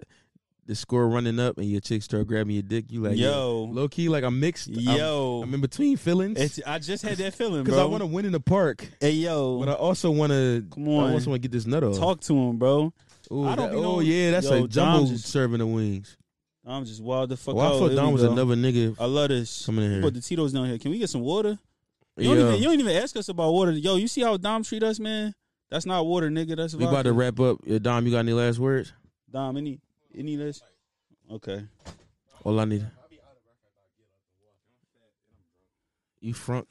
Speaker 4: the score running up and your chick start grabbing your dick, you like
Speaker 5: Yo.
Speaker 4: low key like I'm mixed. I'm-
Speaker 5: Yo.
Speaker 4: I'm, in between feelings
Speaker 5: It's, I just had that feeling,
Speaker 4: because
Speaker 5: bro.
Speaker 4: I want to win in the park,
Speaker 5: Hey yo,
Speaker 4: but I also want to.
Speaker 5: Come on.
Speaker 4: I also want to get this nut off.
Speaker 5: talk to him, bro.
Speaker 4: Ooh,
Speaker 5: I don't
Speaker 4: that-
Speaker 5: be
Speaker 4: oh
Speaker 5: knowing-
Speaker 4: yeah, that's
Speaker 5: Yo,
Speaker 4: a jumbo
Speaker 5: Dom just-
Speaker 4: serving the wings.
Speaker 5: I'm just wild the fuck
Speaker 4: Well, I
Speaker 5: out.
Speaker 4: thought
Speaker 5: Here
Speaker 4: Don
Speaker 5: we
Speaker 4: was
Speaker 5: go.
Speaker 4: another nigga.
Speaker 5: I love this.
Speaker 4: Coming in
Speaker 5: Uh,
Speaker 4: here.
Speaker 5: You Put the Tito's down here. Can we get some water? You,
Speaker 4: Yeah,
Speaker 5: don't, even, you don't even ask us about water. Yo, you see how Dom treat us, man? That's not water, nigga. That's
Speaker 4: we about
Speaker 5: vodka.
Speaker 4: to wrap up. Yeah, Dom, you got any last words?
Speaker 5: Dom, any any of this? Okay.
Speaker 4: All I need. You front.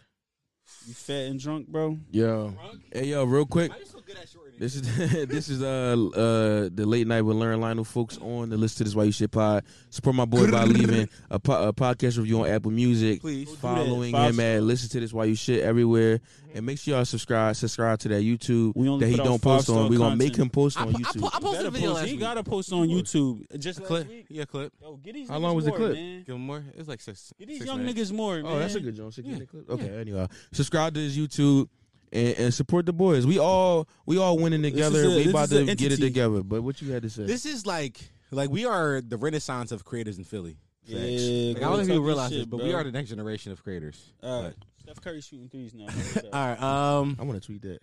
Speaker 5: You fat and drunk, bro.
Speaker 4: Yo. Hey yo, real quick.
Speaker 1: so good at shortening
Speaker 4: This is this is uh uh the late night with Lauren Lionel folks on the list to this why you shit pod. Support my boy by leaving a, po- a podcast review on Apple Music.
Speaker 1: Please.
Speaker 4: following
Speaker 5: Five
Speaker 4: him at listen to this why you shit everywhere, and make sure y'all subscribe subscribe to that YouTube
Speaker 5: We only
Speaker 4: that he
Speaker 5: put out
Speaker 4: don't post
Speaker 5: five-star
Speaker 4: on. We gonna
Speaker 5: content.
Speaker 4: make him post
Speaker 1: I,
Speaker 4: on
Speaker 1: po- I,
Speaker 4: YouTube.
Speaker 1: po- I posted
Speaker 5: Gotta
Speaker 1: a video
Speaker 5: post-
Speaker 1: last
Speaker 5: He
Speaker 1: week.
Speaker 5: got to post on YouTube. Just last
Speaker 1: clip.
Speaker 5: week.
Speaker 1: Yeah, clip.
Speaker 5: Yo, get these
Speaker 4: How
Speaker 5: niggas
Speaker 4: long was the
Speaker 5: more,
Speaker 4: clip?
Speaker 5: Man.
Speaker 1: Give him more. It was like six.
Speaker 5: Get these
Speaker 1: six
Speaker 5: young
Speaker 1: minutes.
Speaker 5: niggas more, man.
Speaker 4: Oh, that's a good John.
Speaker 1: Yeah.
Speaker 4: Okay, anyway, subscribe to his YouTube and, and support the boys. We all we all winning together.
Speaker 5: is a-
Speaker 4: we
Speaker 5: this
Speaker 4: about
Speaker 5: is
Speaker 4: to
Speaker 5: an
Speaker 4: get it
Speaker 5: entity.
Speaker 4: together. But what you had to say?
Speaker 1: This is like like we are the renaissance of creators in Philly.
Speaker 5: Yeah,
Speaker 1: Like, I
Speaker 5: go
Speaker 1: don't think
Speaker 5: talk
Speaker 1: people
Speaker 5: that
Speaker 1: realize
Speaker 5: shit,
Speaker 1: this, but
Speaker 5: bro.
Speaker 1: we are the next generation of creators.
Speaker 5: All right. Steph Curry shooting threes now.
Speaker 1: But- all right. Um.
Speaker 4: I want to tweet that.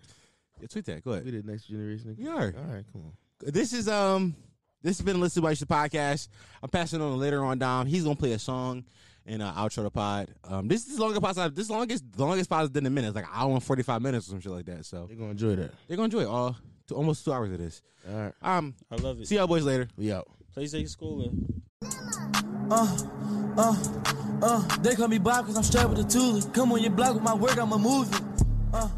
Speaker 1: yeah, tweet that. Go
Speaker 4: We
Speaker 1: ahead.
Speaker 4: the next generation.
Speaker 1: We are.
Speaker 4: All right, come on.
Speaker 1: This is um. This has been listed by the podcast. I'm passing on to later on. Dom. He's gonna play a song and uh, outro the pod. Um. This is the longest pod. This is the longest the longest pod has been in minutes. Like an hour and forty five minutes or some shit like that. So
Speaker 4: They gonna enjoy that.
Speaker 1: they're gonna enjoy it all. Two, almost two hours of this.
Speaker 4: All right,
Speaker 1: Um.
Speaker 5: I love it.
Speaker 1: See y'all boys later.
Speaker 4: we out.
Speaker 5: PlayStation schooler.
Speaker 9: Uh, uh, they call me Bob cause I'm strapped with a tulip. Come on your block with my work, I'm a movie. Uh,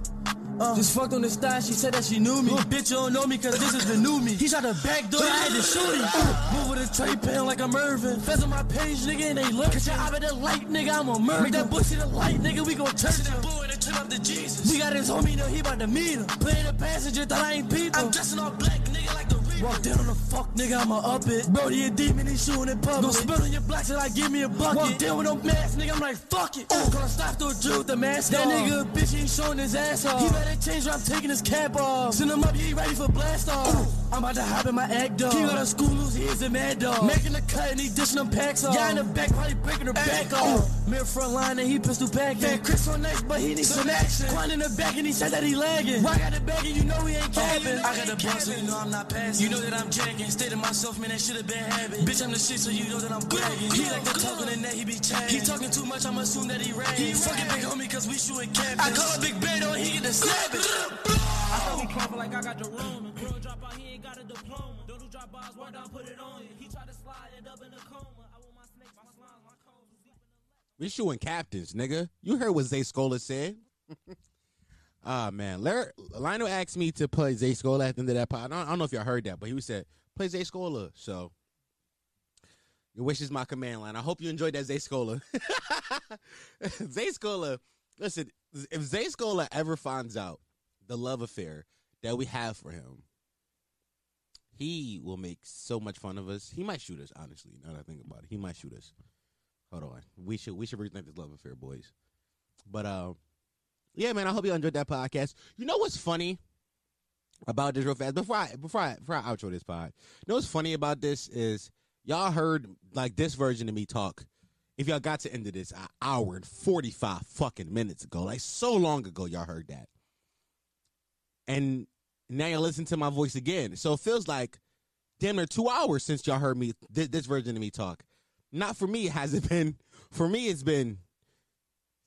Speaker 9: uh, just fucked on the side, she said that she knew me. Little bitch, you don't know me cause this is the new me. He tried to back door, I had to shoot him. Uh, move with a tray pan like I'm Irvin. Fez on my page, nigga, and they look. Cause y'all out the light, nigga, I'm a murder. Make that bullshit a light, nigga, we gon' turn it. Blue and turn up to Jesus. We got his homie, know he about to meet him. Playing the passenger, thought I ain't people. I'm dressing all black, nigga, like the reaper. Walked in on the fuck, nigga, I'ma up it. Bro, he a demon, he shooting in public. Gon' spill on your block till I give me a bucket. Walked in with no mask, nigga, I'm like, fuck it. Ooh, gonna stop the drill with the mask That nigga a bitch, he ain't showing his ass off. He better change or I'm taking his cap off. Send him up, he ain't ready for blast off. I'm about to hop in my act dog. He got a school loose, he is a mad dog. Making the cut and he dishing them packs off. Yeah, in the back, probably breaking her back off. Mirror front line and he pistol packing. Man, Chris so nice, but he needs some action. Quan in the back and he said that he lagging. Why got the bag and you know he ain't capping. I got the ball, so you know I'm not passing. You know that I'm jacking. Stay to myself, man, that should have been habit. Bitch, I'm the shit, so you know that I'm bragging. He like to talk on the net, he be chatting. He talking too much, I'ma assume that he ragging. Fucking big homie, cause we shooting cap. I call a big bed on, he get the savage. I still be clever like I got the room. Girl drop out, he ain't got a diploma. Don't do drop bars, word down, put it on you. He tried to slide, end up in a coma. I want my snakes, my slimes, my cones.
Speaker 1: We shooting captains, nigga. You heard what Zay Scola said. Ah man, Lar- Lionel asked me to play Zay Scola at the end of that pod. I don't, I don't know if y'all heard that, but he said play Zay Scola. So your wish is my command line. I hope you enjoyed that Zay Scola. Zay Scola, listen, if Zay Scola ever finds out the love affair that we have for him, he will make so much fun of us. He might shoot us, honestly. Now that I think about it, he might shoot us. Hold on. We should we should rethink this love affair, boys. But um, yeah, man. I hope you enjoyed that podcast. You know what's funny about this real fast before I before I before I outro this pod. You know what's funny about this is y'all heard like this version of me talk. If y'all got to end of this an hour and forty five fucking minutes ago, like so long ago, y'all heard that, and now y'all listen to my voice again. So it feels like damn near two hours since y'all heard me thi- this version of me talk not for me it hasn't been for me it's been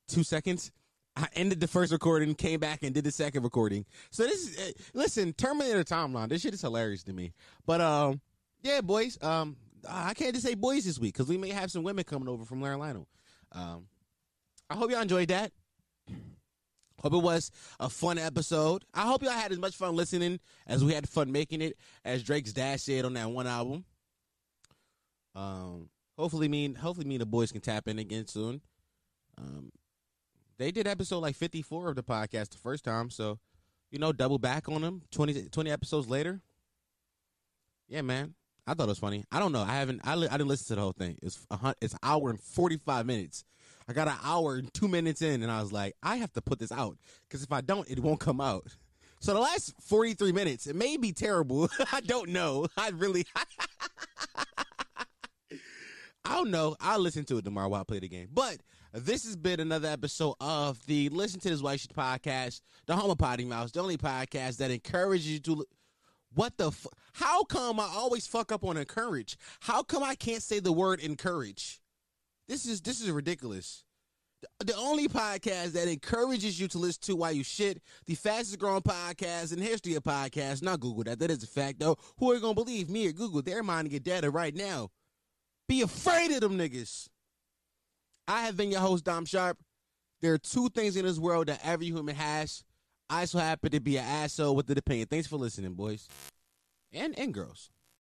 Speaker 1: two seconds i ended the first recording came back and did the second recording so this is eh, listen terminator timeline this shit is hilarious to me but um yeah boys um i can't just say boys this week because we may have some women coming over from Lionel. um i hope y'all enjoyed that Hope it was a fun episode. I hope y'all had as much fun listening as we had fun making it, as Drake's dad said on that one album. Um, hopefully, mean hopefully me and the boys can tap in again soon. Um, they did episode like fifty four of the podcast the first time, so you know, double back on them 20, 20 episodes later. Yeah, man, I thought it was funny. I don't know, I haven't, I, li- I didn't listen to the whole thing. It's a hun- it's an hour and forty five minutes. I got an hour and two minutes in, and I was like, I have to put this out because if I don't, it won't come out. So the last forty three minutes, it may be terrible. I don't know. I really, I don't know. I'll listen to it tomorrow while I play the game. But this has been another episode of the Listen to This White Shit podcast, the home of Potty Mouse, the only podcast that encourages you to. What the? F- How come I always fuck up on encourage? How come I can't say the word encourage? This is this is ridiculous. The- The only podcast that encourages you to listen to while you shit, the fastest growing podcast in the history of podcasts. Not Google that. That is a fact, though. Who are you gonna believe me or Google? They're mining your data right now. Be afraid of them niggas. I have been your host, Dom Sharp. There are two things in this world that every human has I so happen to be an asshole with an opinion. Thanks for listening, boys. And and girls.